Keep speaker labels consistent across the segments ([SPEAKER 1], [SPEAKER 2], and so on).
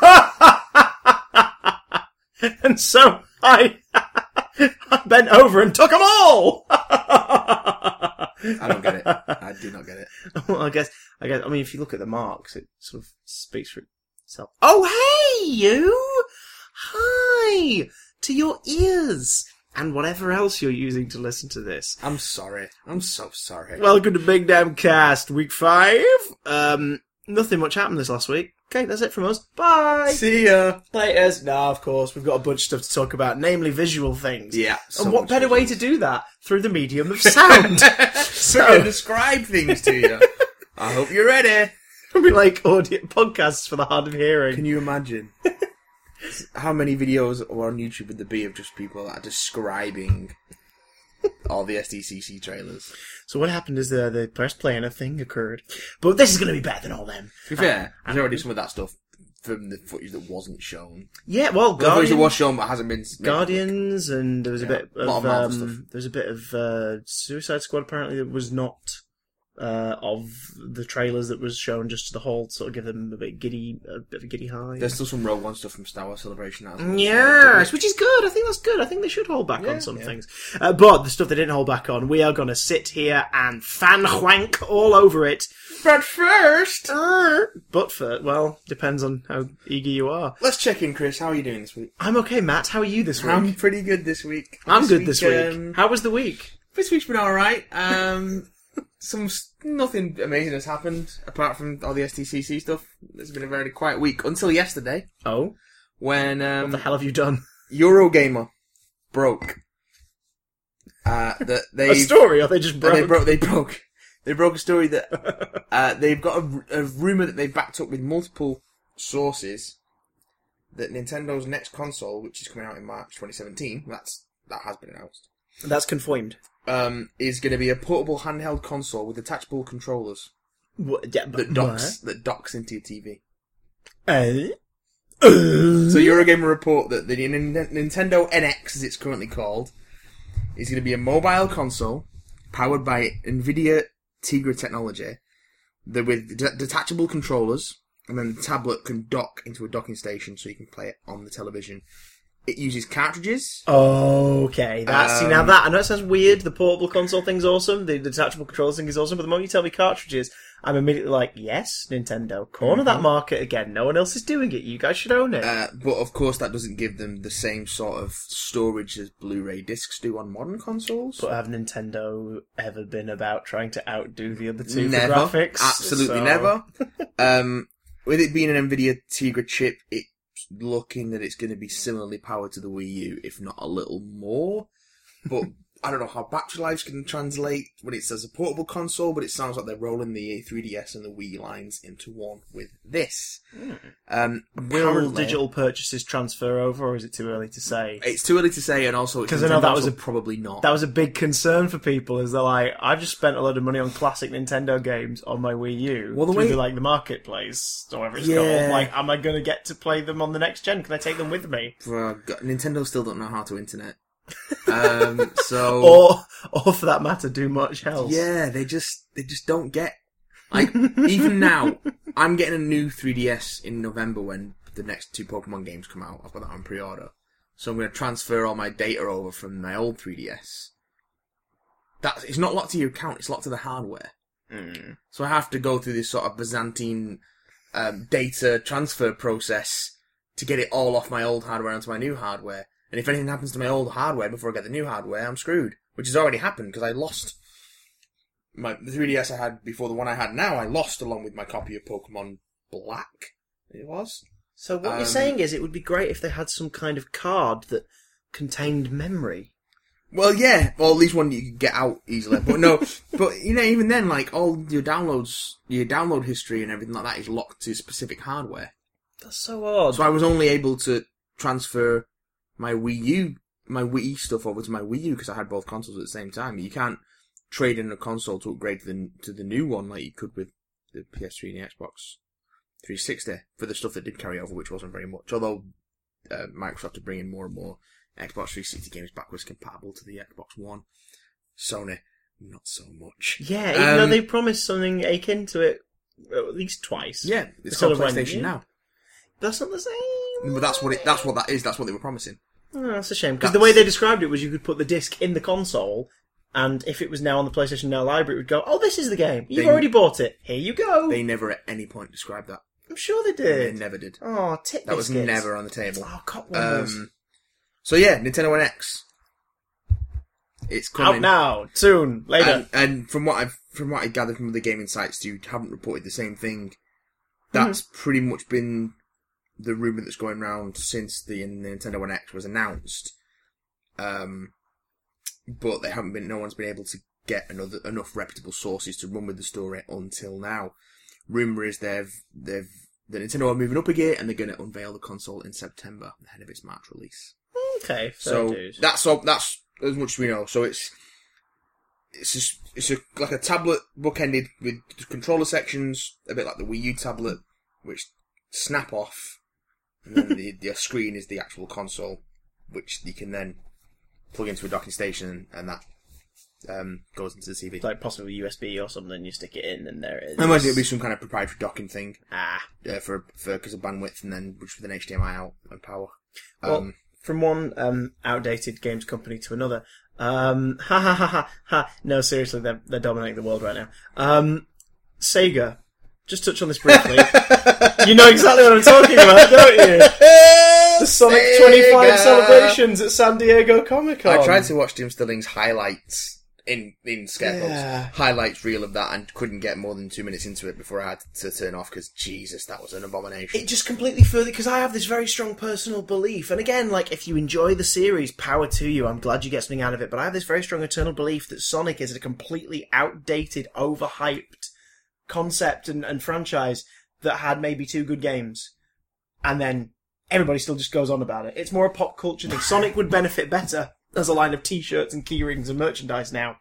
[SPEAKER 1] And so I, I bent over and took them all.
[SPEAKER 2] I don't get it. I do not get it.
[SPEAKER 1] well, I guess, I guess, I mean, if you look at the marks, it sort of speaks for itself. Oh, hey, you! Hi! To your ears! And whatever else you're using to listen to this.
[SPEAKER 2] I'm sorry. I'm so sorry.
[SPEAKER 1] Welcome to Big Damn Cast, week five. Um, nothing much happened this last week. Okay, that's it from us. Bye!
[SPEAKER 2] see ya.
[SPEAKER 1] Laters. Now, of course, we've got a bunch of stuff to talk about, namely visual things.
[SPEAKER 2] Yeah. so
[SPEAKER 1] and what
[SPEAKER 2] much
[SPEAKER 1] better
[SPEAKER 2] better.
[SPEAKER 1] way to do that through the medium of sound?
[SPEAKER 2] We're gonna
[SPEAKER 1] so
[SPEAKER 2] describe things to you. I hope you're ready.
[SPEAKER 1] it'll be like audio podcasts for the hard of hearing.
[SPEAKER 2] Can you imagine how many videos are on YouTube would there be of just people that are describing all the SDCC trailers?
[SPEAKER 1] so what happened is uh, the the press play and a thing occurred. But this is going to be better than all them.
[SPEAKER 2] To be fair, there's already some of that stuff from the footage that wasn't shown.
[SPEAKER 1] Yeah, well,
[SPEAKER 2] The footage that
[SPEAKER 1] Guardian,
[SPEAKER 2] was shown but hasn't been
[SPEAKER 1] Guardians, and there was a
[SPEAKER 2] Yeah,
[SPEAKER 1] bit
[SPEAKER 2] a lot
[SPEAKER 1] of
[SPEAKER 2] of Marvel
[SPEAKER 1] um,
[SPEAKER 2] stuff.
[SPEAKER 1] there was a bit of uh, Suicide Squad apparently that was not. Uh, of the trailers that was shown just to the hall, to sort of give them a bit giddy, a bit of a giddy high.
[SPEAKER 2] There's still some Rogue One stuff from Star Wars Celebration. that hasn't been shown.
[SPEAKER 1] Yes, which is good. I think that's good. I think they should hold back on some things. Uh, but the stuff they didn't hold back on, we are going to sit here and fan wank all over it.
[SPEAKER 2] But first,
[SPEAKER 1] Er, But for, well, depends on how eager you are.
[SPEAKER 2] let's check in, Chris. How are you doing this week?
[SPEAKER 1] I'm okay, Matt. How are you this week?
[SPEAKER 2] I'm pretty good this week.
[SPEAKER 1] I'm good this week.
[SPEAKER 2] um,
[SPEAKER 1] how was the week?
[SPEAKER 2] this week's been all right. Um, some s- nothing amazing has happened apart from all the STCC stuff. It's been a very quiet week until yesterday
[SPEAKER 1] Oh,
[SPEAKER 2] when
[SPEAKER 1] what
[SPEAKER 2] um,
[SPEAKER 1] the hell have you done?
[SPEAKER 2] Eurogamer broke. Uh, that
[SPEAKER 1] A
[SPEAKER 2] they
[SPEAKER 1] story, or they just
[SPEAKER 2] And
[SPEAKER 1] broke?
[SPEAKER 2] They broke. They broke. They broke a story that uh, they've got a, rumor that they've backed up with multiple sources that Nintendo's next console, which is coming out in March 2017, that's that has been announced,
[SPEAKER 1] That's confirmed.
[SPEAKER 2] um, is going to be a portable handheld console with detachable controllers
[SPEAKER 1] What, yeah, but
[SPEAKER 2] that docks that docks into your TV.
[SPEAKER 1] what? Eh? Eh?
[SPEAKER 2] So Eurogamer report that the Nin- Nintendo NX, as it's currently called, is going to be a mobile console powered by Nvidia Tegra technology, that with de- detachable controllers, and then the tablet can dock into a docking station, so you can play it on the television. It uses cartridges.
[SPEAKER 1] Okay, that's see now
[SPEAKER 2] Um,
[SPEAKER 1] that I know it sounds weird. The portable console thing's awesome. The detachable controls thing is awesome. But the moment you tell me cartridges, I'm immediately like, yes, Nintendo, corner that market again. No one else is doing it. You guys should own it.
[SPEAKER 2] Mm-hmm. Uh, but of course, that doesn't give them the same sort of storage as Blu-ray discs do on modern consoles.
[SPEAKER 1] but have Nintendo ever been about trying to outdo the other two
[SPEAKER 2] never,
[SPEAKER 1] for graphics?
[SPEAKER 2] Absolutely
[SPEAKER 1] So-
[SPEAKER 2] never. um, with it being an Nvidia Tegra chip, it's looking that it's going to be similarly powered to the Wii U, if not a little more. But I don't know how battery lives can translate when it says a portable console, but it sounds like they're rolling the 3DS and the Wii lines into one with this. Um,
[SPEAKER 1] Will
[SPEAKER 2] apparently-
[SPEAKER 1] Hmm. digital purchases transfer over, or is it too early to say?
[SPEAKER 2] It's too early to say, and also
[SPEAKER 1] 'Cause I know that was a-
[SPEAKER 2] probably not.
[SPEAKER 1] That was a big concern for people, is they're like, I've just spent a lot of money on classic Nintendo games on my Wii U
[SPEAKER 2] Well, the
[SPEAKER 1] through
[SPEAKER 2] way-
[SPEAKER 1] like the marketplace, or whatever it's
[SPEAKER 2] Yeah.
[SPEAKER 1] called. Like, am I going to get to play them on the next gen? Can I take them with me?
[SPEAKER 2] Well, God, Nintendo still don't know how to internet. Um, so
[SPEAKER 1] Or, or for that matter, do much else?
[SPEAKER 2] Yeah, they just they just don't get like even now. I'm getting a new 3DS in November when the next two Pokemon games come out. I've got that on pre-order, so I'm going to transfer all my data over from my old 3DS. That's it's not locked to your account; it's locked to the hardware. So I have to go through this sort of Byzantine um, data transfer process to get it all off my old hardware onto my new hardware. And if anything happens to my old hardware before I get the new hardware, I'm screwed. Which has already happened because I lost my the 3DS I had before the one I had now. I lost along with my copy of Pokemon Black. It was.
[SPEAKER 1] So what
[SPEAKER 2] Um,
[SPEAKER 1] you're saying is, it would be great if they had some kind of card that contained memory.
[SPEAKER 2] Well, yeah, or at least one you could get out easily. But no, but you know, even then, like all your downloads, your download history and everything like that is locked to specific hardware.
[SPEAKER 1] That's so odd.
[SPEAKER 2] So I was only able to transfer my Wii U, my Wii stuff over to my Wii U because I had both consoles at the same time. You can't trade in a console to upgrade to the, to the new one like you could with the PS3 and the Xbox 360 for the stuff that did carry over, which wasn't very much. Although uh, Microsoft are bringing more and more Xbox 360 games backwards compatible to the Xbox One. Sony, not so much.
[SPEAKER 1] yeah, even
[SPEAKER 2] Um,
[SPEAKER 1] though they promised something akin to it at least twice.
[SPEAKER 2] yeah, it's
[SPEAKER 1] Sort
[SPEAKER 2] called
[SPEAKER 1] of like,
[SPEAKER 2] PlayStation
[SPEAKER 1] yeah.
[SPEAKER 2] now.
[SPEAKER 1] That's not the same.
[SPEAKER 2] But that's what it. That's what that is. That's what they were promising.
[SPEAKER 1] Oh, that's a shame because the way
[SPEAKER 2] That's-
[SPEAKER 1] they described it was you could put the disc in the console, and if it was now on the PlayStation Now library, it would go, "Oh, this is the game. You've
[SPEAKER 2] They-
[SPEAKER 1] already bought it. Here you go."
[SPEAKER 2] They never at any point described that.
[SPEAKER 1] I'm sure they
[SPEAKER 2] They
[SPEAKER 1] did.
[SPEAKER 2] never did.
[SPEAKER 1] oh, tit
[SPEAKER 2] That was
[SPEAKER 1] biscuits.
[SPEAKER 2] never on the table.
[SPEAKER 1] Oh, cop um,
[SPEAKER 2] Um, so yeah, Nintendo One X. It's coming
[SPEAKER 1] out now, soon, later.
[SPEAKER 2] And, and from what I've from what I gathered from other gaming sites, who haven't reported the same thing. That's pretty much been the rumor that's going around since the Nintendo One X was announced. Um, but they haven't been. No one's been able to get another enough reputable sources to run with the story until now. Rumor is they've they've the Nintendo are moving up a gear and they're going to unveil the console in September ahead of its March release.
[SPEAKER 1] okay, so
[SPEAKER 2] So that's all, that's as much as we know. So it's it's just, it's a, like a tablet bookended with controller sections, a bit like the Wii U tablet, which snap off, and then the, the screen is the actual console, which you can then plug into a docking station, and that um, goes into the TV.
[SPEAKER 1] like possibly USB or something. You stick it in, and there it is.
[SPEAKER 2] I imagine it'll be some kind of proprietary docking thing
[SPEAKER 1] ah.
[SPEAKER 2] uh, for for because of bandwidth, and then which with an HDMI out and power. Um,
[SPEAKER 1] Well, from one um, outdated games company to another. Um, ha ha ha ha ha. No, seriously, they're, they're dominating the world right now. Um, Sega. Just touch on this briefly. you know exactly what I'm talking about, don't you? The Sonic 25
[SPEAKER 2] Sega!
[SPEAKER 1] celebrations at San Diego Comic Con.
[SPEAKER 2] I tried to watch Tim Stilling's highlights in in Scarecrow's
[SPEAKER 1] Yeah.
[SPEAKER 2] highlights reel of that and couldn't get more than two minutes into it before I had to turn off because Jesus, that was an abomination.
[SPEAKER 1] It just completely further because I have this very strong personal belief, and again, like if you enjoy the series, power to you. I'm glad you get something out of it, but I have this very strong eternal belief that Sonic is a completely outdated, overhyped concept and, and franchise that had maybe two good games, and then everybody still just goes on about it. It's more a pop culture thing. Sonic would benefit better as a line of T-shirts and keyrings and merchandise now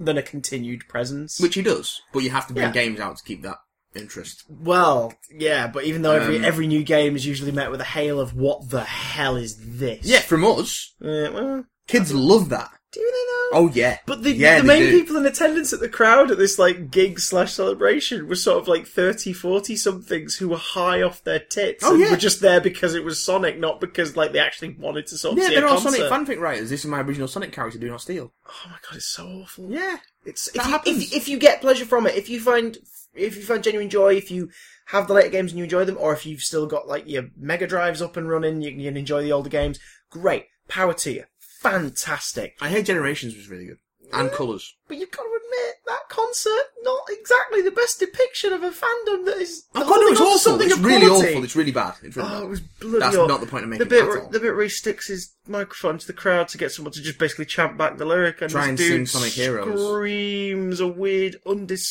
[SPEAKER 1] than a continued presence.
[SPEAKER 2] Which he does, but you have to bring
[SPEAKER 1] Yeah.
[SPEAKER 2] games out to keep that interest.
[SPEAKER 1] Well, yeah, but even though every
[SPEAKER 2] Um,
[SPEAKER 1] every new game is usually met with a hail of "What the hell is this?"
[SPEAKER 2] Yeah, from us,
[SPEAKER 1] Uh, well,
[SPEAKER 2] kids love that.
[SPEAKER 1] do they though?
[SPEAKER 2] Oh yeah,
[SPEAKER 1] But the,
[SPEAKER 2] yeah,
[SPEAKER 1] the
[SPEAKER 2] they
[SPEAKER 1] main
[SPEAKER 2] do.
[SPEAKER 1] people in attendance at the crowd at this like gig slash celebration were sort of like 30, 40 somethings who were high off their tits
[SPEAKER 2] Oh,
[SPEAKER 1] and
[SPEAKER 2] yeah.
[SPEAKER 1] were just there because it was Sonic, not because like they actually wanted to sort of
[SPEAKER 2] Yeah,
[SPEAKER 1] see
[SPEAKER 2] they're
[SPEAKER 1] a
[SPEAKER 2] all
[SPEAKER 1] concert.
[SPEAKER 2] Sonic fanfic writers. This is my original Sonic character. Do not steal.
[SPEAKER 1] Oh my god, it's so awful.
[SPEAKER 2] Yeah,
[SPEAKER 1] It's
[SPEAKER 2] That
[SPEAKER 1] if you,
[SPEAKER 2] happens.
[SPEAKER 1] if, if you get pleasure from it, if you find if you find genuine joy, if you have the later games and you enjoy them, or if you've still got like your Mega Drives up and running, you can you can enjoy the older games. Great, power to you, fantastic.
[SPEAKER 2] I hear Generations was really good and Colors.
[SPEAKER 1] But you've got to admit that concert not exactly the best depiction of a fandom that is.
[SPEAKER 2] Oh god,
[SPEAKER 1] holding
[SPEAKER 2] no, it's
[SPEAKER 1] on to
[SPEAKER 2] awful.
[SPEAKER 1] something
[SPEAKER 2] It's
[SPEAKER 1] of
[SPEAKER 2] really
[SPEAKER 1] quality.
[SPEAKER 2] awful. It's really bad. It's really
[SPEAKER 1] Oh, it
[SPEAKER 2] bad.
[SPEAKER 1] was bloody
[SPEAKER 2] That's
[SPEAKER 1] awful.
[SPEAKER 2] not the point I'm making
[SPEAKER 1] The bit,
[SPEAKER 2] at
[SPEAKER 1] where,
[SPEAKER 2] all.
[SPEAKER 1] the bit where he sticks his microphone to the crowd to get someone to just basically chant back the lyric, and
[SPEAKER 2] Try
[SPEAKER 1] this
[SPEAKER 2] and
[SPEAKER 1] dude
[SPEAKER 2] sing Sonic Heroes.
[SPEAKER 1] screams a weird,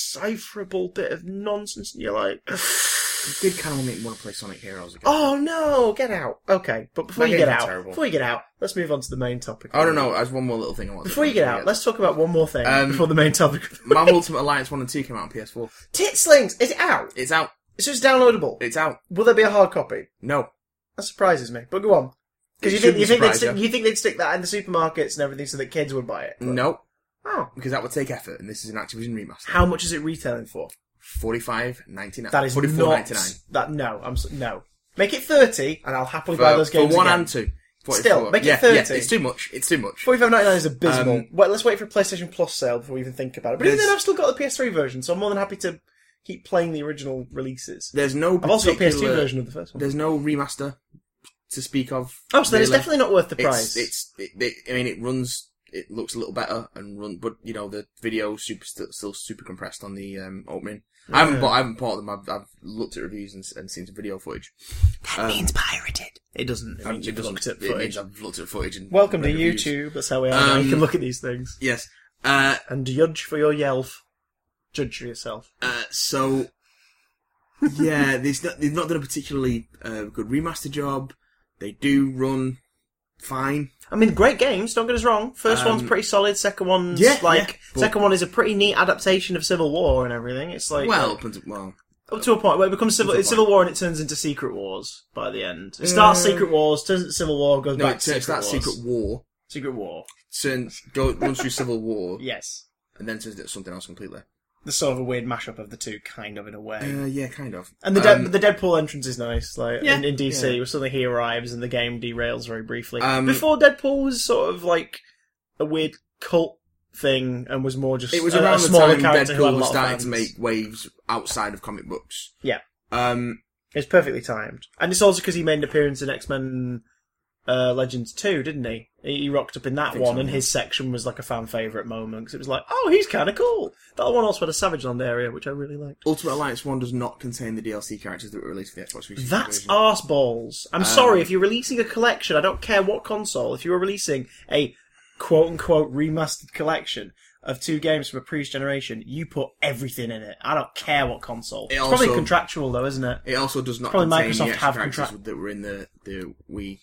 [SPEAKER 1] undecipherable bit of nonsense, and you're like,
[SPEAKER 2] It did kind of make me want to play Sonic Heroes again.
[SPEAKER 1] "Oh no, get out!" Okay, but before
[SPEAKER 2] That
[SPEAKER 1] you
[SPEAKER 2] game's
[SPEAKER 1] get out,
[SPEAKER 2] terrible.
[SPEAKER 1] before you get out, let's move on to the main topic.
[SPEAKER 2] I don't know. There's one more little thing I want. to
[SPEAKER 1] Before you
[SPEAKER 2] mention
[SPEAKER 1] get out,
[SPEAKER 2] again.
[SPEAKER 1] let's talk about one more thing
[SPEAKER 2] Um,
[SPEAKER 1] before the main topic.
[SPEAKER 2] Marvel Ultimate Alliance One and Two came out on PS4.
[SPEAKER 1] Tit slings is it out?
[SPEAKER 2] It's out.
[SPEAKER 1] So it's downloadable.
[SPEAKER 2] It's out.
[SPEAKER 1] Will there be a hard copy?
[SPEAKER 2] No,
[SPEAKER 1] That surprises me. But go on,
[SPEAKER 2] It
[SPEAKER 1] because you think
[SPEAKER 2] shouldn't
[SPEAKER 1] you think, they'd
[SPEAKER 2] surprise
[SPEAKER 1] stick,
[SPEAKER 2] you. Mm.
[SPEAKER 1] you think they'd stick that in the supermarkets and everything so that kids would buy it. but-
[SPEAKER 2] no,
[SPEAKER 1] Oh.
[SPEAKER 2] because that would take effort, and this is an Activision remaster.
[SPEAKER 1] How much is it retailing for?
[SPEAKER 2] Forty-five ninety-nine.
[SPEAKER 1] That is
[SPEAKER 2] forty-four
[SPEAKER 1] not
[SPEAKER 2] ninety-nine
[SPEAKER 1] that. No, I'm s- no. Make it thirty, and I'll happily buy
[SPEAKER 2] for,
[SPEAKER 1] those
[SPEAKER 2] for
[SPEAKER 1] games
[SPEAKER 2] one
[SPEAKER 1] again.
[SPEAKER 2] and two. 44.
[SPEAKER 1] Still, make it
[SPEAKER 2] yeah,
[SPEAKER 1] 30.
[SPEAKER 2] Yeah, it's too much. It's too much.
[SPEAKER 1] Forty-five ninety-nine is abysmal.
[SPEAKER 2] Um,
[SPEAKER 1] well, let's wait for a PlayStation Plus sale before we even think about it. But even
[SPEAKER 2] There's-
[SPEAKER 1] then, I've still got the PS3 version, so I'm more than happy to keep playing the original releases.
[SPEAKER 2] There's no.
[SPEAKER 1] I've also got a PS2
[SPEAKER 2] particular-
[SPEAKER 1] version of the first one.
[SPEAKER 2] There's no remaster to speak of.
[SPEAKER 1] Oh, so then it's
[SPEAKER 2] really.
[SPEAKER 1] definitely not worth the price.
[SPEAKER 2] It's, it's it, it, I mean, it runs. It looks a little better and run, but you know the video super still, still super compressed on the um, opening. I haven't, bought, I haven't bought them. I've, I've looked at reviews and, s- and seen some video footage.
[SPEAKER 1] that means pirated. It doesn't. It means
[SPEAKER 2] It
[SPEAKER 1] you've
[SPEAKER 2] doesn't-
[SPEAKER 1] looked at
[SPEAKER 2] um, It means
[SPEAKER 1] footage.
[SPEAKER 2] I've looked at footage. And
[SPEAKER 1] Welcome to
[SPEAKER 2] read reviews.
[SPEAKER 1] YouTube. That's how we are. now. you
[SPEAKER 2] Um,
[SPEAKER 1] can look at these things
[SPEAKER 2] Yes. Uh,
[SPEAKER 1] and judge for your yelf. Judge for yourself.
[SPEAKER 2] uh, so, yeah, they've not, they've not done a particularly uh, good remaster job. They do run fine.
[SPEAKER 1] I mean, great games. Don't get us wrong. First one's
[SPEAKER 2] Um,
[SPEAKER 1] pretty solid. Second one's
[SPEAKER 2] yeah,
[SPEAKER 1] like
[SPEAKER 2] yeah, but-
[SPEAKER 1] second one is a pretty neat adaptation of Civil War and everything. It's like
[SPEAKER 2] Well, up until- well,
[SPEAKER 1] up to a point where it becomes civil.
[SPEAKER 2] Up to a
[SPEAKER 1] It's Civil War and it turns into Secret Wars by the end. It starts Secret Wars, turns into Civil War, goes
[SPEAKER 2] Uh, no,
[SPEAKER 1] back
[SPEAKER 2] it
[SPEAKER 1] to Secret
[SPEAKER 2] turns that
[SPEAKER 1] Wars.
[SPEAKER 2] Secret War
[SPEAKER 1] Secret War.
[SPEAKER 2] turns go runs through Civil War
[SPEAKER 1] Yes.
[SPEAKER 2] and then turns into something else completely.
[SPEAKER 1] the sort of a weird mashup of the two, kind of in a way.
[SPEAKER 2] Uh, yeah, kind of.
[SPEAKER 1] And the, Dead
[SPEAKER 2] Um,
[SPEAKER 1] the Deadpool entrance is nice, like
[SPEAKER 2] Yeah.
[SPEAKER 1] in, in DC,
[SPEAKER 2] Yeah.
[SPEAKER 1] where suddenly he arrives and the game derails very briefly.
[SPEAKER 2] Um,
[SPEAKER 1] Before Deadpool was sort of like a weird cult thing and was more just
[SPEAKER 2] It was
[SPEAKER 1] a,
[SPEAKER 2] around
[SPEAKER 1] a
[SPEAKER 2] the
[SPEAKER 1] smaller
[SPEAKER 2] time
[SPEAKER 1] character who had
[SPEAKER 2] Deadpool
[SPEAKER 1] a
[SPEAKER 2] was
[SPEAKER 1] lot
[SPEAKER 2] starting
[SPEAKER 1] of
[SPEAKER 2] to
[SPEAKER 1] fans.
[SPEAKER 2] make waves outside of comic books.
[SPEAKER 1] Yeah.
[SPEAKER 2] Um,
[SPEAKER 1] It's perfectly timed, and it's also because he made an appearance in X Men uh, Legends Two, didn't he? He he rocked up in that
[SPEAKER 2] think
[SPEAKER 1] one,
[SPEAKER 2] so,
[SPEAKER 1] and
[SPEAKER 2] yeah.
[SPEAKER 1] his section was like a fan favorite moment 'cause it was like, oh, he's kind of cool. That one also had a Savage Land area, which I really liked.
[SPEAKER 2] Ultimate Alliance 1 does not contain the DLC characters that were released for the Xbox 360
[SPEAKER 1] That's
[SPEAKER 2] version.
[SPEAKER 1] arse balls. I'm
[SPEAKER 2] Um,
[SPEAKER 1] sorry if you're releasing a collection. I don't care what console. If you were releasing a quote unquote remastered collection of two games from a previous generation, you put everything in it. I don't care what console.
[SPEAKER 2] It
[SPEAKER 1] it's probably
[SPEAKER 2] also-
[SPEAKER 1] contractual though, isn't it?
[SPEAKER 2] It also does not
[SPEAKER 1] Probably
[SPEAKER 2] contain
[SPEAKER 1] Microsoft
[SPEAKER 2] the extra
[SPEAKER 1] have
[SPEAKER 2] characters
[SPEAKER 1] contract-
[SPEAKER 2] that were in the, the Wii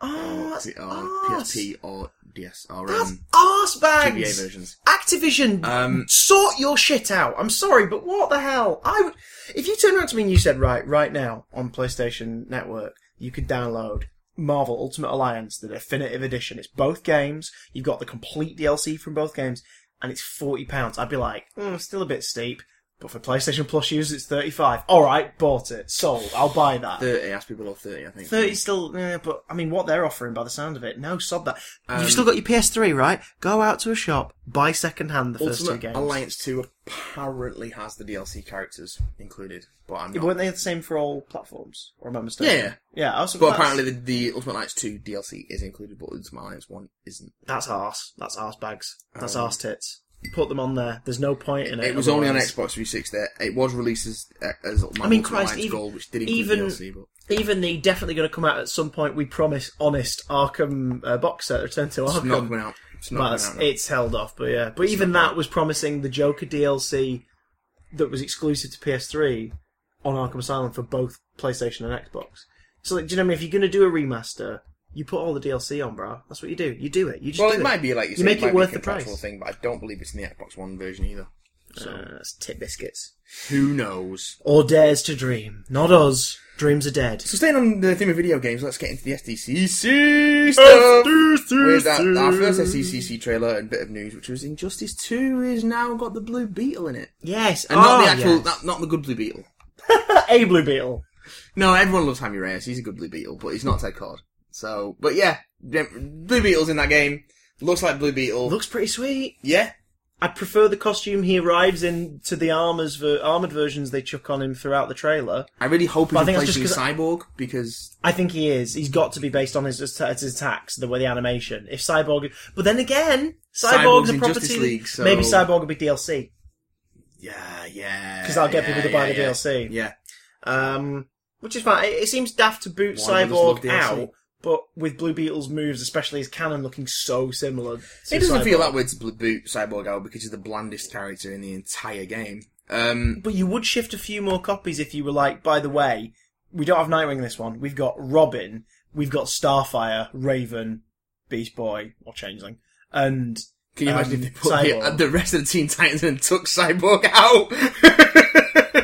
[SPEAKER 1] Oh,
[SPEAKER 2] or,
[SPEAKER 1] that's
[SPEAKER 2] or
[SPEAKER 1] arse.
[SPEAKER 2] PSP or DS or
[SPEAKER 1] That's
[SPEAKER 2] um,
[SPEAKER 1] arse
[SPEAKER 2] GBA
[SPEAKER 1] bags.
[SPEAKER 2] versions.
[SPEAKER 1] Activision,
[SPEAKER 2] Um,
[SPEAKER 1] sort your shit out. I'm sorry, but what the hell? I would, if you turned around to me and you said, right, right now on PlayStation Network, you could download Marvel Ultimate Alliance, the definitive edition. It's both games. You've got the complete DLC from both games, and it's forty pounds. I'd be like, mm, still a bit steep, but for PlayStation Plus users, it's thirty-five. All right, bought it, sold. I'll buy that.
[SPEAKER 2] 30, asked people of 30, I think.
[SPEAKER 1] 30 still, eh, but I mean, what they're offering by the sound of it, no, sod that.
[SPEAKER 2] Um,
[SPEAKER 1] You've still got your PS3, right? Go out to a shop, buy second hand the first two
[SPEAKER 2] Ultimate
[SPEAKER 1] games.
[SPEAKER 2] Alliance 2 apparently has the DLC characters included, but I'm
[SPEAKER 1] Yeah,
[SPEAKER 2] not.
[SPEAKER 1] but weren't they the same for all platforms? Or am I mistaken?
[SPEAKER 2] yeah.
[SPEAKER 1] Yeah, I also,
[SPEAKER 2] But
[SPEAKER 1] that's,
[SPEAKER 2] apparently the, the Ultimate Alliance 2 DLC is included, but Ultimate Alliance 1 isn't.
[SPEAKER 1] That's arse. That's arse bags. That's
[SPEAKER 2] Um,
[SPEAKER 1] arse tits. Put them on there. There's no point in it.
[SPEAKER 2] It was only on
[SPEAKER 1] otherwise.
[SPEAKER 2] Xbox 360. There. It was released as, as Ultimate
[SPEAKER 1] I mean,
[SPEAKER 2] Ultimate
[SPEAKER 1] Christ,
[SPEAKER 2] Alliance
[SPEAKER 1] even-
[SPEAKER 2] Gold, which did include
[SPEAKER 1] even-
[SPEAKER 2] DLC, but...
[SPEAKER 1] Even the definitely going to come out at some point, we promise, honest Arkham uh, box set, Return to
[SPEAKER 2] It's
[SPEAKER 1] Arkham.
[SPEAKER 2] not coming out. Oh, It's not
[SPEAKER 1] Well,
[SPEAKER 2] coming
[SPEAKER 1] it's,
[SPEAKER 2] out. now.
[SPEAKER 1] it's held off, but yeah. But even that was promising the Joker DLC that was exclusive to PS3 on Arkham Asylum for both PlayStation and Xbox. So, like, do you know what I mean? If you're going to do a remaster, you put all the DLC on, bro. That's what you do. You do it. You just
[SPEAKER 2] well,
[SPEAKER 1] do
[SPEAKER 2] it might be like you,
[SPEAKER 1] You
[SPEAKER 2] say,
[SPEAKER 1] make it
[SPEAKER 2] might be
[SPEAKER 1] worth
[SPEAKER 2] a
[SPEAKER 1] the
[SPEAKER 2] contractual
[SPEAKER 1] price.
[SPEAKER 2] thing, but I don't believe it's in the Xbox One version either.
[SPEAKER 1] So. that's Uh, tit biscuits.
[SPEAKER 2] Who knows?
[SPEAKER 1] Or dares to dream. Not us. Dreams are dead.
[SPEAKER 2] So staying on the theme of video games, let's get into the SDCC stuff. With that, our first SDCC trailer and bit of news, which was Injustice Two, is now got the Blue Beetle in it,
[SPEAKER 1] Yes. Ah,
[SPEAKER 2] and not the actual,
[SPEAKER 1] yes.
[SPEAKER 2] not, not the good Blue Beetle.
[SPEAKER 1] A Blue Beetle.
[SPEAKER 2] No, everyone loves Hammy Reyes. He's a good Blue Beetle, but he's not Ted Cod. So, but yeah, yeah, Blue Beetle's in that game. Looks like Blue Beetle.
[SPEAKER 1] Looks pretty sweet.
[SPEAKER 2] yeah,
[SPEAKER 1] I prefer the costume he arrives in to the armors ver- armored versions they chuck on him throughout the trailer.
[SPEAKER 2] I really hope
[SPEAKER 1] But I
[SPEAKER 2] he's
[SPEAKER 1] think that's
[SPEAKER 2] replacing
[SPEAKER 1] just
[SPEAKER 2] Cyborg because
[SPEAKER 1] I think he is. He's got to be based on his, his attacks, the way the animation. If Cyborg, but then again, Cyborg's,
[SPEAKER 2] Cyborg's
[SPEAKER 1] a
[SPEAKER 2] in
[SPEAKER 1] property.
[SPEAKER 2] Justice League, so-
[SPEAKER 1] Maybe Cyborg will be DLC.
[SPEAKER 2] Yeah, yeah.
[SPEAKER 1] 'Cause that'll get
[SPEAKER 2] yeah,
[SPEAKER 1] people to buy
[SPEAKER 2] yeah,
[SPEAKER 1] the
[SPEAKER 2] yeah.
[SPEAKER 1] DLC.
[SPEAKER 2] Yeah.
[SPEAKER 1] Um, which is fine. It, it seems daft to boot
[SPEAKER 2] Warner Brothers
[SPEAKER 1] Cyborg
[SPEAKER 2] love DLC.
[SPEAKER 1] out, but with Blue Beetle's moves, especially his cannon looking so similar. to
[SPEAKER 2] It doesn't
[SPEAKER 1] Cyborg.
[SPEAKER 2] feel that weird to bl- boot Cyborg out because he's the blandest character in the entire game. Um,
[SPEAKER 1] But you would shift a few more copies if you were like, by the way, we don't have Nightwing in this one. We've got Robin, we've got Starfire, Raven, Beast Boy, or Changeling, and
[SPEAKER 2] can you
[SPEAKER 1] Um,
[SPEAKER 2] imagine if they put the,
[SPEAKER 1] Cyborg.
[SPEAKER 2] uh, the rest of the Teen Titans and took Cyborg out?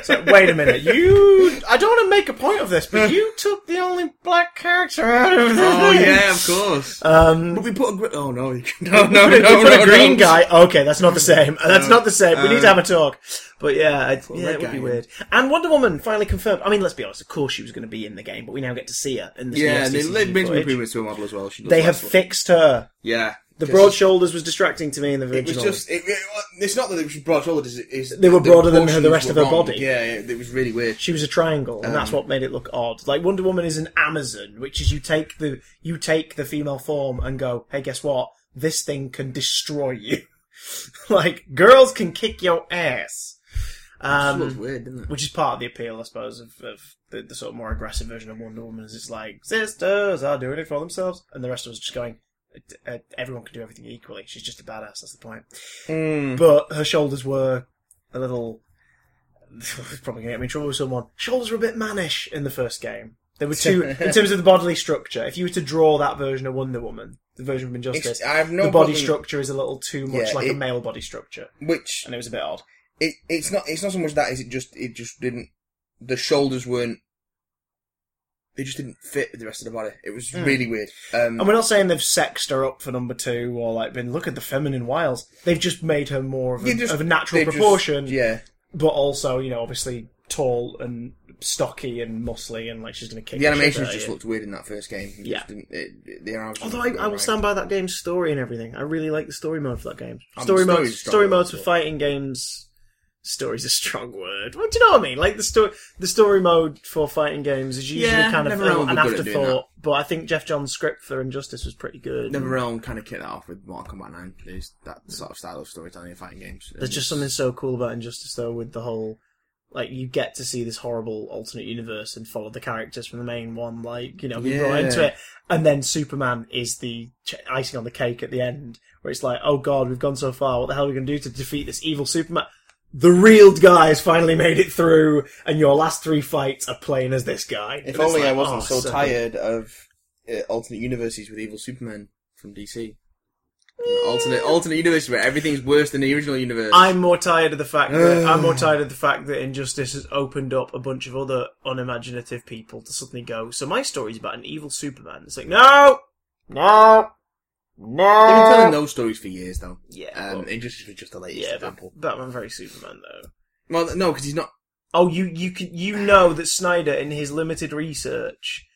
[SPEAKER 1] So, wait a minute, you. I don't want to make a point of this, but you took the only black character out of the
[SPEAKER 2] oh
[SPEAKER 1] thing.
[SPEAKER 2] yeah, of course.
[SPEAKER 1] Um,
[SPEAKER 2] but we put a gr- oh no, you can- no, no,
[SPEAKER 1] we put
[SPEAKER 2] no,
[SPEAKER 1] a
[SPEAKER 2] no,
[SPEAKER 1] green
[SPEAKER 2] no.
[SPEAKER 1] guy. Okay, that's not the same. That's
[SPEAKER 2] No.
[SPEAKER 1] not the same. We need
[SPEAKER 2] Uh,
[SPEAKER 1] to have a talk. But yeah, I, yeah,
[SPEAKER 2] red
[SPEAKER 1] it would
[SPEAKER 2] guy
[SPEAKER 1] be
[SPEAKER 2] in.
[SPEAKER 1] weird. And Wonder Woman finally confirmed. I mean, let's be honest. Of course, she was going to be in the game, but we now get to see her in the
[SPEAKER 2] Yeah, and
[SPEAKER 1] CSTC
[SPEAKER 2] they, they made some
[SPEAKER 1] footage.
[SPEAKER 2] improvements to her model as well. She does
[SPEAKER 1] They
[SPEAKER 2] like
[SPEAKER 1] have
[SPEAKER 2] stuff.
[SPEAKER 1] fixed her.
[SPEAKER 2] yeah.
[SPEAKER 1] The
[SPEAKER 2] 'Cause
[SPEAKER 1] broad shoulders was distracting to me in the
[SPEAKER 2] It was
[SPEAKER 1] original.
[SPEAKER 2] just. It, it, it's not that it was broad shoulders. It, it's
[SPEAKER 1] They were
[SPEAKER 2] the
[SPEAKER 1] broader than
[SPEAKER 2] proportions
[SPEAKER 1] the rest
[SPEAKER 2] were
[SPEAKER 1] of her
[SPEAKER 2] wrong.
[SPEAKER 1] body.
[SPEAKER 2] Yeah, yeah, it was really weird.
[SPEAKER 1] she was a triangle, and
[SPEAKER 2] Um,
[SPEAKER 1] that's what made it look odd. Like Wonder Woman is an Amazon, which is you take the you take the female form and go, hey, guess what? This thing can destroy you. like girls can kick your ass.
[SPEAKER 2] It
[SPEAKER 1] Um,
[SPEAKER 2] was weird, didn't it?
[SPEAKER 1] which is part of the appeal, I suppose, of, of the, the sort of more aggressive version of Wonder Woman. Is it's like sisters are doing it for themselves, and the rest of us just going, uh, everyone can do everything equally. She's just a badass. That's the point.
[SPEAKER 2] Hmm.
[SPEAKER 1] But her shoulders were a little. Probably gonna get me in trouble with someone. Shoulders were a bit mannish in the first game. They were too, in terms of the bodily structure. If you were to draw that version of Wonder Woman, the version of Injustice,
[SPEAKER 2] It's- I have no
[SPEAKER 1] the body
[SPEAKER 2] problem-
[SPEAKER 1] structure is a little too much
[SPEAKER 2] Yeah,
[SPEAKER 1] like a
[SPEAKER 2] it-
[SPEAKER 1] male body structure,
[SPEAKER 2] Which
[SPEAKER 1] and it was a bit odd.
[SPEAKER 2] it it's not it's not so much that is it just it just didn't the shoulders weren't They just didn't fit with the rest of the body. It was
[SPEAKER 1] Hmm.
[SPEAKER 2] really weird. Um,
[SPEAKER 1] And we're not saying they've sexed her up for number two or like been look at the feminine wiles. They've just made her more of a,
[SPEAKER 2] they just-
[SPEAKER 1] of a natural
[SPEAKER 2] they just-
[SPEAKER 1] proportion,
[SPEAKER 2] yeah,
[SPEAKER 1] but also you know obviously tall and stocky and muscly and like she's gonna kick.
[SPEAKER 2] the
[SPEAKER 1] shit
[SPEAKER 2] animations
[SPEAKER 1] out of
[SPEAKER 2] just
[SPEAKER 1] you.
[SPEAKER 2] looked weird in that first game. It just
[SPEAKER 1] Yeah.
[SPEAKER 2] didn't- it- the animations
[SPEAKER 1] Although
[SPEAKER 2] weren't
[SPEAKER 1] I, I will
[SPEAKER 2] right.
[SPEAKER 1] stand by that game's story and everything. I really like the story mode for that game. Story
[SPEAKER 2] Um, story's
[SPEAKER 1] modes,
[SPEAKER 2] a strong
[SPEAKER 1] story
[SPEAKER 2] word,
[SPEAKER 1] modes for
[SPEAKER 2] but-
[SPEAKER 1] fighting games. Story's a strong word. Well, do you know what I mean? Like the story, the story mode for fighting games is usually
[SPEAKER 2] Yeah,
[SPEAKER 1] kind of
[SPEAKER 2] NetherRealm
[SPEAKER 1] an
[SPEAKER 2] were good at doing
[SPEAKER 1] afterthought. But I think Jeff John's script for Injustice was pretty good.
[SPEAKER 2] NetherRealm kind of kicked that off with Mortal Kombat 9. There's that sort of style of storytelling in fighting games.
[SPEAKER 1] There's just something so cool about Injustice, though, with the whole like you get to see this horrible alternate universe and follow the characters from the main one, like you know, be brought
[SPEAKER 2] Yeah.
[SPEAKER 1] into it, and then Superman is the ch- icing on the cake at the end, where it's like, oh god, we've gone so far, what the hell are we going to do to defeat this evil Superman? The real guy has finally made it through, and your last three fights are playing as this guy. And
[SPEAKER 2] If
[SPEAKER 1] it's
[SPEAKER 2] only
[SPEAKER 1] like,
[SPEAKER 2] I wasn't
[SPEAKER 1] oh,
[SPEAKER 2] so,
[SPEAKER 1] good.
[SPEAKER 2] tired of uh, alternate universes with evil Superman from DC. Alternate alternate universe where everything's worse than the original universe.
[SPEAKER 1] I'm more tired of the fact that I'm more tired of the fact that injustice has opened up a bunch of other unimaginative people to suddenly go. So my story's about an evil Superman. It's like no, no,
[SPEAKER 2] They've been telling
[SPEAKER 1] no.
[SPEAKER 2] those stories for years, though.
[SPEAKER 1] Yeah,
[SPEAKER 2] Um,
[SPEAKER 1] well,
[SPEAKER 2] Injustice was just the latest
[SPEAKER 1] yeah, but
[SPEAKER 2] example.
[SPEAKER 1] Batman very Superman though.
[SPEAKER 2] Well, no, because he's not.
[SPEAKER 1] Oh, you you can you know that Snyder in his limited research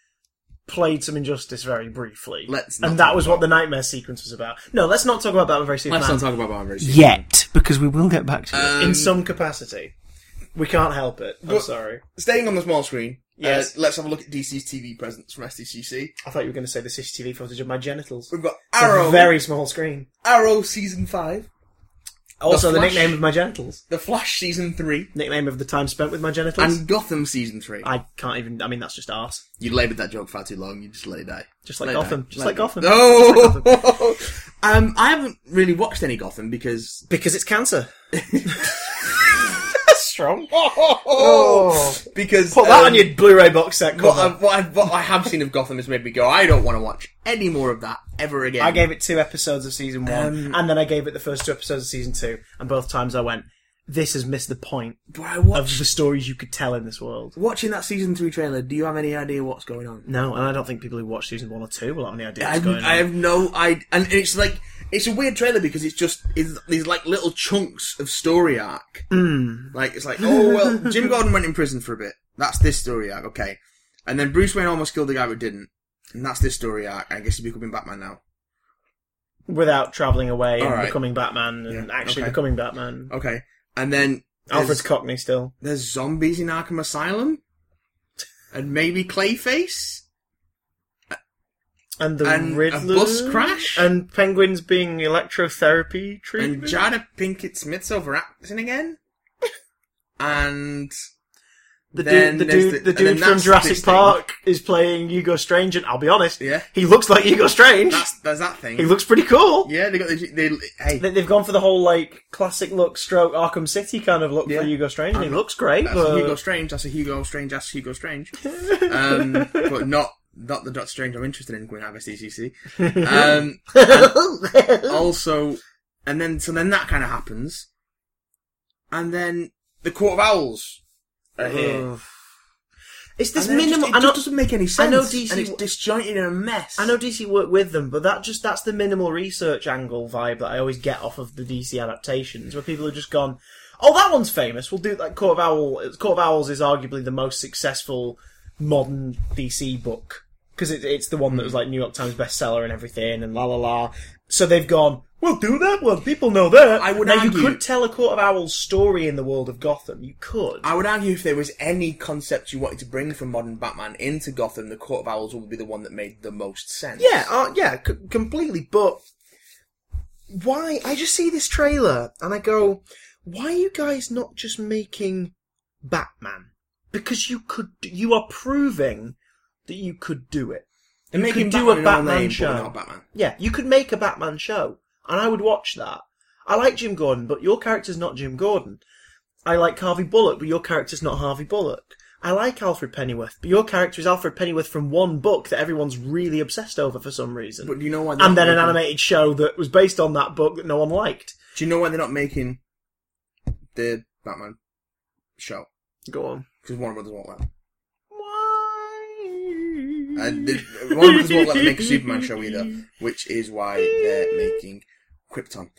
[SPEAKER 1] played some injustice very briefly,
[SPEAKER 2] Let's not
[SPEAKER 1] and that
[SPEAKER 2] talk
[SPEAKER 1] was what the nightmare sequence was about. No, let's not talk about Batman very Superman.
[SPEAKER 2] Let's not talk about Batman versus Superman.
[SPEAKER 1] yet, because we will get back to it
[SPEAKER 2] Um,
[SPEAKER 1] in some capacity. We can't help it. I'm
[SPEAKER 2] But-
[SPEAKER 1] sorry.
[SPEAKER 2] Staying on the small screen.
[SPEAKER 1] Yes.
[SPEAKER 2] Uh, let's have a look at DC's TV presence from SDCC.
[SPEAKER 1] I thought you were going to say the CCTV footage of my genitals.
[SPEAKER 2] We've got
[SPEAKER 1] It's a
[SPEAKER 2] Arrow,
[SPEAKER 1] very small screen.
[SPEAKER 2] Arrow season five,
[SPEAKER 1] Also, the,
[SPEAKER 2] Flash.
[SPEAKER 1] nickname of my genitals.
[SPEAKER 2] The Flash season three,
[SPEAKER 1] Nickname of the time spent with my genitals.
[SPEAKER 2] and Gotham season three.
[SPEAKER 1] I can't even. I mean, that's just arse.
[SPEAKER 2] You laboured that joke far too long. You just let it die.
[SPEAKER 1] Just like
[SPEAKER 2] Let it
[SPEAKER 1] Gotham.
[SPEAKER 2] die.
[SPEAKER 1] Just
[SPEAKER 2] Let
[SPEAKER 1] like Gotham.
[SPEAKER 2] it- No. um, I haven't really watched any Gotham because
[SPEAKER 1] Because it's cancer. strong.
[SPEAKER 2] because
[SPEAKER 1] Oh! Put that
[SPEAKER 2] um,
[SPEAKER 1] on your Blu-ray box set
[SPEAKER 2] What,
[SPEAKER 1] cover.
[SPEAKER 2] I've, what, I've, what I have seen of Gotham has made me go. I don't want to watch any more of that ever again.
[SPEAKER 1] I gave it two episodes of season one,
[SPEAKER 2] Um,
[SPEAKER 1] and then I gave it the first two episodes of season two, and both times I went, "This has missed the point
[SPEAKER 2] But I
[SPEAKER 1] of
[SPEAKER 2] watched
[SPEAKER 1] the stories you could tell in this world."
[SPEAKER 2] watching that season three trailer. Do you have any idea what's going on?
[SPEAKER 1] No, and I don't think people who watch season one or two will have any idea what's
[SPEAKER 2] I have,
[SPEAKER 1] going on.
[SPEAKER 2] I have no idea, and it's like it's a weird trailer because it's just it's these like little chunks of story arc.
[SPEAKER 1] Hmm.
[SPEAKER 2] Like it's like oh well, Jim Gordon went in prison for a bit. That's this story arc, okay. And then Bruce Wayne almost killed the guy but didn't, and that's this story arc. I guess he's becoming Batman now.
[SPEAKER 1] without traveling away and
[SPEAKER 2] Alright.
[SPEAKER 1] becoming Batman and
[SPEAKER 2] Yeah,
[SPEAKER 1] actually
[SPEAKER 2] okay. Uh,
[SPEAKER 1] becoming Batman.
[SPEAKER 2] Okay, and then
[SPEAKER 1] Alfred's
[SPEAKER 2] there's,
[SPEAKER 1] Cockney still.
[SPEAKER 2] there's zombies in Arkham Asylum, and maybe Clayface.
[SPEAKER 1] And the
[SPEAKER 2] And a
[SPEAKER 1] Riddler.
[SPEAKER 2] bus crash?
[SPEAKER 1] And penguins being electrotherapy
[SPEAKER 2] And
[SPEAKER 1] treatment.
[SPEAKER 2] Jada Pinkett Smith's overacting again. And
[SPEAKER 1] the
[SPEAKER 2] then
[SPEAKER 1] dude, the
[SPEAKER 2] there's
[SPEAKER 1] dude,
[SPEAKER 2] the-
[SPEAKER 1] the
[SPEAKER 2] and
[SPEAKER 1] dude
[SPEAKER 2] then
[SPEAKER 1] from
[SPEAKER 2] that's
[SPEAKER 1] Jurassic
[SPEAKER 2] this thing.
[SPEAKER 1] Park is playing Hugo Strange, and I'll be honest,
[SPEAKER 2] Yeah.
[SPEAKER 1] he looks like Hugo Strange.
[SPEAKER 2] that's there's that thing.
[SPEAKER 1] he looks pretty cool.
[SPEAKER 2] Yeah, they got the. They, hey,
[SPEAKER 1] They- They've gone for the whole like classic look, stroke Arkham City kind of look
[SPEAKER 2] Yeah.
[SPEAKER 1] for Hugo Strange. And he looks great,
[SPEAKER 2] that's
[SPEAKER 1] but
[SPEAKER 2] a Hugo Strange. That's a Hugo Strange. That's Hugo Strange. Um, but not not the Doctor Strange I'm interested in going out of SDCC. Um, also, and then so then that kind of happens, and then the Court of Owls are here.
[SPEAKER 1] Ugh. it's this
[SPEAKER 2] Oh. And then it
[SPEAKER 1] minimal.
[SPEAKER 2] Just, it
[SPEAKER 1] I know-
[SPEAKER 2] just doesn't make any sense.
[SPEAKER 1] know DC
[SPEAKER 2] and it's
[SPEAKER 1] w-
[SPEAKER 2] disjointed and a mess.
[SPEAKER 1] I know DC work with them, but that just that's the minimal research angle vibe that I always get off of the DC adaptations, where people have just gone, "Oh, that one's famous. We'll do that." Court of Owl. Court of Owls is arguably the most successful modern DC book because it, it's the one that was like New York Times bestseller and everything, and la la la. So they've gone. We'll do that one. People know that.
[SPEAKER 2] I would
[SPEAKER 1] now
[SPEAKER 2] argue-
[SPEAKER 1] you could tell a Court of Owls story in the world of Gotham. You could.
[SPEAKER 2] I would argue if there was any concept you wanted to bring from modern Batman into Gotham, the Court of Owls would be the one that made the most sense.
[SPEAKER 1] Yeah, uh, yeah, c- completely. But why? I just see this trailer and I go, why are you guys not just making Batman? Because you could, you are proving that you could do it.
[SPEAKER 2] They're
[SPEAKER 1] You
[SPEAKER 2] making
[SPEAKER 1] could do a
[SPEAKER 2] Batman in our
[SPEAKER 1] Batman
[SPEAKER 2] name,
[SPEAKER 1] show.
[SPEAKER 2] But not Batman.
[SPEAKER 1] Yeah, you could make a Batman show, and I would watch that. I like Jim Gordon, but your character's not Jim Gordon. I like Harvey Bullock, but your character's not Harvey Bullock. I like Alfred Pennyworth, but your character is Alfred Pennyworth from one book that everyone's really obsessed over for some reason.
[SPEAKER 2] But do you know why? they're
[SPEAKER 1] and
[SPEAKER 2] not
[SPEAKER 1] then an
[SPEAKER 2] making-
[SPEAKER 1] animated show that was based on that book that no one liked.
[SPEAKER 2] Do you know why they're not making the Batman show?
[SPEAKER 1] Go on.
[SPEAKER 2] Because Warner Brothers won't let. them.
[SPEAKER 1] Why?
[SPEAKER 2] Uh, the, one because won't let them make a Superman show either, which is why they're making Krypton.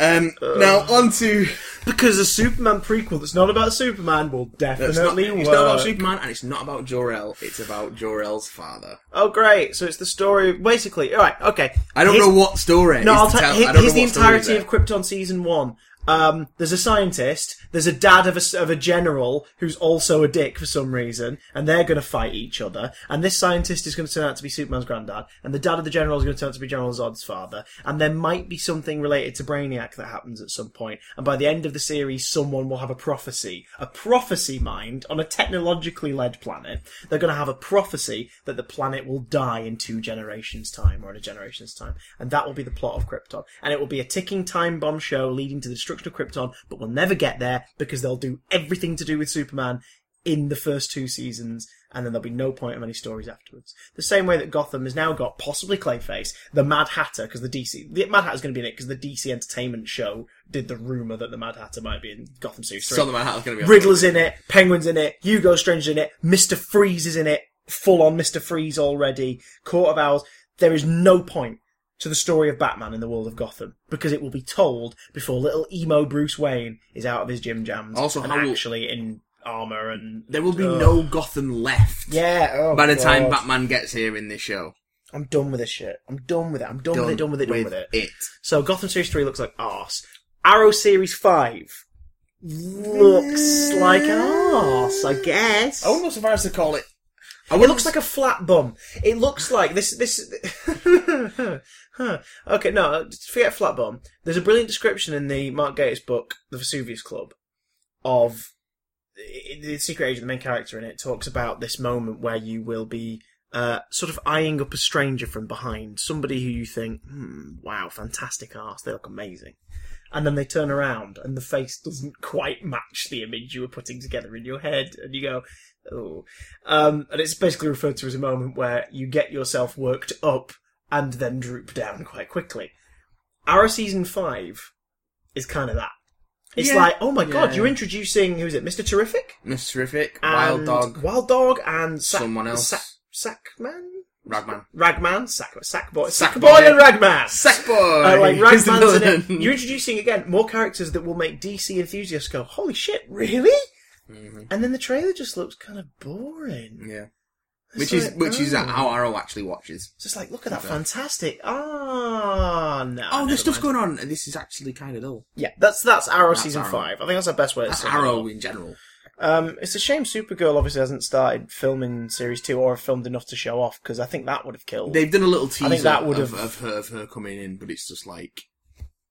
[SPEAKER 2] Um, now on to
[SPEAKER 1] Because a Superman prequel that's not about Superman will
[SPEAKER 2] it's not,
[SPEAKER 1] definitely
[SPEAKER 2] it's
[SPEAKER 1] work.
[SPEAKER 2] not about Superman and it's not about Jor El. It's about Jor El's father.
[SPEAKER 1] oh, great! So it's the story, basically. All right, okay.
[SPEAKER 2] I don't
[SPEAKER 1] Here's-
[SPEAKER 2] know what story.
[SPEAKER 1] No,
[SPEAKER 2] is
[SPEAKER 1] I'll
[SPEAKER 2] to
[SPEAKER 1] tell.
[SPEAKER 2] tell.
[SPEAKER 1] he-
[SPEAKER 2] I don't
[SPEAKER 1] Here's
[SPEAKER 2] know
[SPEAKER 1] the
[SPEAKER 2] what story is
[SPEAKER 1] entirety of
[SPEAKER 2] there.
[SPEAKER 1] Krypton season one. Um, there's a scientist. There's a dad of a s- of a general who's also a dick for some reason, and they're going to fight each other. And this scientist is going to turn out to be Superman's granddad, and the dad of the general is going to turn out to be General Zod's father. And there might be something related to Brainiac that happens at some point. And by the end of the series, someone will have a prophecy, a prophecy mind on a technologically led planet. They're going to have a prophecy that the planet will die in two generations' time or in a generation's time, and that will be the plot of Krypton. And it will be a ticking time bomb show leading to the destruction of Krypton, but we'll never get there because they'll do everything to do with Superman in the first two seasons, and then there'll be no point of any stories afterwards. The same way that Gotham has now got possibly Clayface, the Mad Hatter, because the DC, the Mad Hatter's going to be in it because the DC Entertainment show did the rumor that the Mad Hatter might be in Gotham Series three.
[SPEAKER 2] So the Manhattan's going to be on
[SPEAKER 1] Riddler's in it, Penguin's in it, Hugo Strange's in it, Mr. Freeze is in it, full on Mr. Freeze already, Court of Owls. There is no point to the story of Batman in the world of Gotham because it will be told before little emo Bruce Wayne is out of his gym jams
[SPEAKER 2] Also,
[SPEAKER 1] and
[SPEAKER 2] how will-
[SPEAKER 1] actually in armor and
[SPEAKER 2] There will be no Gotham left
[SPEAKER 1] yeah. Oh
[SPEAKER 2] by the time
[SPEAKER 1] God.
[SPEAKER 2] Batman gets here in this show.
[SPEAKER 1] I'm done with this shit. I'm done with it. I'm done, with it. Done with it. Done with it. So Gotham Series 3 looks like arse. Arrow Series 5 looks
[SPEAKER 2] Mm.
[SPEAKER 1] like arse, I guess.
[SPEAKER 2] I wouldn't be surprised to call it. I
[SPEAKER 1] It looks like a flat bum. It looks like this. This. Huh. Okay, no, just forget flat bum. There's a brilliant description in the Mark Gates book, The Vesuvius Club, of i- the secret agent, the main character in it, talks about this moment where you will be uh, sort of eyeing up a stranger from behind, somebody who you think, hmm, wow, fantastic arse, they look amazing. And then they turn around and the face doesn't quite match the image you were putting together in your head, and you go, oh. Um, and it's basically referred to as a moment where you get yourself worked up and then droop down quite quickly. Arrow season five is kind of that. It's
[SPEAKER 2] Yeah.
[SPEAKER 1] like, oh my god,
[SPEAKER 2] Yeah.
[SPEAKER 1] you're introducing who is it, Mr. Terrific?
[SPEAKER 2] Mr. Terrific,
[SPEAKER 1] And
[SPEAKER 2] Wild Dog,
[SPEAKER 1] Wild Dog and Sac-
[SPEAKER 2] someone else,
[SPEAKER 1] Sac- Sackman?
[SPEAKER 2] Ragman,
[SPEAKER 1] Ragman? Sack- Sackboy?
[SPEAKER 2] Sackboy.
[SPEAKER 1] Sackboy and Ragman!
[SPEAKER 2] Sackboy.
[SPEAKER 1] Uh, like
[SPEAKER 2] He's the
[SPEAKER 1] Ragman's in it.
[SPEAKER 2] villain.
[SPEAKER 1] You're introducing again more characters that will make DC enthusiasts go, "Holy shit, really?" And then the trailer just looks kind of boring.
[SPEAKER 2] Mm-hmm, Yeah,
[SPEAKER 1] It's
[SPEAKER 2] which is
[SPEAKER 1] like,
[SPEAKER 2] which is
[SPEAKER 1] oh.
[SPEAKER 2] how Arrow actually watches.
[SPEAKER 1] It's just like, look at that, fantastic! Ah, no.
[SPEAKER 2] Oh,
[SPEAKER 1] never
[SPEAKER 2] there's
[SPEAKER 1] mind.
[SPEAKER 2] stuff going on. and This is actually kind of dull.
[SPEAKER 1] Yeah, that's that's Arrow
[SPEAKER 2] That's
[SPEAKER 1] season
[SPEAKER 2] Arrow.
[SPEAKER 1] five. I think that's the best way to
[SPEAKER 2] That's
[SPEAKER 1] say it.
[SPEAKER 2] Arrow in general.
[SPEAKER 1] Um, it's a shame Supergirl obviously hasn't started filming series two or filmed enough to show off because I think that would have killed.
[SPEAKER 2] They've done a little teaser
[SPEAKER 1] think that would
[SPEAKER 2] of,
[SPEAKER 1] have-
[SPEAKER 2] of her of her coming in, but it's just like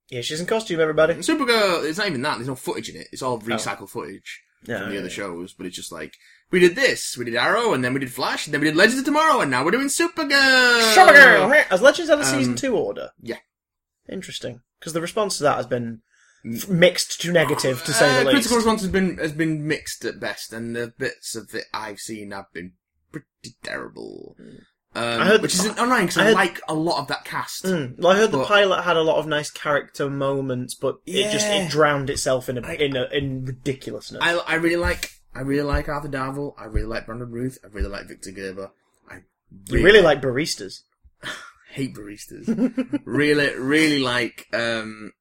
[SPEAKER 1] Yeah, she's in costume, everybody.
[SPEAKER 2] Supergirl. It's not even that. There's no footage in it. It's
[SPEAKER 1] Oh.
[SPEAKER 2] all recycled footage
[SPEAKER 1] Yeah,
[SPEAKER 2] from the
[SPEAKER 1] yeah,
[SPEAKER 2] other
[SPEAKER 1] yeah.
[SPEAKER 2] shows. But it's just like we did this, we did Arrow, and then we did Flash, and then we did Legends of Tomorrow, and now we're doing Supergirl.
[SPEAKER 1] Supergirl as Legends out of season
[SPEAKER 2] Um,
[SPEAKER 1] two order.
[SPEAKER 2] yeah.
[SPEAKER 1] Interesting, because the response to that has been f- mixed to negative, to say
[SPEAKER 2] Mm. Uh,
[SPEAKER 1] the least.
[SPEAKER 2] Critical response has been has been mixed at best, and the bits of it I've seen have been pretty terrible. Um,
[SPEAKER 1] Hmm. I heard-
[SPEAKER 2] which is annoying because
[SPEAKER 1] I
[SPEAKER 2] I,
[SPEAKER 1] heard-
[SPEAKER 2] like a lot of that cast.
[SPEAKER 1] Mm. Well, I heard the
[SPEAKER 2] But-
[SPEAKER 1] pilot had a lot of nice character moments, but it just
[SPEAKER 2] Yeah.
[SPEAKER 1] it drowned itself in a,
[SPEAKER 2] I-
[SPEAKER 1] in a, in ridiculousness.
[SPEAKER 2] I I really like I really like Arthur Darvill. I really like Brandon Ruth. I really like Victor Gerber. I
[SPEAKER 1] you really like baristas.
[SPEAKER 2] hate baristas. really, really like um,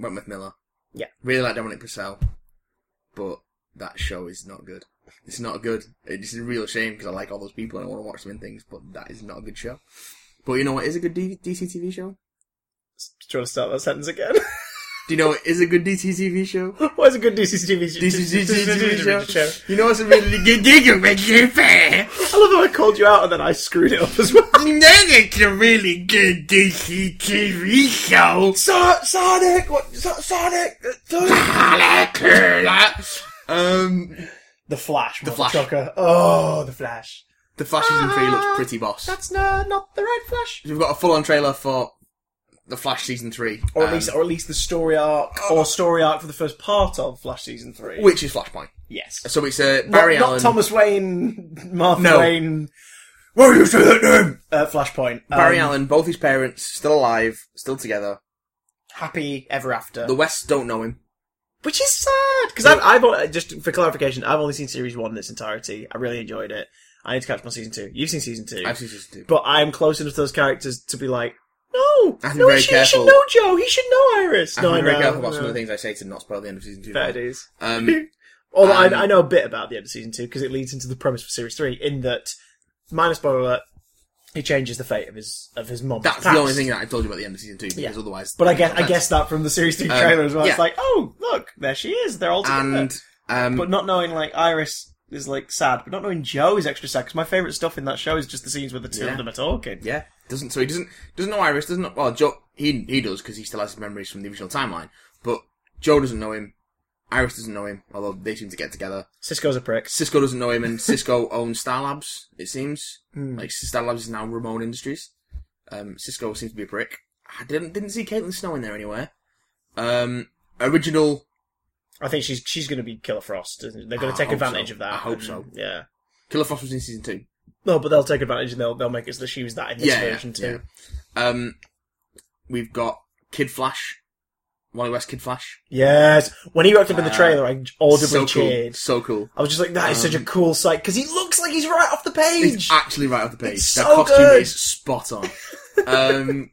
[SPEAKER 2] Wentworth Miller.
[SPEAKER 1] Yeah.
[SPEAKER 2] Really like Dominic Purcell, but that show is not good. It's not good. It's a real shame because I like all those people and I want to watch them in things, but that is not a good show. But you know what is a good D- DC TV show?
[SPEAKER 1] Do you want to start that sentence again?
[SPEAKER 2] Do you know what is a good DC TV show?
[SPEAKER 1] Why is a good DC TV show?
[SPEAKER 2] DC TV
[SPEAKER 1] show?
[SPEAKER 2] show. You know what's a really good DC fair?
[SPEAKER 1] I love how I called you out and then I screwed it up as well.
[SPEAKER 2] You know it's a really good DC TV show.
[SPEAKER 1] So- Sonic, what? So- Sonic, the
[SPEAKER 2] um,
[SPEAKER 1] The Flash, the
[SPEAKER 2] Flash.
[SPEAKER 1] Flash. Oh, the Flash.
[SPEAKER 2] the Flash season three looks pretty boss.
[SPEAKER 1] Ah, That's no, not the right Flash.
[SPEAKER 2] We've got a full-on trailer for the Flash season three,
[SPEAKER 1] Or at
[SPEAKER 2] um,
[SPEAKER 1] least, or at least the story arc, or story arc for the first part of Flash season three.
[SPEAKER 2] which is Flashpoint.
[SPEAKER 1] yes,
[SPEAKER 2] So it's uh, Barry
[SPEAKER 1] not, not
[SPEAKER 2] Allen,
[SPEAKER 1] Thomas Wayne, Martha
[SPEAKER 2] No.
[SPEAKER 1] Wayne,
[SPEAKER 2] Why do you say that name?
[SPEAKER 1] uh, Flashpoint, um,
[SPEAKER 2] Barry Allen, both his parents still alive, still together.
[SPEAKER 1] Happy Ever After,
[SPEAKER 2] The West don't know him.
[SPEAKER 1] which is sad because I've, I've only- just for clarification, I've only seen series one in its entirety. I really enjoyed it. I need to catch my season two. You've seen season two,
[SPEAKER 2] I've seen season two.
[SPEAKER 1] but I'm close enough to those characters to be like, no,
[SPEAKER 2] I have to be
[SPEAKER 1] no,
[SPEAKER 2] very
[SPEAKER 1] he should, he should
[SPEAKER 2] careful.
[SPEAKER 1] know Joe. He should know Iris.
[SPEAKER 2] I
[SPEAKER 1] no,
[SPEAKER 2] have to
[SPEAKER 1] I
[SPEAKER 2] be very
[SPEAKER 1] know,
[SPEAKER 2] careful about
[SPEAKER 1] no.
[SPEAKER 2] some of the things I say to not spoil the end of season two.
[SPEAKER 1] Fair it is.
[SPEAKER 2] Um,
[SPEAKER 1] Although
[SPEAKER 2] Um,
[SPEAKER 1] I, I know a bit about the end of season two because it leads into the premise for series three. In that, minor spoiler alert, he changes the fate of his of his mom.
[SPEAKER 2] that's the only thing that I told you about the end of season two because
[SPEAKER 1] Yeah.
[SPEAKER 2] otherwise.
[SPEAKER 1] But I guess I
[SPEAKER 2] That's-
[SPEAKER 1] guess that from the series three
[SPEAKER 2] Um,
[SPEAKER 1] trailer as well. It's
[SPEAKER 2] yeah.
[SPEAKER 1] like, oh look, there she is. They're all together.
[SPEAKER 2] and um,
[SPEAKER 1] but not knowing like Iris is like sad, but not knowing Joe is extra sad. Because my favorite stuff in that show is just the scenes where the two
[SPEAKER 2] Yeah.
[SPEAKER 1] of them are talking.
[SPEAKER 2] Yeah, doesn't so he doesn't doesn't know Iris doesn't know, well Joe he he does because he still has his memories from the original timeline, but Joe doesn't know him, Iris doesn't know him, although they seem to get together.
[SPEAKER 1] Cisco's a prick.
[SPEAKER 2] Cisco doesn't know him, and Cisco owns Star Labs. It seems
[SPEAKER 1] Hmm.
[SPEAKER 2] like Star Labs is now Ramon Industries. Um, Cisco seems to be a prick. I didn't didn't see Caitlin Snow in there anywhere. Um, original
[SPEAKER 1] I think she's she's going to be Killer Frost. isn't she? They're going
[SPEAKER 2] I
[SPEAKER 1] to take
[SPEAKER 2] hope
[SPEAKER 1] advantage
[SPEAKER 2] so.
[SPEAKER 1] of that.
[SPEAKER 2] I hope
[SPEAKER 1] and-
[SPEAKER 2] so.
[SPEAKER 1] Yeah.
[SPEAKER 2] Killer Frost was in season two.
[SPEAKER 1] No, but they'll take advantage and they'll they'll make it so that she was that in this
[SPEAKER 2] Yeah, yeah,
[SPEAKER 1] version too.
[SPEAKER 2] Um, we've got Kid Flash, Wally West Kid Flash.
[SPEAKER 1] Yes. When he rocked up in the
[SPEAKER 2] Uh,
[SPEAKER 1] trailer, I audibly
[SPEAKER 2] so cool,
[SPEAKER 1] cheered.
[SPEAKER 2] so cool.
[SPEAKER 1] I was just like, that is such a
[SPEAKER 2] Um,
[SPEAKER 1] cool sight because he looks like he's right off the page.
[SPEAKER 2] It's uh, actually right off the page.
[SPEAKER 1] It's
[SPEAKER 2] Their
[SPEAKER 1] so
[SPEAKER 2] costume
[SPEAKER 1] good.
[SPEAKER 2] is spot on. Um,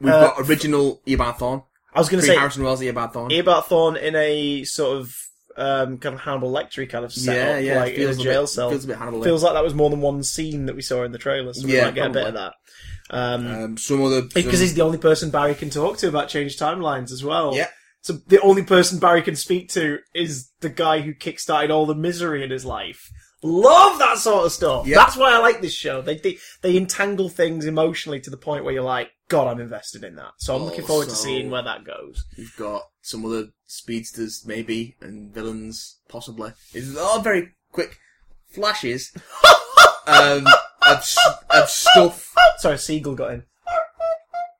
[SPEAKER 2] we've
[SPEAKER 1] Uh,
[SPEAKER 2] got original Eobard Thorn.
[SPEAKER 1] I was going to
[SPEAKER 2] Pre
[SPEAKER 1] say
[SPEAKER 2] Harrison Wells Eobard Thorn.
[SPEAKER 1] Ebert Thorne in a sort of um, kind of Hannibal Lecter kind of
[SPEAKER 2] yeah,
[SPEAKER 1] setup,
[SPEAKER 2] yeah.
[SPEAKER 1] like in a
[SPEAKER 2] a
[SPEAKER 1] jail
[SPEAKER 2] bit,
[SPEAKER 1] cell.
[SPEAKER 2] Feels a bit Hannibal.
[SPEAKER 1] feels like that was more than one scene that we saw in the trailer, so we
[SPEAKER 2] Yeah,
[SPEAKER 1] might get a bit of that. Um,
[SPEAKER 2] um, some other
[SPEAKER 1] because
[SPEAKER 2] some-
[SPEAKER 1] he's the only person Barry can talk to about changed timelines as well.
[SPEAKER 2] Yeah.
[SPEAKER 1] So the only person Barry can speak to is the guy who kickstarted all the misery in his life. Love that sort of stuff.
[SPEAKER 2] Yeah.
[SPEAKER 1] That's why I like this show. They, they they entangle things emotionally to the point where you're like, God, I'm invested in that.
[SPEAKER 2] Oh,
[SPEAKER 1] So I'm looking forward to
[SPEAKER 2] Also-
[SPEAKER 1] seeing where that goes.
[SPEAKER 2] we've got some other speedsters maybe and villains possibly. It's all very quick flashes um, of, s- of stuff.
[SPEAKER 1] Sorry, a seagull got in.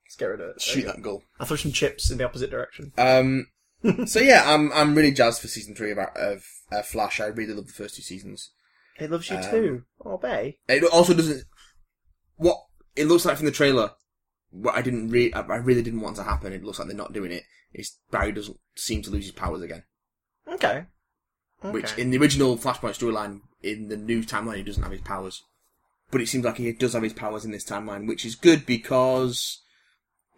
[SPEAKER 1] Let's get rid of it. There you
[SPEAKER 2] Shoot
[SPEAKER 1] go.
[SPEAKER 2] that goal.
[SPEAKER 1] I threw some chips in the opposite direction.
[SPEAKER 2] Um, so yeah, I'm I'm really jazzed for season three of, of uh, Flash. I really love the first two seasons.
[SPEAKER 1] It loves you
[SPEAKER 2] Um,
[SPEAKER 1] too. Oh, Bay.
[SPEAKER 2] It also doesn't what it looks like from the trailer. What I didn't re- I I really didn't want to happen. It looks like they're not doing it. Is Barry doesn't seem to lose his powers again,
[SPEAKER 1] Okay.
[SPEAKER 2] which
[SPEAKER 1] Okay.
[SPEAKER 2] in the original Flashpoint storyline, in the new timeline, he doesn't have his powers. But it seems like he does have his powers in this timeline, which is good because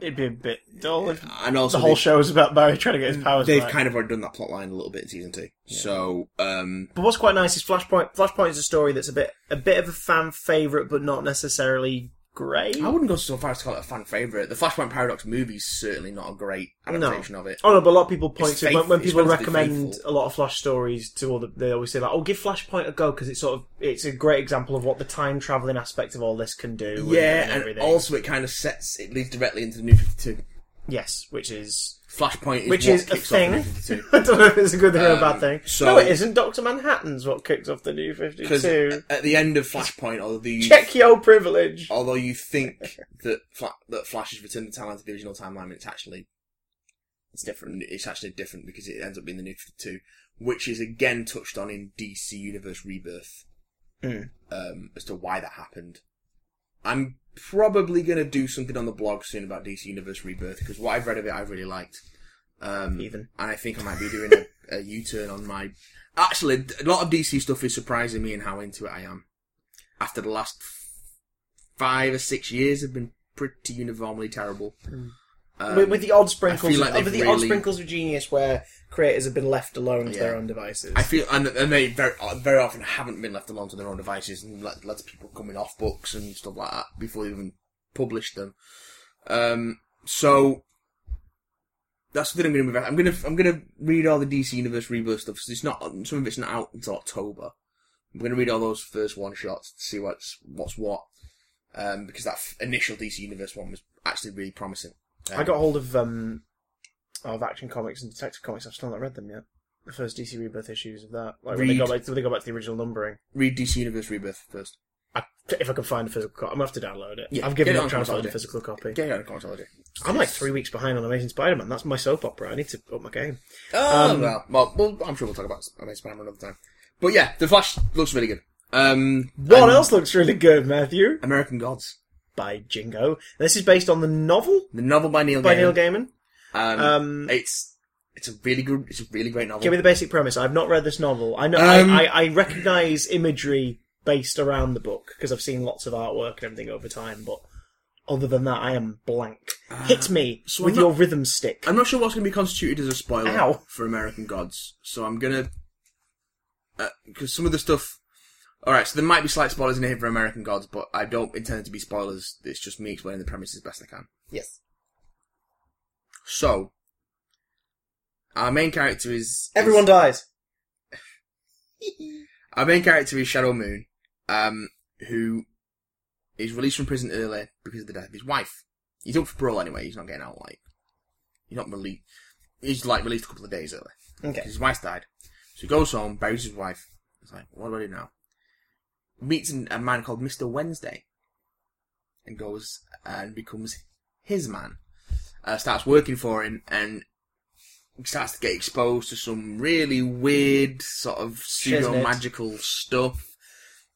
[SPEAKER 1] It'd be a bit dull if
[SPEAKER 2] and also
[SPEAKER 1] the whole
[SPEAKER 2] they-
[SPEAKER 1] show is about Barry trying to get his powers
[SPEAKER 2] they've
[SPEAKER 1] back.
[SPEAKER 2] kind of already done that plot line a little bit in season two. So um,
[SPEAKER 1] But what's quite nice is Flashpoint. Flashpoint is a story that's a bit a bit of a fan favorite, but not necessarily great.
[SPEAKER 2] I wouldn't go so far as to call it a fan favourite. The Flashpoint Paradox movie's certainly not a great adaptation of it.
[SPEAKER 1] Oh no, but a lot of people point
[SPEAKER 2] It's
[SPEAKER 1] to when,
[SPEAKER 2] faith-
[SPEAKER 1] when
[SPEAKER 2] it's
[SPEAKER 1] people
[SPEAKER 2] relatively
[SPEAKER 1] recommend
[SPEAKER 2] faithful.
[SPEAKER 1] a lot of Flash stories to all the, they always say like, "Oh, give Flashpoint a go" because it's sort of it's a great example of what the time traveling aspect of all this can do. and-
[SPEAKER 2] Yeah,
[SPEAKER 1] and,
[SPEAKER 2] and
[SPEAKER 1] everything.
[SPEAKER 2] also it kind of sets, it leads directly into the New 52.
[SPEAKER 1] yes, which is
[SPEAKER 2] Flashpoint is
[SPEAKER 1] which
[SPEAKER 2] what
[SPEAKER 1] is a
[SPEAKER 2] kicks off the New
[SPEAKER 1] thing.
[SPEAKER 2] 52.
[SPEAKER 1] I don't know if it's a good thing or a
[SPEAKER 2] Um,
[SPEAKER 1] bad thing.
[SPEAKER 2] so-
[SPEAKER 1] no, it isn't. Doctor Manhattan's what kicks off the new Fifty
[SPEAKER 2] 'Cause
[SPEAKER 1] Two.
[SPEAKER 2] at the end of Flashpoint, although you,
[SPEAKER 1] Check your privilege.
[SPEAKER 2] although you think that, Fla- that Flash has returned the timeline to the original timeline, it's actually
[SPEAKER 1] It's different.
[SPEAKER 2] it's actually different because it ends up being the New 52, which is again touched on in DC Universe Rebirth
[SPEAKER 1] Mm.
[SPEAKER 2] um, as to why that happened. I'm probably going to do something on the blog soon about DC Universe Rebirth because what I've read of it I really liked. Um,
[SPEAKER 1] Even.
[SPEAKER 2] And I think I might be doing a, a U-turn on my. Actually, a lot of DC stuff is surprising me and how into it I am. After the last f- five or six years have been pretty uniformly terrible. Um,
[SPEAKER 1] with, with the odd sprinkles,
[SPEAKER 2] like they've
[SPEAKER 1] with the odd
[SPEAKER 2] really-
[SPEAKER 1] sprinkles of genius, where creators have been left alone to
[SPEAKER 2] Yeah.
[SPEAKER 1] their own devices.
[SPEAKER 2] I feel, and, and they very uh, very often haven't been left alone to their own devices, and let, lots of people coming off books and stuff like that before they even publish them. Um, so that's something I'm going to move. out. I'm going to I'm going to read all the DC Universe Rebirth stuff. 'cause it's not some of it's not out until October. I'm going to read all those first one shots to see what's what's what, um, because that f- initial DC Universe one was actually really promising.
[SPEAKER 1] I got hold of um of Action Comics and Detective Comics. I've still not read them yet. The first DC Rebirth issues of that, like when they
[SPEAKER 2] Read.
[SPEAKER 1] go back, when they go back to the original numbering.
[SPEAKER 2] read DC Universe Rebirth first.
[SPEAKER 1] I, if I can find a physical copy, I'm gonna have to download it.
[SPEAKER 2] Yeah,
[SPEAKER 1] I've given
[SPEAKER 2] get it
[SPEAKER 1] up
[SPEAKER 2] on
[SPEAKER 1] trying to find a
[SPEAKER 2] Amazon,
[SPEAKER 1] physical copy.
[SPEAKER 2] Get it out of chronology.
[SPEAKER 1] I'm like three weeks behind on Amazing Spider-Man. That's my soap opera. I need to up my game.
[SPEAKER 2] Oh,
[SPEAKER 1] Um,
[SPEAKER 2] well, well, well, I'm sure we'll talk about Amazing Spider-Man another time. But yeah, The Flash looks really good. Um,
[SPEAKER 1] What
[SPEAKER 2] and
[SPEAKER 1] else looks really good, Matthew?
[SPEAKER 2] American Gods.
[SPEAKER 1] By Jingo, this is based on the novel
[SPEAKER 2] The novel by Neil
[SPEAKER 1] by
[SPEAKER 2] Gaiman.
[SPEAKER 1] Neil Gaiman.
[SPEAKER 2] Um,
[SPEAKER 1] Um,
[SPEAKER 2] it's, it's a really good, it's a really great novel.
[SPEAKER 1] Give me the basic premise. I've not read this novel. I know
[SPEAKER 2] Um,
[SPEAKER 1] I, I, I recognise imagery based around the book because I've seen lots of artwork and everything over time. But other than that, I am blank. Hit me
[SPEAKER 2] Uh, so
[SPEAKER 1] with
[SPEAKER 2] I'm not-
[SPEAKER 1] your rhythm stick.
[SPEAKER 2] I'm not sure what's going to be constituted as a spoiler
[SPEAKER 1] Ow.
[SPEAKER 2] for American Gods, so I'm gonna because some of the stuff. All right, so there might be slight spoilers in here for American Gods, but I don't intend it to be spoilers. It's just me explaining the premise as best I can.
[SPEAKER 1] yes,
[SPEAKER 2] So, our main character is
[SPEAKER 1] everyone dies.
[SPEAKER 2] Our main character is Shadow Moon, um, who is released from prison early because of the death of his wife. He's up for parole anyway. He's not getting out like he's not released. He's like released a couple of days early.
[SPEAKER 1] Okay.
[SPEAKER 2] 'cause His wife's died, so he goes home, buries his wife. He's like, what do I do now? Meets an- a man called Mister Wednesday, and goes and becomes his man. Uh, starts working for him and starts to get exposed to some really weird sort of pseudo magical stuff.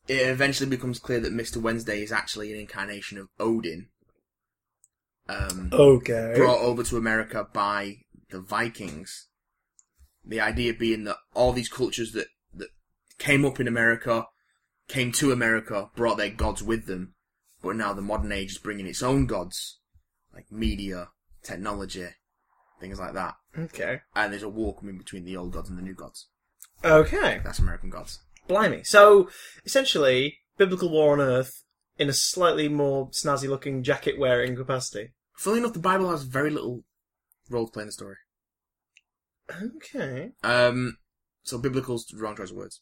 [SPEAKER 2] It eventually becomes clear that Mister Wednesday is actually an incarnation of Odin. Um,
[SPEAKER 1] Okay.
[SPEAKER 2] brought over to America by the Vikings. The idea being that all these cultures that, that came up in America, came to America, brought their gods with them, but now the modern age is bringing its own gods, like media, technology, things like that.
[SPEAKER 1] Okay.
[SPEAKER 2] And there's a war coming between the old gods and the new gods.
[SPEAKER 1] Okay.
[SPEAKER 2] That's American gods.
[SPEAKER 1] Blimey. So essentially, biblical war on Earth in a slightly more snazzy looking jacket wearing capacity.
[SPEAKER 2] Funnily enough, the Bible has very little role to play in the story.
[SPEAKER 1] Okay.
[SPEAKER 2] Um, so biblical's the wrong choice of words.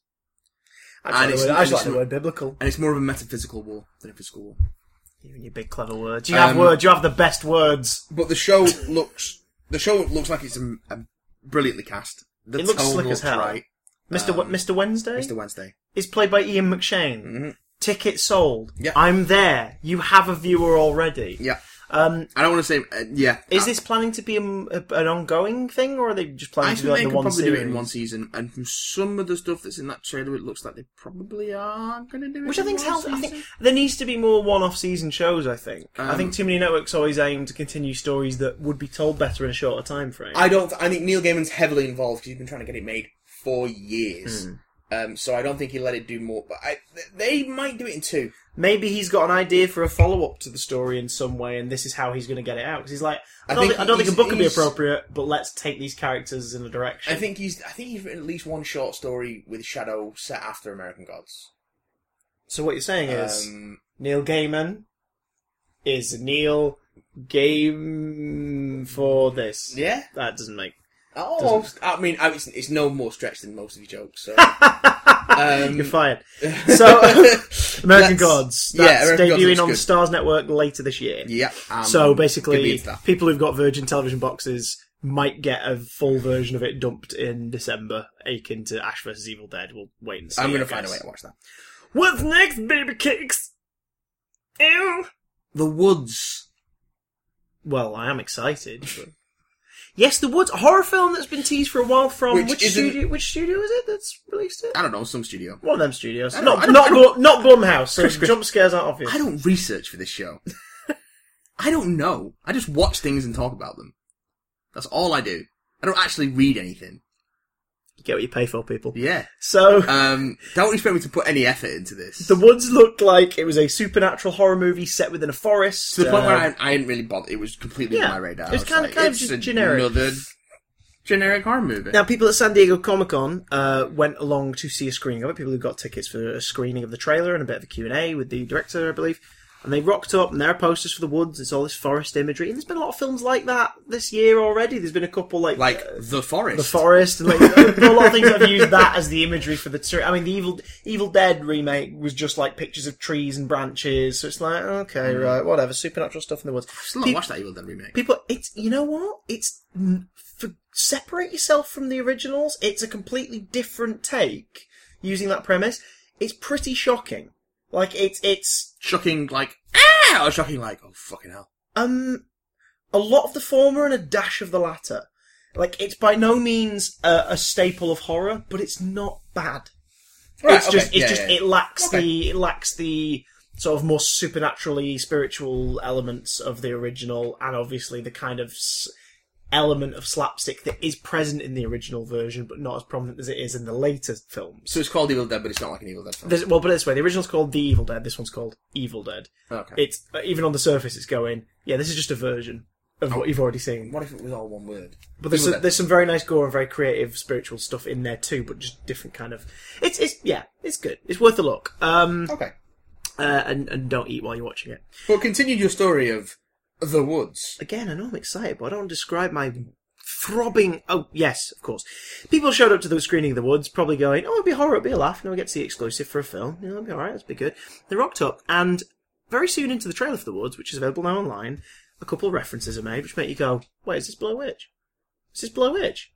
[SPEAKER 1] I
[SPEAKER 2] And
[SPEAKER 1] just like
[SPEAKER 2] it's-
[SPEAKER 1] the word- I just
[SPEAKER 2] and
[SPEAKER 1] like
[SPEAKER 2] it's-
[SPEAKER 1] the word biblical.
[SPEAKER 2] And it's more of a metaphysical war than a physical war.
[SPEAKER 1] You and your big clever words. You have
[SPEAKER 2] Um,
[SPEAKER 1] words. You have the best words.
[SPEAKER 2] But the show looks the show looks like it's um um brilliantly cast. The
[SPEAKER 1] It looks
[SPEAKER 2] tone
[SPEAKER 1] slick as
[SPEAKER 2] looks
[SPEAKER 1] hell.
[SPEAKER 2] right.
[SPEAKER 1] Mr.
[SPEAKER 2] um,
[SPEAKER 1] W- Mr. Wednesday
[SPEAKER 2] Mr. Wednesday.
[SPEAKER 1] is played by Ian McShane.
[SPEAKER 2] Mhm.
[SPEAKER 1] Ticket sold.
[SPEAKER 2] Yeah.
[SPEAKER 1] I'm there. You have a viewer already.
[SPEAKER 2] Yeah,
[SPEAKER 1] Um,
[SPEAKER 2] I don't want to say. Uh, yeah,
[SPEAKER 1] is
[SPEAKER 2] I,
[SPEAKER 1] this planning to be a, a- an ongoing thing, or are they just planning
[SPEAKER 2] I
[SPEAKER 1] to
[SPEAKER 2] think
[SPEAKER 1] do like
[SPEAKER 2] they
[SPEAKER 1] the
[SPEAKER 2] could
[SPEAKER 1] one
[SPEAKER 2] probably
[SPEAKER 1] series?
[SPEAKER 2] do it in one season. And from some of the stuff that's in that trailer, it looks like they probably are going to do it.
[SPEAKER 1] Which I
[SPEAKER 2] in
[SPEAKER 1] think's
[SPEAKER 2] one
[SPEAKER 1] healthy. I think
[SPEAKER 2] season.
[SPEAKER 1] there needs to be more one-off season shows. I think. I
[SPEAKER 2] Um,
[SPEAKER 1] think too many networks always aim to continue stories that would be told better in a shorter time frame.
[SPEAKER 2] I don't. I think Neil Gaiman's heavily involved because he's been trying to get it made for years.
[SPEAKER 1] Hmm.
[SPEAKER 2] Um, so I don't think he let it do more. But I, th- they might do it in two.
[SPEAKER 1] Maybe he's got an idea for a follow-up to the story in some way, and this is how he's going to get it out. Because he's like, I
[SPEAKER 2] I
[SPEAKER 1] don't,
[SPEAKER 2] think
[SPEAKER 1] think, I don't think a
[SPEAKER 2] he's-
[SPEAKER 1] book would be
[SPEAKER 2] he's-
[SPEAKER 1] appropriate, but let's take these characters in a direction.
[SPEAKER 2] I think he's. I think he's written at least one short story with Shadow set after American Gods.
[SPEAKER 1] So what you're saying is
[SPEAKER 2] Um,
[SPEAKER 1] Neil Gaiman is Neil Game for this.
[SPEAKER 2] yeah,
[SPEAKER 1] That doesn't make.
[SPEAKER 2] almost. Oh. I mean, I, it's, it's no more stretched than most of your jokes. So. Um,
[SPEAKER 1] You're fired. So. American
[SPEAKER 2] That's-
[SPEAKER 1] Gods.
[SPEAKER 2] yeah,
[SPEAKER 1] That's
[SPEAKER 2] American Gods
[SPEAKER 1] debuting
[SPEAKER 2] looks
[SPEAKER 1] on
[SPEAKER 2] good.
[SPEAKER 1] Stars Network later this year.
[SPEAKER 2] Yeah. um,
[SPEAKER 1] so
[SPEAKER 2] could be
[SPEAKER 1] basically,
[SPEAKER 2] into that.
[SPEAKER 1] people who've got Virgin Television boxes might get a full version of it dumped in December, akin to Ash versus Evil Dead. We'll wait and see.
[SPEAKER 2] I'm
[SPEAKER 1] I
[SPEAKER 2] gonna find a way
[SPEAKER 1] guess.
[SPEAKER 2] to watch that.
[SPEAKER 1] What's next, baby cakes? Ew.
[SPEAKER 2] The Woods.
[SPEAKER 1] Well, I am excited. but- yes, the Woods a horror film that's been teased for a while from which,
[SPEAKER 2] Which isn't-
[SPEAKER 1] studio? Which studio is it that's released it?
[SPEAKER 2] I don't know some studio.
[SPEAKER 1] One of them studios.
[SPEAKER 2] I don't-
[SPEAKER 1] Not
[SPEAKER 2] I don't-
[SPEAKER 1] not
[SPEAKER 2] I don't-
[SPEAKER 1] Blum- not Blumhouse. So
[SPEAKER 2] Chris, Chris.
[SPEAKER 1] jump scares aren't obvious.
[SPEAKER 2] I don't research for this show. I don't know. I just watch things and talk about them. That's all I do. I don't actually read anything.
[SPEAKER 1] You get what you pay for, people.
[SPEAKER 2] Yeah.
[SPEAKER 1] So.
[SPEAKER 2] Um, don't expect me to put any effort into this.
[SPEAKER 1] The Woods looked like it was a supernatural horror movie set within a forest.
[SPEAKER 2] to the point
[SPEAKER 1] Uh,
[SPEAKER 2] where I, I didn't really bother. It was completely
[SPEAKER 1] Yeah.
[SPEAKER 2] on my radar.
[SPEAKER 1] It
[SPEAKER 2] I
[SPEAKER 1] was kinda-
[SPEAKER 2] like,
[SPEAKER 1] kind of
[SPEAKER 2] it's
[SPEAKER 1] just generic.
[SPEAKER 2] Another generic horror movie.
[SPEAKER 1] Now, people at San Diego Comic Con uh, went along to see a screening of it. People who got tickets for a screening of the trailer and a bit of a Q&A with the director, I believe. And they rocked up, and there are posters for the woods. It's all this forest imagery. And there's been a lot of films like that this year already. There's been a couple like,
[SPEAKER 2] like
[SPEAKER 1] uh,
[SPEAKER 2] the forest.
[SPEAKER 1] The Forest. And, like, there's been a lot of things that have used that as the imagery for the... Ter- I mean, the Evil Evil Dead remake was just like pictures of trees and branches. So it's like,
[SPEAKER 2] Hmm.
[SPEAKER 1] okay, right, whatever. Supernatural stuff in the woods.
[SPEAKER 2] Still not watched that Evil Dead remake.
[SPEAKER 1] people it's you know what it's n- for, separate yourself from the originals it's a completely different take using that premise it's pretty shocking like it's it's
[SPEAKER 2] shocking, like ah, or shocking, like oh fucking hell.
[SPEAKER 1] um a lot of the former and a dash of the latter like it's by no means a, a staple of horror but it's not bad it's just it's just it lacks
[SPEAKER 2] Okay.
[SPEAKER 1] the it lacks the sort of more supernaturally spiritual elements of the original and obviously the kind of s- element of slapstick that is present in the original version, but not as prominent as it is in the later films.
[SPEAKER 2] So it's called Evil Dead, but it's not like an Evil Dead film.
[SPEAKER 1] There's, well, but this way, the original's called The Evil Dead. This one's called Evil Dead.
[SPEAKER 2] okay.
[SPEAKER 1] It's uh, even on the surface, it's going, yeah, this is just a version of what you've already seen.
[SPEAKER 2] what if it was all one word?
[SPEAKER 1] But there's
[SPEAKER 2] Oh. Evil
[SPEAKER 1] some,
[SPEAKER 2] Dead.
[SPEAKER 1] there's some very nice gore and very creative spiritual stuff in there too, but just different kind of. It's it's yeah, it's good. It's worth a look. Um,
[SPEAKER 2] Okay.
[SPEAKER 1] uh, and and don't eat while you're watching it.
[SPEAKER 2] Well, continue your story of the woods.
[SPEAKER 1] Again, I know I'm excited, but I don't want to describe my throbbing. Oh yes, of course. People showed up to the screening of The Woods, probably going, "Oh, it'll be horror, it'll be a laugh. No, I get to see it exclusive for a film. You know, it'll be all right. It'll be good." They rocked up, and very soon into the trailer for The Woods, which is available now online, a couple of references are made, which make you go, "Wait, is this Blair Witch? Is this Blair Witch?"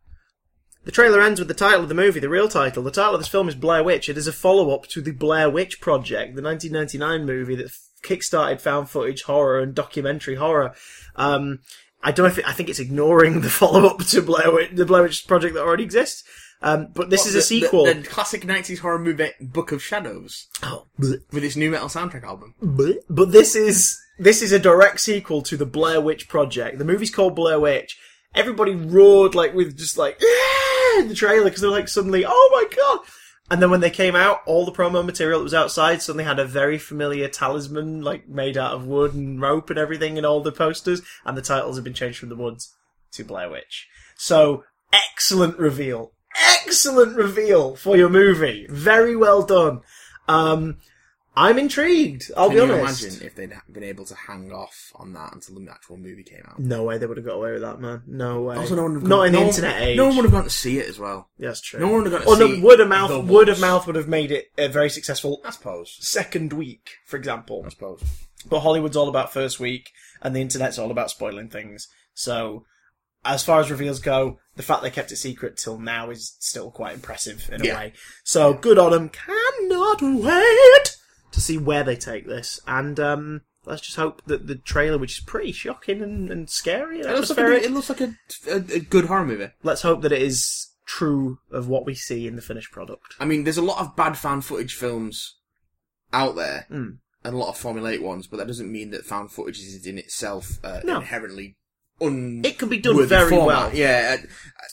[SPEAKER 1] The trailer ends with the title of the movie, the real title. The title of this film is Blair Witch. It is a follow up to the Blair Witch Project, the 1999 movie that f- kickstarted found footage horror and documentary horror. Um, I don't know if it, I think it's ignoring the follow up to Blair Witch, the Blair Witch Project that already exists. Um, but this is a
[SPEAKER 2] The-
[SPEAKER 1] sequel.
[SPEAKER 2] The, the classic 90s horror movie Book of Shadows
[SPEAKER 1] Oh, bleh,
[SPEAKER 2] with its new metal soundtrack album.
[SPEAKER 1] bleh. But this is this is a direct sequel to the Blair Witch Project. The movie's called Blair Witch. Everybody roared like with just like "Yeah!" in the trailer because they're like suddenly, oh my god! And then when they came out, all the promo material that was outside suddenly had a very familiar talisman, like made out of wood and rope and everything, in all the posters. And the titles have been changed from the woods to Blair Witch. So excellent reveal, excellent reveal for your movie. Very well done. Um, I'm intrigued. I'll
[SPEAKER 2] Can
[SPEAKER 1] be
[SPEAKER 2] you
[SPEAKER 1] honest.
[SPEAKER 2] imagine if they'd ha- been able to hang off on that until the actual movie came out?
[SPEAKER 1] No way they would have got away with that, man. No way.
[SPEAKER 2] Also, no one would have
[SPEAKER 1] Not
[SPEAKER 2] gone-
[SPEAKER 1] in
[SPEAKER 2] no
[SPEAKER 1] the
[SPEAKER 2] one-
[SPEAKER 1] internet age.
[SPEAKER 2] No one would have gone to see it as well.
[SPEAKER 1] Yeah, that's true.
[SPEAKER 2] No one would have gone to
[SPEAKER 1] Or
[SPEAKER 2] see
[SPEAKER 1] no, word of mouth.
[SPEAKER 2] The
[SPEAKER 1] Word of
[SPEAKER 2] Wolves.
[SPEAKER 1] mouth would have made it a very successful
[SPEAKER 2] I suppose.
[SPEAKER 1] second week, for example.
[SPEAKER 2] I suppose.
[SPEAKER 1] But Hollywood's all about first week, and the internet's all about spoiling things. So, as far as reveals go, the fact they kept it secret till now is still quite impressive in
[SPEAKER 2] Yeah.
[SPEAKER 1] a way. So, good on them. Cannot wait to see where they take this. And um, let's just hope that the trailer, which is pretty shocking and, and scary, and
[SPEAKER 2] It looks like,
[SPEAKER 1] atmospheric,
[SPEAKER 2] a, it looks like a, a, a good horror movie.
[SPEAKER 1] let's hope that it is true of what we see in the finished product.
[SPEAKER 2] I mean, there's a lot of bad found footage films out there,
[SPEAKER 1] Mm.
[SPEAKER 2] and a lot of formulaic ones, but that doesn't mean that found footage is in itself uh,
[SPEAKER 1] No.
[SPEAKER 2] inherently un.
[SPEAKER 1] It can be done
[SPEAKER 2] worthy
[SPEAKER 1] very
[SPEAKER 2] format.
[SPEAKER 1] well.
[SPEAKER 2] Yeah, uh,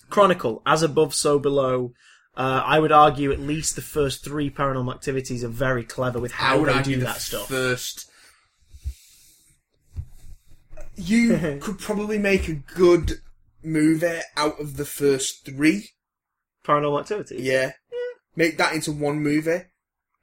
[SPEAKER 1] Chronicle, as above, so below. Uh, I would argue at least the first three paranormal activities are very clever with
[SPEAKER 2] I
[SPEAKER 1] how
[SPEAKER 2] would
[SPEAKER 1] they
[SPEAKER 2] argue
[SPEAKER 1] do
[SPEAKER 2] the
[SPEAKER 1] that stuff.
[SPEAKER 2] first. You could probably make a good movie out of the first three.
[SPEAKER 1] paranormal activities.
[SPEAKER 2] Yeah. Make that into one movie,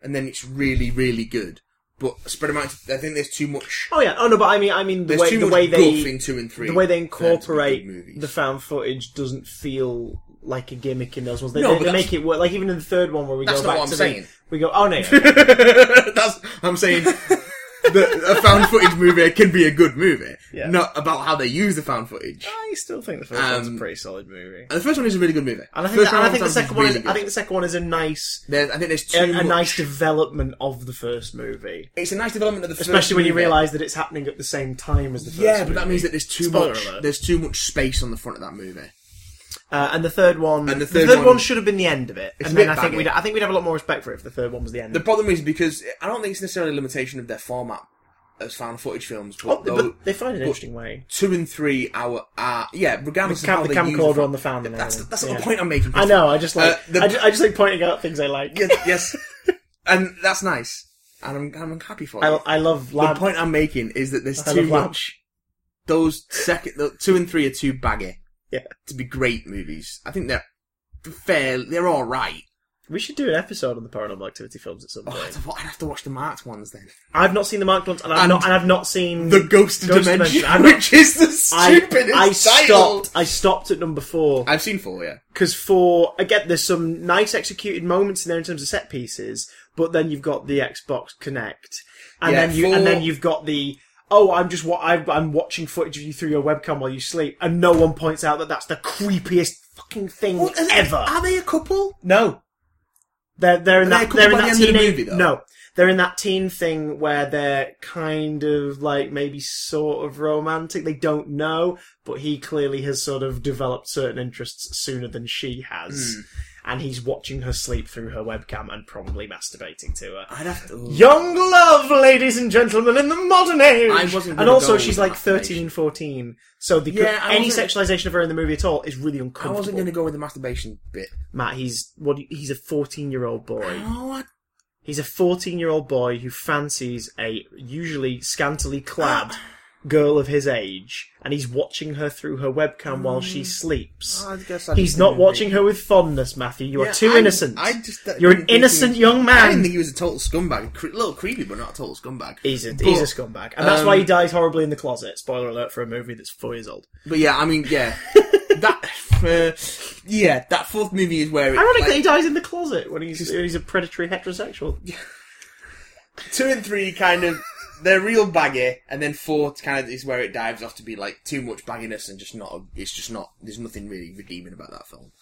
[SPEAKER 2] and then it's really, really good. But spread them out. I think there's too much.
[SPEAKER 1] Oh yeah. Oh no, but I mean, I mean the
[SPEAKER 2] There's
[SPEAKER 1] way
[SPEAKER 2] too
[SPEAKER 1] the
[SPEAKER 2] much
[SPEAKER 1] way
[SPEAKER 2] guff in
[SPEAKER 1] they
[SPEAKER 2] two and three.
[SPEAKER 1] the way they
[SPEAKER 2] for them to be good
[SPEAKER 1] incorporate
[SPEAKER 2] movies.
[SPEAKER 1] the found footage doesn't feel like a gimmick in those ones. They,
[SPEAKER 2] No,
[SPEAKER 1] they-
[SPEAKER 2] but
[SPEAKER 1] they
[SPEAKER 2] that's-
[SPEAKER 1] make it work. Like even in the third one where we
[SPEAKER 2] That's
[SPEAKER 1] go
[SPEAKER 2] not
[SPEAKER 1] back
[SPEAKER 2] what I'm
[SPEAKER 1] to
[SPEAKER 2] saying.
[SPEAKER 1] the, we go. Oh no. yeah.
[SPEAKER 2] That's I'm saying that a found footage movie can be a good movie,
[SPEAKER 1] Yeah.
[SPEAKER 2] not about how they use the found footage.
[SPEAKER 1] I still think the first one's a
[SPEAKER 2] Um,
[SPEAKER 1] pretty solid movie.
[SPEAKER 2] And the first one is a really good movie.
[SPEAKER 1] And I think,
[SPEAKER 2] First
[SPEAKER 1] that, and I
[SPEAKER 2] Round
[SPEAKER 1] think the
[SPEAKER 2] Sounds is
[SPEAKER 1] second one is.
[SPEAKER 2] really
[SPEAKER 1] I
[SPEAKER 2] good.
[SPEAKER 1] think the second one is a nice.
[SPEAKER 2] There's, I think there's too
[SPEAKER 1] a, a
[SPEAKER 2] much-
[SPEAKER 1] nice development of the first movie,
[SPEAKER 2] It's a nice development of the first
[SPEAKER 1] especially when you
[SPEAKER 2] movie.
[SPEAKER 1] realise that it's happening at the same time as the first.
[SPEAKER 2] Yeah, but that
[SPEAKER 1] movie.
[SPEAKER 2] means that there's too
[SPEAKER 1] Spoiler
[SPEAKER 2] much.
[SPEAKER 1] alert.
[SPEAKER 2] There's too much space on the front of that movie.
[SPEAKER 1] Uh, and the third one,
[SPEAKER 2] And the
[SPEAKER 1] the
[SPEAKER 2] third
[SPEAKER 1] third,
[SPEAKER 2] one-
[SPEAKER 1] one, should have been the end of it.
[SPEAKER 2] It's
[SPEAKER 1] And
[SPEAKER 2] a
[SPEAKER 1] then
[SPEAKER 2] bit
[SPEAKER 1] I think
[SPEAKER 2] baggy.
[SPEAKER 1] we'd, I think we'd have a lot more respect for it if the third one was the end.
[SPEAKER 2] The problem is because I don't think it's necessarily a limitation of their format as found footage films, but,
[SPEAKER 1] Oh,
[SPEAKER 2] though,
[SPEAKER 1] but they find an interesting way.
[SPEAKER 2] two and three hour are yeah, regardless
[SPEAKER 1] The,
[SPEAKER 2] of how
[SPEAKER 1] cam- the
[SPEAKER 2] they use
[SPEAKER 1] camcorder
[SPEAKER 2] the
[SPEAKER 1] on the found and
[SPEAKER 2] That's
[SPEAKER 1] everything.
[SPEAKER 2] that's not
[SPEAKER 1] Yeah.
[SPEAKER 2] the point I'm making.
[SPEAKER 1] I know. I just like
[SPEAKER 2] Uh, the-
[SPEAKER 1] I, just, I just like pointing out things I like.
[SPEAKER 2] yes, yes. and that's nice, and I'm I'm happy for
[SPEAKER 1] I,
[SPEAKER 2] it.
[SPEAKER 1] I love
[SPEAKER 2] the
[SPEAKER 1] lab.
[SPEAKER 2] point I'm making is that there's
[SPEAKER 1] I
[SPEAKER 2] too
[SPEAKER 1] love lab.
[SPEAKER 2] much. Those second, the two and three are too baggy
[SPEAKER 1] Yeah.
[SPEAKER 2] to be great movies. I think they're fair. They're all right.
[SPEAKER 1] We should do an episode on the paranormal activity films at some
[SPEAKER 2] Oh,
[SPEAKER 1] point.
[SPEAKER 2] I'd, have, I'd have to watch the marked ones then.
[SPEAKER 1] I've not seen the marked ones, and I've
[SPEAKER 2] And
[SPEAKER 1] not and I've not seen
[SPEAKER 2] The Ghost,
[SPEAKER 1] Ghost
[SPEAKER 2] Dimension,
[SPEAKER 1] Dimension. I'm not-
[SPEAKER 2] which is the
[SPEAKER 1] I,
[SPEAKER 2] stupidest
[SPEAKER 1] I
[SPEAKER 2] title.
[SPEAKER 1] stopped. I stopped at number four.
[SPEAKER 2] I've seen four, yeah.
[SPEAKER 1] Because for again, there's some nice executed moments in there in terms of set pieces, but then you've got the Xbox Connect, and
[SPEAKER 2] Yeah,
[SPEAKER 1] then you
[SPEAKER 2] for-
[SPEAKER 1] and then you've got the oh, I'm just what I'm watching footage of you through your webcam while you sleep, and no one points out that that's the creepiest fucking thing ever.
[SPEAKER 2] Are they a couple?
[SPEAKER 1] No, they're they're in
[SPEAKER 2] Are they a
[SPEAKER 1] that
[SPEAKER 2] couple
[SPEAKER 1] they're in
[SPEAKER 2] by the
[SPEAKER 1] that
[SPEAKER 2] end of the
[SPEAKER 1] teen
[SPEAKER 2] movie, though?
[SPEAKER 1] no. They're in that teen thing where they're kind of like maybe sort of romantic. They don't know, but he clearly has sort of developed certain interests sooner than she has.
[SPEAKER 2] Hmm.
[SPEAKER 1] and he's watching her sleep through her webcam and probably masturbating to her.
[SPEAKER 2] I'd have to.
[SPEAKER 1] Young love, ladies and gentlemen, in the modern age.
[SPEAKER 2] I wasn't
[SPEAKER 1] and
[SPEAKER 2] gonna
[SPEAKER 1] also,
[SPEAKER 2] go
[SPEAKER 1] she's
[SPEAKER 2] with
[SPEAKER 1] like
[SPEAKER 2] masturbation.
[SPEAKER 1] 13, 14. So the,
[SPEAKER 2] Yeah, I
[SPEAKER 1] any
[SPEAKER 2] wasn't-
[SPEAKER 1] sexualization of her in the movie at all is really
[SPEAKER 2] I
[SPEAKER 1] uncomfortable.
[SPEAKER 2] wasn't going to go with the masturbation bit.
[SPEAKER 1] Matt, he's what? do you- He's a 14-year-old boy.
[SPEAKER 2] Oh, I-
[SPEAKER 1] He's a 14-year-old boy who fancies a usually scantily clad girl of his age, and he's watching her through her webcam while she sleeps.
[SPEAKER 2] Mm. Oh, I guess I
[SPEAKER 1] He's
[SPEAKER 2] just
[SPEAKER 1] not
[SPEAKER 2] didn't
[SPEAKER 1] watching
[SPEAKER 2] think-
[SPEAKER 1] her with fondness, Matthew. You
[SPEAKER 2] Yeah,
[SPEAKER 1] are too
[SPEAKER 2] I-
[SPEAKER 1] innocent.
[SPEAKER 2] I just didn't
[SPEAKER 1] You're an
[SPEAKER 2] think he
[SPEAKER 1] innocent
[SPEAKER 2] was-
[SPEAKER 1] young
[SPEAKER 2] I didn't
[SPEAKER 1] man.
[SPEAKER 2] think he was a total scumbag. Cre- a little creepy, but not a total scumbag.
[SPEAKER 1] He's a,
[SPEAKER 2] But-
[SPEAKER 1] he's a scumbag. And that's
[SPEAKER 2] um,
[SPEAKER 1] why he dies horribly in the closet. Spoiler alert for a movie that's four years old.
[SPEAKER 2] But yeah, I mean, yeah, that uh, yeah, that fourth movie is where it,
[SPEAKER 1] Ironically, he
[SPEAKER 2] like,
[SPEAKER 1] dies in the closet when he's, when he's a predatory heterosexual.
[SPEAKER 2] two and three kind of they're real baggy, and then four kind of is where it dives off to be like too much bagginess and just not. It's just not. There's nothing really redeeming about that film.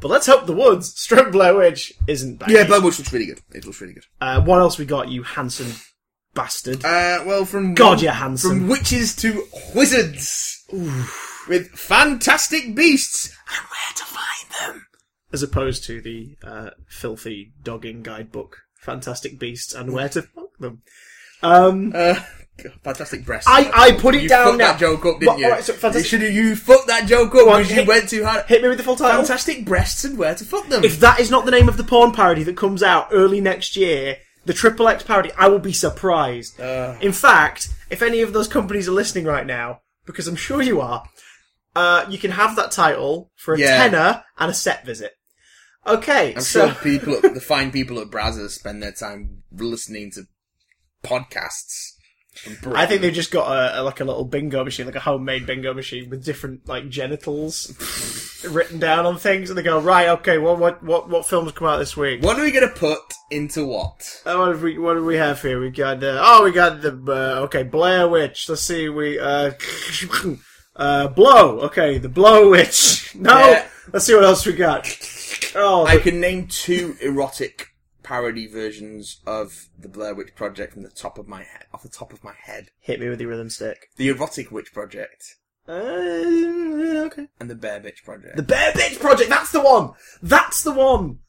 [SPEAKER 1] But let's hope The Woods, Strip Blair Witch, isn't bad.
[SPEAKER 2] Yeah, Blair Witch looks really good. It looks really good.
[SPEAKER 1] Uh, what else we got, you handsome bastard?
[SPEAKER 2] Uh, well, from
[SPEAKER 1] God, you're handsome.
[SPEAKER 2] from witches to wizards with fantastic beasts and where to find them.
[SPEAKER 1] As opposed to the uh, filthy dogging guidebook, Fantastic Beasts and Where to Fuck Them. Um,
[SPEAKER 2] Uh, fantastic breasts.
[SPEAKER 1] I, I put it
[SPEAKER 2] you
[SPEAKER 1] down
[SPEAKER 2] fucked
[SPEAKER 1] now.
[SPEAKER 2] that joke up, didn't
[SPEAKER 1] Well,
[SPEAKER 2] you?
[SPEAKER 1] alright, so
[SPEAKER 2] you
[SPEAKER 1] fantastic,
[SPEAKER 2] should have. You fucked that joke up
[SPEAKER 1] on,
[SPEAKER 2] because you
[SPEAKER 1] hit-
[SPEAKER 2] went too hard.
[SPEAKER 1] hit me with the full title.
[SPEAKER 2] Fantastic breasts and where to fuck them.
[SPEAKER 1] oh. If that is not the name of the porn parody that comes out early next year, the Triple X parody, I will be surprised. In fact, if any of those companies are listening right now, because I'm sure you are, uh, you can have that title for a
[SPEAKER 2] Yeah.
[SPEAKER 1] tenner and a set visit. Okay,
[SPEAKER 2] I'm
[SPEAKER 1] so
[SPEAKER 2] sure people, at, the fine people at Brazzers, spend their time listening to podcasts.
[SPEAKER 1] I
[SPEAKER 2] from
[SPEAKER 1] think
[SPEAKER 2] Britain.
[SPEAKER 1] they've just got a, a like a little bingo machine, like a homemade bingo machine with different like genitals written down on things, and they go right, okay, well, what what what films come out this week?
[SPEAKER 2] What are we gonna put into what?
[SPEAKER 1] Uh, what, have we, what do we have here? We got the oh, we got the uh, okay Blair Witch. Let's see, we uh, uh blow. Okay, the Blow Witch. No,
[SPEAKER 2] Yeah.
[SPEAKER 1] let's see what else we got. Oh,
[SPEAKER 2] I
[SPEAKER 1] the,
[SPEAKER 2] can name two erotic parody versions of the Blair Witch Project from the top of my head. Off the top of my head,
[SPEAKER 1] hit me with your rhythm stick.
[SPEAKER 2] the Erotic Witch Project
[SPEAKER 1] Uh, okay,
[SPEAKER 2] and the Bear Bitch Project.
[SPEAKER 1] the Bear Bitch Project. That's the one. That's the one.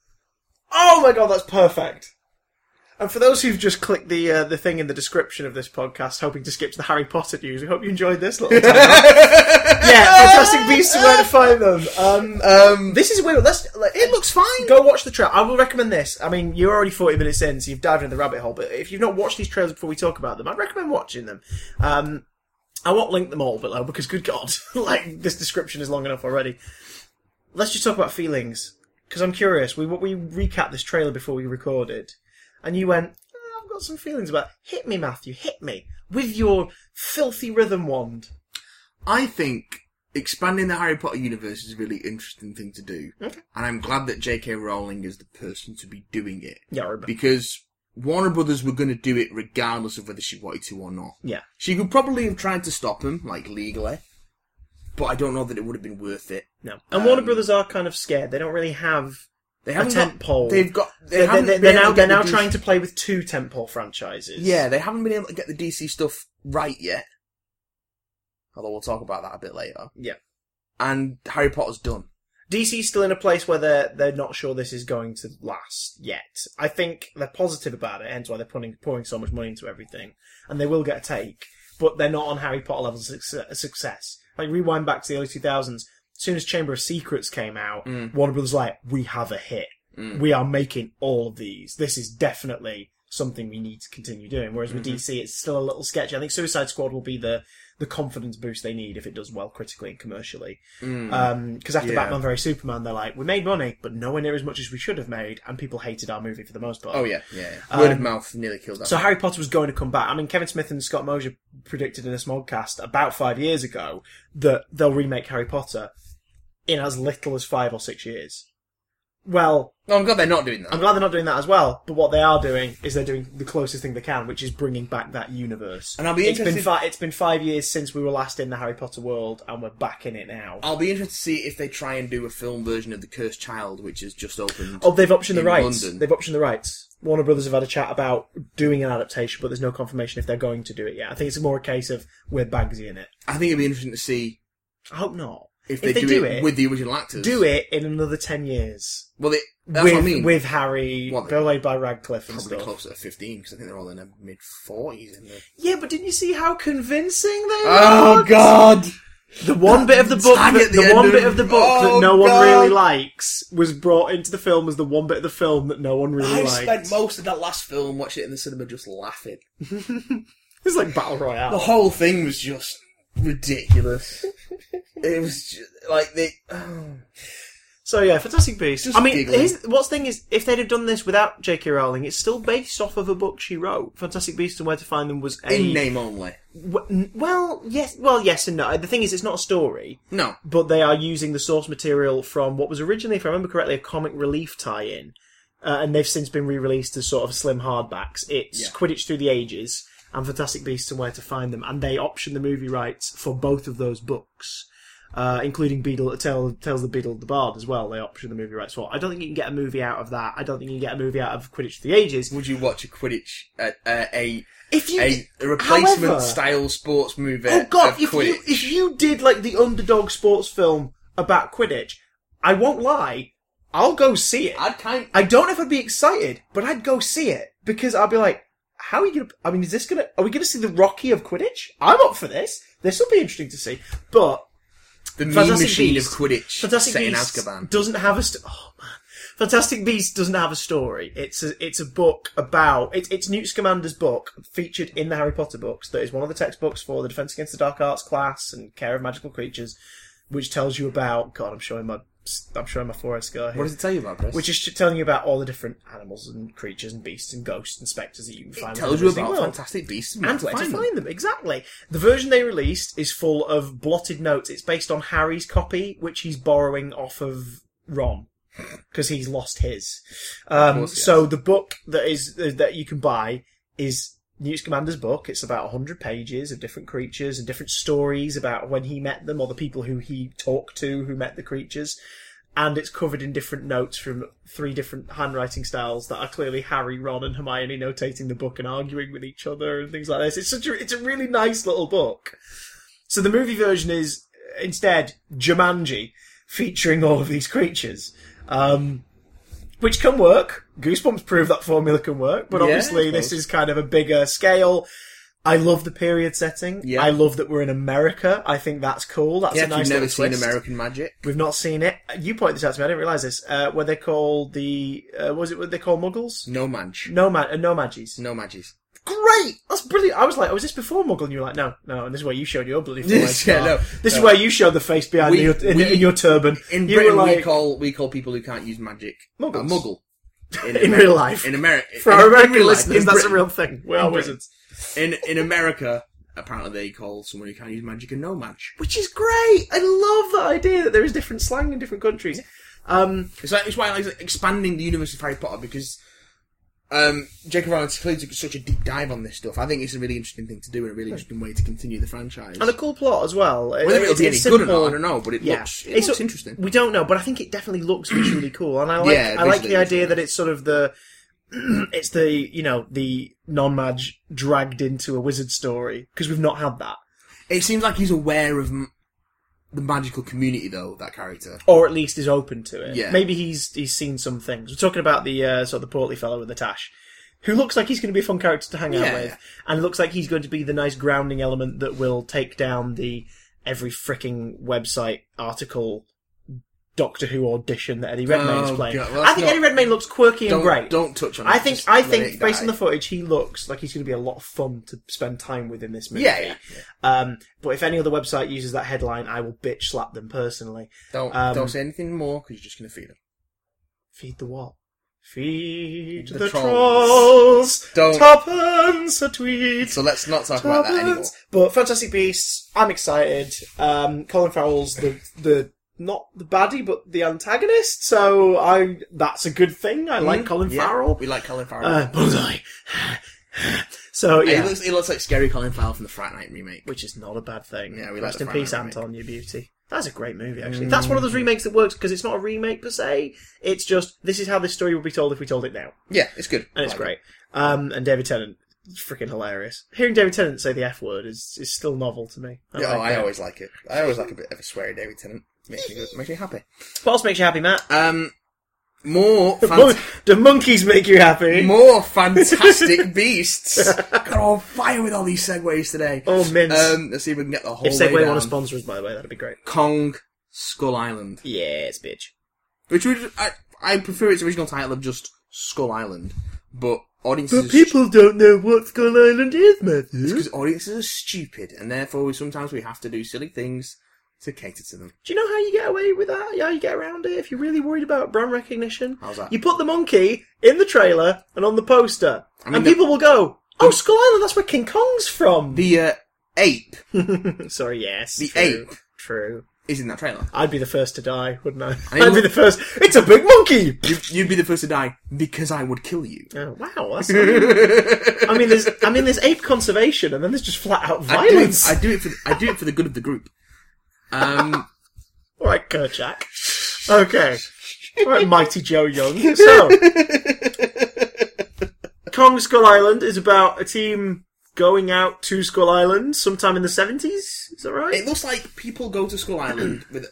[SPEAKER 1] Oh my god, that's perfect. And for those who've just clicked the uh, the thing in the description of this podcast, hoping to skip to the Harry Potter news, we hope you enjoyed this little. time. yeah, Fantastic Beasts and Where to Find Them. Um,
[SPEAKER 2] Um,
[SPEAKER 1] This is weird. Let's let,
[SPEAKER 2] it looks fine.
[SPEAKER 1] go watch the trailer. I will recommend this. I mean, you're already 40 minutes in, so you've dived into the rabbit hole. But if you've not watched these trailers before we talk about them, I'd recommend watching them. Um, I won't link them all below because, good God, like this description is long enough already. Let's just talk about feelings because I'm curious. We we recapped this trailer before we recorded, and you went, "Eh, "I've got some feelings about." Hit me, Matthew. Hit me with your filthy rhythm wand.
[SPEAKER 2] I think expanding the Harry Potter universe is a really interesting thing to do. And I'm glad that J.K. Rowling is the person to be doing it.
[SPEAKER 1] Yeah, I remember.
[SPEAKER 2] Because Warner Brothers were going to do it regardless of whether she wanted to or not.
[SPEAKER 1] yeah.
[SPEAKER 2] She could probably have tried to stop him, like legally. But I don't know that it would have been worth it.
[SPEAKER 1] No, and Warner Brothers are kind of scared. They don't really have
[SPEAKER 2] They
[SPEAKER 1] a
[SPEAKER 2] haven't got,
[SPEAKER 1] tentpole.
[SPEAKER 2] They've got. They
[SPEAKER 1] They are
[SPEAKER 2] haven't been able
[SPEAKER 1] now
[SPEAKER 2] to
[SPEAKER 1] they're
[SPEAKER 2] get
[SPEAKER 1] now
[SPEAKER 2] the
[SPEAKER 1] trying
[SPEAKER 2] DC
[SPEAKER 1] to play with two tentpole franchises.
[SPEAKER 2] Yeah, they haven't been able to get the DC stuff right yet. Although we'll talk about that a bit later.
[SPEAKER 1] yeah.
[SPEAKER 2] And Harry Potter's done.
[SPEAKER 1] DC's still in a place where they're they're not sure this is going to last yet. I think they're positive about it, hence why they're putting pouring so much money into everything, and they will get a take, but they're not on Harry Potter level succe- success. Like rewind back to the early two thousands. As soon as Chamber of Secrets came out, Warner Brothers like we have a hit. We are making all of these. This is definitely something we need to continue doing. Whereas with DC, it's still a little sketchy. I think Suicide Squad will be the the confidence boost they need if it does well critically and commercially. Because after
[SPEAKER 2] Yeah.
[SPEAKER 1] Batman vs Superman, they're like, we made money, but nowhere near as much as we should have made, and people hated our movie for the most part.
[SPEAKER 2] Oh yeah, yeah. yeah. Word of mouth nearly killed that.
[SPEAKER 1] Um, So Harry Potter was going to come back. I mean, Kevin Smith and Scott Mosier predicted in a small cast about five years ago that they'll remake Harry Potter in as little as five or six years. Well,
[SPEAKER 2] no, I'm glad they're not doing that.
[SPEAKER 1] I'm glad they're not doing that as well. But what they are doing is they're doing the closest thing they can, which is bringing back that universe.
[SPEAKER 2] And I'll be
[SPEAKER 1] it's been
[SPEAKER 2] interested-
[SPEAKER 1] fi- it's been five years since we were last in the Harry Potter world, and we're back in it now.
[SPEAKER 2] I'll be interested to see if they try and do a film version of The Cursed Child, which has just opened.
[SPEAKER 1] Oh, they've optioned the
[SPEAKER 2] in
[SPEAKER 1] rights.
[SPEAKER 2] London.
[SPEAKER 1] They've optioned the rights. Warner Brothers have had a chat about doing an adaptation, but there's no confirmation if they're going to do it yet. I think it's more a case of we're Bagsy in it.
[SPEAKER 2] I think it'd be interesting to see.
[SPEAKER 1] I hope not.
[SPEAKER 2] if they,
[SPEAKER 1] If they
[SPEAKER 2] do,
[SPEAKER 1] do
[SPEAKER 2] it,
[SPEAKER 1] it,
[SPEAKER 2] with the original actors.
[SPEAKER 1] Do it in another 10 years.
[SPEAKER 2] Well, they, that's
[SPEAKER 1] with,
[SPEAKER 2] what I mean.
[SPEAKER 1] with Harry,
[SPEAKER 2] What, they-
[SPEAKER 1] played by Radcliffe and
[SPEAKER 2] Probably
[SPEAKER 1] stuff.
[SPEAKER 2] closer to 15 because I think they're all in their mid 40s. In the...
[SPEAKER 1] Yeah, but didn't you see how convincing they
[SPEAKER 2] Oh,
[SPEAKER 1] looked?
[SPEAKER 2] God!
[SPEAKER 1] The one bit of the book,
[SPEAKER 2] tag
[SPEAKER 1] that,
[SPEAKER 2] at the
[SPEAKER 1] the
[SPEAKER 2] end
[SPEAKER 1] one
[SPEAKER 2] of-
[SPEAKER 1] bit of the book
[SPEAKER 2] Oh,
[SPEAKER 1] that no one
[SPEAKER 2] God.
[SPEAKER 1] really likes, was brought into the film as the one bit of the film that no one really
[SPEAKER 2] I
[SPEAKER 1] liked.
[SPEAKER 2] spent most of that last film watching it in the cinema just laughing.
[SPEAKER 1] it's like battle
[SPEAKER 2] The
[SPEAKER 1] royale.
[SPEAKER 2] whole thing was just ridiculous. it was just, like they.
[SPEAKER 1] So yeah, fantastic beast.
[SPEAKER 2] Just
[SPEAKER 1] I mean,
[SPEAKER 2] giggling.
[SPEAKER 1] here's, what's the thing is, if they'd have done this without J.K. Rowling, it's still based off of a book she wrote. Fantastic Beasts and Where to Find Them was a
[SPEAKER 2] in name only.
[SPEAKER 1] w- n- well, yes, well, yes and no. The thing is, it's not a story.
[SPEAKER 2] No.
[SPEAKER 1] but they are using the source material from what was originally, if I remember correctly, a comic relief tie-in, uh, and they've since been re-released as sort of slim hardbacks. It's
[SPEAKER 2] Yeah.
[SPEAKER 1] Quidditch Through the Ages and Fantastic Beasts and Where to Find Them, and they option the movie rights for both of those books, uh, including Beadle, Tale, Tales of the Beadle the Bard as well. They option the movie rights for. I don't think you can get a movie out of that. I don't think you can get a movie out of Quidditch Through the Ages.
[SPEAKER 2] Would you watch a Quidditch, uh, uh, a
[SPEAKER 1] If you
[SPEAKER 2] a replacement
[SPEAKER 1] however-
[SPEAKER 2] style sports movie?
[SPEAKER 1] Oh god,
[SPEAKER 2] of
[SPEAKER 1] if you
[SPEAKER 2] Quidditch?
[SPEAKER 1] if you did like the underdog sports film about Quidditch, I won't lie, I'll go see it. I,
[SPEAKER 2] I'd kind.
[SPEAKER 1] don't know if I'd be excited, but I'd go see it because I'd be like, how are you gonna? I mean, is this gonna? Are we gonna see the Rocky of Quidditch? I'm up for this. This will be interesting to see. But
[SPEAKER 2] The mean
[SPEAKER 1] Fantastic
[SPEAKER 2] machine
[SPEAKER 1] Beasts.
[SPEAKER 2] of Quidditch
[SPEAKER 1] Fantastic
[SPEAKER 2] set
[SPEAKER 1] Beasts
[SPEAKER 2] in Azkaban.
[SPEAKER 1] doesn't have a st- oh man. Fantastic Beasts doesn't have a story. It's a it's a book about it's it's Newt Scamander's book featured in the Harry Potter books that is one of the textbooks for the Defense Against the Dark Arts class and Care of Magical Creatures, which tells you about God. I'm showing my I'm showing my forehead scar here.
[SPEAKER 2] What does it tell you about Chris?
[SPEAKER 1] which is telling you about all the different animals and creatures and beasts and ghosts and spectres that you can find. within
[SPEAKER 2] tells you
[SPEAKER 1] Disney
[SPEAKER 2] about
[SPEAKER 1] World
[SPEAKER 2] Fantastic Beasts
[SPEAKER 1] and where to find, them. Exactly. The version they released is full of blotted notes. It's based on Harry's copy, which he's borrowing off of Ron because he's lost his. Um,
[SPEAKER 2] course, yes.
[SPEAKER 1] So the book that is that you can buy is Newt Commander's book. It's about hundred pages of different creatures and different stories about when he met them or the people who he talked to who met the creatures. And it's covered in different notes from three different handwriting styles that are clearly Harry, Ron, and Hermione notating the book and arguing with each other and things like this. It's such a it's a really nice little book. So the movie version is uh, instead Jumanji, featuring all of these creatures, um, which can work. Goosebumps prove that formula can work, but
[SPEAKER 2] Yeah, I
[SPEAKER 1] obviously this
[SPEAKER 2] suppose.
[SPEAKER 1] is kind of a bigger scale. I love the period setting.
[SPEAKER 2] Yeah.
[SPEAKER 1] I love that we're in America. I think that's cool. That's
[SPEAKER 2] Yeah,
[SPEAKER 1] a
[SPEAKER 2] if
[SPEAKER 1] nice
[SPEAKER 2] you've never
[SPEAKER 1] little
[SPEAKER 2] seen
[SPEAKER 1] twist.
[SPEAKER 2] American Magic.
[SPEAKER 1] We've not seen it. You pointed this out to me. I didn't realize this. Uh, where they call the uh, what was it what they call Muggles?
[SPEAKER 2] No Manch.
[SPEAKER 1] No man, uh, no magies.
[SPEAKER 2] No Magis.
[SPEAKER 1] Great! That's brilliant. I was like, oh, was this before Muggle? And you were like, no, no. And this is where you showed your bloody
[SPEAKER 2] Yeah,
[SPEAKER 1] face. yeah,
[SPEAKER 2] no,
[SPEAKER 1] this is
[SPEAKER 2] no.
[SPEAKER 1] where you showed the face behind
[SPEAKER 2] We-
[SPEAKER 1] your, in,
[SPEAKER 2] we-
[SPEAKER 1] in your turban.
[SPEAKER 2] In
[SPEAKER 1] you were
[SPEAKER 2] Britain,
[SPEAKER 1] like,
[SPEAKER 2] we call we call people who can't use magic
[SPEAKER 1] Muggles.
[SPEAKER 2] a muggle. In,
[SPEAKER 1] In
[SPEAKER 2] Ameri-
[SPEAKER 1] real life.
[SPEAKER 2] in America,
[SPEAKER 1] for
[SPEAKER 2] in,
[SPEAKER 1] our
[SPEAKER 2] in
[SPEAKER 1] American
[SPEAKER 2] real life,
[SPEAKER 1] listeners,
[SPEAKER 2] in
[SPEAKER 1] that's a
[SPEAKER 2] Britain.
[SPEAKER 1] real thing. We are
[SPEAKER 2] In Britain.
[SPEAKER 1] wizards.
[SPEAKER 2] In in America, apparently they call someone who can't use magic a no match.
[SPEAKER 1] Which is great. I love that idea that there is different slang in different countries. Um,
[SPEAKER 2] It's like it's why I like expanding the universe of Harry Potter because um, J.K. Rowling clearly took such a deep dive on this stuff. I think it's a really interesting thing to do and a really interesting way to continue the franchise.
[SPEAKER 1] Hmm. and a cool plot as well.
[SPEAKER 2] Whether it'll
[SPEAKER 1] It's-
[SPEAKER 2] be any
[SPEAKER 1] it's
[SPEAKER 2] good or
[SPEAKER 1] simple.
[SPEAKER 2] not, I don't know, but it
[SPEAKER 1] Yeah,
[SPEAKER 2] looks it looks interesting.
[SPEAKER 1] We don't know, but I think it definitely looks visually cool, and I like
[SPEAKER 2] Yeah,
[SPEAKER 1] I like the
[SPEAKER 2] visually,
[SPEAKER 1] idea
[SPEAKER 2] visually.
[SPEAKER 1] that it's sort of the it's the you know the non mag dragged into a wizard story because we've not had that,
[SPEAKER 2] It seems like he's aware of m- the magical community, though. That character.
[SPEAKER 1] or at least is open to it.
[SPEAKER 2] Yeah.
[SPEAKER 1] maybe he's he's seen some things. We're talking about the uh, sort of the portly fellow with the tash. Who looks like he's going to be a fun character to hang out
[SPEAKER 2] Yeah.
[SPEAKER 1] with, and looks like he's going to be the nice grounding element that will take down the every fricking website article Doctor Who audition that Eddie Redmayne is
[SPEAKER 2] Oh,
[SPEAKER 1] playing.
[SPEAKER 2] God, well,
[SPEAKER 1] I
[SPEAKER 2] that's
[SPEAKER 1] think
[SPEAKER 2] not-
[SPEAKER 1] Eddie Redmayne looks quirky and
[SPEAKER 2] Don't,
[SPEAKER 1] great.
[SPEAKER 2] don't touch on.
[SPEAKER 1] I
[SPEAKER 2] it,
[SPEAKER 1] think
[SPEAKER 2] just
[SPEAKER 1] I
[SPEAKER 2] let
[SPEAKER 1] think
[SPEAKER 2] it
[SPEAKER 1] based
[SPEAKER 2] die.
[SPEAKER 1] on the footage, he looks like he's going to be a lot of fun to spend time with in this movie.
[SPEAKER 2] yeah, yeah, yeah.
[SPEAKER 1] Um, but if any other website uses that headline, I will bitch slap them personally.
[SPEAKER 2] Don't
[SPEAKER 1] Um,
[SPEAKER 2] don't say anything more because you're just gonna feed him.
[SPEAKER 1] Feed the what? Feed the,
[SPEAKER 2] The
[SPEAKER 1] trolls.
[SPEAKER 2] trolls. Don't-
[SPEAKER 1] Tuppence a tweet.
[SPEAKER 2] So let's not talk about that anymore.
[SPEAKER 1] Tuppence. But Fantastic Beasts, I'm excited. Um, Colin Farrell's the the not the baddie, but the antagonist. So I that's a good thing. I like
[SPEAKER 2] Mm,
[SPEAKER 1] Colin
[SPEAKER 2] yeah,
[SPEAKER 1] Farrell.
[SPEAKER 2] We like Colin Farrell.
[SPEAKER 1] Uh, bullseye. so
[SPEAKER 2] And
[SPEAKER 1] yeah,
[SPEAKER 2] he, looks, he looks like scary Colin Farrell from the Fright Night remake.
[SPEAKER 1] which is not a bad thing.
[SPEAKER 2] Yeah, we like
[SPEAKER 1] Rest
[SPEAKER 2] the Mm.
[SPEAKER 1] in peace,
[SPEAKER 2] Friday remake.
[SPEAKER 1] Anton, you beauty. That's a great movie, actually. That's one of those remakes that works because it's not a remake per se. It's just this is how this story would be told if we told it now,
[SPEAKER 2] Yeah, it's good.
[SPEAKER 1] and it's great. Um, and David Tennant, freaking hilarious. Hearing David Tennant say the F word is is still novel to me.
[SPEAKER 2] Yeah, oh,
[SPEAKER 1] like
[SPEAKER 2] I
[SPEAKER 1] that.
[SPEAKER 2] always like it. I always like a bit of a sweary David Tennant. Makes you, good- makes you happy.
[SPEAKER 1] What else makes you happy, Matt?
[SPEAKER 2] Um, more
[SPEAKER 1] The,
[SPEAKER 2] fant-
[SPEAKER 1] mon- the monkeys make you happy.
[SPEAKER 2] more fantastic beasts. Got on fire with all these segues today.
[SPEAKER 1] oh, mince.
[SPEAKER 2] Um, let's see if we can get the whole
[SPEAKER 1] if
[SPEAKER 2] way
[SPEAKER 1] Segway
[SPEAKER 2] down.
[SPEAKER 1] want to sponsor us, by the way, that'd be great.
[SPEAKER 2] Kong Skull Island,
[SPEAKER 1] Yes, bitch.
[SPEAKER 2] which would I, I prefer its original title of just Skull Island, but audiences are
[SPEAKER 1] don't know what Skull Island is, Matthew.
[SPEAKER 2] because audiences are stupid, and therefore we sometimes we have to do silly things to cater to them.
[SPEAKER 1] Do you know how you get away with that? How you get around it if you're really worried about brand recognition?
[SPEAKER 2] How's that?
[SPEAKER 1] You put the monkey in the trailer and on the poster,
[SPEAKER 2] mean,
[SPEAKER 1] and
[SPEAKER 2] the-
[SPEAKER 1] people will go, "Oh, Skull Island, that's where King Kong's from."
[SPEAKER 2] The uh, ape
[SPEAKER 1] Sorry, yes,
[SPEAKER 2] The
[SPEAKER 1] true,
[SPEAKER 2] ape.
[SPEAKER 1] True.
[SPEAKER 2] is in that trailer.
[SPEAKER 1] I'd be the first to die, wouldn't I?
[SPEAKER 2] I mean,
[SPEAKER 1] I'd be
[SPEAKER 2] look-
[SPEAKER 1] the first. It's a big monkey.
[SPEAKER 2] You, you'd be the first to die because I would kill you.
[SPEAKER 1] Oh, wow, that's. I mean, there's I mean, there's ape conservation, and then there's just flat out
[SPEAKER 2] I do, it,
[SPEAKER 1] violence.
[SPEAKER 2] I do it for I do it for the good of the group. Um,
[SPEAKER 1] All right, Kerchak. Okay. All right, Mighty Joe Young. So, Kong Skull Island is about a team going out to Skull Island sometime in the 70s. Is that right?
[SPEAKER 2] it looks like people go to Skull Island with.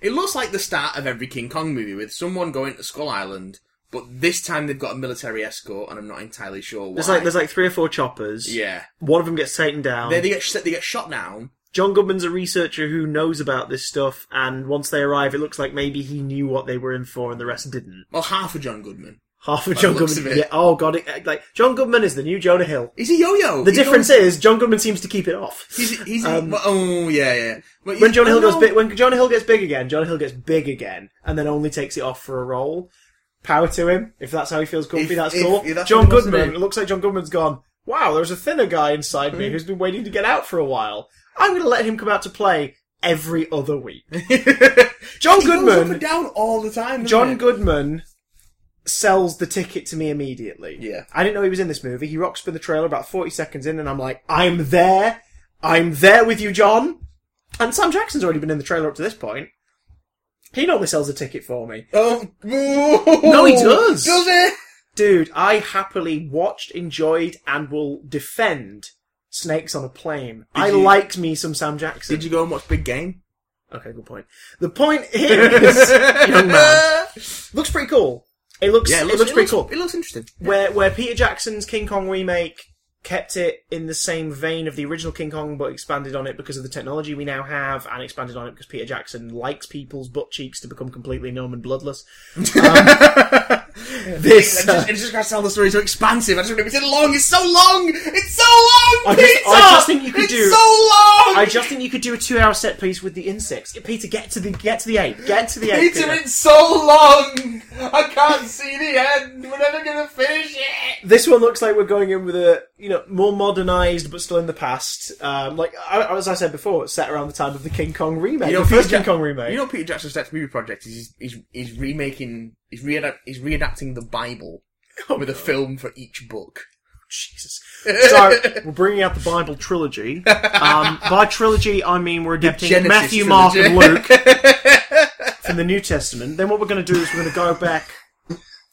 [SPEAKER 2] It looks like the start of every King Kong movie with someone going to Skull Island, but this time they've got a military escort, and I'm not entirely sure why.
[SPEAKER 1] There's like there's like three or four choppers.
[SPEAKER 2] yeah,
[SPEAKER 1] One of them gets taken down.
[SPEAKER 2] they, they get sh- they get shot down.
[SPEAKER 1] John Goodman's a researcher who knows about this stuff, and once they arrive, it looks like maybe he knew what they were in for, and the rest didn't.
[SPEAKER 2] Well, half of John Goodman.
[SPEAKER 1] Half of
[SPEAKER 2] the
[SPEAKER 1] John
[SPEAKER 2] looks
[SPEAKER 1] Goodman.
[SPEAKER 2] of it.
[SPEAKER 1] Yeah. Oh god. It, like John Goodman is the new Jonah Hill.
[SPEAKER 2] Is he yo-yo?
[SPEAKER 1] The
[SPEAKER 2] He
[SPEAKER 1] difference
[SPEAKER 2] goes-
[SPEAKER 1] is John Goodman seems to keep it off.
[SPEAKER 2] he's, he's, well, oh yeah, yeah. But
[SPEAKER 1] when
[SPEAKER 2] you-
[SPEAKER 1] Jonah Hill
[SPEAKER 2] no.
[SPEAKER 1] goes big, when Jonah Hill gets big again, Jonah Hill gets big again, and then only takes it off for a roll. Power to him. If that's how he feels comfy,
[SPEAKER 2] If-
[SPEAKER 1] that's
[SPEAKER 2] if-
[SPEAKER 1] cool.
[SPEAKER 2] if that's
[SPEAKER 1] John
[SPEAKER 2] what he wants to
[SPEAKER 1] Goodman.
[SPEAKER 2] do.
[SPEAKER 1] It looks like John Goodman's gone. Wow, there's a thinner guy inside
[SPEAKER 2] Hmm.
[SPEAKER 1] me who's been waiting to get out for a while. I'm going to let him come out to play every other week. John
[SPEAKER 2] He goes up
[SPEAKER 1] Goodman.
[SPEAKER 2] and down all the time. doesn't
[SPEAKER 1] John
[SPEAKER 2] he?
[SPEAKER 1] Goodman sells the ticket to me immediately.
[SPEAKER 2] Yeah.
[SPEAKER 1] I didn't know he was in this movie. He rocks for the trailer about 40 seconds in, and I'm like, I'm there. I'm there with you, John. And Sam Jackson's already been in the trailer up to this point. He normally sells the ticket for me.
[SPEAKER 2] Oh,
[SPEAKER 1] No,
[SPEAKER 2] no,
[SPEAKER 1] he does.
[SPEAKER 2] Does he?
[SPEAKER 1] Dude, I happily watched, enjoyed, and will defend Snakes on a Plane. I
[SPEAKER 2] you-
[SPEAKER 1] liked me some Sam Jackson.
[SPEAKER 2] Did you go and watch Big Game?
[SPEAKER 1] Okay, good point. The point here is, young man, looks pretty cool. It looks,
[SPEAKER 2] Yeah,
[SPEAKER 1] it looks, pretty cool.
[SPEAKER 2] It looks interesting.
[SPEAKER 1] where where Peter Jackson's King Kong remake kept it in the same vein of the original King Kong, but expanded on it because of the technology we now have, and expanded on it because Peter Jackson likes people's butt cheeks to become completely numb and bloodless. Um,
[SPEAKER 2] It's
[SPEAKER 1] this. uh,
[SPEAKER 2] just, it's just got to tell the story so expansive. I just want to it long. It's so long. It's so long,
[SPEAKER 1] I just-
[SPEAKER 2] Peter.
[SPEAKER 1] I just think you could
[SPEAKER 2] it's
[SPEAKER 1] do-
[SPEAKER 2] so long.
[SPEAKER 1] I just think you could do a two-hour set piece with the insects. Peter, get to the get to the ape. Get to the ape.
[SPEAKER 2] Peter, it's so long. I can't see the end. We're never gonna finish it.
[SPEAKER 1] this one looks like we're going in with a you know more modernized but still in the past. Um, like I, as I said before, it's set around the time of the King Kong remake, the first King Kong remake.
[SPEAKER 2] You know, Peter Jackson's next movie project is he's, he's, he's remaking, he's, readapt, he's readapting the Bible with a film for each book.
[SPEAKER 1] Jesus. So we're bringing out the Bible trilogy. Um, by trilogy, I mean we're adapting
[SPEAKER 2] Genesis
[SPEAKER 1] Matthew,
[SPEAKER 2] trilogy.
[SPEAKER 1] Mark, and Luke from the New Testament. Then what we're going to do is we're going to go back.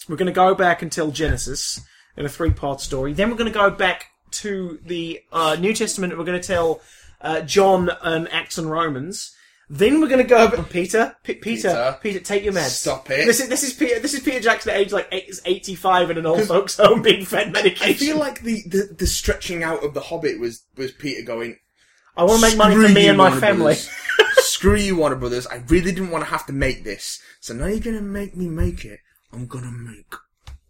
[SPEAKER 1] We're going to go back until Genesis in a three-part story. Then we're going to go back to the uh, New Testament. and We're going to tell uh, John and Acts and Romans. Then we're going to go over Peter, P- Peter, Peter,
[SPEAKER 2] Peter.
[SPEAKER 1] take your meds.
[SPEAKER 2] Stop it.
[SPEAKER 1] This is this is Peter. This is Peter Jackson at age like eight, 85 in an old folks' home being fed medication.
[SPEAKER 2] I feel like the, the, the stretching out of the Hobbit was was Peter going.
[SPEAKER 1] I want to make money
[SPEAKER 2] "Screw
[SPEAKER 1] for me
[SPEAKER 2] you,
[SPEAKER 1] and my
[SPEAKER 2] Warner
[SPEAKER 1] family.
[SPEAKER 2] Brothers. Screw you, Warner Brothers. I really didn't want to have to make this, so now you're gonna make me make it. I'm gonna make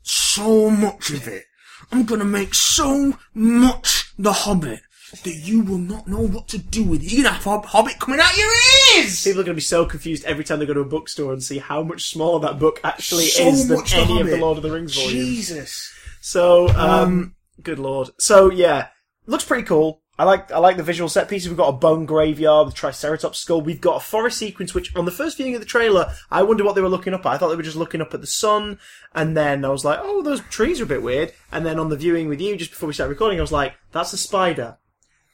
[SPEAKER 2] so much of it. I'm gonna make so much the Hobbit that you will not know what to do with it. You're gonna have Hob- Hobbit coming out your ears.
[SPEAKER 1] People are going to be so confused every time they go to a bookstore and see how much smaller that book actually
[SPEAKER 2] So
[SPEAKER 1] is than
[SPEAKER 2] much The
[SPEAKER 1] any of the
[SPEAKER 2] Hobbit.
[SPEAKER 1] Lord of the Rings volumes.
[SPEAKER 2] Jesus.
[SPEAKER 1] So, um, good lord. So yeah, looks pretty cool. I like I like the visual set pieces. We've got a bone graveyard with Triceratops skull. We've got a forest sequence, which on the first viewing of the trailer, I wondered what they were looking up at. I thought they were just looking up at the sun, and then I was like, oh, those trees are a bit weird. And then on the viewing with you, just before we started recording, I was like, that's a spider.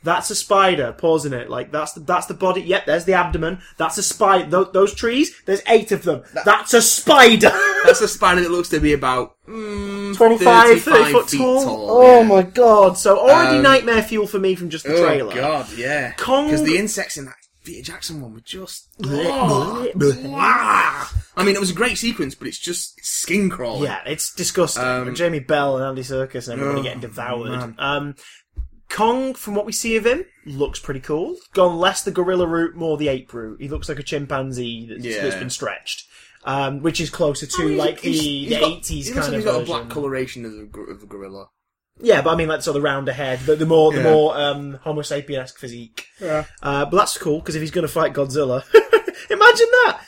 [SPEAKER 1] That's a spider. Pausing it, like that's the that's the body. Yep, there's the abdomen. That's a spider. Those, those trees. There's eight of them. that's a spider.
[SPEAKER 2] That's a spider that looks to be about mm,
[SPEAKER 1] 25, 30
[SPEAKER 2] 35
[SPEAKER 1] foot
[SPEAKER 2] feet
[SPEAKER 1] tall.
[SPEAKER 2] tall.
[SPEAKER 1] Oh
[SPEAKER 2] yeah.
[SPEAKER 1] my god. So already
[SPEAKER 2] Um,
[SPEAKER 1] nightmare fuel for me from just the trailer.
[SPEAKER 2] Oh god, yeah.
[SPEAKER 1] Kong-
[SPEAKER 2] Because the insects in that Peter Jackson one were just.
[SPEAKER 1] Bleh, bleh, bleh.
[SPEAKER 2] Wah! I mean, it was a great sequence, but it's just skin crawling.
[SPEAKER 1] Yeah, it's disgusting.
[SPEAKER 2] Um,
[SPEAKER 1] And Jamie Bell and Andy Serkis and everybody
[SPEAKER 2] Oh,
[SPEAKER 1] getting devoured.
[SPEAKER 2] man.
[SPEAKER 1] Um, Kong, from what we see of him, looks pretty cool. Gone less the gorilla route, more the ape route. He looks like a chimpanzee that's,
[SPEAKER 2] Yeah. Oh,
[SPEAKER 1] that's been stretched, um, which is closer to like the, the 80s kind of
[SPEAKER 2] He's got a
[SPEAKER 1] version.
[SPEAKER 2] black coloration of the, gor- of the gorilla.
[SPEAKER 1] Yeah, but I mean, like sort of round ahead, the, the more the
[SPEAKER 2] Yeah.
[SPEAKER 1] more um, Homo sapien esque physique.
[SPEAKER 2] Yeah.
[SPEAKER 1] Uh, but that's cool because if he's going to fight Godzilla, imagine that.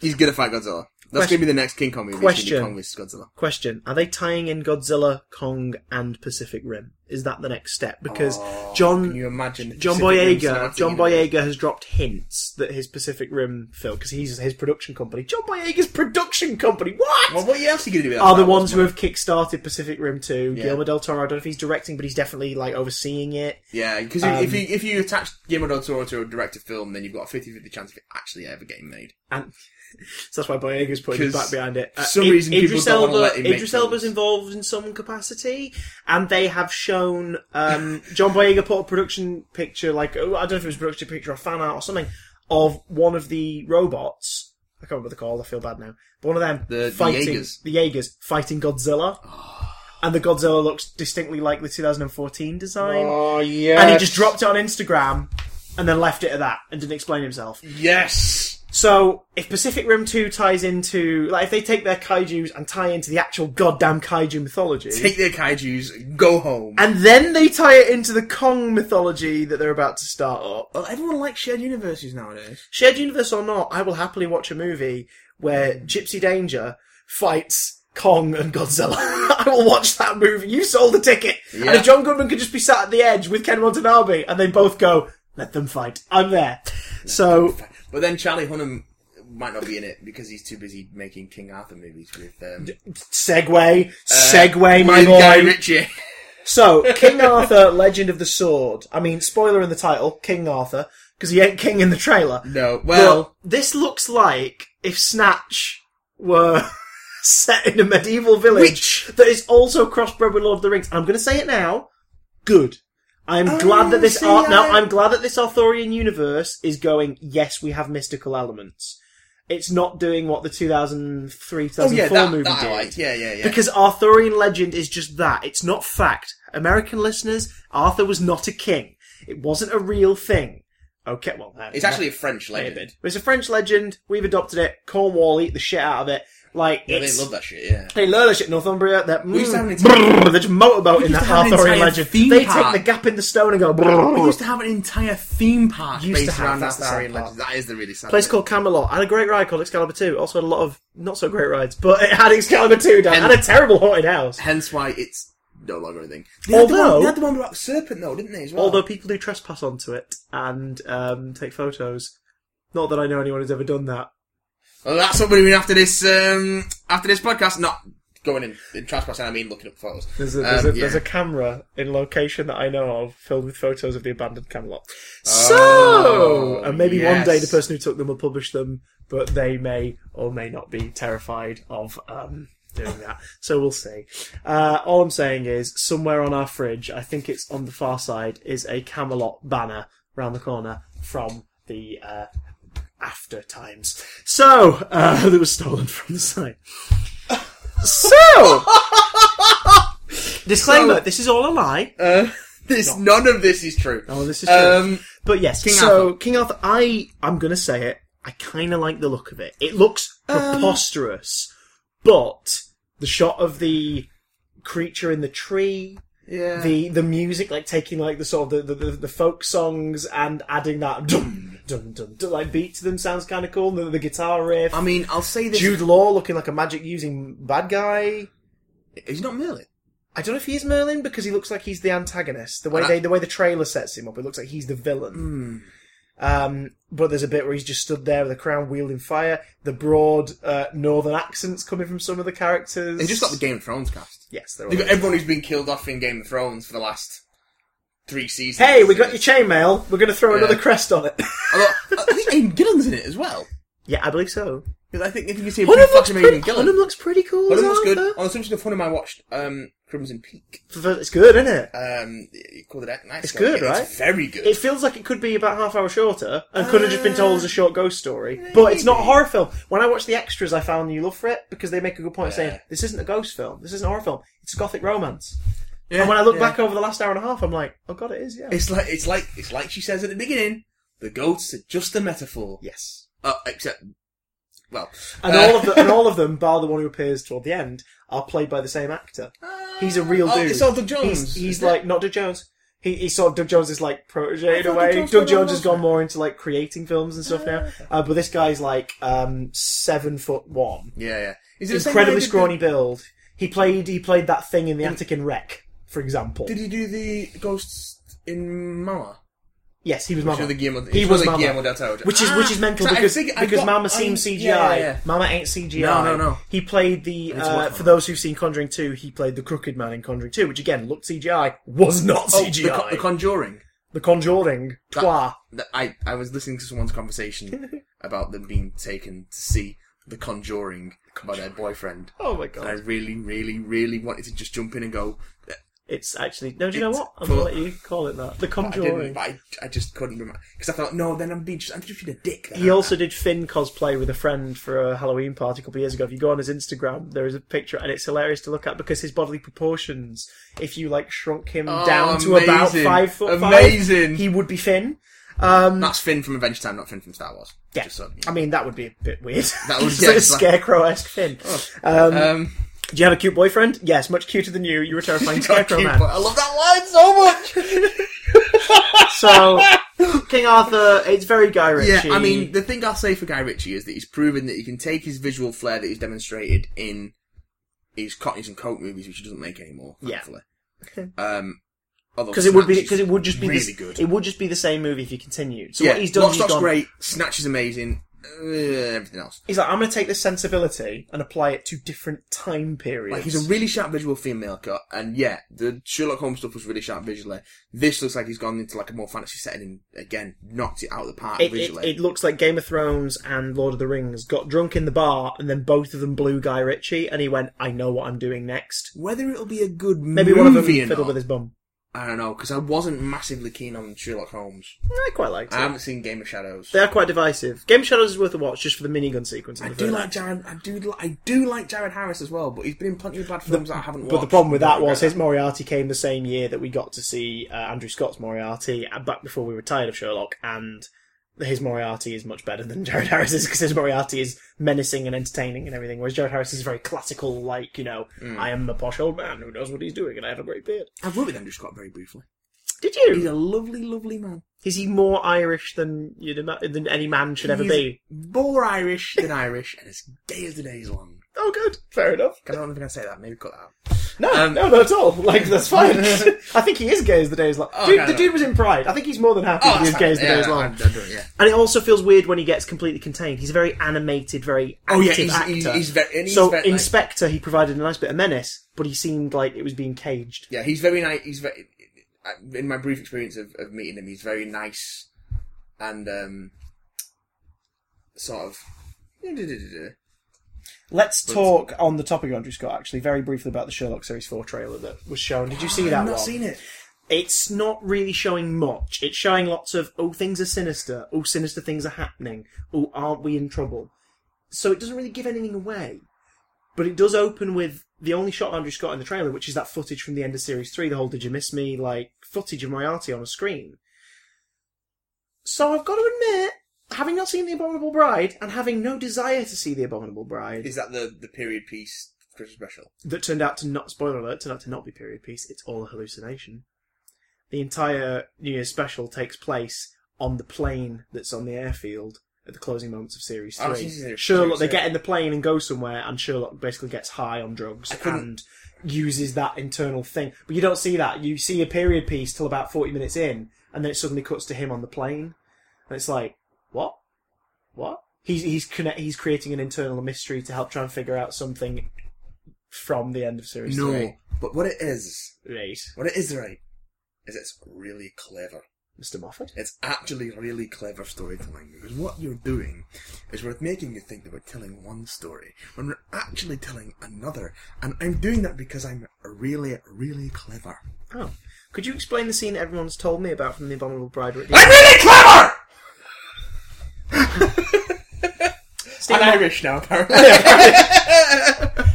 [SPEAKER 2] He's gonna fight Godzilla. That's
[SPEAKER 1] Question-
[SPEAKER 2] gonna be the next King Kong movie. It's
[SPEAKER 1] Question.
[SPEAKER 2] gonna be Kong vs Godzilla.
[SPEAKER 1] Question: Are they tying in Godzilla, Kong, and Pacific Rim? Is that the next step? Because John
[SPEAKER 2] Oh, Can you imagine? the
[SPEAKER 1] John
[SPEAKER 2] Pacific Rim
[SPEAKER 1] Boyega
[SPEAKER 2] cinematic
[SPEAKER 1] John
[SPEAKER 2] universe?
[SPEAKER 1] Boyega has dropped hints that his Pacific Rim film because he's his production company. John Boyega's production company. What?
[SPEAKER 2] Well, Oh, what else are you gonna do? With that
[SPEAKER 1] are the
[SPEAKER 2] Star Wars
[SPEAKER 1] ones who
[SPEAKER 2] money?
[SPEAKER 1] have kick-started Pacific Rim 2.
[SPEAKER 2] Yeah.
[SPEAKER 1] Guillermo del Toro, I don't know if he's directing, but he's definitely, like, overseeing it.
[SPEAKER 2] Yeah, because
[SPEAKER 1] um,
[SPEAKER 2] if you if you attach Guillermo del Toro to a director film, then you've got a 50-50 chance of it actually ever getting made.
[SPEAKER 1] And so that's why Boyega's putting his
[SPEAKER 2] 'Cause
[SPEAKER 1] back behind it. Uh,
[SPEAKER 2] for some reason people
[SPEAKER 1] Idris
[SPEAKER 2] don't wanna
[SPEAKER 1] Elba-
[SPEAKER 2] let him make
[SPEAKER 1] Idris Elba's
[SPEAKER 2] films.
[SPEAKER 1] involved in some capacity, and they have shown um, John Boyega put a production picture, like oh, I don't know if it was a production picture or fan art or something, of one of the robots. I can't remember the call. I feel bad now. But one of them
[SPEAKER 2] The- the
[SPEAKER 1] fighting
[SPEAKER 2] Jaegers.
[SPEAKER 1] the Jaegers fighting Godzilla. And the Godzilla looks distinctly like the 2014 design.
[SPEAKER 2] Oh yeah,
[SPEAKER 1] And he just dropped it on Instagram and then left it at that and didn't explain himself.
[SPEAKER 2] Yes.
[SPEAKER 1] So, if Pacific Rim 2 ties into, like, if they take their kaijus and tie into the actual goddamn kaiju mythology,
[SPEAKER 2] Take their kaiju's, go home.
[SPEAKER 1] and then they tie it into the Kong mythology that they're about to start up,
[SPEAKER 2] well, everyone likes shared universes nowadays.
[SPEAKER 1] shared universe or not, I will happily watch a movie where Gypsy Danger fights Kong and Godzilla. I will watch that movie. You sold the ticket. And
[SPEAKER 2] Yeah.
[SPEAKER 1] if John Goodman could just be sat at the edge with Ken Watanabe and they both go, let them fight. I'm there. So,
[SPEAKER 2] But then Charlie Hunnam might not be in it because he's too busy making King Arthur movies with um,
[SPEAKER 1] segue, segue, my
[SPEAKER 2] with
[SPEAKER 1] boy.
[SPEAKER 2] Uh, Guy Ritchie.
[SPEAKER 1] So, King Arthur, Legend of the Sword. I mean, spoiler in the title, King Arthur, because he ain't king in the trailer.
[SPEAKER 2] no, well,
[SPEAKER 1] But this looks like if Snatch were set in a medieval village that is also crossbred with Lord of the Rings. And I'm going to say it now. Good. I'm glad that this
[SPEAKER 2] Oh, see,
[SPEAKER 1] art. Now,
[SPEAKER 2] I-
[SPEAKER 1] I'm glad that this Arthurian universe is going. Yes, we have mystical elements. It's not doing what the 2003,
[SPEAKER 2] oh
[SPEAKER 1] 2004
[SPEAKER 2] yeah, that,
[SPEAKER 1] movie
[SPEAKER 2] that I
[SPEAKER 1] did.
[SPEAKER 2] liked. Yeah, yeah, yeah.
[SPEAKER 1] Because Arthurian legend is just that. It's not fact. American listeners, Arthur was not a king. It wasn't a real thing. Okay, well, uh,
[SPEAKER 2] it's actually a French
[SPEAKER 1] maybe.
[SPEAKER 2] legend.
[SPEAKER 1] But it's a French legend. We've adopted it. Cornwall eat the shit out of it. Like
[SPEAKER 2] Yeah, they
[SPEAKER 1] it's,
[SPEAKER 2] love that shit. Yeah.
[SPEAKER 1] they learn that shit in Northumbria. They're, mm,
[SPEAKER 2] used to have an entire-
[SPEAKER 1] brrr, they're just motorboat in
[SPEAKER 2] used
[SPEAKER 1] that
[SPEAKER 2] to have an
[SPEAKER 1] Arthurian
[SPEAKER 2] entire
[SPEAKER 1] legend.
[SPEAKER 2] theme
[SPEAKER 1] They
[SPEAKER 2] park.
[SPEAKER 1] take the gap in the stone and go.
[SPEAKER 2] Oh, We
[SPEAKER 1] brrr.
[SPEAKER 2] used to have an entire theme park
[SPEAKER 1] Used to
[SPEAKER 2] based
[SPEAKER 1] have,
[SPEAKER 2] around
[SPEAKER 1] that's the
[SPEAKER 2] Arthurian
[SPEAKER 1] sad part.
[SPEAKER 2] legends. That is the really sad.
[SPEAKER 1] place
[SPEAKER 2] bit.
[SPEAKER 1] called Camelot. I had a great ride called Excalibur 2. Also had a lot of not so great rides, but it had Excalibur 2 down.
[SPEAKER 2] And-
[SPEAKER 1] And a terrible haunted house.
[SPEAKER 2] Hence why it's no longer a thing. They had the
[SPEAKER 1] Although-
[SPEAKER 2] one, they had the one about serpent though, didn't they? As well.
[SPEAKER 1] Although people do trespass onto it and um, take photos. Not that I know anyone who's ever done that.
[SPEAKER 2] Well, that's what we're doing after this. Um, after this podcast, not going in, in trespassing. I mean, looking up photos.
[SPEAKER 1] There's a, there's,
[SPEAKER 2] Um,
[SPEAKER 1] a,
[SPEAKER 2] yeah.
[SPEAKER 1] there's a camera in location that I know of filled with photos of the abandoned Camelot.
[SPEAKER 2] Oh,
[SPEAKER 1] so, and maybe one day the
[SPEAKER 2] yes.
[SPEAKER 1] person who took them will publish them, but they may or may not be terrified of um, doing that. So we'll see. Uh, all I'm saying is, somewhere on our fridge, I think it's on the far side, is a Camelot banner round the corner from the uh, after times. So, uh, that was stolen from the site. So, disclaimer:
[SPEAKER 2] So-
[SPEAKER 1] this is all a lie.
[SPEAKER 2] Uh, this none of this is true.
[SPEAKER 1] Oh, this is true.
[SPEAKER 2] Um,
[SPEAKER 1] but yes,
[SPEAKER 2] King
[SPEAKER 1] so
[SPEAKER 2] Arthur.
[SPEAKER 1] King Arthur, I I'm gonna say it. I kind of like the look of it. It looks preposterous, but the shot of the creature in the tree,
[SPEAKER 2] yeah.
[SPEAKER 1] the the music, like taking like the sort of the the, the, the folk songs and adding that dum dum dum, dum like beat to them sounds kind of cool. And the, the guitar riff.
[SPEAKER 2] I mean, I'll say this.
[SPEAKER 1] Jude Law looking like a magic using bad guy.
[SPEAKER 2] He's not Merlin.
[SPEAKER 1] I don't know if he is Merlin because he looks like he's the antagonist. The way
[SPEAKER 2] And I-
[SPEAKER 1] they, the way the trailer sets him up, it looks like he's the villain. Um, but there's a bit where he's just stood there with a crown wielding fire. The broad uh, northern accents coming from some of the characters.
[SPEAKER 2] They just got the Game of Thrones cast.
[SPEAKER 1] yes, they're all
[SPEAKER 2] They've got everyone who's been killed off in Game of Thrones for the last three seasons.
[SPEAKER 1] Hey, we got your chainmail. We're going to throw
[SPEAKER 2] Yeah.
[SPEAKER 1] another crest on it.
[SPEAKER 2] uh, Although, I think Aidan Gillen's in it as well.
[SPEAKER 1] yeah, I believe so.
[SPEAKER 2] Because I think if you can see a pretty
[SPEAKER 1] Hunnam looks
[SPEAKER 2] fucking amazing
[SPEAKER 1] pretty.
[SPEAKER 2] villain.
[SPEAKER 1] Hunnam looks pretty cool.
[SPEAKER 2] Hunnam
[SPEAKER 1] as
[SPEAKER 2] looks good.
[SPEAKER 1] Arthur.
[SPEAKER 2] On the subject of Hunnam, I watched um, Crimson Peak.
[SPEAKER 1] It's good, isn't it?
[SPEAKER 2] Um, you called it that nice.
[SPEAKER 1] It's
[SPEAKER 2] guy.
[SPEAKER 1] good,
[SPEAKER 2] Yeah,
[SPEAKER 1] right?
[SPEAKER 2] It's very good.
[SPEAKER 1] It feels like it could be about half hour shorter and could have just been told as a short ghost story. But it's
[SPEAKER 2] maybe.
[SPEAKER 1] not a horror film. When I watched the extras, I found new love for it because they make a good point of
[SPEAKER 2] Yeah.
[SPEAKER 1] saying this isn't a ghost film, this isn't a horror film, it's a gothic romance.
[SPEAKER 2] Yeah,
[SPEAKER 1] and when I look
[SPEAKER 2] yeah.
[SPEAKER 1] back over the last hour and a half, I'm like, oh god, it is, yeah.
[SPEAKER 2] it's like it's like it's like she says at the beginning. The ghosts are just a metaphor.
[SPEAKER 1] yes.
[SPEAKER 2] Uh, except, well,
[SPEAKER 1] And
[SPEAKER 2] uh,
[SPEAKER 1] all of the, and all of them, bar the one who appears toward the end, are played by the same actor. He's a real
[SPEAKER 2] oh,
[SPEAKER 1] dude.
[SPEAKER 2] It's all Doug Jones.
[SPEAKER 1] He's, he's
[SPEAKER 2] isn't it?
[SPEAKER 1] like not Doug Jones. He, he's sort of Doug Jones is like protege in
[SPEAKER 2] thought
[SPEAKER 1] a way.
[SPEAKER 2] Doug Jones
[SPEAKER 1] Doug
[SPEAKER 2] was Ah,
[SPEAKER 1] Jones has
[SPEAKER 2] awesome.
[SPEAKER 1] gone more into like creating films and stuff now. Uh, but this guy's like um, seven foot one,
[SPEAKER 2] yeah, yeah. Is it the same guy
[SPEAKER 1] incredibly
[SPEAKER 2] who did the-
[SPEAKER 1] scrawny build. He played he played that thing in the attic in Wreck, for example.
[SPEAKER 2] Did he do the ghosts in Mama?
[SPEAKER 1] yes, he was
[SPEAKER 2] Which
[SPEAKER 1] Mama.
[SPEAKER 2] is the Guillermo,
[SPEAKER 1] He
[SPEAKER 2] which
[SPEAKER 1] was
[SPEAKER 2] the
[SPEAKER 1] Mama.
[SPEAKER 2] Guillermo del Toro.
[SPEAKER 1] which is which is
[SPEAKER 2] Ah,
[SPEAKER 1] mental
[SPEAKER 2] so I
[SPEAKER 1] because,
[SPEAKER 2] figure- I
[SPEAKER 1] because
[SPEAKER 2] got-
[SPEAKER 1] Mama
[SPEAKER 2] I-
[SPEAKER 1] seems CGI.
[SPEAKER 2] yeah, yeah, yeah.
[SPEAKER 1] Mama ain't CGI.
[SPEAKER 2] No, no, no.
[SPEAKER 1] He played the
[SPEAKER 2] it's
[SPEAKER 1] uh,
[SPEAKER 2] worth
[SPEAKER 1] for
[SPEAKER 2] it.
[SPEAKER 1] those who've seen Conjuring Two. He played the crooked man in Conjuring Two, which again looked CGI, was not
[SPEAKER 2] Oh,
[SPEAKER 1] CGI.
[SPEAKER 2] the, Con- Ah. the Conjuring.
[SPEAKER 1] The Conjuring, twa.
[SPEAKER 2] That- I, I was listening to someone's conversation about them being taken to see The Conjuring by their boyfriend.
[SPEAKER 1] Oh my
[SPEAKER 2] And I
[SPEAKER 1] god!
[SPEAKER 2] really, really, really wanted to just jump in and go. "Eh,
[SPEAKER 1] It's actually no. Do you know what? I'm gonna
[SPEAKER 2] Cool.
[SPEAKER 1] let you call it that. The
[SPEAKER 2] I didn't,
[SPEAKER 1] Conjuring.
[SPEAKER 2] but I, I just couldn't remember because I thought, no, then I'm being just, I'm just being a dick. Then.
[SPEAKER 1] He also did Finn cosplay with a friend for a Halloween party a couple of years ago. If you go on his Instagram, there is a picture, and it's hilarious to look at because his bodily proportions, if you like shrunk him
[SPEAKER 2] Oh,
[SPEAKER 1] down to about
[SPEAKER 2] amazing.
[SPEAKER 1] five foot
[SPEAKER 2] Amazing.
[SPEAKER 1] five, he would be Finn. Um,
[SPEAKER 2] That's Finn from Adventure Time, not Finn from Star Wars.
[SPEAKER 1] yeah,
[SPEAKER 2] Just so,
[SPEAKER 1] I mean that would be a bit weird.
[SPEAKER 2] That would-
[SPEAKER 1] It's
[SPEAKER 2] yeah,
[SPEAKER 1] like a
[SPEAKER 2] it's like-
[SPEAKER 1] scarecrow-esque Finn. Um,
[SPEAKER 2] um,
[SPEAKER 1] do you have a cute boyfriend? Yes, much cuter than you. You're a terrifying scarecrow
[SPEAKER 2] cute,
[SPEAKER 1] man.
[SPEAKER 2] but I love that line so much.
[SPEAKER 1] So, King Arthur, it's very Guy Ritchie.
[SPEAKER 2] Yeah, I mean, the thing I'll say for Guy Ritchie is that he's proven that he can take his visual flair that he's demonstrated in his Cockneys and Coke movies, which he doesn't make anymore,
[SPEAKER 1] Yeah.
[SPEAKER 2] thankfully. Um,
[SPEAKER 1] because it would be because it would just be
[SPEAKER 2] really
[SPEAKER 1] this,
[SPEAKER 2] good.
[SPEAKER 1] it would just be the same movie if he continued. So
[SPEAKER 2] yeah,
[SPEAKER 1] what he's done, is he's
[SPEAKER 2] Lockstock's
[SPEAKER 1] gone.
[SPEAKER 2] great. Snatch is amazing. Uh, everything else.
[SPEAKER 1] He's like, I'm going to take this sensibility and apply it to different time periods.
[SPEAKER 2] Like, he's a really sharp visual female cut, and yeah, the Sherlock Holmes stuff was really sharp visually. This looks like he's gone into like a more fantasy setting and again knocked it out of the park
[SPEAKER 1] it, it,
[SPEAKER 2] visually.
[SPEAKER 1] it looks like Game of Thrones and Lord of the Rings got drunk in the bar, and then both of them blew Guy Ritchie, and he went, "I know what I'm doing next."
[SPEAKER 2] Whether it'll be a good
[SPEAKER 1] Maybe
[SPEAKER 2] movie
[SPEAKER 1] one of them
[SPEAKER 2] or
[SPEAKER 1] fiddled
[SPEAKER 2] not,
[SPEAKER 1] with his bum.
[SPEAKER 2] I don't know because I wasn't massively keen on Sherlock Holmes.
[SPEAKER 1] I quite liked it.
[SPEAKER 2] I haven't seen Game of Shadows.
[SPEAKER 1] they are quite divisive. Game of Shadows is worth a watch just for the minigun sequence. in
[SPEAKER 2] I
[SPEAKER 1] the
[SPEAKER 2] do
[SPEAKER 1] film.
[SPEAKER 2] like Jared. I do. Li- I do like Jared Harris as well, but he's been in plenty of bad films that I haven't watched.
[SPEAKER 1] But the problem with that was
[SPEAKER 2] his.
[SPEAKER 1] his Moriarty came the same year that we got to see uh, Andrew Scott's Moriarty uh, back before we were tired of Sherlock, and his Moriarty is much better than Jared Harris's because his Moriarty is menacing and entertaining and everything, whereas Jared Harris is very classical, like you know,
[SPEAKER 2] Hmm.
[SPEAKER 1] I am a posh old man who knows what he's doing and I have a great beard.
[SPEAKER 2] I've worked with Andrew Scott very briefly.
[SPEAKER 1] Did
[SPEAKER 2] He's
[SPEAKER 1] you?
[SPEAKER 2] a lovely, lovely man.
[SPEAKER 1] Is he more Irish than you'd ima- than any man should ever
[SPEAKER 2] He's
[SPEAKER 1] be?
[SPEAKER 2] More Irish than Irish, and as gay as the day is long.
[SPEAKER 1] Oh, good, fair enough.
[SPEAKER 2] I don't know if I can say that. Maybe cut that out.
[SPEAKER 1] No,
[SPEAKER 2] Um,
[SPEAKER 1] no, not at all. Like that's fine. I think he is gay as the day is long.
[SPEAKER 2] Oh,
[SPEAKER 1] dude,
[SPEAKER 2] no,
[SPEAKER 1] the
[SPEAKER 2] no.
[SPEAKER 1] dude was in Pride. I think he's more than happy to be as
[SPEAKER 2] Oh, that's
[SPEAKER 1] gay as the
[SPEAKER 2] fine.
[SPEAKER 1] day
[SPEAKER 2] yeah,
[SPEAKER 1] is long.
[SPEAKER 2] I'm- I'm doing it, yeah.
[SPEAKER 1] And it also feels weird when he gets completely contained. He's a very animated, very active
[SPEAKER 2] Oh yeah, he's,
[SPEAKER 1] actor.
[SPEAKER 2] he's, he's very. And he's
[SPEAKER 1] so
[SPEAKER 2] very, like,
[SPEAKER 1] Inspector, he provided a nice bit of menace, but he seemed like it was being caged.
[SPEAKER 2] yeah, he's very nice. He's very. In my brief experience of, of meeting him, he's very nice, and um, sort of.
[SPEAKER 1] Let's talk on the topic of Andrew Scott actually very briefly about the Sherlock Series Four trailer that was shown. Did you see that
[SPEAKER 2] I've not
[SPEAKER 1] one?
[SPEAKER 2] seen it.
[SPEAKER 1] It's not really showing much. It's showing lots of oh things are sinister, oh sinister things are happening, oh aren't we in trouble? So it doesn't really give anything away. But it does open with the only shot Andrew Scott in the trailer, which is that footage from the end of series three, the whole "Did you miss me?" like footage of Moriarty on a screen. So I've got to admit, having not seen the Abominable Bride and having no desire to see the Abominable Bride,
[SPEAKER 2] Is that the the period piece Christmas special?
[SPEAKER 1] that turned out to not spoiler alert, turned out to not be period piece. It's all a hallucination. The entire New Year's special takes place on the plane that's on the airfield at the closing moments of series
[SPEAKER 2] Oh,
[SPEAKER 1] three.
[SPEAKER 2] Jesus, it's
[SPEAKER 1] Sherlock, they
[SPEAKER 2] series
[SPEAKER 1] get in the plane and go somewhere, and Sherlock basically gets high on drugs
[SPEAKER 2] couldn't-
[SPEAKER 1] and uses that internal thing. But you don't see that. You see a period piece till about forty minutes in, and then it suddenly cuts to him on the plane, and it's like, what? What? He's he's connect, he's creating an internal mystery to help try and figure out something from the end of series
[SPEAKER 2] No,
[SPEAKER 1] three.
[SPEAKER 2] but what it is,
[SPEAKER 1] Right.
[SPEAKER 2] what it is, right, is it's really clever.
[SPEAKER 1] Mr. Moffat.
[SPEAKER 2] It's actually really clever storytelling because what you're doing is we're making you think that we're telling one story when we're actually telling another. And I'm doing that because I'm really, really clever.
[SPEAKER 1] Oh. Could you explain the scene everyone's told me about from The Abominable Bride? where it-
[SPEAKER 2] I'm really clever!
[SPEAKER 1] Stephen Moffat-
[SPEAKER 2] Irish now, apparently.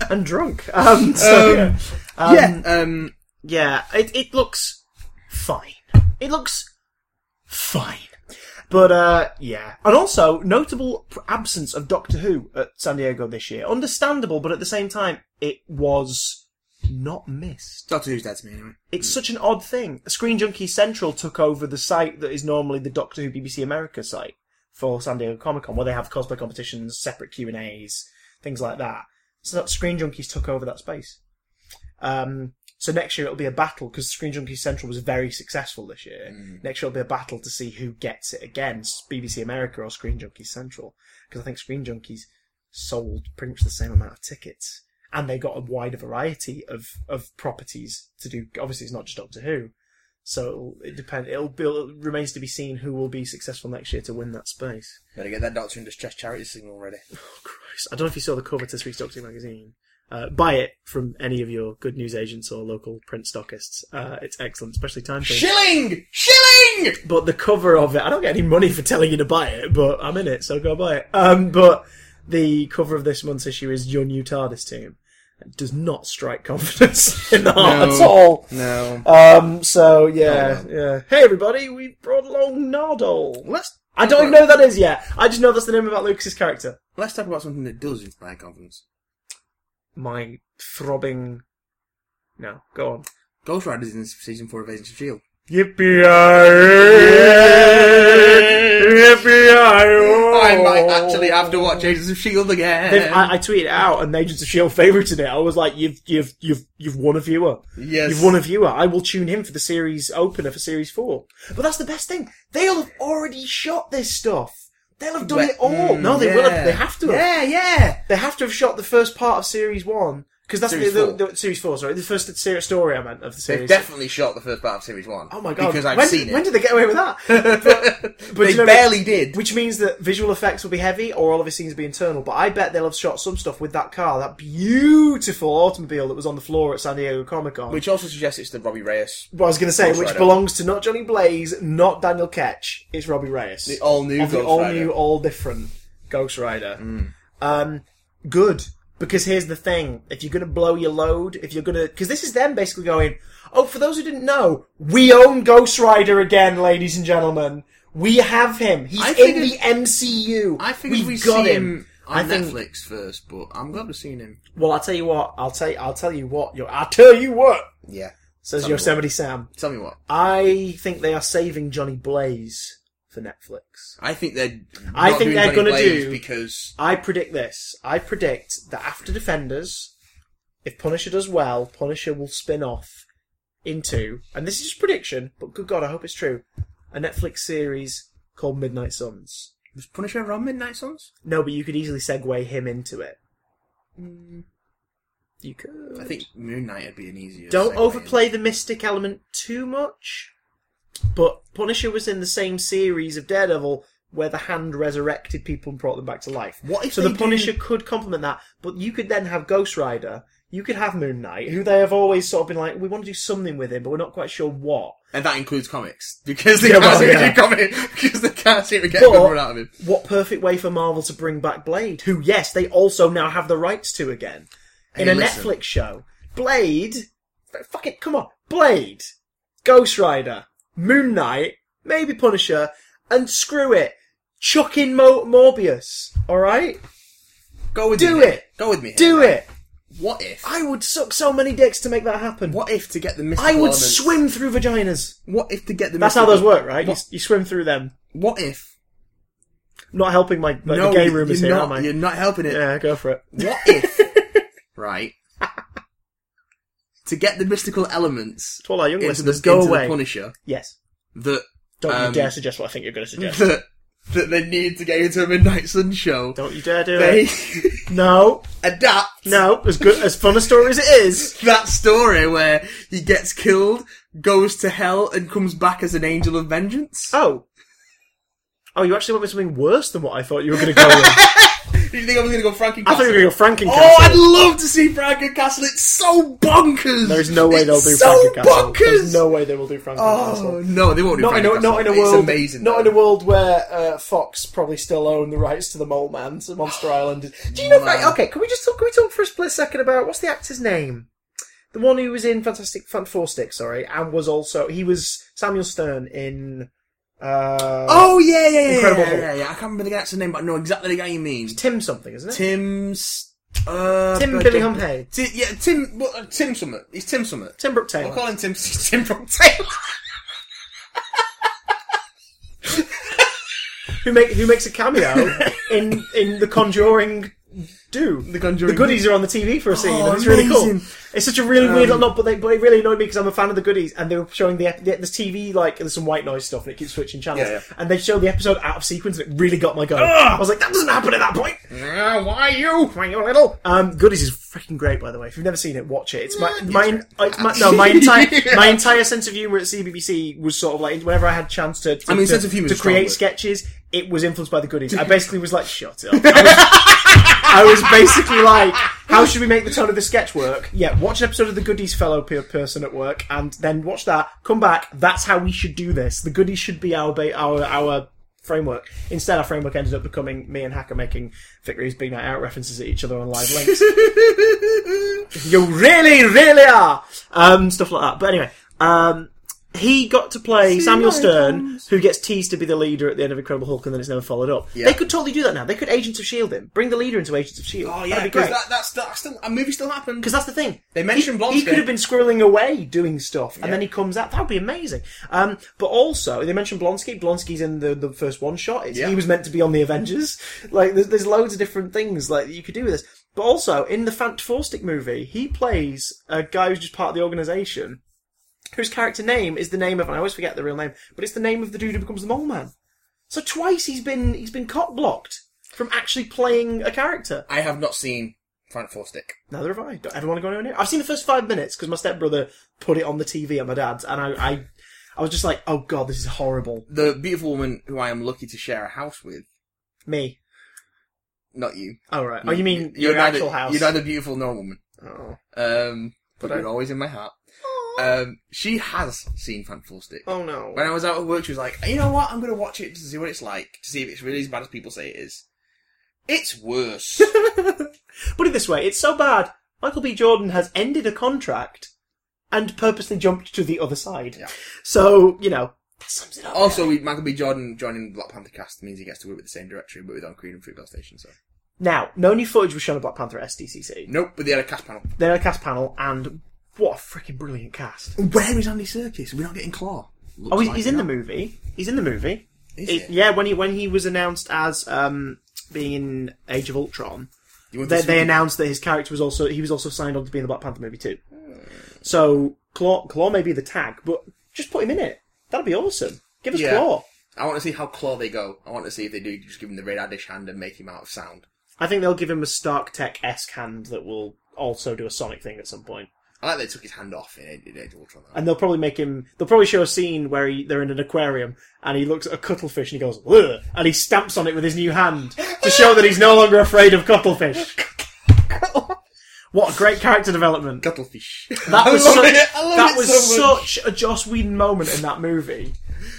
[SPEAKER 1] and drunk. Um, so, yeah. Um,
[SPEAKER 2] yeah. Um,
[SPEAKER 1] Yeah, it, it looks fine. It looks fine. But, uh, yeah. And also, notable pr- absence of Doctor Who at San Diego this year. Understandable, but at the same time, it was not missed.
[SPEAKER 2] Doctor Who's dead to me anyway.
[SPEAKER 1] It's such an odd thing. Screen Junkie Central took over the site that is normally the Doctor Who BBC America site for San Diego Comic Con, where they have cosplay competitions, separate Q and A's, things like that. So that Screen Junkies took over that space. Um, so next year it'll be a battle because Screen Junkies Central was very successful this year. Next year it'll be a battle to see who gets it again, s- BBC America or Screen Junkies Central, because I think Screen Junkies sold pretty much the same amount of tickets. And they got a wider variety of, of properties to do. Obviously, it's not just Doctor Who, so it'll, it depends. It'll, be- it remains to be seen who will be successful next year to win that space.
[SPEAKER 2] Better get that Doctor in Distress charity signal ready.
[SPEAKER 1] Christ. I don't know if you saw the cover to this week's Doctor Who magazine. Uh, buy it from any of your good news agents or local print stockists. Uh, it's excellent, especially time change.
[SPEAKER 2] Shilling! Shilling!
[SPEAKER 1] But the cover of it, I don't get any money for telling you to buy it, but I'm in it, so go buy it. Um, but the cover of this month's issue is your new TARDIS team. It does not strike confidence in the heart
[SPEAKER 2] No.
[SPEAKER 1] at all.
[SPEAKER 2] No.
[SPEAKER 1] Um, so yeah, yeah. Hey everybody, we brought along Nardole.
[SPEAKER 2] Let's
[SPEAKER 1] I don't even know who that is yet. I just know that's the name of that Lucas's character.
[SPEAKER 2] let's talk about something that does inspire confidence.
[SPEAKER 1] My throbbing. No, go on.
[SPEAKER 2] Ghost Rider's in season four of Agents of Shield.
[SPEAKER 1] Yippee!
[SPEAKER 2] I E might actually have to watch Agents of Shield
[SPEAKER 1] They've-
[SPEAKER 2] E again.
[SPEAKER 1] I, I tweeted out, and Agents of Shield favorited it. I was like, "You've, you've, you've, you've won a viewer.
[SPEAKER 2] yes.
[SPEAKER 1] You've won a viewer. I will tune in for the series opener for series four. But that's the best thing. They'll have already shot this stuff. They'll have done
[SPEAKER 2] Well,
[SPEAKER 1] it all.
[SPEAKER 2] mm,
[SPEAKER 1] No, they will. Have,
[SPEAKER 2] yeah.
[SPEAKER 1] they have to. Have.
[SPEAKER 2] Yeah, yeah.
[SPEAKER 1] They have to have shot the first part of series one because that's
[SPEAKER 2] Series
[SPEAKER 1] the,
[SPEAKER 2] four.
[SPEAKER 1] the, the series four. Sorry, the first ser- story I meant of the
[SPEAKER 2] They've
[SPEAKER 1] series.
[SPEAKER 2] definitely shot the first part of series one.
[SPEAKER 1] oh my god!
[SPEAKER 2] Because I've
[SPEAKER 1] when,
[SPEAKER 2] seen
[SPEAKER 1] When
[SPEAKER 2] it.
[SPEAKER 1] did they get away with that? But, but
[SPEAKER 2] they
[SPEAKER 1] you know-
[SPEAKER 2] barely did.
[SPEAKER 1] Which means that visual effects will be heavy, or all of his scenes will be internal. But I bet they'll have shot some stuff with that car, that beautiful automobile that was on the floor at San Diego Comic Con.
[SPEAKER 2] Which also suggests it's the Robbie Reyes,
[SPEAKER 1] I was going to say,
[SPEAKER 2] Ghost
[SPEAKER 1] which
[SPEAKER 2] Rider.
[SPEAKER 1] belongs to not Johnny Blaze, not Daniel Ketch. It's Robbie Reyes.
[SPEAKER 2] the all new
[SPEAKER 1] of
[SPEAKER 2] Ghost
[SPEAKER 1] the all
[SPEAKER 2] Rider. Mm.
[SPEAKER 1] new, all different Ghost Rider. Um, good. Because here's the thing: if you're gonna blow your load, if you're gonna, because this is them basically going, oh, for those who didn't know, we own Ghost Rider again, ladies and gentlemen. We have him. He's
[SPEAKER 2] I
[SPEAKER 1] in
[SPEAKER 2] figured-
[SPEAKER 1] the MCU.
[SPEAKER 2] I figured
[SPEAKER 1] We've
[SPEAKER 2] we
[SPEAKER 1] got
[SPEAKER 2] see
[SPEAKER 1] him.
[SPEAKER 2] him on
[SPEAKER 1] I think-
[SPEAKER 2] Netflix first, but I'm glad we've seen him.
[SPEAKER 1] Well, I'll tell you what. I'll tell. I'll tell you what. You're, I'll tell you what.
[SPEAKER 2] Yeah.
[SPEAKER 1] Says
[SPEAKER 2] Tell me what.
[SPEAKER 1] Yosemite Sam.
[SPEAKER 2] Tell me what.
[SPEAKER 1] I think they are saving Johnny Blaze for Netflix.
[SPEAKER 2] I think they're.
[SPEAKER 1] I
[SPEAKER 2] not
[SPEAKER 1] think
[SPEAKER 2] doing
[SPEAKER 1] they're
[SPEAKER 2] Johnny
[SPEAKER 1] gonna
[SPEAKER 2] Blaze
[SPEAKER 1] do-
[SPEAKER 2] because
[SPEAKER 1] I predict this. I predict that after Defenders, if Punisher does well, Punisher will spin off into, and this is just prediction, but good God, I hope it's true, a Netflix series called Midnight Suns.
[SPEAKER 2] was Punisher ever on Midnight Suns.
[SPEAKER 1] No, but you could easily segue him into it. You could.
[SPEAKER 2] Mm. I think Moon Knight would be an easier.
[SPEAKER 1] Don't
[SPEAKER 2] segue
[SPEAKER 1] overplay the mystic element too much. But Punisher was in the same series of Daredevil where the hand resurrected people and brought them back to life.
[SPEAKER 2] What if
[SPEAKER 1] so
[SPEAKER 2] they
[SPEAKER 1] the Punisher
[SPEAKER 2] do-
[SPEAKER 1] could complement that, but you could then have Ghost Rider, you could have Moon Knight, who they have always sort of been like, we want to do something with him, but we're not quite sure what.
[SPEAKER 2] And that includes comics. Because they
[SPEAKER 1] Yeah,
[SPEAKER 2] can't
[SPEAKER 1] well,
[SPEAKER 2] seem
[SPEAKER 1] yeah.
[SPEAKER 2] to do comics. Because they can't seem to get a good run out of
[SPEAKER 1] But
[SPEAKER 2] him.
[SPEAKER 1] what perfect way for Marvel to bring back Blade, who yes, they also now have the rights to again. In
[SPEAKER 2] Hey,
[SPEAKER 1] a
[SPEAKER 2] listen.
[SPEAKER 1] Netflix show. Blade fuck it, come on. Blade, Ghost Rider, Moon Knight, maybe Punisher, and screw it. Chuck in Mo- Morbius, alright?
[SPEAKER 2] Go with
[SPEAKER 1] Do
[SPEAKER 2] me. here.
[SPEAKER 1] it.
[SPEAKER 2] Go with me. here,
[SPEAKER 1] Do
[SPEAKER 2] right?
[SPEAKER 1] it!
[SPEAKER 2] What if?
[SPEAKER 1] I would suck so many dicks to make that happen.
[SPEAKER 2] What if to get the mystical
[SPEAKER 1] I would
[SPEAKER 2] element-
[SPEAKER 1] swim through vaginas.
[SPEAKER 2] What if to get the?
[SPEAKER 1] That's how
[SPEAKER 2] mystical-
[SPEAKER 1] those work, right? You,
[SPEAKER 2] What,
[SPEAKER 1] you swim through them.
[SPEAKER 2] what if?
[SPEAKER 1] Not helping my like,
[SPEAKER 2] no,
[SPEAKER 1] the gay
[SPEAKER 2] you-
[SPEAKER 1] room is
[SPEAKER 2] you're
[SPEAKER 1] here,
[SPEAKER 2] not,
[SPEAKER 1] am I?
[SPEAKER 2] You're not helping it.
[SPEAKER 1] Yeah, go for it.
[SPEAKER 2] What if? right. to get the mystical elements
[SPEAKER 1] Twilight Young
[SPEAKER 2] into
[SPEAKER 1] listeners,
[SPEAKER 2] the,
[SPEAKER 1] go
[SPEAKER 2] into the
[SPEAKER 1] away.
[SPEAKER 2] Punisher,
[SPEAKER 1] yes.
[SPEAKER 2] that
[SPEAKER 1] Don't you
[SPEAKER 2] Um,
[SPEAKER 1] dare suggest what I think you're going to suggest.
[SPEAKER 2] that that they need to get into a Midnight Sun show,
[SPEAKER 1] Don't you dare do
[SPEAKER 2] they
[SPEAKER 1] it. No,
[SPEAKER 2] adapt
[SPEAKER 1] no. As good as fun a story as it is,
[SPEAKER 2] that story where he gets killed, goes to hell, and comes back as an angel of vengeance.
[SPEAKER 1] Oh. Oh, you actually went with something worse than what I thought you were going to go with.
[SPEAKER 2] Do you think I was going to go Frankie?
[SPEAKER 1] I thought you were going to go Frankencastle.
[SPEAKER 2] Oh, I'd love to see Frankencastle. It's so bonkers.
[SPEAKER 1] There is no way
[SPEAKER 2] It's
[SPEAKER 1] they'll do
[SPEAKER 2] so
[SPEAKER 1] Frankencastle.
[SPEAKER 2] bonkers.
[SPEAKER 1] There's no way they will do Frankencastle.
[SPEAKER 2] oh no, they won't do
[SPEAKER 1] Not in a,
[SPEAKER 2] Frankencastle.
[SPEAKER 1] not in a
[SPEAKER 2] It's
[SPEAKER 1] world,
[SPEAKER 2] amazing.
[SPEAKER 1] not in
[SPEAKER 2] though.
[SPEAKER 1] a world where uh, Fox probably still own the rights to the Mole Man, to Monster Island. Do you know?
[SPEAKER 2] Man.
[SPEAKER 1] Right, okay, can we just talk? Can we talk for a split second about what's the actor's name? The one who was in Fantastic Fan Four Stick, sorry, and was also he was Samuel Stern in. Uh,
[SPEAKER 2] Oh yeah, yeah, yeah,
[SPEAKER 1] Incredible
[SPEAKER 2] yeah,
[SPEAKER 1] Hulk.
[SPEAKER 2] yeah, yeah. I can't remember the guy's name, but I know exactly the guy you mean.
[SPEAKER 1] Tim something, isn't it?
[SPEAKER 2] Tim's. Uh,
[SPEAKER 1] Tim
[SPEAKER 2] but-
[SPEAKER 1] Billy Hum Hay.
[SPEAKER 2] Ti- yeah, Tim. Well, uh, Tim Summit. He's Tim Summit.
[SPEAKER 1] Tim Brooke
[SPEAKER 2] I'll
[SPEAKER 1] Taylor.
[SPEAKER 2] call him Tim. Tim from Taylor.
[SPEAKER 1] who make who makes a cameo in in the Conjuring do the
[SPEAKER 2] Conjuring
[SPEAKER 1] goodies are on the TV for a scene
[SPEAKER 2] Oh,
[SPEAKER 1] and it's really cool
[SPEAKER 2] amazing. Um,
[SPEAKER 1] it's such a really weird not but they but it really annoyed me because I'm a fan of the goodies and they were showing the, ep- the this TV like there's some white noise stuff and it keeps switching channels
[SPEAKER 2] Yeah, yeah.
[SPEAKER 1] and they showed the episode out of sequence and it really got my goat I was like that doesn't happen at that point
[SPEAKER 2] Ah, why you?
[SPEAKER 1] when you're little um goodies is freaking great by the way if you've never seen it watch it it's my my, it's my no my entire my entire sense of humor at CBBC was sort of like whenever I had a chance to, to
[SPEAKER 2] I mean,
[SPEAKER 1] to,
[SPEAKER 2] sense of humour
[SPEAKER 1] to
[SPEAKER 2] is a strong
[SPEAKER 1] create
[SPEAKER 2] word.
[SPEAKER 1] sketches, it was influenced by the goodies. I basically was like, shut up. I was, I was basically like, how should we make the tone of the sketch work? Yeah, watch an episode of the goodies fellow pe- person at work, and then watch that. Come back. That's how we should do this. The goodies should be our ba- our our framework. Instead, our framework ended up becoming me and Hacker making Vickery's Big Night Out references at each other on live links. You really, really are. Um, stuff like that. But anyway, um, he got to play Samuel Stern, who gets teased to be the leader at the end of Incredible Hulk, and then it's never followed up. They could totally do that now. They could Agents of Shield E him, bring the leader into Agents of Shield.
[SPEAKER 2] Oh yeah,
[SPEAKER 1] E that'd be
[SPEAKER 2] because
[SPEAKER 1] great.
[SPEAKER 2] that, that's that's still a movie still happened.
[SPEAKER 1] Because that's the thing.
[SPEAKER 2] They mentioned
[SPEAKER 1] He, he
[SPEAKER 2] Blonsky.
[SPEAKER 1] could have been squirreling away doing stuff, and then he comes out. That would be amazing. Um, but also, they mentioned Blonsky. Blonsky's in the, the first one shot. It's,
[SPEAKER 2] Yeah.
[SPEAKER 1] He was meant to be on the Avengers. Like, there's, there's loads of different things like that you could do with this. But also, in the Fantastic movie, he plays a guy who's just part of the organization, whose character name is the name of, and I always forget the real name, but it's the name of the dude who becomes the mole man. So twice he's been, he's been cock blocked from actually playing a character.
[SPEAKER 2] I have not seen Frank Forstick.
[SPEAKER 1] Neither have I. Don't ever want to go anywhere near. I've seen the first five minutes because my stepbrother put it on the TV at my dad's, and I, I, I was just like, "Oh God, this is horrible."
[SPEAKER 2] The beautiful woman who I am lucky to share a house with.
[SPEAKER 1] Me.
[SPEAKER 2] Not you.
[SPEAKER 1] Oh right. Oh, you mean
[SPEAKER 2] you're
[SPEAKER 1] your
[SPEAKER 2] neither,
[SPEAKER 1] actual house?
[SPEAKER 2] You're neither beautiful nor woman.
[SPEAKER 1] oh.
[SPEAKER 2] Um, but
[SPEAKER 1] Okay.
[SPEAKER 2] you're always in my heart. Um, she has seen Frank Forstick.
[SPEAKER 1] oh no.
[SPEAKER 2] When I was out at work, she was like, "You know what? I'm going to watch it to see what it's like, to see if it's really as bad as people say it is. It's worse."
[SPEAKER 1] Put it this way: it's so bad. Michael B. Jordan has ended a contract and purposely jumped to the other side.
[SPEAKER 2] Yeah.
[SPEAKER 1] So you know that sums it up.
[SPEAKER 2] also, we, Michael B. Jordan joining Black Panther cast means he gets to work with the same directory, but with on Creed and Fruitvale Station. So
[SPEAKER 1] Now, no new footage was shown of Black Panther at SDCC.
[SPEAKER 2] nope, but they had a cast panel.
[SPEAKER 1] They had a cast panel, and what a freaking brilliant cast!
[SPEAKER 2] Where is Andy Serkis? We're not getting Claw.
[SPEAKER 1] Oh, he's, he's in the movie. He's in the movie.
[SPEAKER 2] Is
[SPEAKER 1] It-
[SPEAKER 2] he?
[SPEAKER 1] yeah, when he when he was announced as um, being in Age of Ultron,
[SPEAKER 2] You want
[SPEAKER 1] they,
[SPEAKER 2] this
[SPEAKER 1] they
[SPEAKER 2] movie?
[SPEAKER 1] announced that his character was also he was also signed on to be in the Black Panther movie too. So Claw Claw may be the tag, but just put him in it. That'd be awesome. Give us
[SPEAKER 2] Yeah.
[SPEAKER 1] Claw.
[SPEAKER 2] I want to see how claw they go. I want to see if they do just give him the radar dish hand and make him out of sound.
[SPEAKER 1] I think they'll give him a Stark Tech esque hand that will also do a Sonic thing at some point.
[SPEAKER 2] I like they took his hand off in Age- in Age of Ultron. though.
[SPEAKER 1] And they'll probably make him. They'll probably show a scene where he, they're in an aquarium and he looks at a cuttlefish and he goes, Ugh, and he stamps on it with his new hand to show that he's no longer afraid of cuttlefish. what a great character development!
[SPEAKER 2] Cuttlefish.
[SPEAKER 1] That was,
[SPEAKER 2] I love
[SPEAKER 1] such,
[SPEAKER 2] it. I love
[SPEAKER 1] that
[SPEAKER 2] it
[SPEAKER 1] was
[SPEAKER 2] so much.
[SPEAKER 1] such a Joss Whedon moment in that movie.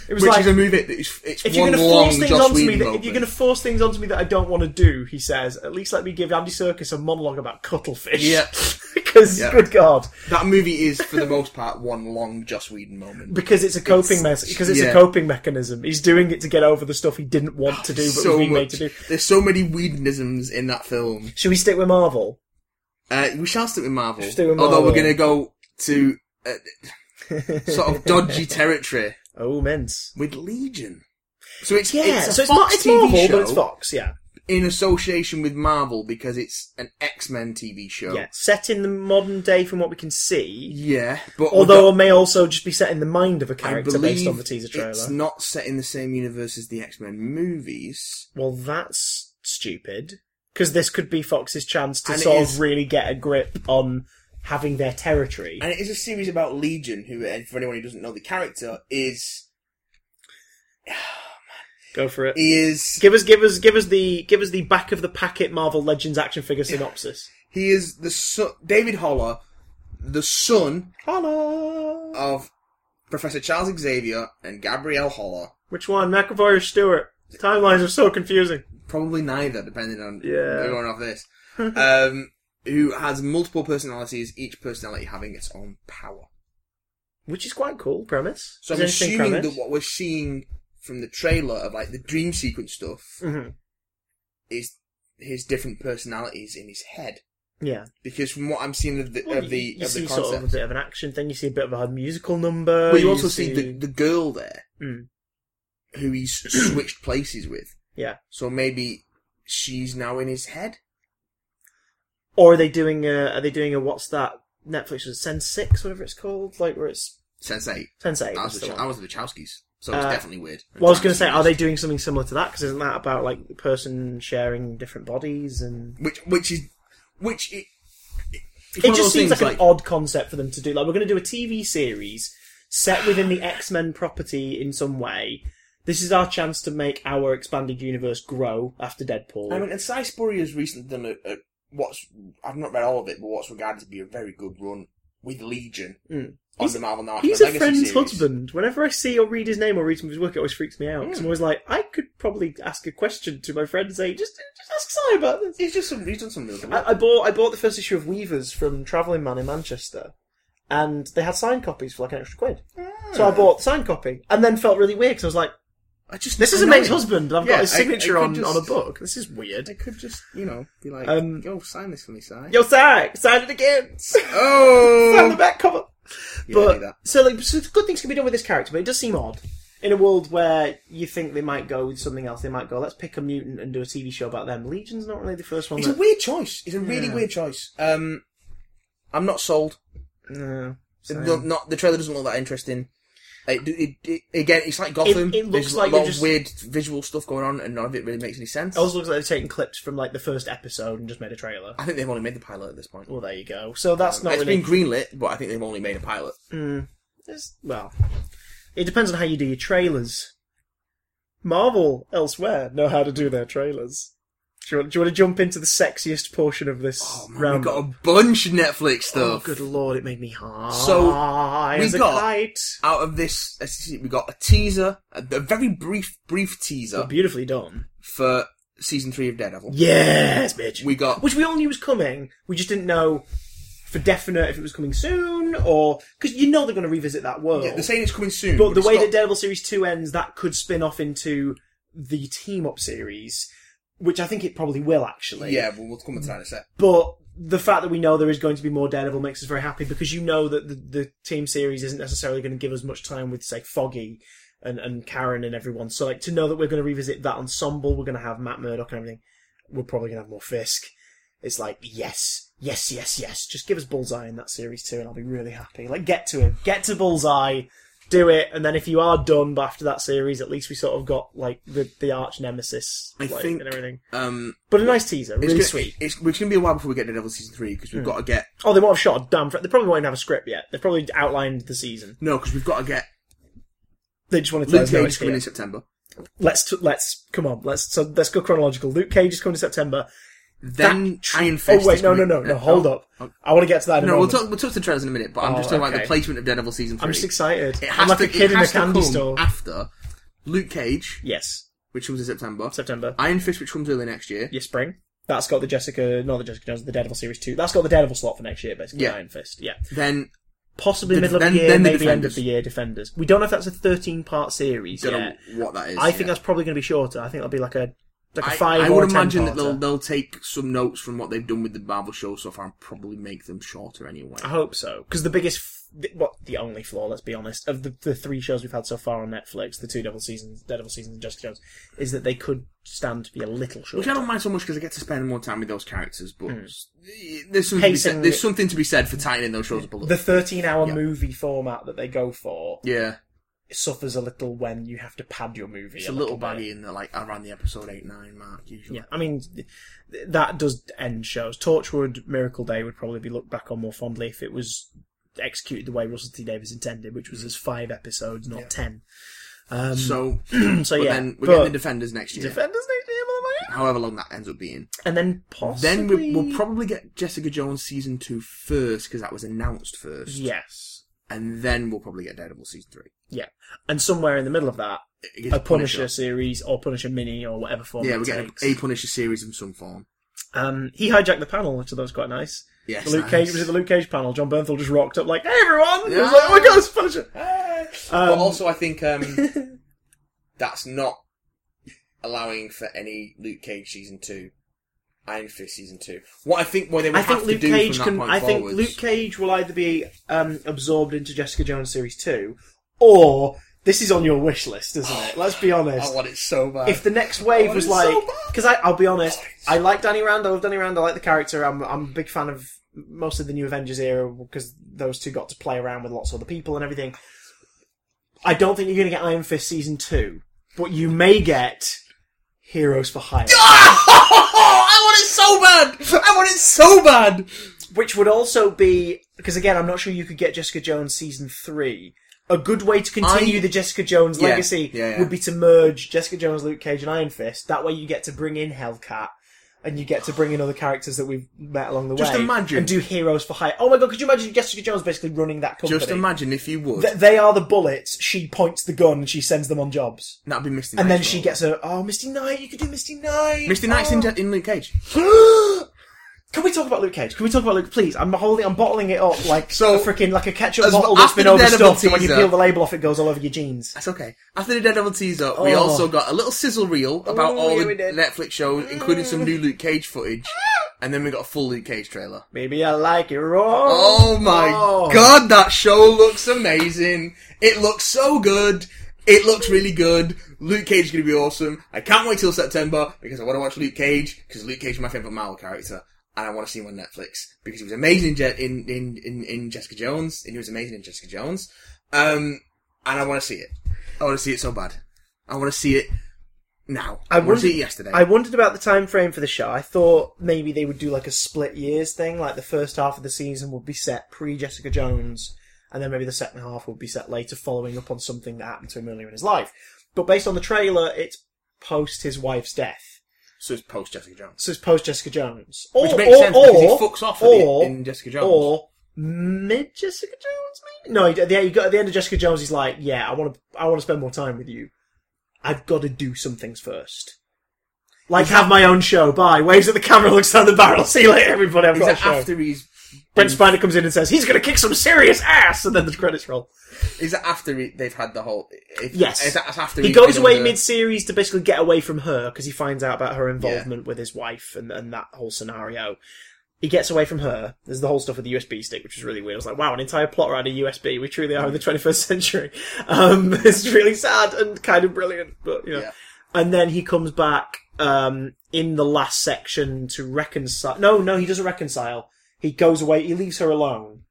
[SPEAKER 1] It was
[SPEAKER 2] Which
[SPEAKER 1] like
[SPEAKER 2] is a movie that is it's
[SPEAKER 1] if you're
[SPEAKER 2] one
[SPEAKER 1] going to
[SPEAKER 2] long
[SPEAKER 1] force things
[SPEAKER 2] Joss
[SPEAKER 1] onto me,
[SPEAKER 2] Whedon
[SPEAKER 1] that, if you're going to force things onto me that I don't want to do, he says, at least let me give Andy Serkis a monologue about cuttlefish.
[SPEAKER 2] Yeah.
[SPEAKER 1] because
[SPEAKER 2] Yeah.
[SPEAKER 1] good God.
[SPEAKER 2] That movie is, for the most part, one long Joss Whedon moment.
[SPEAKER 1] because it's a coping
[SPEAKER 2] It's-
[SPEAKER 1] mes- because it's
[SPEAKER 2] yeah.
[SPEAKER 1] a coping mechanism. He's doing it to get over the stuff he didn't want to do, but was being made
[SPEAKER 2] much.
[SPEAKER 1] to do.
[SPEAKER 2] There's so many Whedonisms in that film.
[SPEAKER 1] Should we stick with Marvel?
[SPEAKER 2] Uh, we shall stick with Marvel.
[SPEAKER 1] Stick with
[SPEAKER 2] Although
[SPEAKER 1] Marvel.
[SPEAKER 2] we're going to go to uh, sort of dodgy territory
[SPEAKER 1] Oh, mince.
[SPEAKER 2] with Legion. So it's
[SPEAKER 1] Yeah,
[SPEAKER 2] it's a
[SPEAKER 1] so it's,
[SPEAKER 2] Fox
[SPEAKER 1] not, it's
[SPEAKER 2] TV
[SPEAKER 1] Marvel,
[SPEAKER 2] show.
[SPEAKER 1] but it's Fox. Yeah,
[SPEAKER 2] in association with Marvel because it's an X Men TV show.
[SPEAKER 1] Yeah, set in the modern day from what we can see.
[SPEAKER 2] Yeah, but
[SPEAKER 1] Although it may also just be set in the mind of a
[SPEAKER 2] I
[SPEAKER 1] character
[SPEAKER 2] believe
[SPEAKER 1] based on the teaser
[SPEAKER 2] it's
[SPEAKER 1] trailer.
[SPEAKER 2] not set in the same universe as the X Men movies.
[SPEAKER 1] well, that's stupid. Because this could be Fox's chance to
[SPEAKER 2] And it
[SPEAKER 1] sort
[SPEAKER 2] is-
[SPEAKER 1] of really get a grip on having their territory.
[SPEAKER 2] And it is a series about Legion, who, and for anyone who doesn't know the character, is
[SPEAKER 1] Go for it.
[SPEAKER 2] he is
[SPEAKER 1] Give us, give us, give us the, give us the back of the packet Marvel Legends action figure synopsis.
[SPEAKER 2] he is the son David Holler, the son
[SPEAKER 1] Hello.
[SPEAKER 2] of Professor Charles Xavier and Gabrielle Holler.
[SPEAKER 1] Which one, McAvoy or Stewart? Timelines are so confusing.
[SPEAKER 2] Probably neither, depending on
[SPEAKER 1] Yeah.
[SPEAKER 2] who's going off this. um, who has multiple personalities, each personality having its own power.
[SPEAKER 1] Which is quite cool premise.
[SPEAKER 2] So
[SPEAKER 1] Is
[SPEAKER 2] I'm
[SPEAKER 1] there anything
[SPEAKER 2] assuming
[SPEAKER 1] premise?
[SPEAKER 2] that what we're seeing from the trailer of like the dream sequence stuff
[SPEAKER 1] Mhm.
[SPEAKER 2] is his different personalities in his head.
[SPEAKER 1] Yeah.
[SPEAKER 2] Because from what I'm seeing of the
[SPEAKER 1] Well,
[SPEAKER 2] of the
[SPEAKER 1] you, you
[SPEAKER 2] of
[SPEAKER 1] see
[SPEAKER 2] the
[SPEAKER 1] sort of a
[SPEAKER 2] concept,
[SPEAKER 1] bit of an action thing. You see a bit of a musical number.
[SPEAKER 2] well, you also see the, the girl there
[SPEAKER 1] Mm.
[SPEAKER 2] who he's switched places with.
[SPEAKER 1] yeah.
[SPEAKER 2] So maybe she's now in his head.
[SPEAKER 1] Or are they doing a? Are they doing a? What's that? Netflix was Sense Six, whatever it's called. Like where it's
[SPEAKER 2] Sense eight.
[SPEAKER 1] Sense Eight.
[SPEAKER 2] I
[SPEAKER 1] that's
[SPEAKER 2] was,
[SPEAKER 1] the
[SPEAKER 2] the,
[SPEAKER 1] one.
[SPEAKER 2] I was the Wachowskis, so it's
[SPEAKER 1] Uh,
[SPEAKER 2] definitely weird.
[SPEAKER 1] Well, I was going to say, are they doing something similar to that? Because isn't that about like the person sharing different bodies and?
[SPEAKER 2] Which which is which it. it's one
[SPEAKER 1] It just
[SPEAKER 2] of those
[SPEAKER 1] seems
[SPEAKER 2] things,
[SPEAKER 1] like, an odd concept for them to do. Like we're going to do a TV series set within the X Men property in some way. This is our chance to make our expanded universe grow after Deadpool.
[SPEAKER 2] I mean, and Cy Spurrier has recently done a, a what's I've not read all of it, but what's regarded to be a very good run with Legion
[SPEAKER 1] Mm.
[SPEAKER 2] on
[SPEAKER 1] He's-
[SPEAKER 2] the Marvel Now
[SPEAKER 1] He's a
[SPEAKER 2] Legacy
[SPEAKER 1] friend's
[SPEAKER 2] series.
[SPEAKER 1] husband. Whenever I see or read his name or read some of his work, it always freaks me out.
[SPEAKER 2] Hmm.
[SPEAKER 1] 'cause I'm always like, I could probably ask a question to my friend and say, just, just ask Cy about this.
[SPEAKER 2] He's just some, he's done some really good. work.
[SPEAKER 1] I, I bought I bought the first issue of Weavers from Travelling Man in Manchester, and they had signed copies for like an extra quid. So I
[SPEAKER 2] Hmm.
[SPEAKER 1] bought the signed copy, and then felt really weird because I was like,
[SPEAKER 2] I just
[SPEAKER 1] "This is
[SPEAKER 2] I know
[SPEAKER 1] a mate's
[SPEAKER 2] him.
[SPEAKER 1] husband. and I've
[SPEAKER 2] Yeah,
[SPEAKER 1] got his
[SPEAKER 2] I- I
[SPEAKER 1] signature
[SPEAKER 2] could
[SPEAKER 1] on,
[SPEAKER 2] just-
[SPEAKER 1] on a book. This is weird."
[SPEAKER 2] I could just you know be like,
[SPEAKER 1] Um,
[SPEAKER 2] yo, sign this for me, Cy.
[SPEAKER 1] Yo, Sag, sign it again. on the
[SPEAKER 2] Oh,
[SPEAKER 1] back cover.
[SPEAKER 2] Yeah, do
[SPEAKER 1] but
[SPEAKER 2] that.
[SPEAKER 1] so like so good things can be done with this character, but it does seem odd in a world where you think they might go with something else. They might go, let's pick a mutant and do a TV show about them. Legion's not really the first one.
[SPEAKER 2] it's a
[SPEAKER 1] That,
[SPEAKER 2] weird choice. It's a really
[SPEAKER 1] Yeah.
[SPEAKER 2] weird choice. Um, I'm not sold.
[SPEAKER 1] no,
[SPEAKER 2] The-
[SPEAKER 1] same.
[SPEAKER 2] the- not the trailer doesn't look that interesting. It, do- it, it, again, it's like Gotham.
[SPEAKER 1] it looks
[SPEAKER 2] There's
[SPEAKER 1] like
[SPEAKER 2] a lot
[SPEAKER 1] they just-
[SPEAKER 2] of weird visual stuff going on, and none of it really makes any sense.
[SPEAKER 1] it also looks like they've taken clips from like the first episode and just made a trailer.
[SPEAKER 2] I think they've only made the pilot at this point.
[SPEAKER 1] Well, there you go. So that's not
[SPEAKER 2] Um, It's
[SPEAKER 1] really
[SPEAKER 2] been greenlit, but I think they've only made a pilot.
[SPEAKER 1] it's- Hmm. well. It depends on how you do your trailers. Marvel elsewhere know how to do their trailers. Do you want, do you want to jump into the sexiest portion of this
[SPEAKER 2] Oh man,
[SPEAKER 1] round?
[SPEAKER 2] we've got a bunch of Netflix
[SPEAKER 1] Oh,
[SPEAKER 2] stuff.
[SPEAKER 1] good lord, it made me high.
[SPEAKER 2] So, we
[SPEAKER 1] as a
[SPEAKER 2] got-
[SPEAKER 1] kite.
[SPEAKER 2] Out of this, let's see, we got a teaser, a, a very brief, brief teaser
[SPEAKER 1] beautifully done.
[SPEAKER 2] for season three of Daredevil.
[SPEAKER 1] Yes, bitch.
[SPEAKER 2] We got
[SPEAKER 1] Which we all knew was coming. We just didn't know for definite if it was coming soon or because you know they're going to revisit that world.
[SPEAKER 2] yeah, they're saying it's coming soon,
[SPEAKER 1] but the
[SPEAKER 2] it's
[SPEAKER 1] way
[SPEAKER 2] got-
[SPEAKER 1] that Daredevil series two ends, that could spin off into the team up series, which I think it probably will actually.
[SPEAKER 2] yeah, we'll, we'll come to that in a sec.
[SPEAKER 1] But the fact that we know there is going to be more Daredevil makes us very happy because you know that the, the team series isn't necessarily going to give us much time with, say, Foggy and, and Karen and everyone. So, like, to know that we're going to revisit that ensemble, we're going to have Matt Murdock and everything, we're probably going to have more Fisk. It's like, yes, yes, yes, yes. Just give us Bullseye in that series too, and I'll be really happy. Like, get to him. Get to Bullseye. Do it, and then if you are done after that series, at least we sort of got like the, the arch nemesis,
[SPEAKER 2] I
[SPEAKER 1] like,
[SPEAKER 2] think
[SPEAKER 1] and everything.
[SPEAKER 2] Um,
[SPEAKER 1] But a nice teaser,
[SPEAKER 2] it's
[SPEAKER 1] really
[SPEAKER 2] gonna,
[SPEAKER 1] sweet.
[SPEAKER 2] It's, it's going to be a while before we get Daredevil season three because we've got to get
[SPEAKER 1] Oh, they might have shot a damn. Fr- they probably won't have a script yet. They've probably outlined the season.
[SPEAKER 2] no, because we've got to get
[SPEAKER 1] They just wanted to.
[SPEAKER 2] Luke
[SPEAKER 1] let us know
[SPEAKER 2] Cage
[SPEAKER 1] it's
[SPEAKER 2] coming
[SPEAKER 1] here.
[SPEAKER 2] in September.
[SPEAKER 1] Let's t- let's come on. Let's so let's go chronological. Luke Cage is coming in September.
[SPEAKER 2] Then
[SPEAKER 1] That-
[SPEAKER 2] Iron Fist.
[SPEAKER 1] oh wait,
[SPEAKER 2] is
[SPEAKER 1] no, no,
[SPEAKER 2] coming-
[SPEAKER 1] no, no. Hold
[SPEAKER 2] oh,
[SPEAKER 1] up. I want to get to that. In a
[SPEAKER 2] No, we'll
[SPEAKER 1] moment.
[SPEAKER 2] talk. We'll talk to the trailers in a minute. But I'm
[SPEAKER 1] Oh,
[SPEAKER 2] just talking about
[SPEAKER 1] okay.
[SPEAKER 2] the placement of Daredevil season three.
[SPEAKER 1] I'm just excited.
[SPEAKER 2] It
[SPEAKER 1] I'm
[SPEAKER 2] has
[SPEAKER 1] like
[SPEAKER 2] to,
[SPEAKER 1] a kid
[SPEAKER 2] it
[SPEAKER 1] in a
[SPEAKER 2] has to
[SPEAKER 1] candy
[SPEAKER 2] come
[SPEAKER 1] store.
[SPEAKER 2] after Luke Cage,
[SPEAKER 1] yes,
[SPEAKER 2] which comes in September.
[SPEAKER 1] September.
[SPEAKER 2] Iron Fist, which comes early next year.
[SPEAKER 1] Yes, spring. That's got the Jessica, not the Jessica Jones, the Daredevil series two. That's got the Daredevil slot for next year, basically.
[SPEAKER 2] Yeah.
[SPEAKER 1] Iron Fist. Yeah,
[SPEAKER 2] Then
[SPEAKER 1] possibly
[SPEAKER 2] The-
[SPEAKER 1] middle
[SPEAKER 2] then-
[SPEAKER 1] of the year,
[SPEAKER 2] then the
[SPEAKER 1] maybe end of
[SPEAKER 2] Defenders.
[SPEAKER 1] the year. Defenders. We don't know if that's a 13 part series
[SPEAKER 2] don't
[SPEAKER 1] yet.
[SPEAKER 2] know what that is.
[SPEAKER 1] I think
[SPEAKER 2] yeah.
[SPEAKER 1] that's probably going to be shorter. I think it'll be like a Like a
[SPEAKER 2] I-
[SPEAKER 1] five
[SPEAKER 2] I,
[SPEAKER 1] or
[SPEAKER 2] would
[SPEAKER 1] a
[SPEAKER 2] imagine that
[SPEAKER 1] 10-parter.
[SPEAKER 2] they'll they'll take some notes from what they've done with the Marvel show so far and probably make them shorter anyway.
[SPEAKER 1] I hope so. Because the biggest, f- the- well, the only flaw, let's be honest, of the, the three shows we've had so far on Netflix, the two double seasons, Daredevil seasons, and Jessica Jones, is that they could stand to be a little short.
[SPEAKER 2] Which I don't mind so much because I get to spend more time with those characters. But s- there's something
[SPEAKER 1] Hmm.
[SPEAKER 2] to be
[SPEAKER 1] Pacing
[SPEAKER 2] said, there's
[SPEAKER 1] it-
[SPEAKER 2] something to be said for tightening those shows up a little.
[SPEAKER 1] The 13 hour
[SPEAKER 2] Yeah.
[SPEAKER 1] movie format that they go for
[SPEAKER 2] yeah,
[SPEAKER 1] suffers a little when you have to pad your movie.
[SPEAKER 2] it's a little
[SPEAKER 1] bit.
[SPEAKER 2] baggy in the like around the episode eight nine mark usually.
[SPEAKER 1] Yeah, I mean, th- that does end shows. Torchwood Miracle Day would probably be looked back on more fondly if it was executed the way Russell T Davies intended, which was as five episodes, not ten. Um, so,
[SPEAKER 2] So, but
[SPEAKER 1] yeah,
[SPEAKER 2] then we're
[SPEAKER 1] but
[SPEAKER 2] getting the defenders next year,
[SPEAKER 1] Defenders next year, motherfucker.
[SPEAKER 2] however long that ends up being.
[SPEAKER 1] and then possibly
[SPEAKER 2] Then we, we'll probably get Jessica Jones season two first because that was announced first,
[SPEAKER 1] yes,
[SPEAKER 2] and then we'll probably get Daredevil season three.
[SPEAKER 1] yeah, and somewhere in the middle of that,
[SPEAKER 2] It gets
[SPEAKER 1] a Punisher, series or Punisher mini or whatever form.
[SPEAKER 2] Yeah,
[SPEAKER 1] it
[SPEAKER 2] we're getting
[SPEAKER 1] takes.
[SPEAKER 2] a Punisher series in some form.
[SPEAKER 1] Um, he hijacked the panel, so that was quite nice.
[SPEAKER 2] Yes,
[SPEAKER 1] The Luke
[SPEAKER 2] nice.
[SPEAKER 1] Cage was at the Luke Cage panel. John Bernthal just rocked up like, "Hey everyone!" He was
[SPEAKER 2] Yeah.
[SPEAKER 1] like, "Oh my god, it's Punisher!" Hey.
[SPEAKER 2] but
[SPEAKER 1] Um,
[SPEAKER 2] also, I think um, that's not allowing for any Luke Cage season two, Iron Fist season two. What I think what they would
[SPEAKER 1] I think
[SPEAKER 2] have
[SPEAKER 1] Luke
[SPEAKER 2] to do
[SPEAKER 1] Cage
[SPEAKER 2] from that
[SPEAKER 1] can.
[SPEAKER 2] point
[SPEAKER 1] I think
[SPEAKER 2] forwards-
[SPEAKER 1] Luke Cage will either be um, absorbed into Jessica Jones series two, or this is on your wish list, isn't it? Let's be honest.
[SPEAKER 2] I want it so bad.
[SPEAKER 1] if the next wave
[SPEAKER 2] Oh,
[SPEAKER 1] was
[SPEAKER 2] it's
[SPEAKER 1] like,
[SPEAKER 2] so bad. Oh,
[SPEAKER 1] because I, I'll be honest, I like Danny Rand. I love Danny Rand. I like the character. I'm, I'm a big fan of most of the new Avengers era because those two got to play around with lots of other people and everything. I don't think you're going to get Iron Fist season two, but you may get Heroes for Hire,
[SPEAKER 2] I want it so bad. I want it so bad.
[SPEAKER 1] which would also be because again, I'm not sure you could get Jessica Jones season three. A good way to continue
[SPEAKER 2] I-
[SPEAKER 1] the Jessica Jones
[SPEAKER 2] Yeah,
[SPEAKER 1] legacy
[SPEAKER 2] yeah, yeah.
[SPEAKER 1] would be to merge Jessica Jones, Luke Cage, and Iron Fist. That way, you get to bring in Hellcat, and you get to bring in other characters that we've met along the
[SPEAKER 2] Just
[SPEAKER 1] way.
[SPEAKER 2] imagine.
[SPEAKER 1] and do heroes for hire. Oh my god, could you imagine Jessica Jones basically running that company?
[SPEAKER 2] Just imagine if you would.
[SPEAKER 1] Th- they are the bullets. She points the gun and she sends them on jobs,
[SPEAKER 2] That'd be Misty.
[SPEAKER 1] and
[SPEAKER 2] Knight's
[SPEAKER 1] then she
[SPEAKER 2] role.
[SPEAKER 1] gets a oh Misty Knight. You could do Misty Knight.
[SPEAKER 2] Misty Knight's in,
[SPEAKER 1] Oh.
[SPEAKER 2] Je- in Luke Cage.
[SPEAKER 1] Can we talk about Luke Cage? Can we talk about Luke? Please, I'm holding, I'm bottling it up like
[SPEAKER 2] So-
[SPEAKER 1] a freaking like a ketchup
[SPEAKER 2] As-
[SPEAKER 1] bottle that's
[SPEAKER 2] after
[SPEAKER 1] been
[SPEAKER 2] the
[SPEAKER 1] overstuffed,
[SPEAKER 2] Daredevil
[SPEAKER 1] and when you
[SPEAKER 2] teaser-
[SPEAKER 1] peel the label off, it goes all over your jeans.
[SPEAKER 2] That's okay. After the Daredevil teaser, we
[SPEAKER 1] Oh.
[SPEAKER 2] also got a little sizzle reel about
[SPEAKER 1] Ooh,
[SPEAKER 2] all
[SPEAKER 1] yeah,
[SPEAKER 2] the
[SPEAKER 1] we did. Mm.
[SPEAKER 2] Netflix shows, including some new Luke Cage footage, and then we got a full Luke Cage trailer.
[SPEAKER 1] Maybe I like it raw.
[SPEAKER 2] Oh my
[SPEAKER 1] Oh.
[SPEAKER 2] god, that show looks amazing. It looks so good. It looks really good. Luke Cage is going to be awesome. I can't wait till September because I want to watch Luke Cage because Luke Cage is my favorite Marvel character and I want to see him on Netflix because he was amazing in Je- in, in, in, in Jessica Jones and he was amazing in Jessica Jones. Um, and I want to see it. I want to see it so bad. I want to see it now. I, want
[SPEAKER 1] wondered-
[SPEAKER 2] to see it yesterday.
[SPEAKER 1] I wondered about the time frame for the show. I thought maybe they would do like a split years thing, like the first half of the season would be set pre Jessica Jones, and then maybe the second half would be set later, following up on something that happened to him earlier in his life. But based on the trailer, it's post his wife's death.
[SPEAKER 2] so it's post Jessica Jones.
[SPEAKER 1] So it's post Jessica Jones, or,
[SPEAKER 2] Which makes
[SPEAKER 1] or,
[SPEAKER 2] sense because he
[SPEAKER 1] or-
[SPEAKER 2] fucks off at the-
[SPEAKER 1] or,
[SPEAKER 2] in Jessica Jones.
[SPEAKER 1] or mid Jessica Jones, maybe. No, he- yeah, you got at the end of Jessica Jones. He's like, "Yeah, I want to, I want to spend more time with you. I've got to do some things first. Like have my own show. Bye." Waves at the camera, looks down the barrel. See you later, everybody. I've
[SPEAKER 2] Is
[SPEAKER 1] got a
[SPEAKER 2] that
[SPEAKER 1] show.
[SPEAKER 2] after he's
[SPEAKER 1] Brent Spiner comes in and says he's going to kick some serious ass, and then the credits roll.
[SPEAKER 2] Is that after he, they've had the whole? If,
[SPEAKER 1] Yes.
[SPEAKER 2] Is that after
[SPEAKER 1] He
[SPEAKER 2] he's
[SPEAKER 1] goes
[SPEAKER 2] been
[SPEAKER 1] away
[SPEAKER 2] under-
[SPEAKER 1] mid series to basically get away from her because he finds out about her involvement with his wife and, and that whole scenario. He gets away from her. There's the whole stuff with the USB stick, which is really weird. I was like, wow, an entire plot around a USB. We truly are in the 21st century. Um, it's really sad and kind of brilliant, but you know.
[SPEAKER 2] Yeah.
[SPEAKER 1] And then he comes back um, in the last section to reconcile. No, no, he doesn't reconcile. He goes away. He leaves her alone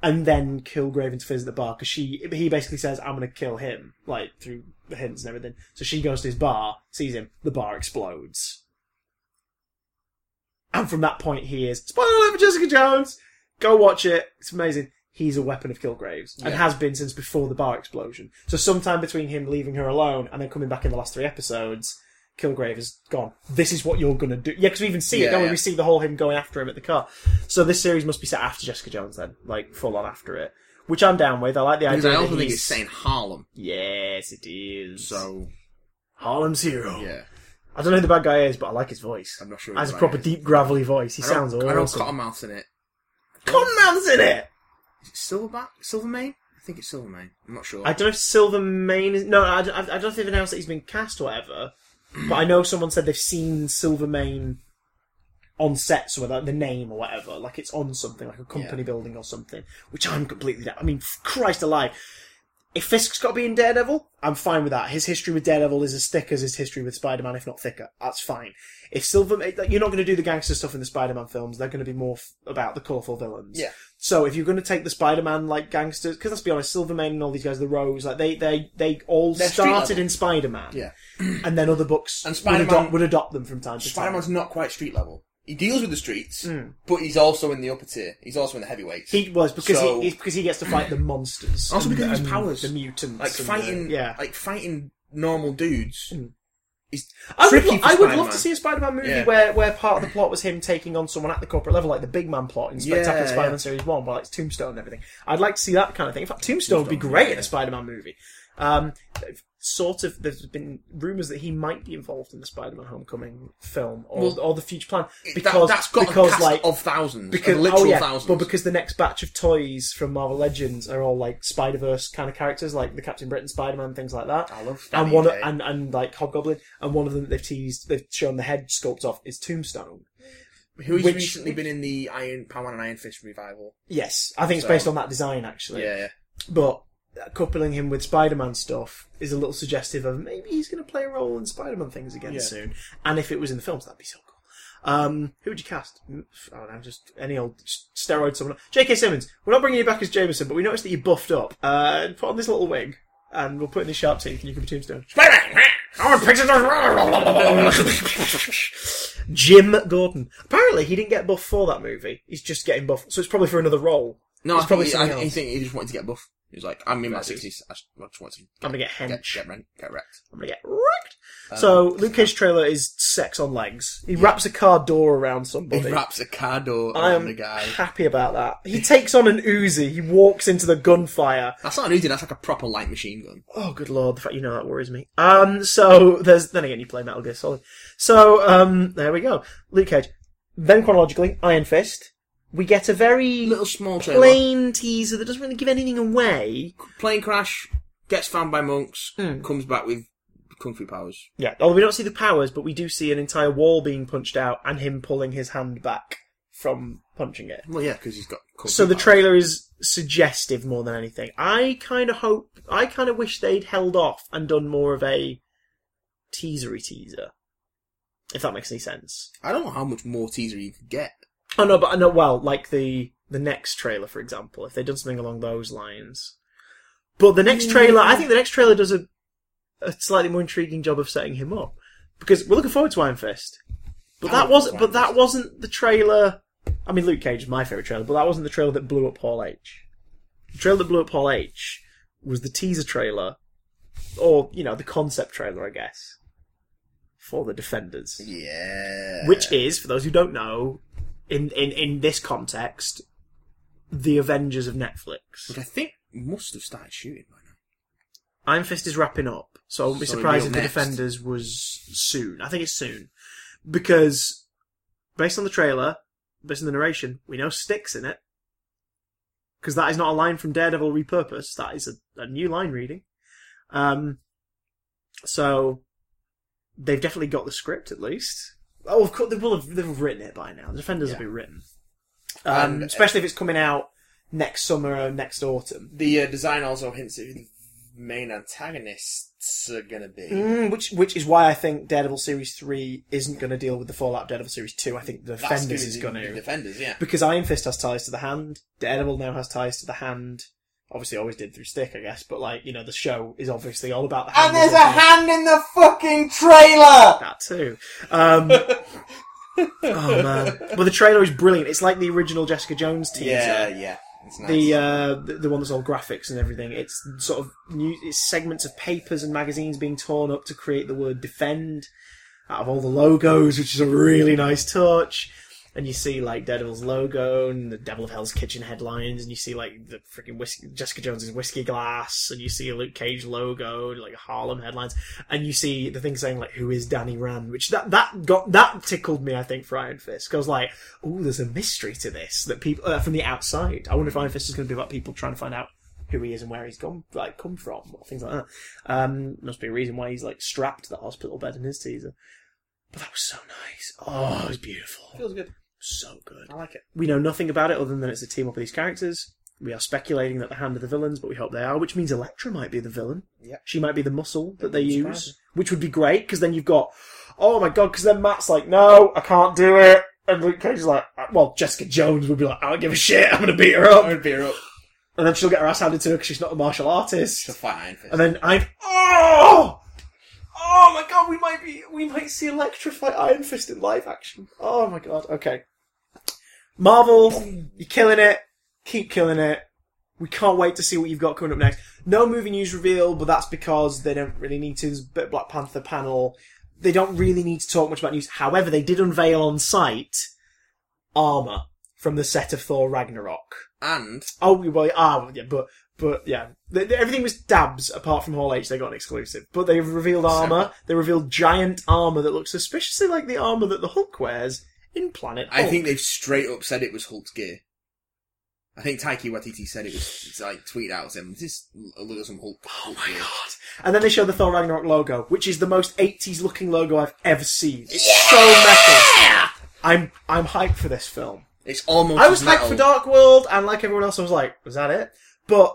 [SPEAKER 1] and then kill Graven to visit the bar because she he basically says I'm gonna kill him like through the hints and everything. So she goes to his bar, sees him, the bar explodes, and from that point he is spoiler alert for Jessica Jones. Go watch it; it's amazing. He's a weapon of Kilgraves and
[SPEAKER 2] Yeah.
[SPEAKER 1] has been since before the bar explosion. So sometime between him leaving her alone and then coming back in the last three episodes, Kilgrave is gone. This is what you're gonna do. Yeah, because we even see it.
[SPEAKER 2] Yeah,
[SPEAKER 1] Don't we?
[SPEAKER 2] yeah.
[SPEAKER 1] We see the whole him going after him at the car. So this series must be set after Jessica Jones then, like full on after it, which I'm down with. I like the
[SPEAKER 2] Because
[SPEAKER 1] idea.
[SPEAKER 2] I
[SPEAKER 1] that
[SPEAKER 2] also think
[SPEAKER 1] he's-
[SPEAKER 2] it's saying Harlem.
[SPEAKER 1] Yes, it is.
[SPEAKER 2] So
[SPEAKER 1] Harlem's hero.
[SPEAKER 2] yeah,
[SPEAKER 1] I don't know who the bad guy is, but I like his voice.
[SPEAKER 2] I'm not sure.
[SPEAKER 1] Has a
[SPEAKER 2] who
[SPEAKER 1] proper
[SPEAKER 2] that is.
[SPEAKER 1] deep gravelly voice. He
[SPEAKER 2] I don't-
[SPEAKER 1] sounds
[SPEAKER 2] I know
[SPEAKER 1] awesome.
[SPEAKER 2] Cottonmouth's in it.
[SPEAKER 1] Cottonmouth's in it.
[SPEAKER 2] Is it Silverback? Silvermane? I think it's Silvermane. I'm not sure.
[SPEAKER 1] I don't know if Silvermane is. No, I, don't- I, I don't know if they've announced that he's been cast or whatever. But I know someone said they've seen Silvermane on set somewhere, like the name or whatever. Like it's on something, like a company building or something. Which I'm completely. I mean, Christ alive. If Fisk's got to be in Daredevil, I'm fine with that. His history with Daredevil is as thick as his history with Spider-Man, if not thicker. That's fine. If Silverman, like, you're not going to do the gangster stuff in the Spider-Man films. They're going to be more f- about the colourful villains.
[SPEAKER 2] Yeah.
[SPEAKER 1] So if you're going to take the Spider-Man like gangsters, because let's be honest, Silverman and all these guys, the Rose, like they they they all
[SPEAKER 2] They're street
[SPEAKER 1] started
[SPEAKER 2] level.
[SPEAKER 1] in Spider-Man.
[SPEAKER 2] Yeah.
[SPEAKER 1] And then other books
[SPEAKER 2] And
[SPEAKER 1] would,
[SPEAKER 2] Spider-Man-
[SPEAKER 1] adopt, would adopt them from time to
[SPEAKER 2] Spider
[SPEAKER 1] time.
[SPEAKER 2] Man's not quite street level. He deals with the streets,
[SPEAKER 1] Mm.
[SPEAKER 2] but he's also in the upper tier. He's also in the heavyweights.
[SPEAKER 1] He was because
[SPEAKER 2] So-
[SPEAKER 1] he it's because he gets to fight the monsters.
[SPEAKER 2] Also
[SPEAKER 1] and
[SPEAKER 2] because of his
[SPEAKER 1] the- and
[SPEAKER 2] powers.
[SPEAKER 1] the mutants,
[SPEAKER 2] like
[SPEAKER 1] and
[SPEAKER 2] fighting,
[SPEAKER 1] The, uh, yeah, Hmm.
[SPEAKER 2] like fighting normal dudes. Is
[SPEAKER 1] I would,
[SPEAKER 2] tricky
[SPEAKER 1] lo-
[SPEAKER 2] for
[SPEAKER 1] I would love
[SPEAKER 2] Spider-Man.
[SPEAKER 1] to see a Spider-Man movie
[SPEAKER 2] Yeah.
[SPEAKER 1] where, where part of the plot was him taking on someone at the corporate level, like the Big Man plot in Spectacular
[SPEAKER 2] Yeah,
[SPEAKER 1] Spider-Man
[SPEAKER 2] yeah.
[SPEAKER 1] Series One, where like, it's Tombstone and everything. I'd like to see that kind of thing. In fact, Tombstone, would be
[SPEAKER 2] Tombstone,
[SPEAKER 1] great in
[SPEAKER 2] yeah.
[SPEAKER 1] a Spider-Man movie. Um, they've sort of, there's been rumors that he might be involved in the Spider-Man Homecoming film or,
[SPEAKER 2] Well,
[SPEAKER 1] or the future plan
[SPEAKER 2] It-
[SPEAKER 1] because
[SPEAKER 2] that, has got
[SPEAKER 1] because
[SPEAKER 2] a cast
[SPEAKER 1] like
[SPEAKER 2] of thousands,
[SPEAKER 1] because
[SPEAKER 2] of literal
[SPEAKER 1] oh yeah,
[SPEAKER 2] thousands.
[SPEAKER 1] but because the next batch of toys from Marvel Legends are all like Spider Verse kind of characters, like the Captain Britain, Spider Man, things like that.
[SPEAKER 2] I love E
[SPEAKER 1] and
[SPEAKER 2] Stabby
[SPEAKER 1] one
[SPEAKER 2] Day.
[SPEAKER 1] and and like Hobgoblin, and one of them that they've teased, they've shown the head sculpt off is Tombstone.
[SPEAKER 2] who's
[SPEAKER 1] which-
[SPEAKER 2] recently been in the Iron Power and Iron Fist revival?
[SPEAKER 1] Yes, I think it's
[SPEAKER 2] So-
[SPEAKER 1] based on that design actually.
[SPEAKER 2] Yeah,
[SPEAKER 1] But coupling him with Spider Man stuff is a little suggestive of maybe he's going to play a role in Spider Man things again
[SPEAKER 2] Yeah.
[SPEAKER 1] soon. And if it was in the films, that'd be so cool. Um, who would you cast? Mm, I don't know, just any old s- steroid someone. J.K. Simmons, we're not bringing you back as Jameson, but we noticed that you buffed up. Uh, put on this little wig, and we'll put in this sharp teeth, and you can be Tombstone.
[SPEAKER 2] Spider-Man!
[SPEAKER 1] I want pictures of Jim Gordon. Apparently, he didn't get buff for that movie. He's just getting buff, so it's probably for another role.
[SPEAKER 2] No,
[SPEAKER 1] It's
[SPEAKER 2] I
[SPEAKER 1] probably
[SPEAKER 2] probably. I,
[SPEAKER 1] something
[SPEAKER 2] I
[SPEAKER 1] else.
[SPEAKER 2] think he just wanted to get buff. He was like, I'm in my
[SPEAKER 1] Right.
[SPEAKER 2] sixties. I just I just want to
[SPEAKER 1] I'm gonna get hench.
[SPEAKER 2] get get, rent, get wrecked.
[SPEAKER 1] I'm gonna get wrecked. so
[SPEAKER 2] Um,
[SPEAKER 1] Luke Cage trailer is sex on legs. He wraps a car door around
[SPEAKER 2] He
[SPEAKER 1] somebody.
[SPEAKER 2] wraps a car door
[SPEAKER 1] I
[SPEAKER 2] on
[SPEAKER 1] am
[SPEAKER 2] the guy.
[SPEAKER 1] happy about that. He takes on an Uzi. He walks into the gunfire.
[SPEAKER 2] That's not an Uzi. That's like a proper light machine gun.
[SPEAKER 1] Oh, good lord! The fact you know that worries me. Um, so there's then again you play Metal Gear Solid. So um, there we go. Luke Cage. Then chronologically, Iron Fist. We get a very
[SPEAKER 2] Little small trailer.
[SPEAKER 1] plain teaser that doesn't really give anything away.
[SPEAKER 2] Plane crash. Gets found by monks.
[SPEAKER 1] Hmm.
[SPEAKER 2] Comes back with kung fu powers.
[SPEAKER 1] Yeah. Although we don't see the powers, but we do see an entire wall being punched out and him pulling his hand back from punching it.
[SPEAKER 2] Well, yeah, because he's got. Kung
[SPEAKER 1] So
[SPEAKER 2] fu
[SPEAKER 1] the
[SPEAKER 2] powers.
[SPEAKER 1] trailer is suggestive more than anything. I kind of hope, I kind of wish they'd held off and done more of a teasery teaser. If that makes any sense.
[SPEAKER 2] I don't know how much more teaser you could get.
[SPEAKER 1] Oh no, but I know, well, like the, the next trailer, for example, if they'd done something along those lines. But the next trailer, I think the next trailer does a, a slightly more intriguing job of setting him up. Because we're looking forward to Iron Fist. But
[SPEAKER 2] I'm
[SPEAKER 1] that
[SPEAKER 2] looking
[SPEAKER 1] wasn't,
[SPEAKER 2] forward
[SPEAKER 1] but
[SPEAKER 2] to Iron
[SPEAKER 1] that wasn't the trailer. I mean, Luke Cage is my favourite trailer, but that wasn't the trailer that blew up Paul H. The trailer that blew up Paul H was the teaser trailer, or, you know, the concept trailer, I guess, for the Defenders.
[SPEAKER 2] Yeah.
[SPEAKER 1] Which is, for those who don't know, in, in, in this context, the Avengers of Netflix.
[SPEAKER 2] Which I think must have started shooting by now.
[SPEAKER 1] Iron Fist is wrapping up, so I wouldn't be
[SPEAKER 2] So it'll
[SPEAKER 1] surprised
[SPEAKER 2] be
[SPEAKER 1] if
[SPEAKER 2] up
[SPEAKER 1] the
[SPEAKER 2] next.
[SPEAKER 1] Defenders was soon. I think it's soon. Because, based on the trailer, based on the narration, we know Sticks in it. Because that is not a line from Daredevil repurposed, that is a, a new line reading. Um, so, they've definitely got the script at least. Oh, of course, they will have, they've written it by now. The Defenders
[SPEAKER 2] Yeah.
[SPEAKER 1] will be written. Um,
[SPEAKER 2] And-
[SPEAKER 1] especially if it's coming out next summer or next autumn.
[SPEAKER 2] The uh, design also hints at who the main antagonists are going to be.
[SPEAKER 1] Mm, which which is why I think Daredevil Series Three isn't going to deal with the fallout of Daredevil Series Two. I think the
[SPEAKER 2] That's
[SPEAKER 1] Defenders
[SPEAKER 2] gonna
[SPEAKER 1] is
[SPEAKER 2] be
[SPEAKER 1] going
[SPEAKER 2] the
[SPEAKER 1] to
[SPEAKER 2] Defenders, yeah.
[SPEAKER 1] because Iron Fist has ties to the hand. Daredevil now has ties to the hand. Obviously, always did through Stick, I guess. But like you know, the show is obviously all about the hand.
[SPEAKER 2] And there's a
[SPEAKER 1] isn't it?
[SPEAKER 2] hand in the fucking trailer!
[SPEAKER 1] that too. Um, oh man! Well, the trailer is brilliant. It's like the original Jessica Jones teaser.
[SPEAKER 2] Yeah, yeah. It's nice.
[SPEAKER 1] uh, the uh, the the one that's all graphics and everything. It's sort of new, it's segments of papers and magazines being torn up to create the word defend out of all the logos, which is a really nice touch. And you see like Daredevil's logo and the Devil of Hell's Kitchen headlines, and you see like the freaking whiskey, Jessica Jones's whiskey glass, and you see a Luke Cage logo, like Harlem headlines, and you see the thing saying like "Who is Danny Rand?" Which that that got that tickled me. I think for Iron Fist, 'Cause I was like, "Oh, there's a mystery to this that people uh, from the outside." I wonder if Iron Fist is going to be about people trying to find out who he is and where he's gone, like come from, or things like that. Um, must be a reason why he's like strapped to the hospital bed in his teaser. But that was so nice. Oh, it was beautiful.
[SPEAKER 2] Feels good.
[SPEAKER 1] So good.
[SPEAKER 2] I like it.
[SPEAKER 1] We know nothing about it other than it's a team up of these characters. We are speculating that the hand are the villains, but we hope they are, which means Electra might be the villain.
[SPEAKER 2] Yeah.
[SPEAKER 1] She might be the muscle that they
[SPEAKER 2] Wouldn't
[SPEAKER 1] use,
[SPEAKER 2] surprise
[SPEAKER 1] which would be great because then you've got, oh my god, because then Matt's like, no, I can't do it. And Luke Cage is like, well, Jessica Jones would be like, I don't give a shit, I'm going to beat her
[SPEAKER 2] I
[SPEAKER 1] up.
[SPEAKER 2] would beer up.
[SPEAKER 1] And then she'll get her ass handed to her because she's not a martial artist.
[SPEAKER 2] It's a fight Iron Fist.
[SPEAKER 1] And then I, oh, oh my god, we might be, we might see Electra fight Iron Fist in live action. Oh my god, okay. Marvel, you're killing it. Keep killing it. We can't wait to see what you've got coming up next. No movie news reveal, but that's because they don't really need to. There's a bit of Black Panther panel. They don't really need to talk much about news. However, they did unveil on site armor from the set of Thor Ragnarok.
[SPEAKER 2] and
[SPEAKER 1] Oh, we- well, ah, well, yeah, but but yeah, Th- th- everything was dabs apart from Hall H. They got an exclusive, but they revealed armor. They revealed giant armor that looks suspiciously like the armor that the Hulk wears in Planet.
[SPEAKER 2] I
[SPEAKER 1] Hulk.
[SPEAKER 2] think they've straight up said it was Hulk's gear. I think Taiki Watiti said it was it's like tweet out saying this is a look at some Hulk. Oh my god!
[SPEAKER 1] And then they show the Thor Ragnarok logo, which is the most 80s looking logo I've ever seen. It's so metal. I'm I'm hyped for this film.
[SPEAKER 2] It's almost.
[SPEAKER 1] I was
[SPEAKER 2] as
[SPEAKER 1] hyped
[SPEAKER 2] metal.
[SPEAKER 1] for Dark World, and like everyone else, I was like, was that it? But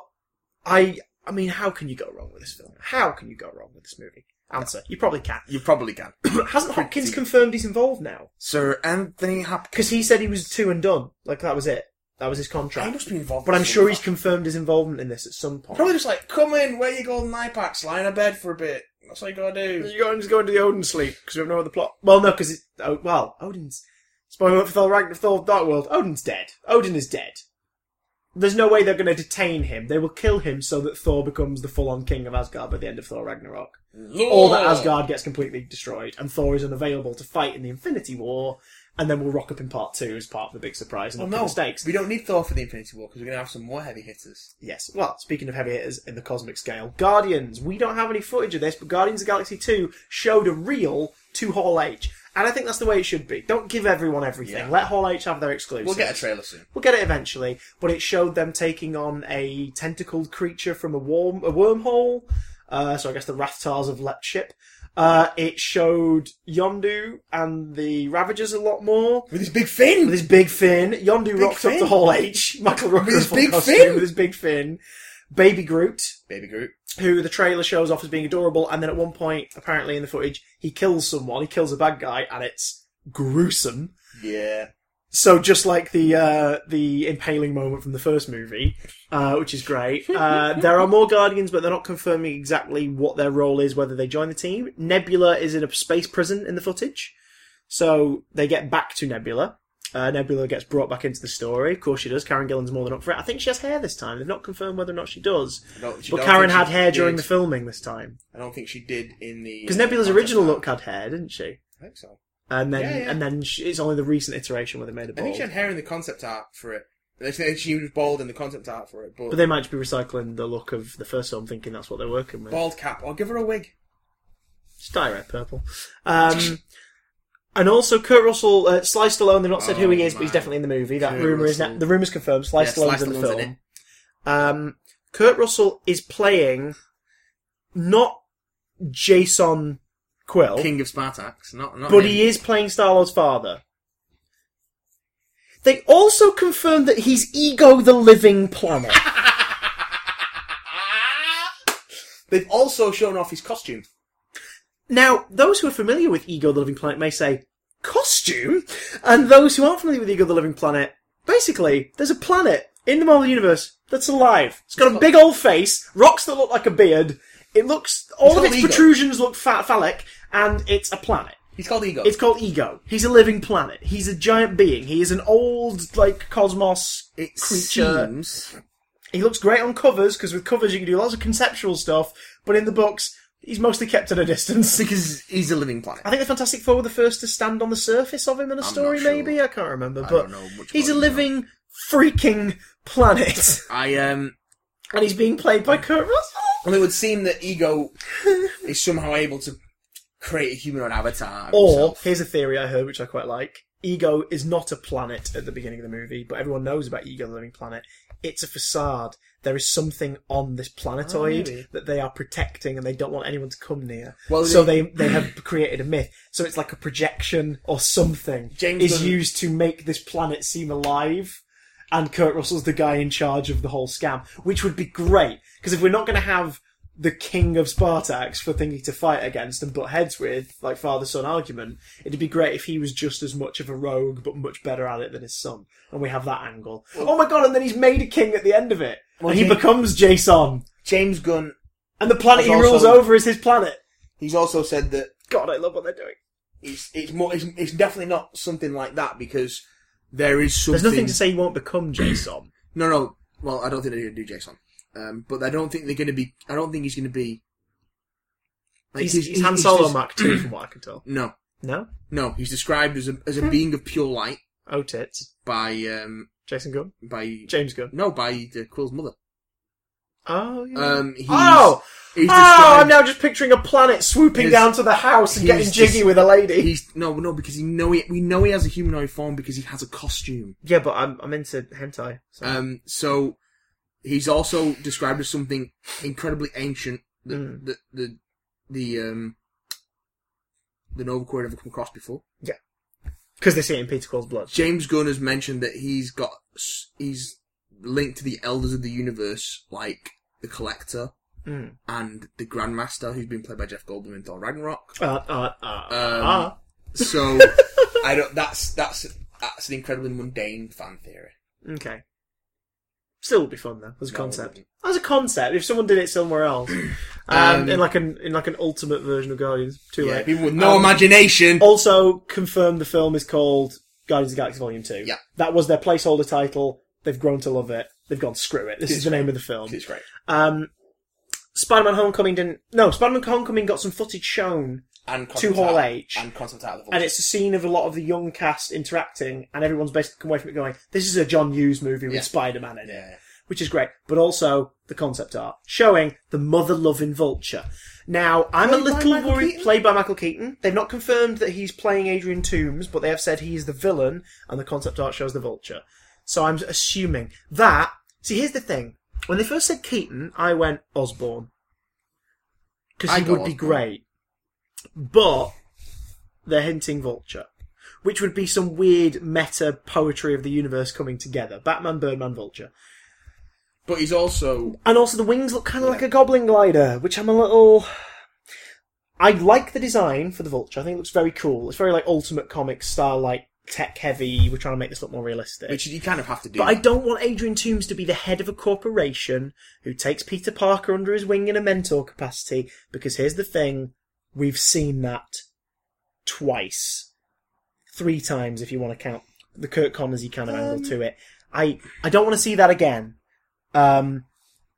[SPEAKER 1] I I mean, how can you go wrong with this film? How can you go wrong with this movie? Answer: You probably can.
[SPEAKER 2] You probably can.
[SPEAKER 1] But hasn't Hopkins confirmed he's involved now?
[SPEAKER 2] Sir Anthony Hopkins.
[SPEAKER 1] Because he said he was two and done. Like that was it. That was his
[SPEAKER 2] I
[SPEAKER 1] contract.
[SPEAKER 2] must be involved.
[SPEAKER 1] But
[SPEAKER 2] in
[SPEAKER 1] I'm sure
[SPEAKER 2] something.
[SPEAKER 1] he's confirmed his involvement in this at some point.
[SPEAKER 2] probably just like come in, wear your golden eye patch, lie in a bed for a bit. That's what you gotta do.
[SPEAKER 1] You're just going to the Odin sleep because we have no other plot. Well, no, because oh, well, Odin's spoiler alert for Thor Ragnar- Thor Dark World. Odin's dead. Odin is dead. There's no way they're going to detain him. They will kill him so that Thor becomes the full-on king of Asgard by the end of Thor Ragnarok, or
[SPEAKER 2] Oh.
[SPEAKER 1] that Asgard gets completely destroyed and Thor is unavailable to fight in the Infinity War, and then we'll rock up in part two as part of the big surprise and
[SPEAKER 2] Well,
[SPEAKER 1] up
[SPEAKER 2] Oh, no,
[SPEAKER 1] the stakes.
[SPEAKER 2] we don't need Thor for the Infinity War because we're gonna have some more heavy hitters.
[SPEAKER 1] Yes. Well, speaking of heavy hitters in the cosmic scale, Guardians. We don't have any footage of this, but Guardians of the Galaxy 2 showed a reel to Hall H. And I think that's the way it should be. Don't give everyone everything.
[SPEAKER 2] Yeah.
[SPEAKER 1] Let Hall H have their exclusive.
[SPEAKER 2] We'll get a trailer soon.
[SPEAKER 1] We'll get it eventually, but it showed them taking on a tentacled creature from a worm a wormhole. Uh, so I guess the Rathtars of Lep ship. Uh, it showed Yondu and the Ravagers a lot more.
[SPEAKER 2] With his big fin.
[SPEAKER 1] With his big fin, Yondu rocked up
[SPEAKER 2] fin.
[SPEAKER 1] the whole H. Michael Rooker
[SPEAKER 2] With his
[SPEAKER 1] in full
[SPEAKER 2] big
[SPEAKER 1] costume
[SPEAKER 2] fin.
[SPEAKER 1] With his big fin. Baby Groot,
[SPEAKER 2] Baby Groot.
[SPEAKER 1] who the trailer shows off as being adorable, and then at one point, apparently in the footage, he kills someone. He kills a bad guy, and it's gruesome.
[SPEAKER 2] Yeah.
[SPEAKER 1] So just like the uh, the impaling moment from the first movie, uh, which is great. Uh, there are more Guardians, but they're not confirming exactly what their role is, whether they join the team. Nebula is in a space prison in the footage, so they get back to Nebula. Uh, Nebula gets brought back into the story. Of course, she does. Karen Gillan's more than up for it. I think she has hair this time. They've not confirmed whether or not she does.
[SPEAKER 2] I don't- she
[SPEAKER 1] But
[SPEAKER 2] don't
[SPEAKER 1] Karen
[SPEAKER 2] think she
[SPEAKER 1] had hair during
[SPEAKER 2] did-
[SPEAKER 1] the filming this time
[SPEAKER 2] I don't think she did in the
[SPEAKER 1] because
[SPEAKER 2] uh,
[SPEAKER 1] Nebula's
[SPEAKER 2] contest
[SPEAKER 1] original
[SPEAKER 2] now.
[SPEAKER 1] look had hair, didn't she?
[SPEAKER 2] I think so.
[SPEAKER 1] And then,
[SPEAKER 2] Yeah, yeah.
[SPEAKER 1] and then she, it's only the recent iteration where they made a
[SPEAKER 2] I think she had
[SPEAKER 1] bald.
[SPEAKER 2] hair in the concept art for it. They said she was bald in the concept art for it, but,
[SPEAKER 1] But they might just be recycling the look of the first film, thinking that's what they're working with.
[SPEAKER 2] bald cap. I'll give her a wig.
[SPEAKER 1] Just dye red purple. Um, and also, Kurt Russell, uh, Sly Stallone. They've not said who he
[SPEAKER 2] Oh,
[SPEAKER 1] is, but he's
[SPEAKER 2] man.
[SPEAKER 1] definitely in the movie. That
[SPEAKER 2] Kurt
[SPEAKER 1] rumor is now,
[SPEAKER 2] Russell.
[SPEAKER 1] the rumor's confirmed. Sly
[SPEAKER 2] Yeah, Sly
[SPEAKER 1] Stallone's in the
[SPEAKER 2] Stallone's in
[SPEAKER 1] film. um, Kurt Russell is playing not Jason Quill,
[SPEAKER 2] King of Spartax. Not, not
[SPEAKER 1] Oh. but
[SPEAKER 2] him.
[SPEAKER 1] he is playing Star Lord's father. They also confirmed that he's Ego the Living Planet.
[SPEAKER 2] They've also shown off his costume.
[SPEAKER 1] Now, those who are familiar with Ego the Living Planet may say, costume? And those who aren't familiar with Ego the Living Planet, basically, there's a planet in the Marvel Universe that's alive. It's got a big old face, rocks that look like a beard, it looks, all of
[SPEAKER 2] called
[SPEAKER 1] its
[SPEAKER 2] Ego.
[SPEAKER 1] protrusions look fa- phallic, and it's a planet.
[SPEAKER 2] He's called Ego.
[SPEAKER 1] It's called Ego. He's a living planet. He's a giant being. He is an old, like, cosmos
[SPEAKER 2] it uh,
[SPEAKER 1] creature.
[SPEAKER 2] seems
[SPEAKER 1] He looks great on covers, because with covers you can do lots of conceptual stuff, but in the books, he's mostly kept at a distance.
[SPEAKER 2] because he's a living planet.
[SPEAKER 1] I think the Fantastic Four were the first to stand on the surface of him in a
[SPEAKER 2] not
[SPEAKER 1] story,
[SPEAKER 2] sure.
[SPEAKER 1] maybe? I can't remember.
[SPEAKER 2] I
[SPEAKER 1] But
[SPEAKER 2] don't know much
[SPEAKER 1] he's a
[SPEAKER 2] about him,
[SPEAKER 1] living, freaking planet.
[SPEAKER 2] I um.
[SPEAKER 1] and he's being played by Kurt Russell.
[SPEAKER 2] Well, it would seem that Ego is somehow able to create a humanoid avatar. of
[SPEAKER 1] Or,
[SPEAKER 2] himself.
[SPEAKER 1] here's a theory I heard, which I quite like. Ego is not a planet at the beginning of the movie, but everyone knows about Ego, the living planet. It's a facade. There is something on this planetoid
[SPEAKER 3] Oh, really?
[SPEAKER 1] that they are protecting, and they don't want anyone to come near.
[SPEAKER 2] Well,
[SPEAKER 1] so they they have created a myth. So it's like a projection or something
[SPEAKER 2] James
[SPEAKER 1] is
[SPEAKER 2] doesn't-
[SPEAKER 1] used to make this planet seem alive. And Kurt Russell's the guy in charge of the whole scam, which would be great because if we're not going to have the king of Spartax for Thingy to fight against and butt heads with, like father son argument, it'd be great if he was just as much of a rogue but much better at it than his son. And we have that angle. oh my god, and then he's made a king at the end of it.
[SPEAKER 2] Well,
[SPEAKER 1] and he
[SPEAKER 2] he-
[SPEAKER 1] becomes Jason.
[SPEAKER 2] James Gunn,
[SPEAKER 1] And the planet he
[SPEAKER 2] He's also-
[SPEAKER 1] rules over is his planet.
[SPEAKER 2] he's also said that
[SPEAKER 1] God, I love what they're doing.
[SPEAKER 2] it's it's more it's, it's definitely not something like that because there is something.
[SPEAKER 3] There's nothing to say he won't become Jason.
[SPEAKER 2] No, no. Well, I don't think they're going to do Jason, um, but I don't think they're going to be. I don't think he's going to be. like,
[SPEAKER 3] he's, he's, Han Solo
[SPEAKER 2] just-
[SPEAKER 3] Mark II, from what I can tell.
[SPEAKER 2] No,
[SPEAKER 3] No?
[SPEAKER 2] no. He's described as a as
[SPEAKER 3] Hmm.
[SPEAKER 2] a being of pure light
[SPEAKER 3] Oh, tits.
[SPEAKER 2] by um
[SPEAKER 3] Jason Gunn?
[SPEAKER 2] by
[SPEAKER 3] James Gunn?
[SPEAKER 2] no by the Quill's mother.
[SPEAKER 3] Oh, yeah.
[SPEAKER 2] Um, he's,
[SPEAKER 1] Oh!
[SPEAKER 2] he's
[SPEAKER 1] oh, I'm
[SPEAKER 2] described-
[SPEAKER 1] now just picturing a planet swooping
[SPEAKER 2] He's-
[SPEAKER 1] down to the house and
[SPEAKER 2] he's
[SPEAKER 1] getting jiggy
[SPEAKER 2] just-
[SPEAKER 1] with a lady.
[SPEAKER 2] He's no, no, because he know he, we know he has a humanoid form because he has a costume.
[SPEAKER 3] yeah, but I'm, I'm into hentai. So.
[SPEAKER 2] Um, so he's also described as something incredibly ancient that
[SPEAKER 1] Hmm.
[SPEAKER 3] Mm.
[SPEAKER 2] the the the um the Nova Corps never come across before.
[SPEAKER 3] Because they see it in Peter Quill's blood.
[SPEAKER 2] James Gunn has mentioned that he's got s- he's linked to the elders of the universe, like the Collector
[SPEAKER 1] Hmm.
[SPEAKER 3] Mm.
[SPEAKER 2] and the Grandmaster, who's been played by Jeff Goldblum in Thor Ragnarok.
[SPEAKER 3] Uh, uh, uh,
[SPEAKER 2] Um,
[SPEAKER 3] uh.
[SPEAKER 2] So I don't. That's that's that's an incredibly mundane fan theory.
[SPEAKER 3] Okay. Still would be fun though, as a
[SPEAKER 2] No, it
[SPEAKER 3] concept.
[SPEAKER 2] wouldn't.
[SPEAKER 1] As a concept, if someone did it somewhere else, um,
[SPEAKER 2] Um,
[SPEAKER 3] in like an in like an ultimate version of Guardians, too
[SPEAKER 2] Yeah,
[SPEAKER 3] late.
[SPEAKER 2] people with no
[SPEAKER 1] Um,
[SPEAKER 2] imagination.
[SPEAKER 1] Also, confirmed the film is called Guardians of the Galaxy Volume 2.
[SPEAKER 2] Yeah.
[SPEAKER 1] That was their placeholder title. They've grown to love it. They've gone, screw it. This is the name of the film.
[SPEAKER 2] It's great.
[SPEAKER 1] Um, Spider-Man Homecoming didn't... No, Spider-Man Homecoming got some footage shown,
[SPEAKER 2] And
[SPEAKER 1] To Hall H.
[SPEAKER 2] and concept art of the
[SPEAKER 1] and it's a scene of a lot of the young cast interacting, and everyone's basically come away from it going, this is a John Hughes movie
[SPEAKER 2] Yeah.
[SPEAKER 1] with Spider-Man in it.
[SPEAKER 2] yeah.
[SPEAKER 1] which is great, but also the concept art showing the mother loving vulture. Now, I'm
[SPEAKER 2] Played
[SPEAKER 1] a
[SPEAKER 2] by
[SPEAKER 1] little
[SPEAKER 2] Michael
[SPEAKER 1] worried.
[SPEAKER 2] Keaton?
[SPEAKER 1] Played by Michael Keaton. They've not confirmed that he's playing Adrian Toomes, but they have said he is the villain, and the concept art shows the vulture. So I'm assuming that. See, here's the thing. When they first said Keaton, I went Osborne. Because
[SPEAKER 2] I
[SPEAKER 1] he
[SPEAKER 2] go
[SPEAKER 1] would be
[SPEAKER 2] Osborne.
[SPEAKER 1] great. But they're hinting vulture. Which would be some weird meta poetry of the universe coming together. Batman, Birdman, Vulture.
[SPEAKER 2] But he's also
[SPEAKER 1] And also the wings look kind of like a goblin glider, which I'm a little. I like the design for the vulture. I think it looks very cool. It's very like Ultimate Comics style, like tech heavy. We're trying to make this look more realistic.
[SPEAKER 2] which you kind of have to do.
[SPEAKER 1] but I don't want Adrian Toomes to be the head of a corporation who takes Peter Parker under his wing in a mentor capacity. Because here's the thing: we've seen that twice, three times if you want to count the Kurt Connersy kind of angle
[SPEAKER 2] Um,
[SPEAKER 1] to it. I I don't want to see that again. Um,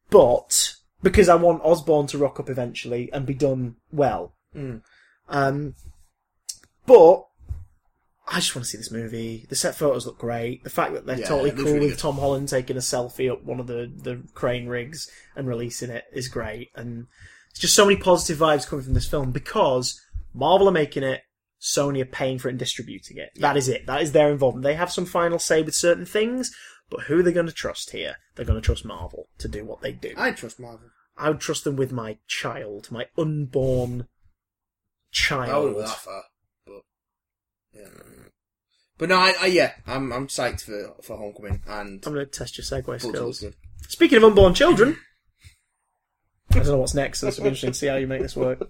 [SPEAKER 1] but because I want Osborne to rock up eventually and be done well.
[SPEAKER 2] Mm.
[SPEAKER 1] Um, but I just want to see this movie. The set photos look great. The fact that they're
[SPEAKER 2] Yeah,
[SPEAKER 1] totally
[SPEAKER 2] it looks
[SPEAKER 1] cool
[SPEAKER 2] really
[SPEAKER 1] with
[SPEAKER 2] good.
[SPEAKER 1] Tom Holland taking a selfie up one of the, the crane rigs and releasing it is great. And it's just so many positive vibes coming from this film because Marvel are making it. Sony are paying for it and distributing it. That is it. That is their involvement. They have some final say with certain things, but who they're going to trust here? They're going to trust Marvel to do what they do.
[SPEAKER 2] I trust Marvel.
[SPEAKER 1] I would trust them with my child, my unborn
[SPEAKER 2] I wouldn't
[SPEAKER 1] child.
[SPEAKER 2] go that far, but yeah. But no, I, I yeah, I'm I'm psyched for for Homecoming and
[SPEAKER 1] I'm going to test your segue
[SPEAKER 2] Vulture looks
[SPEAKER 1] skills.
[SPEAKER 2] good.
[SPEAKER 1] Speaking of unborn children, I don't know what's next, so this will be interesting to see how you make this work.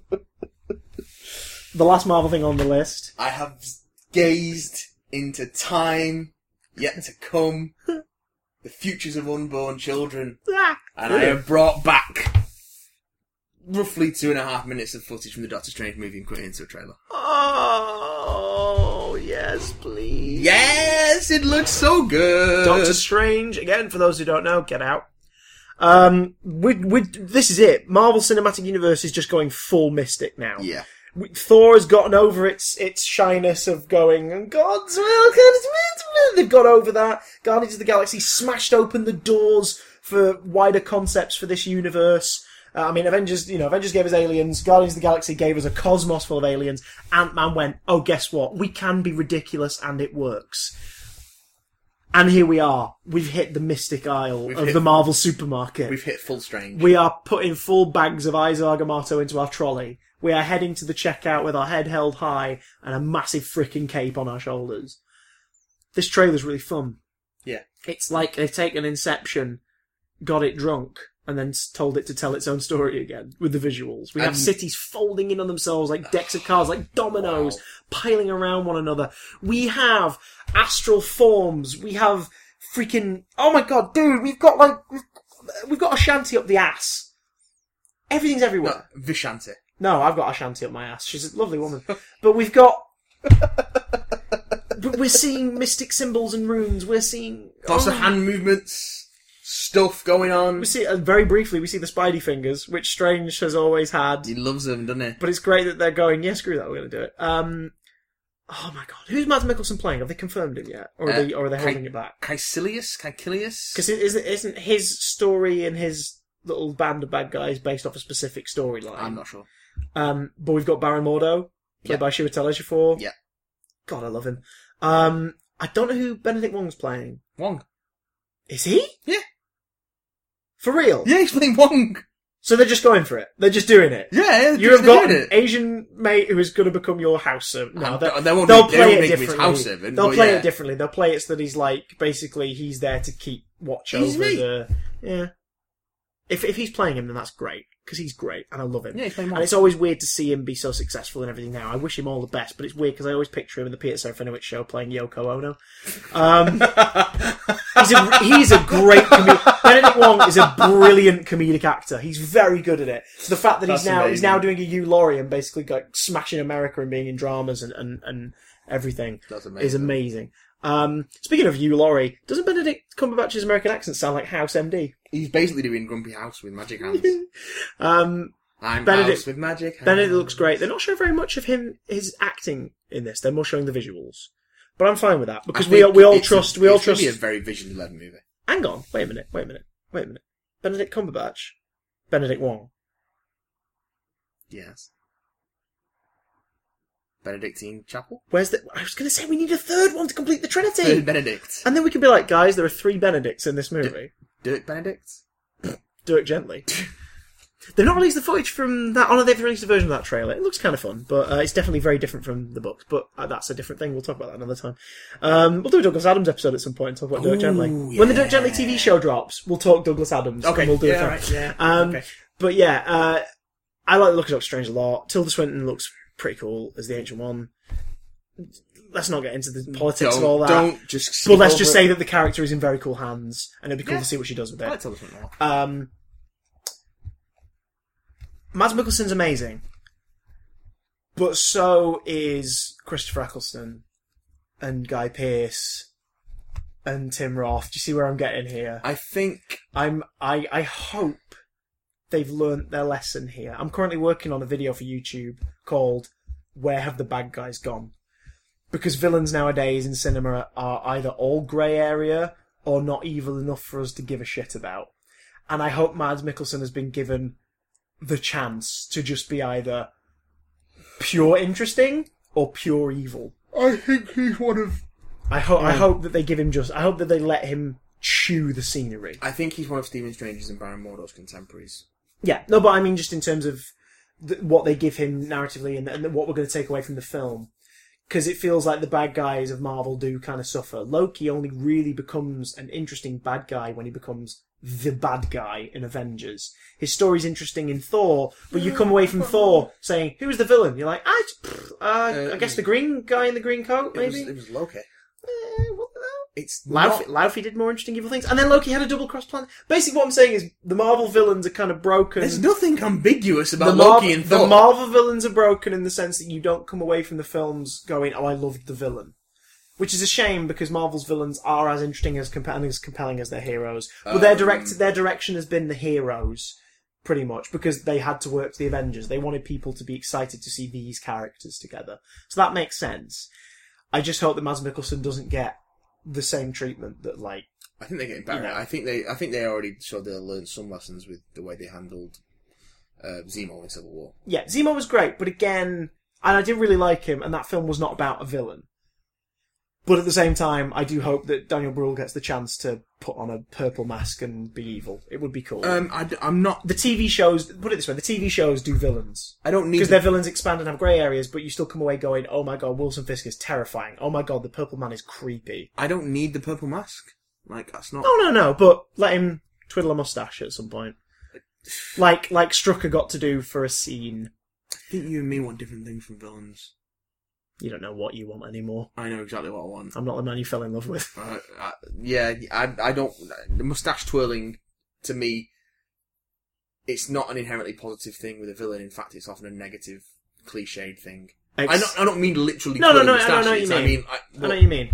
[SPEAKER 1] The last Marvel thing on the list.
[SPEAKER 2] I have gazed into time yet to come, the futures of unborn children,
[SPEAKER 1] Ah,
[SPEAKER 2] and I have brought back roughly two and a half minutes of footage from the Doctor Strange movie and put it into a trailer.
[SPEAKER 3] Oh, yes, please.
[SPEAKER 2] Yes, it looks so good.
[SPEAKER 3] Doctor Strange, again, for those who don't know, get out.
[SPEAKER 1] Um, we we this is it. Marvel Cinematic Universe is just going full mystic now.
[SPEAKER 2] Yeah.
[SPEAKER 1] We- Thor has gotten over its its shyness of going and God's will, God's will. They've got over that. Guardians of the Galaxy smashed open the doors for wider concepts for this universe. Uh, I mean, Avengers, you know, Avengers gave us aliens. Guardians of the Galaxy gave us a cosmos full of aliens. Ant Man went, oh, guess what? We can be ridiculous and it works. And here we are. We've hit the mystic aisle
[SPEAKER 2] We've
[SPEAKER 1] of
[SPEAKER 2] hit-
[SPEAKER 1] the Marvel supermarket.
[SPEAKER 2] We've hit full strange.
[SPEAKER 1] We are putting full bags of Isaac Agamotto into our trolley. We are heading to the checkout with our head held high and a massive freaking cape on our shoulders. This trailer's really fun.
[SPEAKER 2] Yeah.
[SPEAKER 1] It's like they've taken Inception, got it drunk, and then s- told it to tell its own story again with the visuals. We have
[SPEAKER 2] And-
[SPEAKER 1] cities folding in on themselves like decks of cards, like dominoes,
[SPEAKER 2] Wow.
[SPEAKER 1] piling around one another. We have astral forms. We have freaking. Oh my god, dude, we've got like. We've got Ashanti up the ass. Everything's everywhere.
[SPEAKER 2] No, Vishanti.
[SPEAKER 1] No, I've got Ashanti up my ass. She's a lovely woman. But we've got. but we're seeing mystic symbols and runes. We're seeing.
[SPEAKER 2] Lots
[SPEAKER 1] Oh.
[SPEAKER 2] of hand movements, stuff going on.
[SPEAKER 1] We see, uh, very briefly, we see the Spidey fingers, which Strange has always had.
[SPEAKER 2] He loves them, doesn't he?
[SPEAKER 1] But it's great that they're going, yeah, screw that, we're going to do it. Um, oh my god. Who's Mads Mikkelsen playing? Have they confirmed it yet? Or are,
[SPEAKER 2] Uh,
[SPEAKER 1] they, or are they
[SPEAKER 2] Ki-
[SPEAKER 1] holding it back?
[SPEAKER 2] Caecilius? Caecilius?
[SPEAKER 1] Because isn't, isn't his story and his little band of bad guys based off a specific storyline?
[SPEAKER 2] I'm not sure.
[SPEAKER 1] Um, but we've got Baron Mordo, played
[SPEAKER 2] Yeah.
[SPEAKER 1] by Chiwetel Ejiofor.
[SPEAKER 2] Yeah.
[SPEAKER 1] God, I love him. Um, I don't know who Benedict Wong's playing.
[SPEAKER 2] Wong.
[SPEAKER 1] Is he?
[SPEAKER 2] Yeah.
[SPEAKER 1] For real?
[SPEAKER 2] Yeah, he's playing Wong.
[SPEAKER 1] So they're just going for it. They're just doing it.
[SPEAKER 2] Yeah,
[SPEAKER 1] You have got an
[SPEAKER 2] it.
[SPEAKER 1] Asian mate who is going to become your house servant. No,
[SPEAKER 2] And
[SPEAKER 1] they,
[SPEAKER 2] they won't
[SPEAKER 1] will
[SPEAKER 2] make- they
[SPEAKER 1] play
[SPEAKER 2] won't
[SPEAKER 1] it
[SPEAKER 2] make him his
[SPEAKER 1] differently.
[SPEAKER 2] house servant,
[SPEAKER 1] they'll
[SPEAKER 2] but
[SPEAKER 1] play
[SPEAKER 2] yeah.
[SPEAKER 1] it differently. They'll play it's that he's like basically he's there to keep watch
[SPEAKER 2] He's
[SPEAKER 1] over
[SPEAKER 2] me.
[SPEAKER 1] the yeah. If if he's playing him, then that's great because he's great and I love him.
[SPEAKER 2] Yeah, he's playing
[SPEAKER 1] and
[SPEAKER 2] Wong.
[SPEAKER 1] it's always weird to see him be so successful and everything. Now I wish him all the best, but it's weird because I always picture him in the Peter Serafinowicz show playing Yoko Ono. Um, he's a he's a great comedic. Benedict Wong is a brilliant comedic actor. He's very good at it. So the fact that he's
[SPEAKER 2] That's
[SPEAKER 1] now he's
[SPEAKER 2] amazing.
[SPEAKER 1] now doing a U Laurie and basically like smashing America and being in dramas and and, and everything
[SPEAKER 2] That's amazing.
[SPEAKER 1] is amazing. Um, speaking of U Laurie, doesn't Benedict Cumberbatch's American accent sound like House MD?
[SPEAKER 2] He's basically doing Grumpy House with magic hands.
[SPEAKER 1] Um,
[SPEAKER 2] I'm
[SPEAKER 1] Benedict-
[SPEAKER 2] House with magic hands.
[SPEAKER 1] Benedict looks great. They're not showing very much of him his acting in this. They're more showing the visuals. But I'm fine with that
[SPEAKER 2] I
[SPEAKER 1] because
[SPEAKER 2] think
[SPEAKER 1] we all, we all
[SPEAKER 2] it's a-
[SPEAKER 1] trust we all
[SPEAKER 2] it's gonna
[SPEAKER 1] trust
[SPEAKER 2] be a very visually led movie.
[SPEAKER 1] Hang on, wait a minute, wait a minute, wait a minute. Benedict Cumberbatch, Benedict Wong.
[SPEAKER 2] Yes. Benedictine Chapel?
[SPEAKER 1] Where's the? I was going to say we need a third one to complete the
[SPEAKER 2] Third
[SPEAKER 1] trinity,
[SPEAKER 2] Benedict.
[SPEAKER 1] and then we can be like, guys, there are three Benedicts in this movie.
[SPEAKER 2] Dirk Benedict?
[SPEAKER 1] Do it gently. They've not released the footage from that. Oh no, they've released a version of that trailer. It looks kind of fun, but uh, it's definitely very different from the books. But uh, that's a different thing. We'll talk about that another time. Um, we'll do a Douglas Adams episode at some point and talk about Do It Gently.
[SPEAKER 2] Ooh,
[SPEAKER 1] When the Do
[SPEAKER 2] yeah.
[SPEAKER 1] It Gently TV show drops, we'll talk Douglas Adams.
[SPEAKER 2] Okay,
[SPEAKER 1] and we'll do
[SPEAKER 2] yeah,
[SPEAKER 1] a thing.
[SPEAKER 2] right, yeah,
[SPEAKER 1] Um,
[SPEAKER 2] okay.
[SPEAKER 1] But yeah, uh, I like the look of Doctor Strange a lot. Tilda Swinton looks pretty cool as the Ancient One. Let's not get into the politics of
[SPEAKER 2] Don't,
[SPEAKER 1] all that.
[SPEAKER 2] don't just skip
[SPEAKER 1] But let's
[SPEAKER 2] over
[SPEAKER 1] just
[SPEAKER 2] it.
[SPEAKER 1] say that the character is in very cool hands, and it'd be cool
[SPEAKER 2] Yeah.
[SPEAKER 1] to see what she does with
[SPEAKER 2] I like
[SPEAKER 1] it.
[SPEAKER 2] Tilda Swinton a lot.
[SPEAKER 1] Um, Mads Mikkelsen's amazing, but so is Christopher Eccleston and Guy Pearce and Tim Roth. Do you see where I'm getting here?
[SPEAKER 2] I think
[SPEAKER 1] I'm I I hope they've learnt their lesson here. I'm currently working on a video for YouTube called "Where Have the Bad Guys Gone?" Because villains nowadays in cinema are either all grey area or not evil enough for us to give a shit about. And I hope Mads Mikkelsen has been given the chance to just be either pure interesting or pure evil.
[SPEAKER 2] I think he's one of
[SPEAKER 1] I hope I hope that they give him just I hope that they let him chew the scenery.
[SPEAKER 2] I think he's one of Stephen Strange's and Baron Mordo's contemporaries.
[SPEAKER 1] Yeah, no, but I mean just in terms of th- what they give him narratively and, and what we're going to take away from the film. Because it feels like the bad guys of Marvel do kind of suffer. Loki only really becomes an interesting bad guy when he becomes the bad guy in Avengers. His story's interesting in Thor, but you come away from Thor saying, "Who was the villain?" You're like, "I, pff, uh,
[SPEAKER 2] Uh,
[SPEAKER 1] I guess the green guy in the green coat,
[SPEAKER 2] It
[SPEAKER 1] maybe."
[SPEAKER 2] was, it was Loki.
[SPEAKER 1] Eh, what the hell?
[SPEAKER 2] It's
[SPEAKER 1] Laufey,
[SPEAKER 2] not,
[SPEAKER 1] Laufey did more interesting evil things, and then Loki had a double cross plan. Basically, what I'm saying is the Marvel villains are kind of broken
[SPEAKER 2] There's nothing ambiguous about
[SPEAKER 1] the
[SPEAKER 2] Loki
[SPEAKER 1] Marvel-
[SPEAKER 2] and
[SPEAKER 1] the
[SPEAKER 2] Thor.
[SPEAKER 1] Marvel villains are broken in the sense that you don't come away from the films going, "Oh, I loved the villain," which is a shame because Marvel's villains are as interesting as compelling as compelling as their heroes. But
[SPEAKER 2] Um,
[SPEAKER 1] their direct their direction has been the heroes pretty much because they had to work to the Avengers. They wanted people to be excited to see these characters together, so that makes sense. I just hope that Mads Mikkelsen doesn't get the same treatment that like
[SPEAKER 2] I think they're getting better.
[SPEAKER 1] You know.
[SPEAKER 2] I think they. I think they already sort of learned some lessons with the way they handled uh, Zemo in Civil War.
[SPEAKER 1] Yeah, Zemo was great, but again, and I did really like him, and that film was not about a villain. But at the same time, I do hope that Daniel Bruhl gets the chance to put on a purple mask and be evil. It would be cool.
[SPEAKER 2] Um, I, am not.
[SPEAKER 1] the TV shows, put it this way, the TV shows do villains.
[SPEAKER 2] I don't need.
[SPEAKER 1] Because their
[SPEAKER 2] The,
[SPEAKER 1] villains expand and have grey areas, but you still come away going, oh my god, Wilson Fisk is terrifying. Oh my god, the purple man is creepy.
[SPEAKER 2] I don't need the purple mask. Like that's not.
[SPEAKER 1] No, no, no, but let him twiddle a mustache at some point. Like, like Strucker got to do for a scene.
[SPEAKER 2] I think you and me want different things from villains.
[SPEAKER 1] You don't know what you want anymore.
[SPEAKER 2] I know exactly what I want.
[SPEAKER 1] I'm not the man you fell in love with.
[SPEAKER 2] Uh, I, yeah, I, I don't. The mustache twirling, to me, it's not an inherently positive thing with a villain. In fact, it's often a negative, cliched thing. I
[SPEAKER 1] Ex-
[SPEAKER 2] don't. I don't mean literally.
[SPEAKER 1] No, no,
[SPEAKER 2] twirling
[SPEAKER 1] no, I don't know what
[SPEAKER 2] mustaches.
[SPEAKER 1] you
[SPEAKER 2] I
[SPEAKER 1] mean.
[SPEAKER 2] mean, I,
[SPEAKER 1] I know what you mean.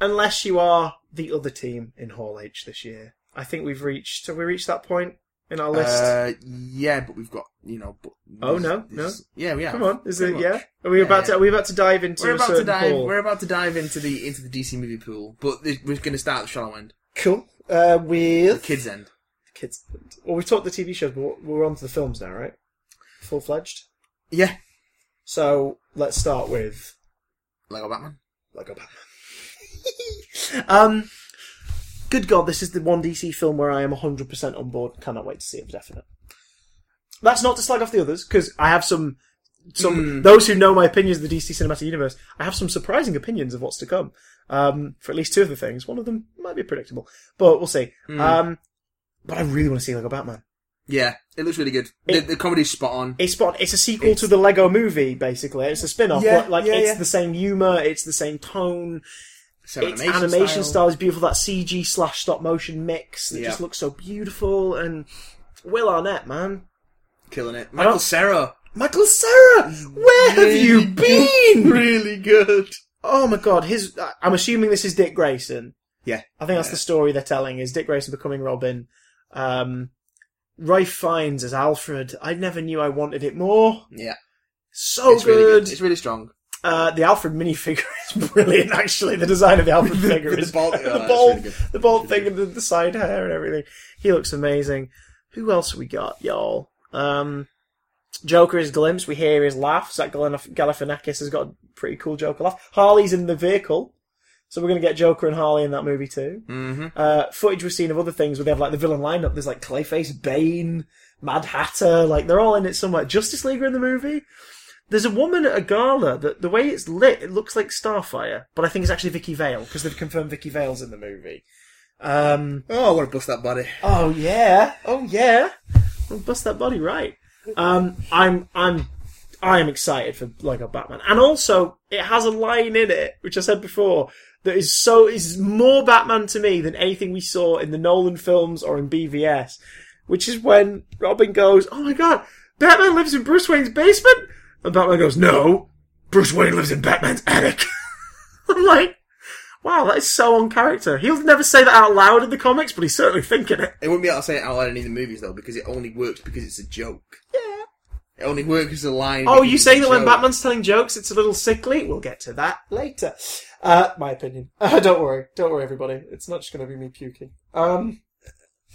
[SPEAKER 1] Unless you are the other team in Hall H this year. I think we've reached, have we reached that point in our list?
[SPEAKER 2] Uh, yeah, but we've got you know. But
[SPEAKER 1] Oh, no, no.
[SPEAKER 2] Yeah, we have.
[SPEAKER 1] Come on, is it,
[SPEAKER 2] Pretty
[SPEAKER 1] yeah?
[SPEAKER 2] much.
[SPEAKER 1] Are we
[SPEAKER 2] Yeah,
[SPEAKER 1] about
[SPEAKER 2] yeah.
[SPEAKER 1] to, are we about to dive into
[SPEAKER 2] We're
[SPEAKER 1] a
[SPEAKER 2] about to
[SPEAKER 1] certain
[SPEAKER 2] dive.
[SPEAKER 1] pool?
[SPEAKER 2] We're about to dive into the into the DC movie pool, but th- we're going to start at the shallow end,
[SPEAKER 1] Cool. Uh,
[SPEAKER 2] the
[SPEAKER 1] with
[SPEAKER 2] kids end.
[SPEAKER 1] kids. Well, we talked the TV shows, but we're- we're on to the films now, right? Full fledged.
[SPEAKER 2] Yeah,
[SPEAKER 1] So let's start with
[SPEAKER 2] Lego Batman.
[SPEAKER 1] Lego Batman. um, good God, this is the one DC film where I am 100% on board. Cannot wait to see it for definite. That's not to slag off the others, because I have some.
[SPEAKER 2] Hmm.
[SPEAKER 1] Some those who know my opinions of the DC cinematic universe, I have some surprising opinions of what's to come. Um, for at least two of the things, one of them might be predictable, but we'll see.
[SPEAKER 2] Hmm.
[SPEAKER 1] Um, but I really want to see Lego Batman.
[SPEAKER 2] Yeah, it looks really good.
[SPEAKER 1] It-
[SPEAKER 2] the, the comedy's spot on.
[SPEAKER 1] It's spot. It's a sequel to the Lego Movie, basically. It's a spin-off.
[SPEAKER 2] Yeah,
[SPEAKER 1] but, like
[SPEAKER 2] yeah,
[SPEAKER 1] it's
[SPEAKER 2] yeah.
[SPEAKER 1] the same humor. It's the same tone.
[SPEAKER 2] Some
[SPEAKER 1] its animation style. is beautiful. That CG slash stop motion mix that
[SPEAKER 2] Yeah.
[SPEAKER 1] just looks so beautiful. And Will Arnett, man,
[SPEAKER 2] killing it.
[SPEAKER 1] don't-
[SPEAKER 2] Michael Sarah,
[SPEAKER 1] Michael Sarah, where have you been?
[SPEAKER 2] really good.
[SPEAKER 1] Oh my god, his. I- I'm assuming this is Dick Grayson.
[SPEAKER 2] Yeah,
[SPEAKER 1] I think that's the story they're telling: is Dick Grayson becoming Robin. Um, Rife Fiennes as Alfred. I never knew I wanted it more.
[SPEAKER 2] yeah.
[SPEAKER 1] So
[SPEAKER 2] it's really good. It's really strong.
[SPEAKER 1] Uh, the Alfred minifigure is brilliant, actually. The design of the Alfred figure
[SPEAKER 2] with the
[SPEAKER 1] is
[SPEAKER 2] bald- oh,
[SPEAKER 1] the
[SPEAKER 2] that's
[SPEAKER 1] bald,
[SPEAKER 2] really good.
[SPEAKER 1] the bald thing and the, the side hair and everything. He looks amazing. Who else we got, y'all? Um, Joker is glimpse. We hear his laugh. Zach Galif- Galifianakis has got a pretty cool Joker laugh. Harley's in the vehicle, so we're gonna get Joker and Harley in that movie too.
[SPEAKER 2] Mm-hmm.
[SPEAKER 1] Uh, footage we've seen of other things where they have like the villain lineup. There's like Clayface, Bane, Mad Hatter. Like they're all in it somewhere. Justice League are in the movie. There's a woman at a gala that the way it's lit, it looks like Starfire, but I think it's actually Vicky Vale because they've confirmed Vicky Vale's in the movie. Um,
[SPEAKER 2] Oh, I want to bust that body.
[SPEAKER 1] oh yeah, oh yeah, We'll bust that body right. Um, I'm I'm I am excited for Lego Batman, and also it has a line in it which I said before that is so is more Batman to me than anything we saw in the Nolan films or in BVS, which is when Robin goes, "Oh my god, Batman lives in Bruce Wayne's basement," and Batman goes, "No, Bruce Wayne lives in Batman's attic." I'm like. Wow, that is so on character. He'll never say that out loud in the comics, but he's certainly thinking it.
[SPEAKER 2] It wouldn't be able to say it out loud in any of the movies though, because it only works because it's a joke.
[SPEAKER 1] Yeah.
[SPEAKER 2] It only works as a line.
[SPEAKER 1] Oh,
[SPEAKER 2] because
[SPEAKER 1] you
[SPEAKER 2] it's
[SPEAKER 1] saying
[SPEAKER 2] a
[SPEAKER 1] that when
[SPEAKER 2] joke.
[SPEAKER 1] Batman's telling jokes, it's a little sickly? We'll get to that later. Uh, my opinion. Uh, don't worry, don't worry, everybody. It's not just going to be me puking. Um,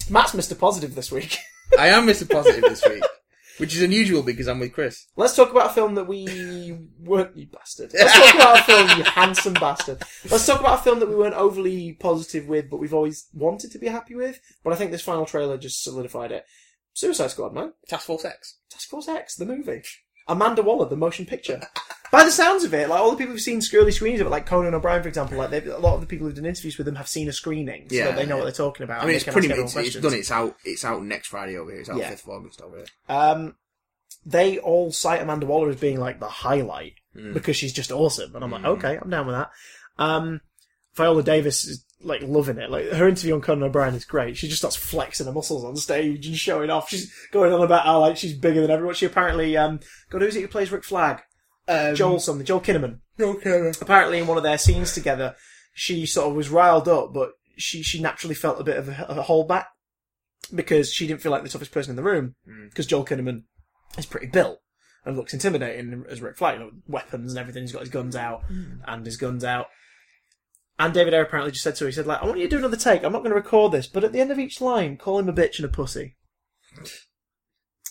[SPEAKER 1] Matt's Mr. Positive this week.
[SPEAKER 2] I am Mr. Positive this week, which is unusual because I'm with Chris.
[SPEAKER 1] Let's talk about a film that we weren't, you bastard. Let's talk about a film, you handsome bastard. Let's talk about a film that we weren't overly positive with, but we've always wanted to be happy with. But I think this final trailer just solidified it. Suicide Squad, man.
[SPEAKER 2] Task Force X.
[SPEAKER 1] Task Force X, the movie. Amanda Waller, the motion picture. By the sounds of it, like all the people who've seen early screenings of it, like Conan O'Brien, for example, like they've- a lot of the people who've done interviews with them have seen a screening, so
[SPEAKER 2] Yeah,
[SPEAKER 1] that they know what
[SPEAKER 2] yeah.
[SPEAKER 1] they're talking about.
[SPEAKER 2] I
[SPEAKER 1] and
[SPEAKER 2] mean,
[SPEAKER 1] they
[SPEAKER 2] it's
[SPEAKER 1] can
[SPEAKER 2] pretty
[SPEAKER 1] ask
[SPEAKER 2] much
[SPEAKER 1] everyone
[SPEAKER 2] it's, it's done.
[SPEAKER 1] questions.
[SPEAKER 2] It's out. It's out next Friday over here. It's out
[SPEAKER 1] Yeah.
[SPEAKER 2] fifth of August over here.
[SPEAKER 1] Um, they all cite Amanda Waller as being like the highlight
[SPEAKER 2] Hmm.
[SPEAKER 1] because she's just awesome, and I'm like, okay, I'm down with that. Um, Viola Davis is like loving it. Like her interview on Conan O'Brien is great. She just starts flexing her muscles on stage and showing off. She's going on about how like she's bigger than everyone. She apparently, um, God, who's it who plays Rick Flag?
[SPEAKER 2] Um,
[SPEAKER 1] Joel something, Joel Kinnaman.
[SPEAKER 2] okay.
[SPEAKER 1] Apparently, in one of their scenes together, she sort of was riled up, but she she naturally felt a bit of a, a holdback because she didn't feel like the toughest person in the room because Joel Kinnaman is pretty built and looks intimidating as Rick Flag, you know, with weapons and everything. He's got his guns out and his guns out. And David Ayer apparently just said to her, he said, like, I want you to do another take. I'm not going to record this, but at the end of each line, call him a bitch and a pussy.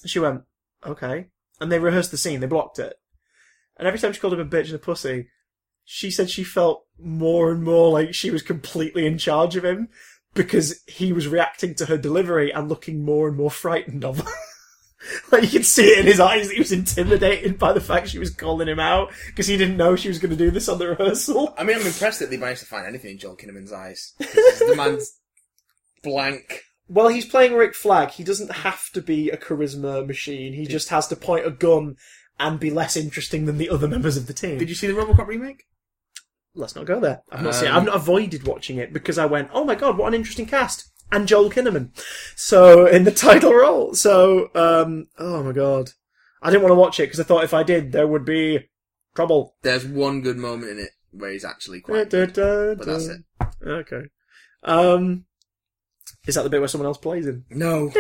[SPEAKER 1] She went, okay. And they rehearsed the scene, they blocked it. And every time she called him a bitch and a pussy, she said she felt more and more like she was completely in charge of him because he was reacting to her delivery and looking more and more frightened of her. like you could see it in his eyes that he was intimidated by the fact she was calling him out because he didn't know she was going to do this on the rehearsal.
[SPEAKER 2] I mean, I'm impressed that they managed to find anything in Joel Kinnaman's eyes. 'Cause the man's blank.
[SPEAKER 1] Well, he's playing Rick Flag. He doesn't have to be a charisma machine. He just has to point a gun and be less interesting than the other members of the team.
[SPEAKER 2] Did you see the RoboCop remake?
[SPEAKER 1] Let's not go there. I've not seen. It.
[SPEAKER 2] Um,
[SPEAKER 1] I've not avoided watching it because I went, "Oh my god, what an interesting cast!" And Joel Kinnaman, so in the title role. So, um, oh my god, I didn't want to watch it because I thought if I did, there would be trouble.
[SPEAKER 2] There's one good moment in it where he's actually quite.
[SPEAKER 1] But
[SPEAKER 2] But that's it.
[SPEAKER 1] Okay. Um, is that the bit where someone else plays him?
[SPEAKER 2] No.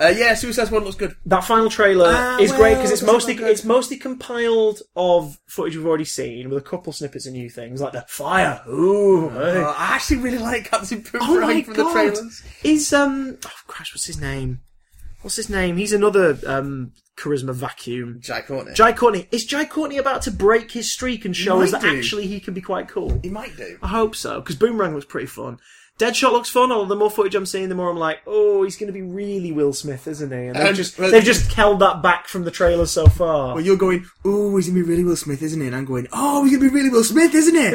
[SPEAKER 2] Uh, yeah, Suicide Squad looks good.
[SPEAKER 1] That final trailer
[SPEAKER 2] Ah,
[SPEAKER 1] is great
[SPEAKER 2] well,
[SPEAKER 1] because it's
[SPEAKER 2] that's
[SPEAKER 1] mostly
[SPEAKER 2] not good.
[SPEAKER 1] it's mostly compiled of footage we've already seen with a couple snippets of new things like the fire. Ooh, hey.
[SPEAKER 2] Uh, I actually really like Captain
[SPEAKER 1] Oh
[SPEAKER 2] Boomerang
[SPEAKER 1] my
[SPEAKER 2] from
[SPEAKER 1] god!
[SPEAKER 2] the trailers.
[SPEAKER 1] Is um oh gosh, what's his name? What's his name? He's another um charisma vacuum.
[SPEAKER 2] Jai Courtney.
[SPEAKER 1] Jai Courtney. Is Jai Courtney about to break his streak and show us
[SPEAKER 2] might
[SPEAKER 1] that
[SPEAKER 2] do.
[SPEAKER 1] actually he can be quite cool?
[SPEAKER 2] he might do.
[SPEAKER 1] I hope so because Boomerang looks pretty fun. Deadshot looks fun. Although the more footage I'm seeing, the more I'm like, oh, he's going to be really Will Smith, isn't he? And they've
[SPEAKER 2] And-
[SPEAKER 1] just
[SPEAKER 2] Um, well-
[SPEAKER 1] they've just held that back from the trailer so far.
[SPEAKER 2] Well, you're going, oh, he's gonna be really Will Smith, isn't he? And I'm going, oh, he's gonna be really Will Smith, isn't he?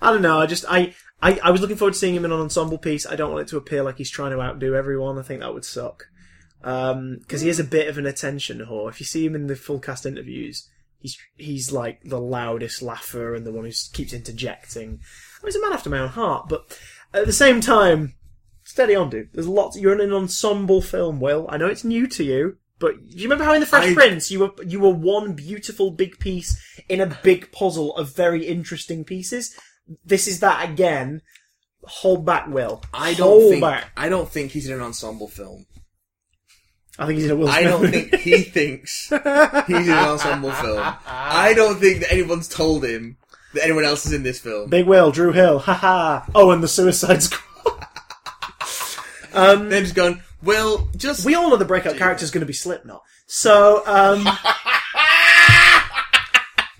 [SPEAKER 1] I don't know. I just I, I I was looking forward to seeing him in an ensemble piece. I don't want it to appear like he's trying to outdo everyone. I think that would suck. Um 'cause because he is a bit of an attention whore. If you see him in the full cast interviews, he's he's like the loudest laugher and the one who s- keeps interjecting. I mean, he's a man after my own heart, but at the same time, steady on, dude. There's lots. You're in an ensemble film, Will. I know it's new to you. But do you remember how in the Fresh
[SPEAKER 2] I-
[SPEAKER 1] Prince you were you were one beautiful big piece in a big puzzle of very interesting pieces? this is that again. Hold back, Will.
[SPEAKER 2] I
[SPEAKER 1] Hold
[SPEAKER 2] don't think.
[SPEAKER 1] back.
[SPEAKER 2] I don't think he's in an ensemble film.
[SPEAKER 1] I think he's in a Will
[SPEAKER 2] I
[SPEAKER 1] Smith
[SPEAKER 2] don't
[SPEAKER 1] movie.
[SPEAKER 2] think he thinks he's in an ensemble film. I don't think that anyone's told him that anyone else is in this film.
[SPEAKER 1] Big Will, Drew Hill, haha. Oh, and the Suicide Squad.
[SPEAKER 2] They've just gone, well, just
[SPEAKER 1] we all know the breakout character's going to be Slipknot. So, um.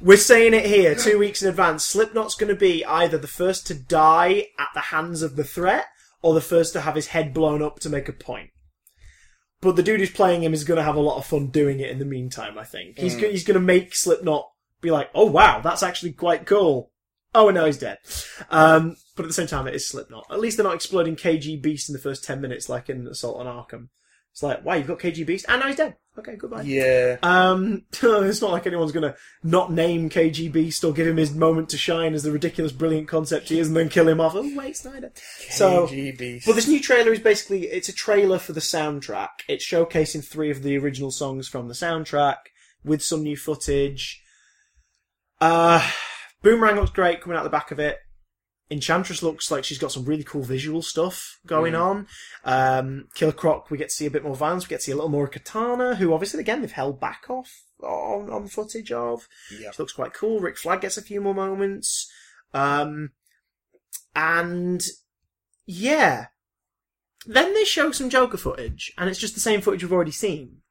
[SPEAKER 1] We're saying it here, two weeks in advance. Slipknot's going to be either the first to die at the hands of the threat, or the first to have his head blown up to make a point. But the dude who's playing him is going to have a lot of fun doing it in the meantime, I think. He's, go- he's going to make Slipknot be like, oh wow, that's actually quite cool. Oh no, he's dead. Um, but at the same time, it is Slipknot. At least they're not exploding KG Beast in the first 10 minutes like in Assault on Arkham. It's like, wow, you've got KG Beast, and now he's dead. Okay, goodbye.
[SPEAKER 2] yeah.
[SPEAKER 1] Um, it's not like anyone's gonna not name KG Beast or give him his moment to shine as the ridiculous, brilliant concept he is, and then kill him off. Oh wait, Snyder. So,
[SPEAKER 2] KGB.
[SPEAKER 1] but this new trailer is basically it's a trailer for the soundtrack. It's showcasing three of the original songs from the soundtrack with some new footage. Uh, Boomerang looks great coming out the back of it. Enchantress looks like she's got some really cool visual stuff going on. Um, Killer Croc, we get to see a bit more violence. We get to see a little more Katana, who obviously again they've held back off on, on footage of.
[SPEAKER 2] Yeah.
[SPEAKER 1] She looks quite cool. Rick Flag gets a few more moments. Um, and yeah. Then they show some Joker footage, and it's just the same footage we've already seen.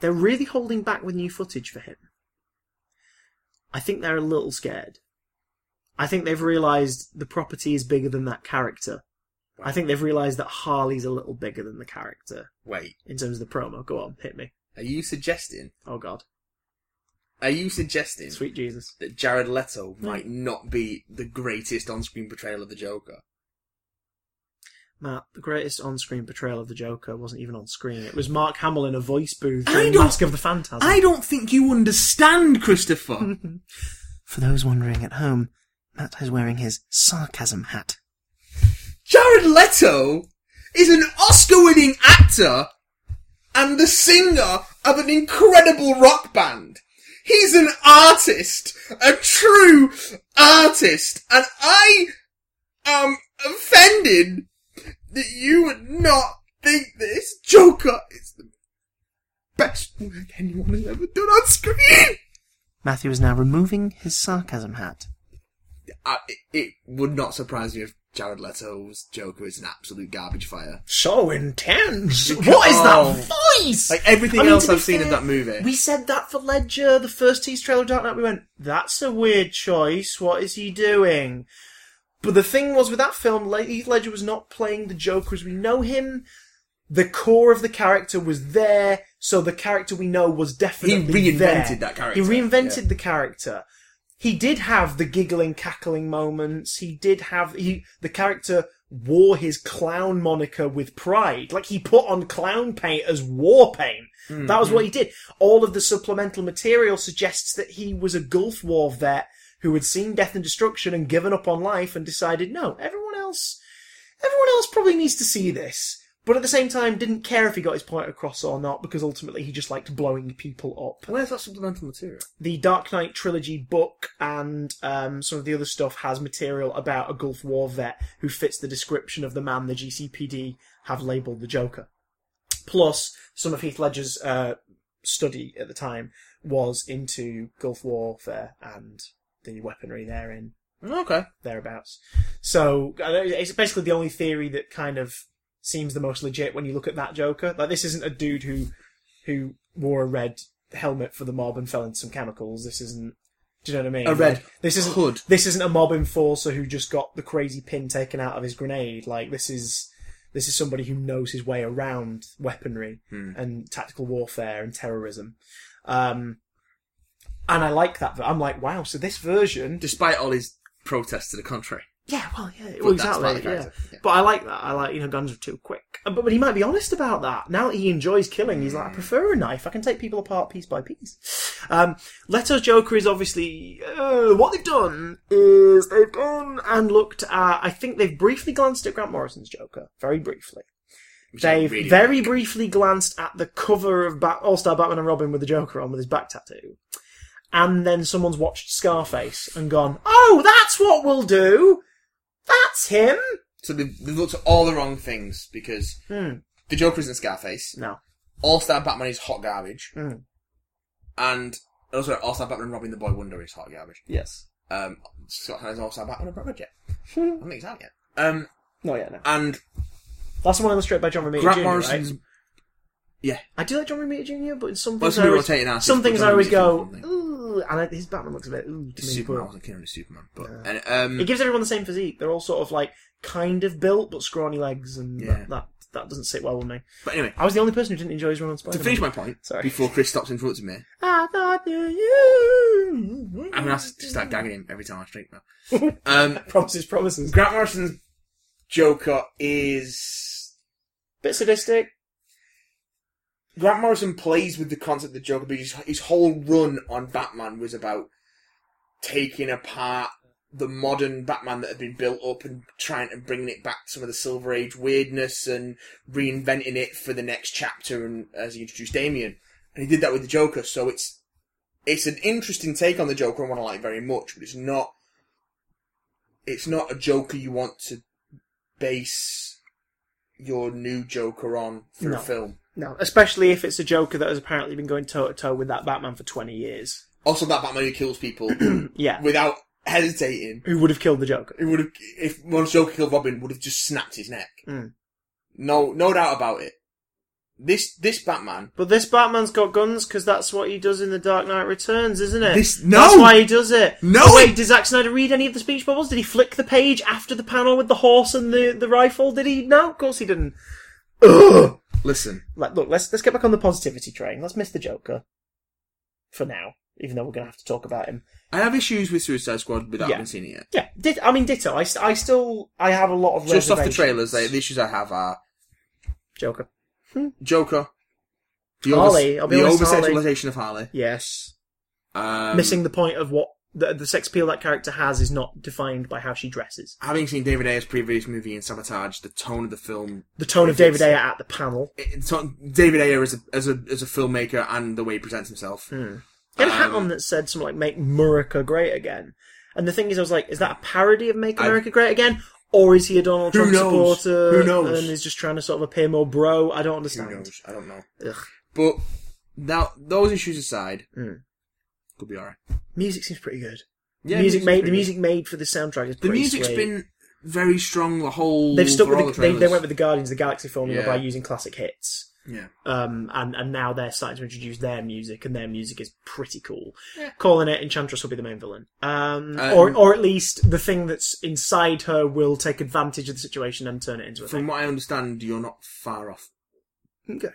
[SPEAKER 1] They're really holding back with new footage for him. I think they're a little scared. I think they've realised the property is bigger than that character. I think they've realised that Harley's a little bigger than the character
[SPEAKER 2] Wait,
[SPEAKER 1] in terms of the promo. Go on, hit me.
[SPEAKER 2] are you suggesting?
[SPEAKER 1] Oh god.
[SPEAKER 2] Are you suggesting
[SPEAKER 1] Sweet Jesus.
[SPEAKER 2] that Jared Leto might not be the greatest on-screen portrayal of the Joker?
[SPEAKER 1] Matt, the greatest on-screen portrayal of the Joker wasn't even on screen. It was Mark Hamill in a voice booth
[SPEAKER 2] I
[SPEAKER 1] in
[SPEAKER 2] don't-
[SPEAKER 1] Mask of the Phantasm.
[SPEAKER 2] I don't think you understand, Christopher.
[SPEAKER 4] For those wondering at home, Matt is wearing his sarcasm hat.
[SPEAKER 2] Jared Leto is an Oscar-winning actor and the singer of an incredible rock band. He's an artist, a true artist, and I am offended that you would not think this Joker is the best work anyone has ever done on screen.
[SPEAKER 4] Matthew is now removing his sarcasm hat.
[SPEAKER 2] I, it Uh, would not surprise me if Jared Leto's Joker is an absolute garbage fire.
[SPEAKER 5] So intense.
[SPEAKER 1] What is
[SPEAKER 2] Oh.
[SPEAKER 1] that voice?
[SPEAKER 2] Like everything
[SPEAKER 1] I mean,
[SPEAKER 2] else
[SPEAKER 1] to be
[SPEAKER 2] I've seen in
[SPEAKER 1] fair,
[SPEAKER 2] that movie.
[SPEAKER 1] we said that for Ledger, the first tease trailer of Dark Knight. We went,
[SPEAKER 5] That's a weird choice. What is he doing?
[SPEAKER 1] But the thing was with that film, Le- Heath Ledger was not playing the Joker as we know him. The core of the character was there, so the character we know was definitely
[SPEAKER 2] reinvented
[SPEAKER 1] there.
[SPEAKER 2] that character,
[SPEAKER 1] He reinvented
[SPEAKER 2] yeah.
[SPEAKER 1] the character. He did have the giggling, cackling moments. He did have he the character wore his clown moniker with pride, like he put on clown paint as war paint. That
[SPEAKER 2] Mm-hmm.
[SPEAKER 1] was what he did. All of the supplemental material suggests that he was a Gulf War vet who had seen death and destruction and given up on life and decided, no, everyone else, everyone else probably needs to see this. But at the same time, didn't care if he got his point across or not because ultimately he just liked blowing people up.
[SPEAKER 2] Where's that supplemental material?
[SPEAKER 1] The Dark Knight trilogy book and um, some of the other stuff has material about a Gulf War vet who fits the description of the man the GCPD have labelled the Joker. Plus, some of Heath Ledger's uh, study at the time was into Gulf warfare and the weaponry therein
[SPEAKER 2] Okay.
[SPEAKER 1] thereabouts. So I don't- it's basically the only theory that kind of seems the most legit when you look at that Joker. Like this isn't a dude who who wore a red helmet for the mob and fell into some chemicals. This isn't. Do you know what I mean?
[SPEAKER 2] A red
[SPEAKER 1] Like, this isn't
[SPEAKER 2] hood.
[SPEAKER 1] This isn't a mob enforcer who just got the crazy pin taken out of his grenade. Like this is. This is somebody who knows his way around weaponry
[SPEAKER 2] Hmm.
[SPEAKER 1] and tactical warfare and terrorism. Um, and I like that. I'm like, wow, so this version
[SPEAKER 2] Despite all his protests to the contrary.
[SPEAKER 1] yeah, well, yeah,
[SPEAKER 2] But
[SPEAKER 1] well,
[SPEAKER 2] that's
[SPEAKER 1] exactly.
[SPEAKER 2] part of the
[SPEAKER 1] yeah.
[SPEAKER 2] character, yeah.
[SPEAKER 1] But I like that. I like you know, guns are too quick. Uh, But, but he might be honest about that. Now that he enjoys killing, he's like, I prefer a knife. I can take people apart piece by piece. Um, Leto's Joker is obviously uh, what they've done is they've gone and looked at. I think they've briefly glanced at Grant Morrison's Joker, very briefly.
[SPEAKER 2] Which I
[SPEAKER 1] They've
[SPEAKER 2] really
[SPEAKER 1] very
[SPEAKER 2] like.
[SPEAKER 1] briefly glanced at the cover of Bat- All Star Batman and Robin with the Joker on with his back tattoo. And then someone's watched Scarface and gone, Oh, that's what we'll do! That's him!
[SPEAKER 2] So they've, they've looked at all the wrong things because
[SPEAKER 1] Hmm.
[SPEAKER 2] the Joker isn't Scarface.
[SPEAKER 1] No.
[SPEAKER 2] All Star Batman is hot garbage.
[SPEAKER 1] Hmm.
[SPEAKER 2] And also, All Star Batman robbing the Boy Wonder is hot garbage.
[SPEAKER 1] Yes.
[SPEAKER 2] Um, Scott Hannah's All Star Batman a Brother yet. I don't think it's out yet. Um,
[SPEAKER 1] Not yet, no.
[SPEAKER 2] and
[SPEAKER 1] That's the one illustrated by John Romita
[SPEAKER 2] Grant
[SPEAKER 1] Jr.
[SPEAKER 2] Morrison's.
[SPEAKER 1] right?
[SPEAKER 2] Yeah.
[SPEAKER 1] I do like John Romita Jr., but in some
[SPEAKER 2] Well,
[SPEAKER 1] things,
[SPEAKER 2] some
[SPEAKER 1] I always,
[SPEAKER 2] rotating artists,
[SPEAKER 1] some
[SPEAKER 2] but
[SPEAKER 1] things
[SPEAKER 2] John
[SPEAKER 1] I always
[SPEAKER 2] Romita's
[SPEAKER 1] go,
[SPEAKER 2] one thing.
[SPEAKER 1] ooh, and I, his Batman looks a bit, ooh, to me.
[SPEAKER 2] Superman. I
[SPEAKER 1] but-
[SPEAKER 2] wasn't keen on Superman, but and, um,
[SPEAKER 1] It gives everyone the same physique. They're all sort of like, kind of built, but scrawny legs, and
[SPEAKER 2] Yeah.
[SPEAKER 1] that, that, that doesn't sit well with me.
[SPEAKER 2] but anyway,
[SPEAKER 1] I was the only person who didn't enjoy his run on Spider-Man.
[SPEAKER 2] to finish my point
[SPEAKER 1] Sorry.
[SPEAKER 2] before Chris stops interrupting me,
[SPEAKER 1] I thought you.
[SPEAKER 2] I'm gonna have to start gagging him every time I drink now. um,
[SPEAKER 1] Promises, promises.
[SPEAKER 2] Grant Morrison's Joker is
[SPEAKER 1] Bit sadistic.
[SPEAKER 2] Grant Morrison plays with the concept of the Joker because his whole run on Batman was about taking apart the modern Batman that had been built up and trying to bringing it back to some of the Silver Age weirdness and reinventing it for the next chapter and as he introduced Damien. And he did that with the Joker, so it's it's an interesting take on the Joker and one I like very much, but it's not it's not a Joker you want to base your new Joker on for
[SPEAKER 1] No.
[SPEAKER 2] a film.
[SPEAKER 1] No, especially if it's a Joker that has apparently been going toe to toe with that Batman for 20 years.
[SPEAKER 2] Also, that Batman who kills people
[SPEAKER 1] Yeah.
[SPEAKER 2] without hesitating,
[SPEAKER 1] Who would have killed the Joker?
[SPEAKER 2] it would have if once Joker killed Robin, would have just snapped his neck.
[SPEAKER 1] Mm.
[SPEAKER 2] No, no doubt about it. This this Batman,
[SPEAKER 1] But this Batman's got guns because that's what he does in The Dark Knight Returns, isn't it?
[SPEAKER 2] This- no!
[SPEAKER 1] That's why he does it.
[SPEAKER 2] No,
[SPEAKER 1] Oh, wait,
[SPEAKER 2] it-
[SPEAKER 1] did Zack Snyder read any of the speech bubbles? Did he flick the page after the panel with the horse and the, the rifle? Did he? No, of course he didn't. Ugh.
[SPEAKER 2] listen,
[SPEAKER 1] Like, look, let's let's get back on the positivity train. Let's miss the Joker for now, even though we're going to have to talk about him.
[SPEAKER 2] I have issues with Suicide Squad without
[SPEAKER 1] Yeah.
[SPEAKER 2] having seen it yet.
[SPEAKER 1] Yeah, dit- I mean ditto. I, st- I still I have a lot of
[SPEAKER 2] Just off the
[SPEAKER 1] reservations.
[SPEAKER 2] trailers, they, the issues I have are
[SPEAKER 1] Joker.
[SPEAKER 2] Joker, the
[SPEAKER 1] Harley, I'll be
[SPEAKER 2] the
[SPEAKER 1] honest, Harley.
[SPEAKER 2] oversexualization of Harley,
[SPEAKER 1] Yes,
[SPEAKER 2] um,
[SPEAKER 1] missing the point of what the, the sex appeal that character has is not defined by how she dresses.
[SPEAKER 2] Having seen David Ayer's previous movie in Sabotage, the tone of the film
[SPEAKER 1] The tone of
[SPEAKER 2] If it's-
[SPEAKER 1] David Ayer at the panel.
[SPEAKER 2] it's not- David Ayer as a as a as a filmmaker and the way he presents himself.
[SPEAKER 1] He had Hmm. a hat
[SPEAKER 2] Um,
[SPEAKER 1] on that said something like "Make America Great Again," and the thing is, I was like, is that a parody of "Make
[SPEAKER 2] I-
[SPEAKER 1] America Great Again," or is he a Donald
[SPEAKER 2] Who
[SPEAKER 1] Trump
[SPEAKER 2] knows?
[SPEAKER 1] supporter
[SPEAKER 2] Who knows?
[SPEAKER 1] and is just trying to sort of appear more bro? I don't
[SPEAKER 2] Who
[SPEAKER 1] understand.
[SPEAKER 2] knows? I don't know.
[SPEAKER 1] Ugh.
[SPEAKER 2] But now those issues aside,
[SPEAKER 1] Mm.
[SPEAKER 2] could be alright.
[SPEAKER 1] Music seems pretty good.
[SPEAKER 2] Yeah,
[SPEAKER 1] music
[SPEAKER 2] music's
[SPEAKER 1] made
[SPEAKER 2] pretty
[SPEAKER 1] the music made for the soundtrack is
[SPEAKER 2] good. The
[SPEAKER 1] pretty
[SPEAKER 2] music's
[SPEAKER 1] sweet.
[SPEAKER 2] been very strong the whole.
[SPEAKER 1] They've stuck
[SPEAKER 2] for
[SPEAKER 1] with the,
[SPEAKER 2] all
[SPEAKER 1] they, they
[SPEAKER 2] trailers.
[SPEAKER 1] went with the Guardians of the Galaxy formula
[SPEAKER 2] Yeah.
[SPEAKER 1] by using classic hits.
[SPEAKER 2] yeah.
[SPEAKER 1] Um, and, and now they're starting to introduce their music, and their music is pretty cool. Calling it Enchantress will be the main villain. Um,
[SPEAKER 2] Um,
[SPEAKER 1] or, or at least the thing that's inside her will take advantage of the situation and turn it into a
[SPEAKER 2] From
[SPEAKER 1] thing.
[SPEAKER 2] what I understand, you're not far off.
[SPEAKER 6] Okay.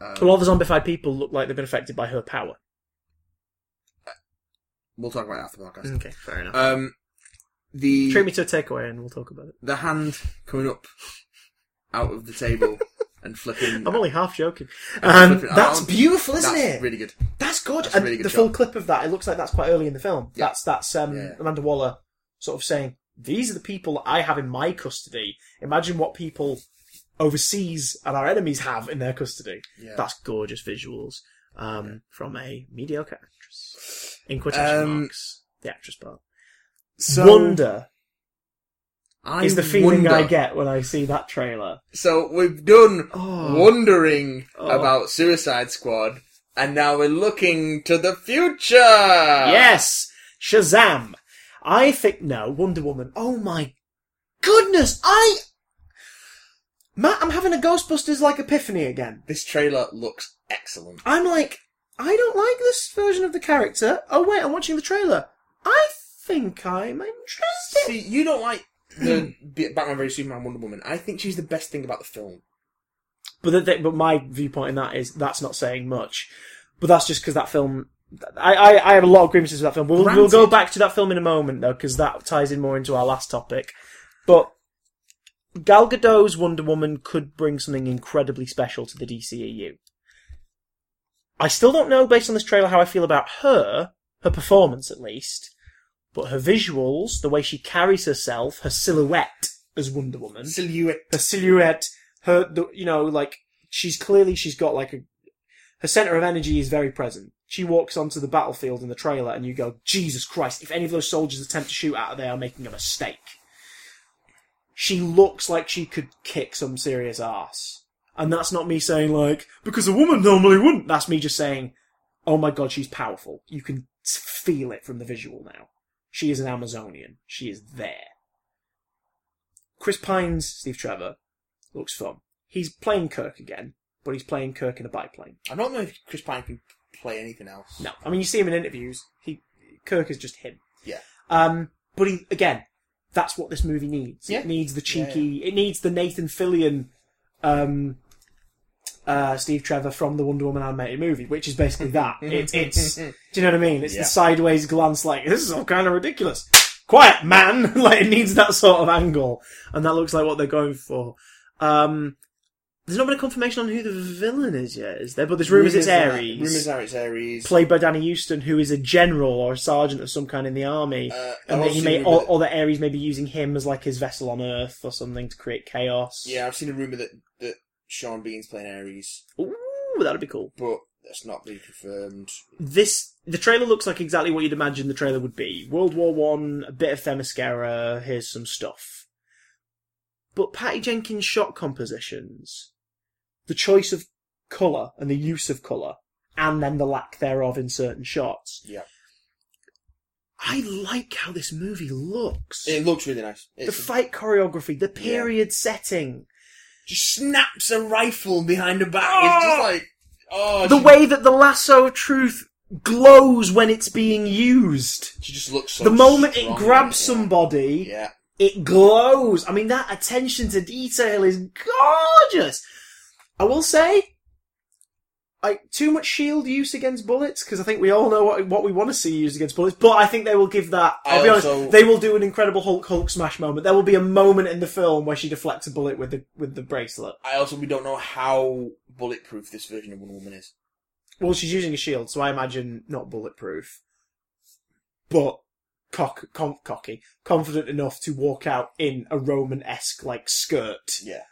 [SPEAKER 2] Um,
[SPEAKER 1] A lot of the zombified people look like they've been affected by her power.
[SPEAKER 2] we'll talk about it after the podcast.
[SPEAKER 1] Okay.
[SPEAKER 6] Fair enough.
[SPEAKER 2] Um, the
[SPEAKER 1] Hmm. Treat me to a takeaway and we'll talk about it.
[SPEAKER 2] the hand coming up out of the table and flipping.
[SPEAKER 1] I'm only half joking.
[SPEAKER 2] and
[SPEAKER 1] Um,
[SPEAKER 2] flipping
[SPEAKER 1] that's
[SPEAKER 2] around.
[SPEAKER 1] beautiful, isn't
[SPEAKER 2] That's
[SPEAKER 1] it?
[SPEAKER 2] Really good.
[SPEAKER 1] That's good.
[SPEAKER 2] That's a
[SPEAKER 1] and
[SPEAKER 2] really good
[SPEAKER 1] the
[SPEAKER 2] shot.
[SPEAKER 1] full clip of that, it looks like that's quite early in the film.
[SPEAKER 2] Yeah.
[SPEAKER 1] That's that's um,
[SPEAKER 2] Yeah.
[SPEAKER 1] Amanda Waller sort of saying, "These are the people that I have in my custody. Imagine what people overseas and our enemies have in their custody."
[SPEAKER 2] Yeah.
[SPEAKER 1] That's gorgeous visuals um, from a mediocre actress. In quotation
[SPEAKER 2] Um,
[SPEAKER 1] marks, the actress part.
[SPEAKER 2] So
[SPEAKER 1] Wonder
[SPEAKER 2] I
[SPEAKER 1] is the feeling I
[SPEAKER 2] wonder-
[SPEAKER 1] get when I see that trailer.
[SPEAKER 2] So we've done
[SPEAKER 1] Oh.
[SPEAKER 2] wondering
[SPEAKER 1] Oh.
[SPEAKER 2] about Suicide Squad, and now we're looking to the future.
[SPEAKER 1] Yes, Shazam. I think no Wonder Woman. Oh my goodness! I Matt, I'm having a Ghostbusters like epiphany again.
[SPEAKER 2] This trailer looks excellent.
[SPEAKER 1] I'm like, I don't like this version of the character. Oh wait, I'm watching the trailer. I think I'm interested.
[SPEAKER 2] See, you don't like the
[SPEAKER 1] Hmm.
[SPEAKER 2] B- Batman vs Superman Wonder Woman. I think she's the best thing about the film.
[SPEAKER 1] But the, thing- but my viewpoint in that is that's not saying much. But that's just because that film. I, I, I have a lot of grievances with that film. We'll, we'll go
[SPEAKER 2] Granted.
[SPEAKER 1] back to that film in a moment though, because that ties in more into our last topic. But Gal Gadot's Wonder Woman could bring something incredibly special to the DCEU. I still don't know, based on this trailer, how I feel about her, her performance at least, but her visuals, the way she carries herself, her silhouette as Wonder Woman
[SPEAKER 2] Silhouette.
[SPEAKER 1] her silhouette, her, the, you know, like she's clearly she's got like a her center of energy is very present. She walks onto the battlefield in the trailer, and you go, Jesus Christ! If any of those soldiers attempt to shoot at her, they are making a mistake. She looks like she could kick some serious ass, and that's not me saying like because a woman normally wouldn't. That's me just saying, oh my God, she's powerful. You can t- feel it from the visual now. She is an Amazonian. She is there. Chris Pine's Steve Trevor looks fun. He's playing Kirk again, but he's playing Kirk in a biplane.
[SPEAKER 2] I don't know if Chris Pine can play anything else.
[SPEAKER 1] No, I mean you see him in interviews. He Kirk is just him.
[SPEAKER 2] Yeah.
[SPEAKER 1] Um, but he again, that's what this movie needs.
[SPEAKER 2] Yeah.
[SPEAKER 1] It needs the
[SPEAKER 2] Yeah,
[SPEAKER 1] cheeky. It needs the Nathan Fillion, um, uh, Steve Trevor from the Wonder Woman animated movie, which is basically that. It, it's do you know what I mean? It's
[SPEAKER 2] Yeah.
[SPEAKER 1] the sideways glance, like this is all kind of ridiculous. Quiet, man! like it needs that sort of angle, and that looks like what they're going for. Um, there's not been a confirmation on who the villain is yet, is there? But there's rumours it's
[SPEAKER 2] are-
[SPEAKER 1] Ares
[SPEAKER 2] Rumors are it's Ares.
[SPEAKER 1] played by Danny Houston, who is a general or a sergeant of some kind in the army,
[SPEAKER 2] Uh,
[SPEAKER 1] and
[SPEAKER 2] I've
[SPEAKER 1] that he
[SPEAKER 2] seen
[SPEAKER 1] may,
[SPEAKER 2] a
[SPEAKER 1] or,
[SPEAKER 2] rumor that-
[SPEAKER 1] or that Ares may be using him as like his vessel on Earth or something to create chaos.
[SPEAKER 2] yeah, I've seen a rumor that that Sean Bean's playing Ares,
[SPEAKER 1] Ooh, that'd be cool.
[SPEAKER 2] but that's not been confirmed.
[SPEAKER 1] This the trailer looks like exactly what you'd imagine the trailer would be: World War One, a bit of Themyscira, here's some stuff. But Patty Jenkins' shot compositions, the choice of color and the use of color, and then the lack thereof in certain shots.
[SPEAKER 2] Yeah,
[SPEAKER 1] I like how this movie looks.
[SPEAKER 2] it looks really nice.
[SPEAKER 1] the
[SPEAKER 2] It's
[SPEAKER 1] fight choreography, the period setting,
[SPEAKER 2] just snaps a rifle behind her back. It's
[SPEAKER 1] Oh!
[SPEAKER 2] just like oh,
[SPEAKER 1] the
[SPEAKER 2] she,
[SPEAKER 1] way that the lasso of truth glows when it's being used.
[SPEAKER 2] she just looks. So
[SPEAKER 1] The moment it
[SPEAKER 2] strong,
[SPEAKER 1] grabs
[SPEAKER 2] yeah.
[SPEAKER 1] somebody,
[SPEAKER 2] Yeah,
[SPEAKER 1] it glows. I mean, that attention to detail is gorgeous. I will say, I too much shield use against bullets because I think we all know what what we want to see used against bullets. But I think they will give that. I'll
[SPEAKER 2] I
[SPEAKER 1] be
[SPEAKER 2] also-
[SPEAKER 1] honest, they will do an incredible Hulk Hulk smash moment. There will be a moment in the film where she deflects a bullet with the with the bracelet.
[SPEAKER 2] I also we don't know how bulletproof this version of Wonder Woman is.
[SPEAKER 1] Well, she's using a shield, so I imagine not bulletproof, but cock, con- cocky, confident enough to walk out in a Roman-esque like skirt
[SPEAKER 2] Yeah,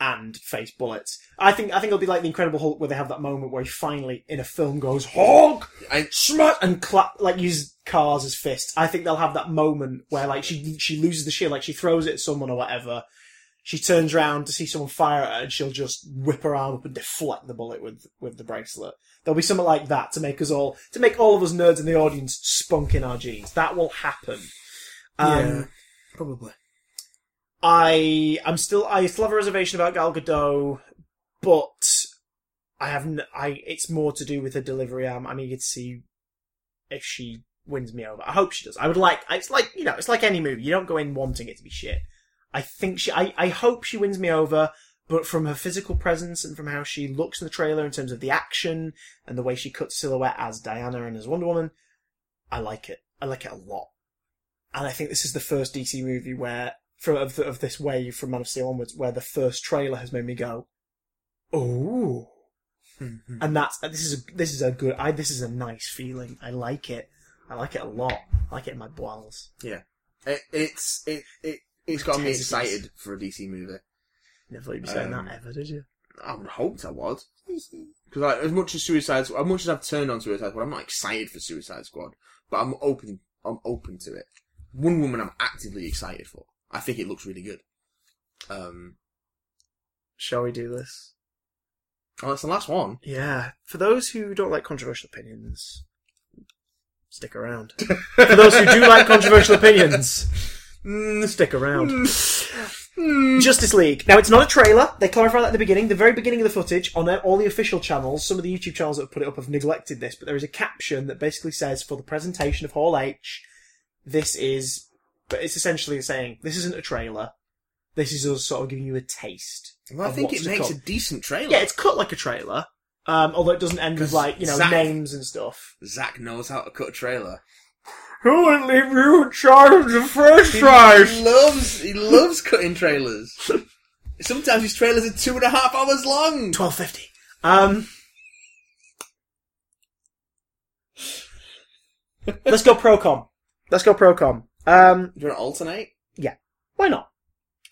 [SPEAKER 1] and face bullets. I think I think it'll be like the Incredible Hulk, where they have that moment where he finally, in a film, goes Hulk
[SPEAKER 2] I
[SPEAKER 1] smash and clap like use cars as fists. I think they'll have that moment where like she she loses the shield, like she throws it at someone or whatever. She turns round to see someone fire at her, and she'll just whip her arm up and deflect the bullet with with the bracelet. There'll be something like that to make us all to make all of us nerds in the audience spunk in our jeans. That will happen. Um,
[SPEAKER 2] probably.
[SPEAKER 1] I I'm still I still have a reservation about Gal Gadot, but I have n- I it's more to do with her delivery. I'm I'm eager to see if she wins me over. I hope she does. I would like it's like you know it's like any movie. You don't go in wanting it to be shit. I think she I I hope she wins me over. But from her physical presence and from how she looks in the trailer in terms of the action and the way she cuts silhouette as Diana and as Wonder Woman, I like it. I like it a lot. And I think this is the first DC movie where, from of, of this wave from Man of Steel onwards, where the first trailer has made me go, "Ooh!"
[SPEAKER 2] hmm.
[SPEAKER 1] and that's this is a, this is a good. I this is a nice feeling. I like it. I like it a lot. I like it in my balls.
[SPEAKER 2] It, it's it it it's got me
[SPEAKER 1] Tastes.
[SPEAKER 2] excited for a DC movie.
[SPEAKER 1] Never thought you'd be saying
[SPEAKER 2] Um,
[SPEAKER 1] that ever, did you?
[SPEAKER 2] I would hoped I was because like, as much as Suicide, Squad- as much as I've turned on Suicide Squad, I'm not excited for Suicide Squad, but I'm open. I'm open to it. One woman I'm actively excited for. I think it looks really good. Um,
[SPEAKER 1] Shall we do this?
[SPEAKER 2] oh, that's the last one.
[SPEAKER 1] Yeah. For those who don't like controversial opinions, stick around. for those who do like controversial opinions, mm, stick around. Justice League. Now, it's not a trailer. They clarified that at the beginning. The very beginning of the footage on uh, all the official channels, some of the YouTube channels that have put it up have neglected this, but there is a caption that basically says, for the presentation of Hall H, this is, but it's essentially saying, this isn't a trailer. This is us sort of giving you a taste.
[SPEAKER 2] Well, I
[SPEAKER 1] of
[SPEAKER 2] think
[SPEAKER 1] what's
[SPEAKER 2] it
[SPEAKER 1] to
[SPEAKER 2] makes
[SPEAKER 1] come.
[SPEAKER 2] a decent trailer.
[SPEAKER 1] Yeah, it's cut like a trailer. Um, although it doesn't end with
[SPEAKER 2] 'Cause
[SPEAKER 1] like, you know,
[SPEAKER 2] Zac-
[SPEAKER 1] names and stuff.
[SPEAKER 2] Zach knows how to cut a trailer.
[SPEAKER 1] Who would leave you in charge of the first
[SPEAKER 2] He loves he loves cutting trailers. Sometimes his trailers are two and a half hours long.
[SPEAKER 1] Twelve fifty. Um Let's go Procom. Let's go Procom. Um
[SPEAKER 2] Do you want to alternate?
[SPEAKER 1] why not?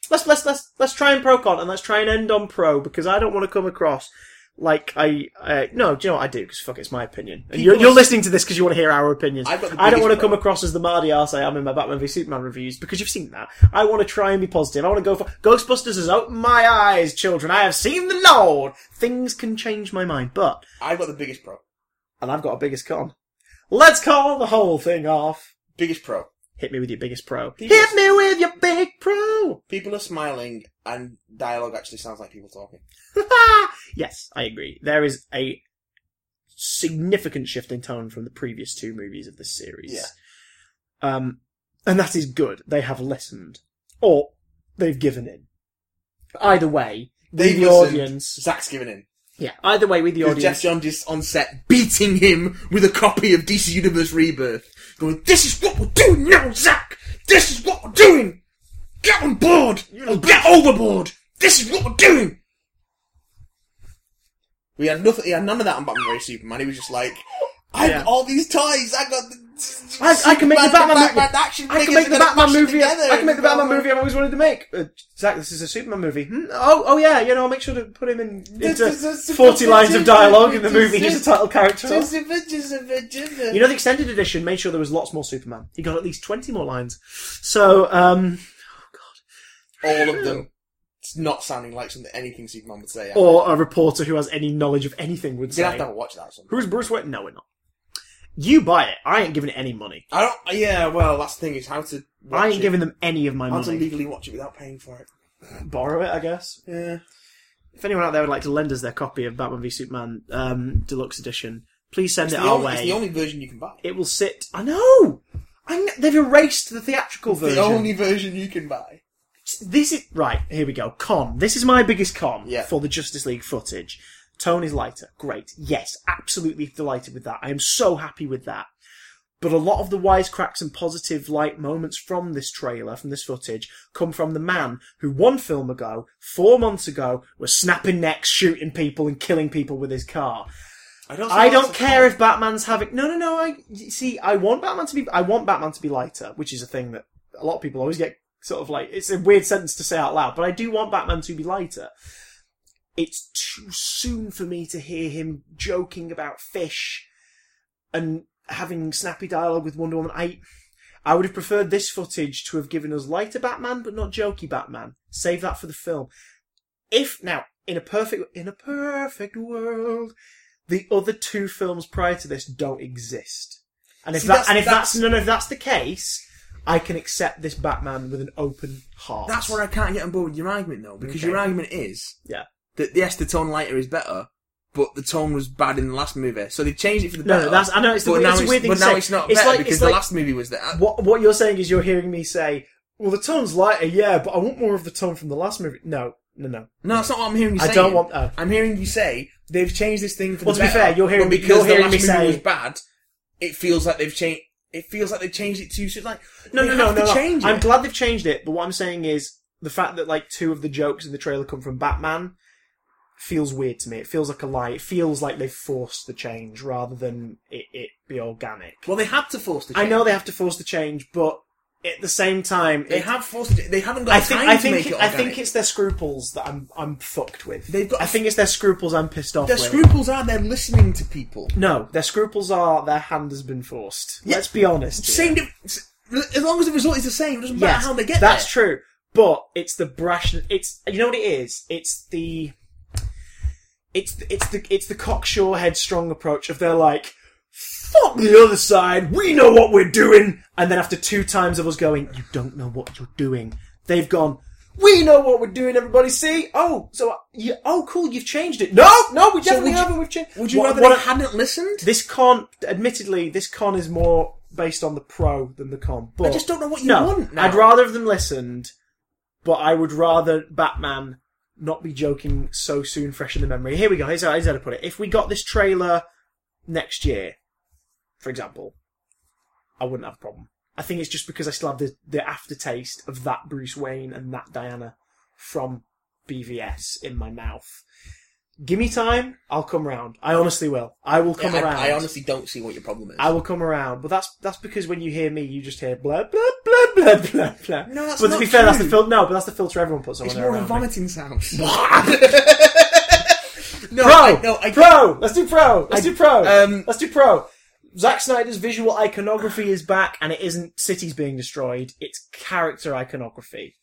[SPEAKER 1] Let's let's let's let's try and Procon and let's try and end on pro because I don't want to come across like I uh, no, do you know what I do? Because fuck, it's my opinion. And you're,
[SPEAKER 2] People-
[SPEAKER 1] you're listening to this because you want to hear our opinions.
[SPEAKER 2] I've got the
[SPEAKER 1] I don't
[SPEAKER 2] biggest
[SPEAKER 1] want to come
[SPEAKER 2] pro.
[SPEAKER 1] across as the Mardy arse I am in my Batman v Superman reviews because you've seen that. I want to try and be positive. I want to go for Ghostbusters has opened my eyes, children. I have seen the Lord. Things can change my mind, but
[SPEAKER 2] I've got the biggest pro.
[SPEAKER 1] and I've got a biggest con. Let's call the whole thing off.
[SPEAKER 2] Biggest pro.
[SPEAKER 1] Hit me with your biggest pro.
[SPEAKER 2] People-
[SPEAKER 1] Hit me with your big pro.
[SPEAKER 2] People are smiling and dialogue actually sounds like people talking.
[SPEAKER 1] yes, I agree. There is a significant shift in tone from the previous two movies of this series.
[SPEAKER 2] Yeah.
[SPEAKER 1] Um, and that is good. They have listened. Or they've given in. Either way, with
[SPEAKER 2] They've
[SPEAKER 1] the
[SPEAKER 2] listened.
[SPEAKER 1] audience.
[SPEAKER 2] Zach's giving in.
[SPEAKER 1] Yeah, either way, with the
[SPEAKER 2] Because Jeff
[SPEAKER 1] audience.
[SPEAKER 2] John is on set beating him with a copy of DC Universe Rebirth. Going, this is what we're doing now, Zach! This is what we're doing! Get on board! Or get overboard! This is what we're doing! We had nothing, he had none of that on Batman vs Superman. He was just like, I've
[SPEAKER 1] Yeah.
[SPEAKER 2] got all these toys, I got the.
[SPEAKER 1] I, I can make the
[SPEAKER 2] Superman,
[SPEAKER 1] Batman, movie.
[SPEAKER 2] action
[SPEAKER 1] I can
[SPEAKER 2] figures,
[SPEAKER 1] make the
[SPEAKER 2] they're gonna
[SPEAKER 1] Batman
[SPEAKER 2] mash it
[SPEAKER 1] movie.
[SPEAKER 2] together
[SPEAKER 1] I can make the
[SPEAKER 2] and
[SPEAKER 1] Batman
[SPEAKER 2] go-
[SPEAKER 1] movie I've always wanted to make. Uh, Zach, this is a Superman movie. Hmm? Oh, oh yeah, you know, I'll make sure to put him in
[SPEAKER 2] This
[SPEAKER 1] into
[SPEAKER 2] is a Superman
[SPEAKER 1] forty lines of
[SPEAKER 2] movie.
[SPEAKER 1] dialogue in the
[SPEAKER 2] This
[SPEAKER 1] movie. He's
[SPEAKER 2] is-
[SPEAKER 1] a title character.
[SPEAKER 2] Just a bit, just a bit, just a-
[SPEAKER 1] You know, the extended edition made sure there was lots more Superman. He got at least twenty more lines. So, um,
[SPEAKER 2] all of them. It's not sounding like something anything Superman would say.
[SPEAKER 1] or a reporter who has any knowledge of anything would
[SPEAKER 2] You're gonna
[SPEAKER 1] say,
[SPEAKER 2] have to have a watch that. Or something.
[SPEAKER 1] "Who's Bruce Wayne?" No, we're not. You buy it. I ain't giving it any money.
[SPEAKER 2] I don't. Yeah, well, that's the thing is how to. Watch
[SPEAKER 1] I ain't
[SPEAKER 2] it.
[SPEAKER 1] giving them any of my
[SPEAKER 2] How to
[SPEAKER 1] money.
[SPEAKER 2] legally watch it without paying for it.
[SPEAKER 1] Borrow it, I guess.
[SPEAKER 2] Yeah.
[SPEAKER 1] If anyone out there would like to lend us their copy of Batman v Superman um, Deluxe Edition, please send
[SPEAKER 2] It's
[SPEAKER 1] it
[SPEAKER 2] the,
[SPEAKER 1] our
[SPEAKER 2] only,
[SPEAKER 1] way.
[SPEAKER 2] it's the only version you can buy.
[SPEAKER 1] It will sit. I know. I know. They've erased the theatrical version.
[SPEAKER 2] The only version you can buy.
[SPEAKER 1] This is right. Here we go. Con. This is my biggest con
[SPEAKER 2] Yeah.
[SPEAKER 1] for the Justice League footage. Tone is lighter. Great. Yes, absolutely delighted with that. I am so happy with that. But a lot of the wisecracks and positive light moments from this trailer, from this footage, come from the man who one film ago, four months ago, was snapping necks, shooting people, and killing people with his car.
[SPEAKER 2] I don't.
[SPEAKER 1] I don't care if Batman's having. No, no, no. I you see. I want Batman to be. I want Batman to be lighter, which is a thing that a lot of people always get sort of like. It's a weird sentence to say out loud, but I do want Batman to be lighter. It's too soon for me to hear him joking about fish and having snappy dialogue with Wonder Woman. I. I would have preferred this footage to have given us lighter Batman, but not jokey Batman. Save that for the film. If now, in a perfect in a perfect world, the other two films prior to this don't exist. And if
[SPEAKER 2] See,
[SPEAKER 1] that,
[SPEAKER 2] that's-
[SPEAKER 1] and if that's,
[SPEAKER 2] that's-
[SPEAKER 1] no, no, if that's the case, I can accept this Batman with an open heart.
[SPEAKER 2] That's where I can't get on board with your argument though, because
[SPEAKER 1] Okay.
[SPEAKER 2] your argument is
[SPEAKER 1] Yeah.
[SPEAKER 2] that yes, the tone lighter is better, but the tone was bad in the last movie, so they changed it for the
[SPEAKER 1] No,
[SPEAKER 2] better.
[SPEAKER 1] that's- I know, it's the-
[SPEAKER 2] but
[SPEAKER 1] it's
[SPEAKER 2] now
[SPEAKER 1] a weird thing
[SPEAKER 2] But
[SPEAKER 1] to
[SPEAKER 2] now
[SPEAKER 1] say.
[SPEAKER 2] it's not
[SPEAKER 1] It's
[SPEAKER 2] better
[SPEAKER 1] like- it's
[SPEAKER 2] because
[SPEAKER 1] like-
[SPEAKER 2] the last movie was that.
[SPEAKER 1] What what you're saying is you're hearing me say, well, the tone's lighter, yeah, but I want more of the tone from the last movie. No, no, no.
[SPEAKER 2] No, that's not what I'm hearing you
[SPEAKER 1] I
[SPEAKER 2] say.
[SPEAKER 1] don't want- oh.
[SPEAKER 2] I'm hearing you say they've changed this thing for
[SPEAKER 1] Well,
[SPEAKER 2] the
[SPEAKER 1] to be
[SPEAKER 2] better,
[SPEAKER 1] fair, you're hearing-
[SPEAKER 2] but because
[SPEAKER 1] you're
[SPEAKER 2] the
[SPEAKER 1] hearing
[SPEAKER 2] last
[SPEAKER 1] me
[SPEAKER 2] movie
[SPEAKER 1] say-
[SPEAKER 2] was bad. It feels like they've changed. It feels like they changed it too soon. Like
[SPEAKER 1] No,
[SPEAKER 2] they
[SPEAKER 1] no, no,
[SPEAKER 2] have
[SPEAKER 1] no.
[SPEAKER 2] to
[SPEAKER 1] no.
[SPEAKER 2] Change
[SPEAKER 1] I'm
[SPEAKER 2] it.
[SPEAKER 1] glad they've changed it, but what I'm saying is the fact that like two of the jokes in the trailer come from Batman feels weird to me. It feels like a lie. It feels like they've forced the change rather than it, it be organic.
[SPEAKER 2] well, they had to force the. Change.
[SPEAKER 1] I know they have to force the change, but at the same time,
[SPEAKER 2] They
[SPEAKER 1] it-
[SPEAKER 2] have forced. It. They haven't got
[SPEAKER 1] I think
[SPEAKER 2] time
[SPEAKER 1] I
[SPEAKER 2] to
[SPEAKER 1] think
[SPEAKER 2] make it.
[SPEAKER 1] I
[SPEAKER 2] Organic.
[SPEAKER 1] think it's their scruples that I'm I'm fucked with.
[SPEAKER 2] They've got-
[SPEAKER 1] I think it's their scruples I'm pissed off
[SPEAKER 2] their
[SPEAKER 1] with.
[SPEAKER 2] scruples are they're listening to people.
[SPEAKER 1] No, their scruples are their hand has been forced.
[SPEAKER 2] Yeah.
[SPEAKER 1] Let's be honest. here.
[SPEAKER 2] Same. dif- s- As long as the result is the same, it doesn't matter
[SPEAKER 1] Yes,
[SPEAKER 2] how they get
[SPEAKER 1] that's
[SPEAKER 2] there.
[SPEAKER 1] true. But it's the brash. It's you know what it is. It's the. It's it's the it's the cocksure headstrong approach of they're like, fuck the other side. We know what we're doing. And then after two times of us going, you don't know what you're doing. They've gone. We know what we're doing. Everybody see? Oh, so you, oh, cool. You've changed it. No, no, we definitely
[SPEAKER 2] would you-
[SPEAKER 1] haven't. We've changed.
[SPEAKER 2] Would you
[SPEAKER 1] What-
[SPEAKER 2] rather
[SPEAKER 1] what-
[SPEAKER 2] they hadn't listened?
[SPEAKER 1] this con, admittedly, this con is more based on the pro than the con. But
[SPEAKER 2] I just don't know what you
[SPEAKER 1] no,
[SPEAKER 2] want now.
[SPEAKER 1] I'd rather have them listened, but I would rather Batman not be joking so soon, fresh in the memory. Here we go. Here's how, here's how to put it. If we got this trailer next year, for example, I wouldn't have a problem. I think it's just because I still have the, the aftertaste of that Bruce Wayne and that Diana from BVS in my mouth. Give me time, I'll come round. I honestly will. I will come
[SPEAKER 2] I,
[SPEAKER 1] around.
[SPEAKER 2] I honestly don't see what your problem is.
[SPEAKER 1] I will come around, but that's that's because when you hear me, you just hear blah blah blah blah blah blah.
[SPEAKER 2] No, that's
[SPEAKER 1] but to
[SPEAKER 2] not
[SPEAKER 1] be fair, that's the
[SPEAKER 2] true.
[SPEAKER 1] filter. No, but that's the filter everyone puts on.
[SPEAKER 2] it's
[SPEAKER 1] when
[SPEAKER 2] more
[SPEAKER 1] they're
[SPEAKER 2] a
[SPEAKER 1] around me.
[SPEAKER 2] vomiting sound. no,
[SPEAKER 1] Pro,
[SPEAKER 2] I, no, I,
[SPEAKER 1] pro. Let's do pro. Let's
[SPEAKER 2] I-
[SPEAKER 1] do pro.
[SPEAKER 2] um,
[SPEAKER 1] Let's do pro. Zack Snyder's visual iconography is back, and it isn't cities being destroyed; it's character iconography.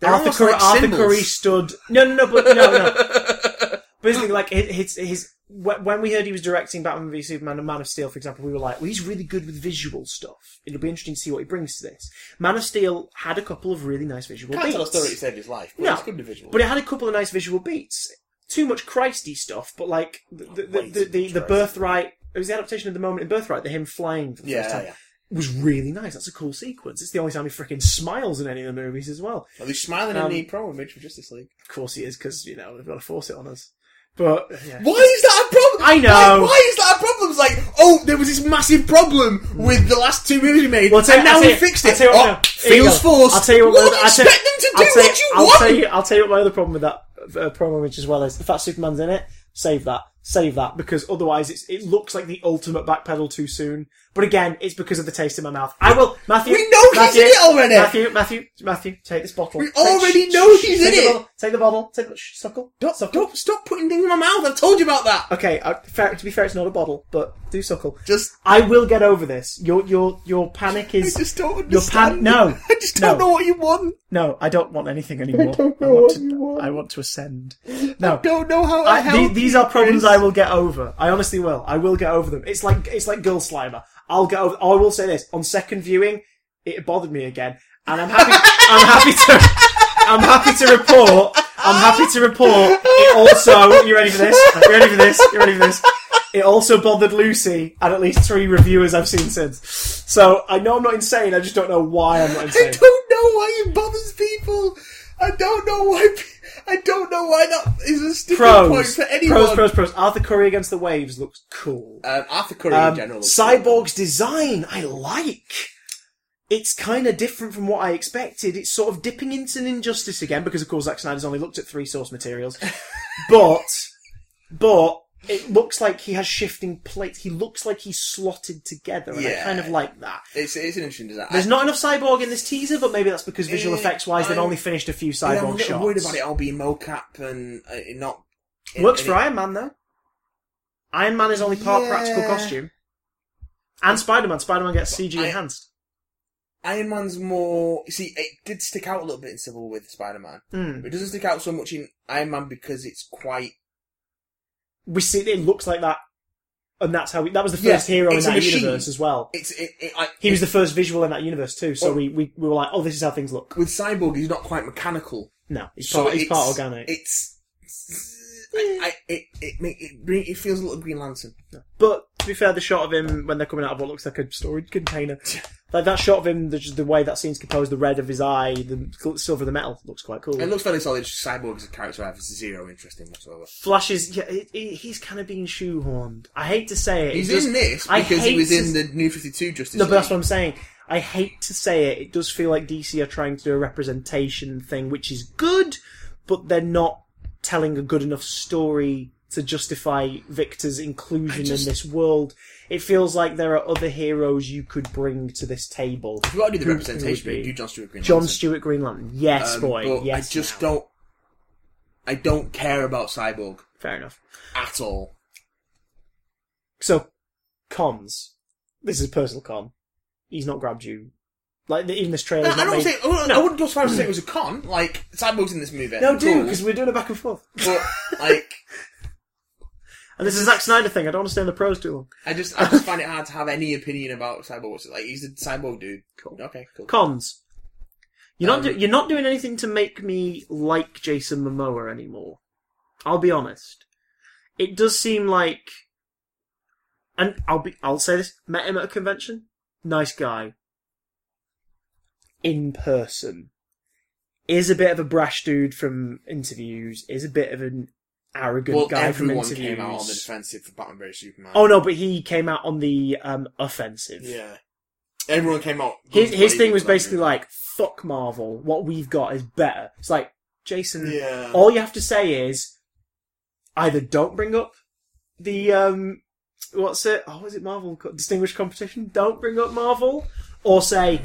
[SPEAKER 2] They're
[SPEAKER 1] Arthur,
[SPEAKER 2] almost
[SPEAKER 1] Curry,
[SPEAKER 2] like
[SPEAKER 1] Arthur
[SPEAKER 2] symbols.
[SPEAKER 1] Curry stood. No, no, no, but no, no. but it's like his, his, his wh- when we heard he was directing Batman v Superman and Man of Steel, for example, we were like, well, he's really good with visual stuff. It'll be interesting to see what he brings to this. Man of Steel had a couple of really nice visual
[SPEAKER 2] can't
[SPEAKER 1] beats.
[SPEAKER 2] tell a story to save his life. But
[SPEAKER 1] No,
[SPEAKER 2] it's good individual.
[SPEAKER 1] But it had a couple of nice visual beats. Too much Christy stuff, but like the the, the,
[SPEAKER 2] Way
[SPEAKER 1] the,
[SPEAKER 2] too
[SPEAKER 1] the,
[SPEAKER 2] much
[SPEAKER 1] the
[SPEAKER 2] Christy.
[SPEAKER 1] birthright. It was the adaptation of the moment in Birthright, the him flying for the
[SPEAKER 2] yeah,
[SPEAKER 1] first
[SPEAKER 2] yeah,
[SPEAKER 1] time.
[SPEAKER 2] yeah.
[SPEAKER 1] Was really nice. That's a cool sequence. It's the only time he freaking smiles in any of the movies as well.
[SPEAKER 2] Well, he's smiling
[SPEAKER 1] Um,
[SPEAKER 2] in the promo image for Justice League.
[SPEAKER 1] Of course he is, because you know they've got to force it on us. But yeah.
[SPEAKER 2] Why is that a problem?
[SPEAKER 1] I know.
[SPEAKER 2] Why, why is that a problem? It's like, oh, there was this massive problem with the last two movies we made,
[SPEAKER 1] Well, I'll tell
[SPEAKER 2] and
[SPEAKER 1] you-
[SPEAKER 2] now
[SPEAKER 1] I'll tell
[SPEAKER 2] we
[SPEAKER 1] you-
[SPEAKER 2] fixed
[SPEAKER 1] I'll
[SPEAKER 2] it.
[SPEAKER 1] tell you what,
[SPEAKER 2] oh,
[SPEAKER 1] no, here you
[SPEAKER 2] feels
[SPEAKER 1] go.
[SPEAKER 2] forced.
[SPEAKER 1] I'll tell you what. my-
[SPEAKER 2] What do you
[SPEAKER 1] I'll tell-
[SPEAKER 2] expect them to
[SPEAKER 1] I'll
[SPEAKER 2] do
[SPEAKER 1] tell
[SPEAKER 2] what you
[SPEAKER 1] I'll
[SPEAKER 2] want?
[SPEAKER 1] Tell you, I'll tell you what my other problem with that uh, promo image as well is the fact Superman's in it. Save that. Save that because otherwise it's, it looks like the ultimate backpedal too soon. But again, it's because of the taste in my mouth. I will, Matthew.
[SPEAKER 2] We know he's
[SPEAKER 1] Matthew,
[SPEAKER 2] in it already.
[SPEAKER 1] Matthew, Matthew, Matthew, take this bottle.
[SPEAKER 2] We
[SPEAKER 1] Take-
[SPEAKER 2] already
[SPEAKER 1] shh,
[SPEAKER 2] know
[SPEAKER 1] shh,
[SPEAKER 2] he's
[SPEAKER 1] shh,
[SPEAKER 2] in
[SPEAKER 1] take the
[SPEAKER 2] it.
[SPEAKER 1] bottle, Take the bottle. Take the shh, suckle.
[SPEAKER 2] Don't, don't stop putting things in my mouth. I've told you about that.
[SPEAKER 1] Okay, uh, fair, to be fair, it's not a bottle, but do suckle.
[SPEAKER 2] Just,
[SPEAKER 1] I will get over this. Your your your panic
[SPEAKER 2] I
[SPEAKER 1] is
[SPEAKER 2] just don't
[SPEAKER 1] your
[SPEAKER 2] understand.
[SPEAKER 1] pan. No,
[SPEAKER 2] I just don't
[SPEAKER 1] no.
[SPEAKER 2] know what you want.
[SPEAKER 1] No, I don't want anything anymore. I,
[SPEAKER 2] don't know
[SPEAKER 1] want
[SPEAKER 2] what
[SPEAKER 1] to,
[SPEAKER 2] you want.
[SPEAKER 1] I want to ascend. No.
[SPEAKER 2] Don't know how I,
[SPEAKER 1] I-
[SPEAKER 2] help.
[SPEAKER 1] the- these are problems
[SPEAKER 2] Chris.
[SPEAKER 1] I will get over. I honestly will. I will get over them. It's like it's like Girl Slimer. I'll get over. I will say this on second viewing, it bothered me again, and I'm happy. I'm happy to. I'm happy to report. I'm happy to report. It also. You ready for this? You ready for this? You ready for this? It also bothered Lucy and at least three reviewers I've seen since. So I know I'm not insane. I just don't know why I'm not
[SPEAKER 2] I
[SPEAKER 1] insane.
[SPEAKER 2] don't know why it bothers people. I don't know why. pe- I don't know why that is a sticking point
[SPEAKER 1] Pros,
[SPEAKER 2] for anyone.
[SPEAKER 1] pros, pros, pros. Arthur Curry against the waves looks cool.
[SPEAKER 2] Um, Arthur Curry
[SPEAKER 1] Um,
[SPEAKER 2] in general. is-
[SPEAKER 1] Cyborg's design, I like. It's kind of different from what I expected. It's sort of dipping into an injustice again because, of course, Zack Snyder's only looked at three source materials, but but it looks like he has shifting plates. He looks like he's slotted together, and I
[SPEAKER 2] Yeah.
[SPEAKER 1] kind of like that.
[SPEAKER 2] It's, it's an interesting design.
[SPEAKER 1] There's not enough cyborg in this teaser, but maybe that's because visual
[SPEAKER 2] Eh,
[SPEAKER 1] effects wise, they've
[SPEAKER 2] I'm-
[SPEAKER 1] only finished a few
[SPEAKER 2] I,
[SPEAKER 1] cyborg
[SPEAKER 2] am a little
[SPEAKER 1] shots.
[SPEAKER 2] worried about it all being mocap and uh, it not. it-
[SPEAKER 1] Works
[SPEAKER 2] and
[SPEAKER 1] for
[SPEAKER 2] it-
[SPEAKER 1] Iron Man though. Iron Man is only part
[SPEAKER 2] Yeah.
[SPEAKER 1] practical costume, and Spider Man. Spider Man gets CG
[SPEAKER 2] I-
[SPEAKER 1] enhanced.
[SPEAKER 2] Iron Man's more. you See, it did stick out a little bit in Civil War with Spider Man.
[SPEAKER 1] Hmm.
[SPEAKER 2] It doesn't stick out so much in Iron Man because it's quite.
[SPEAKER 1] we see it looks like that and that's how we, that was the
[SPEAKER 2] Yeah,
[SPEAKER 1] first hero in
[SPEAKER 2] it's a
[SPEAKER 1] that
[SPEAKER 2] machine.
[SPEAKER 1] universe as well.
[SPEAKER 2] It's it, it, I,
[SPEAKER 1] He was the first visual in that universe too, so
[SPEAKER 2] Well-
[SPEAKER 1] we, we, we were like, oh, this is how things look.
[SPEAKER 2] with Cyborg. He's not quite mechanical.
[SPEAKER 1] No, he's
[SPEAKER 2] So
[SPEAKER 1] part, he's part
[SPEAKER 2] it's-
[SPEAKER 1] organic.
[SPEAKER 2] It's I, I, it it, make, it bring- it feels a little Green Lantern.
[SPEAKER 1] But to be fair, the shot of him when they're coming out of what looks like a storage container, like that shot of him, the, just the way that scene's composed, the red of his eye, the gl- silver of the metal looks quite cool.
[SPEAKER 2] It looks fairly solid. it's just Cyborg is a character I have zero interest in whatsoever.
[SPEAKER 1] Flashes, yeah, he- he- he's kind of being shoehorned. I hate to say it.
[SPEAKER 2] He's
[SPEAKER 1] it does-
[SPEAKER 2] in this
[SPEAKER 1] I
[SPEAKER 2] because he
[SPEAKER 1] hate
[SPEAKER 2] was
[SPEAKER 1] to-
[SPEAKER 2] in the New Fifty Two Justice.
[SPEAKER 1] No, but that's
[SPEAKER 2] League.
[SPEAKER 1] what I'm saying. I hate to say it. It does feel like DC are trying to do a representation thing, which is good, but they're not telling a good enough story to justify Victor's inclusion
[SPEAKER 2] just-
[SPEAKER 1] in this world. It feels like there are other heroes you could bring to this table.
[SPEAKER 2] We've got to do the
[SPEAKER 1] Who-
[SPEAKER 2] representation.
[SPEAKER 1] who would
[SPEAKER 2] but
[SPEAKER 1] be?
[SPEAKER 2] Do John Stewart Green
[SPEAKER 1] John
[SPEAKER 2] Lantern.
[SPEAKER 1] Stewart Green Lantern. Yes,
[SPEAKER 2] Um,
[SPEAKER 1] boy.
[SPEAKER 2] but
[SPEAKER 1] yes.
[SPEAKER 2] I just
[SPEAKER 1] now.
[SPEAKER 2] don't. I don't care about Cyborg
[SPEAKER 1] Fair enough.
[SPEAKER 2] at all.
[SPEAKER 1] So, cons. This is a personal con. He's not grabbed you. Like even this trailer.
[SPEAKER 2] I don't say. I wouldn't- I wouldn't go as far as to say it was a con. Like Cyborg's in this movie.
[SPEAKER 1] No, do
[SPEAKER 2] cool,
[SPEAKER 1] because we're doing a back and forth.
[SPEAKER 2] But like,
[SPEAKER 1] And this is a Zack Snyder thing. I don't want to stay on the pros too long.
[SPEAKER 2] I just, I just find it hard to have any opinion about Cyborg. It's Like he's a Cyborg dude. Cool. Okay. Cool.
[SPEAKER 1] Cons. You're not
[SPEAKER 2] Um,
[SPEAKER 1] do- you're not doing anything to make me like Jason Momoa anymore. I'll be honest. It does seem like, and I'll be I'll say this. Met him at a convention. Nice guy. In person, is a bit of a brash dude from interviews. Is a bit of an arrogant
[SPEAKER 2] Well,
[SPEAKER 1] guy from
[SPEAKER 2] everyone
[SPEAKER 1] interviews.
[SPEAKER 2] came out on the defensive for Batman vs Superman.
[SPEAKER 1] oh no, but he came out on the um, offensive.
[SPEAKER 2] Yeah. Everyone came out.
[SPEAKER 1] His, his thing was
[SPEAKER 2] for that
[SPEAKER 1] basically
[SPEAKER 2] movie.
[SPEAKER 1] like, fuck Marvel, what we've got is better. It's like, Jason,
[SPEAKER 2] Yeah.
[SPEAKER 1] all you have to say is either don't bring up the, um, what's it? Oh, is it Marvel? Co- Distinguished competition? Don't bring up Marvel. Or say,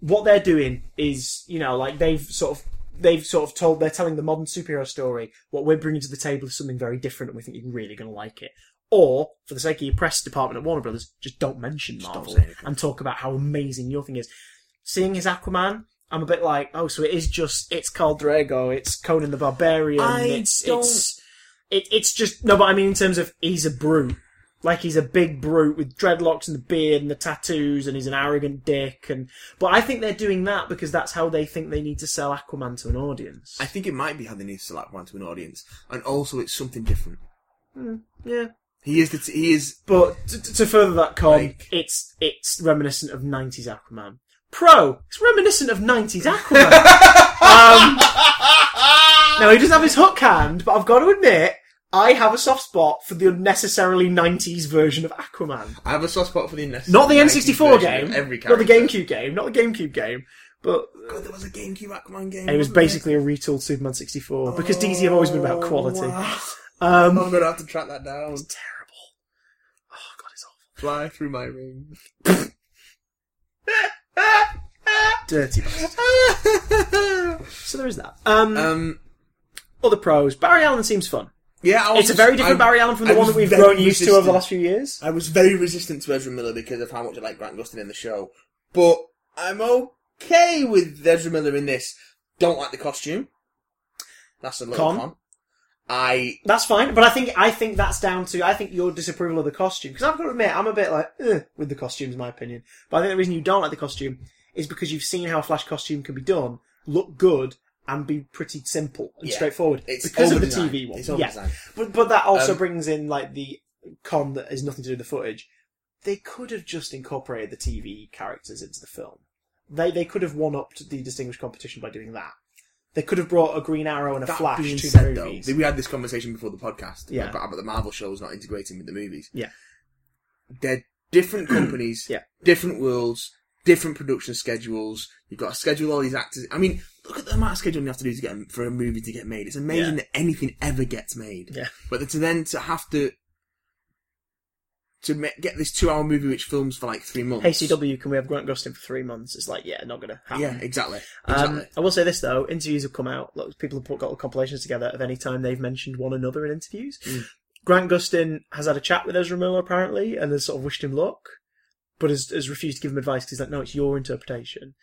[SPEAKER 1] what they're doing is, you know, like they've sort of. They've sort of told, they're telling the modern superhero story. What we're bringing to the table is something very different, and we think you're really going to like it. Or, for the sake of your press department at Warner Brothers, just don't mention
[SPEAKER 2] Just don't
[SPEAKER 1] Marvel
[SPEAKER 2] say anything.
[SPEAKER 1] and talk about how amazing your thing is. Seeing his Aquaman, I'm a bit like, oh, so it is just it's Khal Drago, it's Conan the Barbarian,
[SPEAKER 2] I
[SPEAKER 1] it's
[SPEAKER 2] don't-
[SPEAKER 1] it's it, it's just no, but I mean in terms of he's a brute, like he's a big brute with dreadlocks and the beard and the tattoos, and he's an arrogant dick. And but I think they're doing that because that's how they think they need to sell Aquaman to an audience.
[SPEAKER 2] I think it might be how they need to select one to an audience, and also it's something different.
[SPEAKER 1] yeah,
[SPEAKER 2] He is the t- he is
[SPEAKER 1] But to, to further that con,
[SPEAKER 2] Like-
[SPEAKER 1] it's it's reminiscent of '90s Aquaman. Pro, it's reminiscent of '90s Aquaman. um, now he doesn't have his hook hand, but I've got to admit, I have a soft spot for the unnecessarily '90s version of Aquaman.
[SPEAKER 2] I have a soft spot for the NES.
[SPEAKER 1] Not the N64
[SPEAKER 2] version of
[SPEAKER 1] game,
[SPEAKER 2] Every
[SPEAKER 1] not the
[SPEAKER 2] character.
[SPEAKER 1] GameCube game, not the GameCube game, but
[SPEAKER 2] God, there was a GameCube Aquaman game.
[SPEAKER 1] and it was
[SPEAKER 2] wasn't there? Oh,
[SPEAKER 1] basically a retooled Superman '64 because DZ have always been about quality.
[SPEAKER 2] Wow.
[SPEAKER 1] Um,
[SPEAKER 2] I'm gonna have to track that down.
[SPEAKER 1] terrible. Oh god, it's awful.
[SPEAKER 2] Fly through my ring.
[SPEAKER 1] Dirty. bastard. So there is that. Um,
[SPEAKER 2] um,
[SPEAKER 1] other pros. Barry Allen seems fun.
[SPEAKER 2] yeah, I
[SPEAKER 1] It's
[SPEAKER 2] was
[SPEAKER 1] a very different
[SPEAKER 2] I-
[SPEAKER 1] Barry Allen from
[SPEAKER 2] I
[SPEAKER 1] the one
[SPEAKER 2] was
[SPEAKER 1] that we've
[SPEAKER 2] very
[SPEAKER 1] grown used to over the
[SPEAKER 2] resistant.
[SPEAKER 1] last few years.
[SPEAKER 2] I was very resistant to Ezra Miller because of how much I like Grant Gustin in the show, but I'm okay with Ezra Miller in this. Don't like the costume. That's a little
[SPEAKER 1] Con?
[SPEAKER 2] con. I
[SPEAKER 1] That's fine, but I think I think that's down to I think your disapproval of the costume because I've got to admit I'm a bit like Ugh, with the costumes, in my opinion. But I think the reason you don't like the costume is because you've seen how a Flash costume can be done, look good, and be pretty simple and
[SPEAKER 2] Yeah.
[SPEAKER 1] straightforward
[SPEAKER 2] It's
[SPEAKER 1] because of the
[SPEAKER 2] overdesign.
[SPEAKER 1] TV one.
[SPEAKER 2] It's
[SPEAKER 1] yeah,
[SPEAKER 2] overdesign.
[SPEAKER 1] but but that also
[SPEAKER 2] Um,
[SPEAKER 1] brings in like the con that has nothing to do with the footage. They could have just incorporated the TV characters into the film. They they could have won upped the distinguished competition by doing that. They could have brought a Green Arrow and a
[SPEAKER 2] That
[SPEAKER 1] Flash
[SPEAKER 2] being
[SPEAKER 1] to
[SPEAKER 2] said,
[SPEAKER 1] the movies.
[SPEAKER 2] though, we had this conversation before the podcast
[SPEAKER 1] Yeah.
[SPEAKER 2] about, about the Marvel shows not integrating with the movies.
[SPEAKER 1] Yeah.
[SPEAKER 2] They're different companies,
[SPEAKER 1] Yeah.
[SPEAKER 2] different worlds, different production schedules. You've got to schedule all these actors. I mean, look at the amount of scheduling you have to do to get for a movie to get made. It's amazing
[SPEAKER 1] Yeah.
[SPEAKER 2] that anything ever gets made.
[SPEAKER 1] Yeah.
[SPEAKER 2] But to then to have to to ma- get this two-hour movie which films for like three months.
[SPEAKER 1] Hey CW, can we have Grant Gustin for three months? It's like, yeah, not gonna happen.
[SPEAKER 2] Yeah, exactly.
[SPEAKER 1] Um,
[SPEAKER 2] Exactly.
[SPEAKER 1] I will say this though: interviews have come out. Look, people have put got compilations together of any time they've mentioned one another in interviews.
[SPEAKER 2] Hmm.
[SPEAKER 1] Grant Gustin has had a chat with Ezra Miller apparently, and has sort of wished him luck, but has, has refused to give him advice because he's like, "No, it's your interpretation."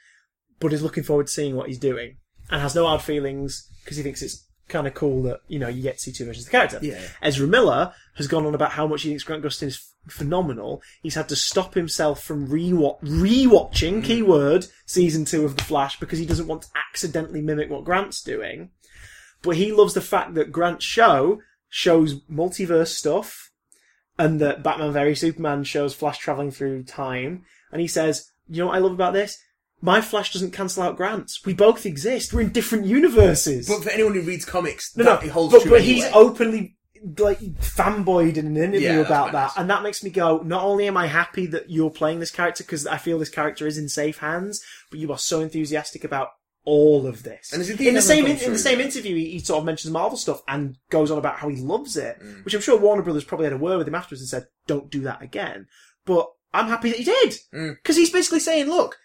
[SPEAKER 1] But is looking forward to seeing what he's doing, and has no hard feelings because he thinks it's kind of cool that you know you get to see two versions of the character.
[SPEAKER 2] Yeah.
[SPEAKER 1] Ezra Miller has gone on about how much he thinks Grant Gustin is phenomenal. He's had to stop himself from re-wa- re-watching keyword season two of The Flash because he doesn't want to accidentally mimic what Grant's doing. But he loves the fact that Grant's show shows multiverse stuff and that Batman Very Superman shows Flash traveling through time. And he says, You know what I love about this? My Flash doesn't cancel out Grant's. We both exist. We're in different universes.
[SPEAKER 2] But for anyone who reads comics,
[SPEAKER 1] No,
[SPEAKER 2] that
[SPEAKER 1] no,
[SPEAKER 2] it holds
[SPEAKER 1] but,
[SPEAKER 2] true.
[SPEAKER 1] but he's
[SPEAKER 2] anyway.
[SPEAKER 1] openly like fanboyed in an interview
[SPEAKER 2] Yeah, that's
[SPEAKER 1] about
[SPEAKER 2] quite
[SPEAKER 1] that,
[SPEAKER 2] nice.
[SPEAKER 1] and that makes me go. Not only am I happy that you're playing this character because I feel this character is in safe hands, but you are so enthusiastic about all of this.
[SPEAKER 2] And is it the
[SPEAKER 1] in the
[SPEAKER 2] eleventh
[SPEAKER 1] same in,
[SPEAKER 2] one
[SPEAKER 1] in the
[SPEAKER 2] through?
[SPEAKER 1] same interview, he, he sort of mentions Marvel stuff and goes on about how he loves it,
[SPEAKER 2] Mm.
[SPEAKER 1] which I'm sure Warner Brothers probably had a word with him afterwards and said, "Don't do that again." But I'm happy that he did
[SPEAKER 2] Mm.
[SPEAKER 1] because he's basically saying, "Look."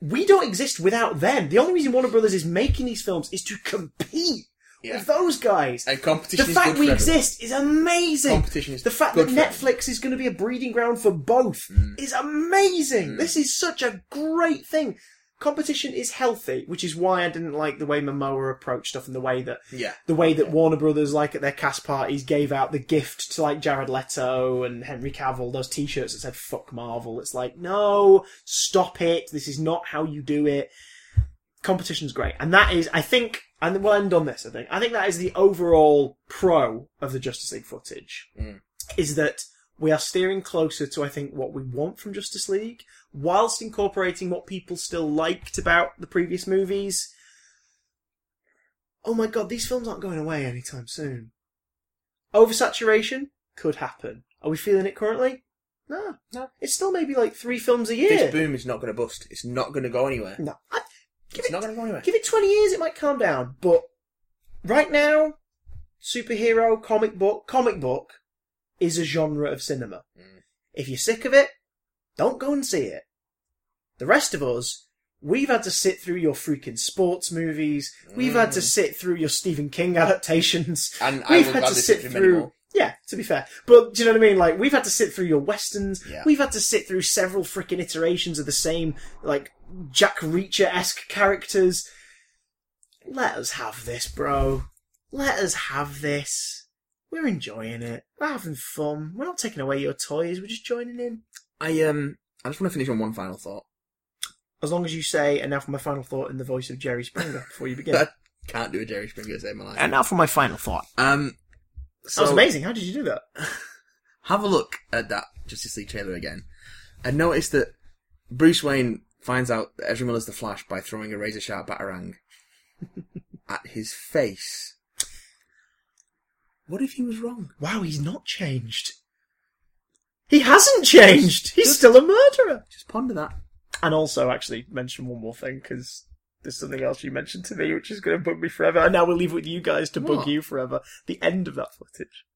[SPEAKER 1] We don't exist without them. The only reason Warner Brothers is making these films is to compete
[SPEAKER 2] yeah.
[SPEAKER 1] with those guys.
[SPEAKER 2] And
[SPEAKER 1] The
[SPEAKER 2] competition is good
[SPEAKER 1] fact
[SPEAKER 2] for
[SPEAKER 1] we
[SPEAKER 2] everyone.
[SPEAKER 1] exist is amazing.
[SPEAKER 2] Competition is
[SPEAKER 1] The fact that
[SPEAKER 2] good for Mm.
[SPEAKER 1] Netflix is going to be a breeding ground for both is amazing. This is such a great thing. Competition is healthy, which is why I didn't like the way Momoa approached stuff and the way that
[SPEAKER 2] everyone. Yeah.
[SPEAKER 1] the way that Warner Brothers, like at their cast parties, gave out the gift to like Jared Leto and Henry Cavill, those T-shirts that said "Fuck Marvel." It's like, no, stop it. This is not how you do it. Competition's great, and that is, I think, and we'll end on this. I think, I think that is the overall pro of the Justice League footage
[SPEAKER 2] Mm.
[SPEAKER 1] is that we are steering closer to, I think, what we want from Justice League, whilst incorporating what people still liked about the previous movies oh my god, these films aren't going away anytime soon. Oversaturation could happen. Are we feeling it currently? No, no. It's still maybe like three films a year.
[SPEAKER 2] This boom is not going to bust. It's not going to go anywhere.
[SPEAKER 1] no, I- give
[SPEAKER 2] It's
[SPEAKER 1] it
[SPEAKER 2] not going to go anywhere.
[SPEAKER 1] give it twenty years, it might calm down. But right now, superhero comic book comic book is a genre of cinema.
[SPEAKER 2] Mm.
[SPEAKER 1] If you're sick of it, don't go and see it. The rest of us, we've had to sit through your freaking sports movies. We've had to sit through your Stephen King adaptations.
[SPEAKER 2] Mm. And I
[SPEAKER 1] we've
[SPEAKER 2] will
[SPEAKER 1] had to
[SPEAKER 2] gladly
[SPEAKER 1] sit through.
[SPEAKER 2] sit through many more.
[SPEAKER 1] Yeah, to be fair, but do you know what I mean? Like we've had to sit through your westerns.
[SPEAKER 2] Yeah.
[SPEAKER 1] We've had to sit through several freaking iterations of the same like Jack Reacher esque characters. Let us have this, bro. Let us have this. We're enjoying it. We're having fun. We're not taking away your toys. We're just joining in.
[SPEAKER 2] I um, I just want to finish on one final thought.
[SPEAKER 1] As long as you say, and now for my final thought in the voice of Jerry Springer before you begin.
[SPEAKER 2] I can't do a Jerry Springer to save my life.
[SPEAKER 1] and now for my final thought.
[SPEAKER 2] um,
[SPEAKER 1] That was
[SPEAKER 2] so
[SPEAKER 1] amazing. How did you do that?
[SPEAKER 2] have a look at that Justice League trailer again, and notice that Bruce Wayne finds out that Ezra Miller's the Flash by throwing a razor sharp batarang at his face. What if he was wrong?
[SPEAKER 1] Wow, he's not changed. He hasn't changed. He's still a murderer.
[SPEAKER 2] Just ponder that.
[SPEAKER 1] And also, actually, mention one more thing because there's something else you mentioned to me which is going to bug me forever. And now we'll leave it with you guys to bug
[SPEAKER 2] What?
[SPEAKER 1] you forever. The end of that footage.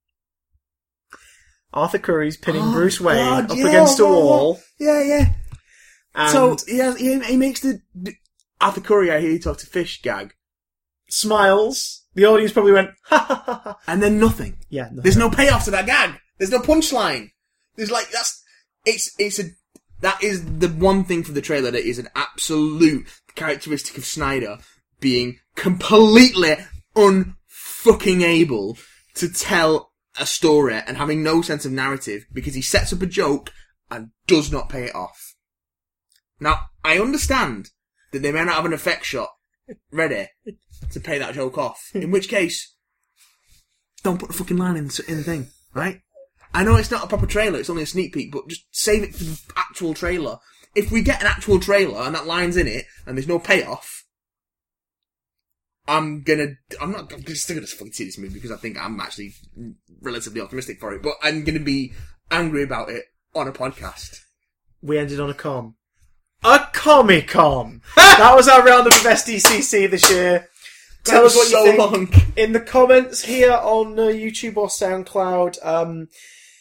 [SPEAKER 1] Arthur Curry's pinning
[SPEAKER 2] Oh,
[SPEAKER 1] Bruce Wayne
[SPEAKER 2] God,
[SPEAKER 1] up
[SPEAKER 2] yeah,
[SPEAKER 1] against a
[SPEAKER 2] yeah, yeah.
[SPEAKER 1] wall.
[SPEAKER 2] Yeah, yeah.
[SPEAKER 1] And
[SPEAKER 2] so he, has, he, he makes the the Arthur Curry guy he talked to fish gag,
[SPEAKER 1] smiles. The audience probably went, ha ha ha ha.
[SPEAKER 2] and then nothing.
[SPEAKER 1] Yeah, no.
[SPEAKER 2] There's no payoff to that gag. There's no punchline. There's like that's it's it's a that is the one thing from the trailer that is an absolute characteristic of Snyder being completely unfucking able to tell a story and having no sense of narrative because he sets up a joke and does not pay it off. Now I understand that they may not have an effect shot ready to pay that joke off. In which case, don't put the fucking line in the, in the thing, right? I know it's not a proper trailer, it's only a sneak peek, but just save it for the actual trailer. If we get an actual trailer and that line's in it and there's no payoff, I'm gonna, I'm not, I'm still gonna fucking see this movie because I think I'm actually relatively optimistic for it, but I'm gonna be angry about it on a podcast.
[SPEAKER 1] we ended on a com. A Comic Con! that was our roundup of SDCC this year. Tell us what you
[SPEAKER 2] so
[SPEAKER 1] think.
[SPEAKER 2] long.
[SPEAKER 1] in the comments here on uh, YouTube or SoundCloud. Um,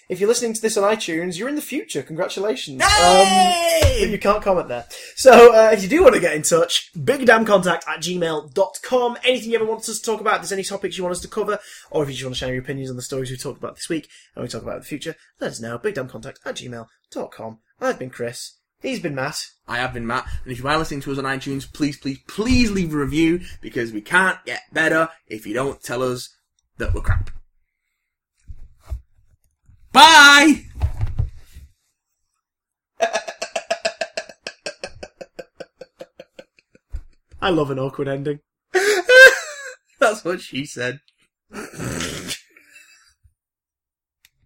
[SPEAKER 1] if you're listening to this on iTunes, you're in the future. Congratulations. Um, but
[SPEAKER 2] Hey!
[SPEAKER 1] you can't comment there. So, uh, if you do want to get in touch, bigdamcontact at gmail.com. Anything you ever want us to talk about, if there's any topics you want us to cover, or if you just want to share your opinions on the stories we talked about this week and we talk about in the future, let us know. Bigdamcontact at gmail.com. I've been Chris. He's been Matt.
[SPEAKER 2] I have been Matt, and if you are listening to us on iTunes, please, please, please leave a review because we can't get better if you don't tell us that we're crap. Bye!
[SPEAKER 1] I love an awkward ending.
[SPEAKER 2] That's what she said.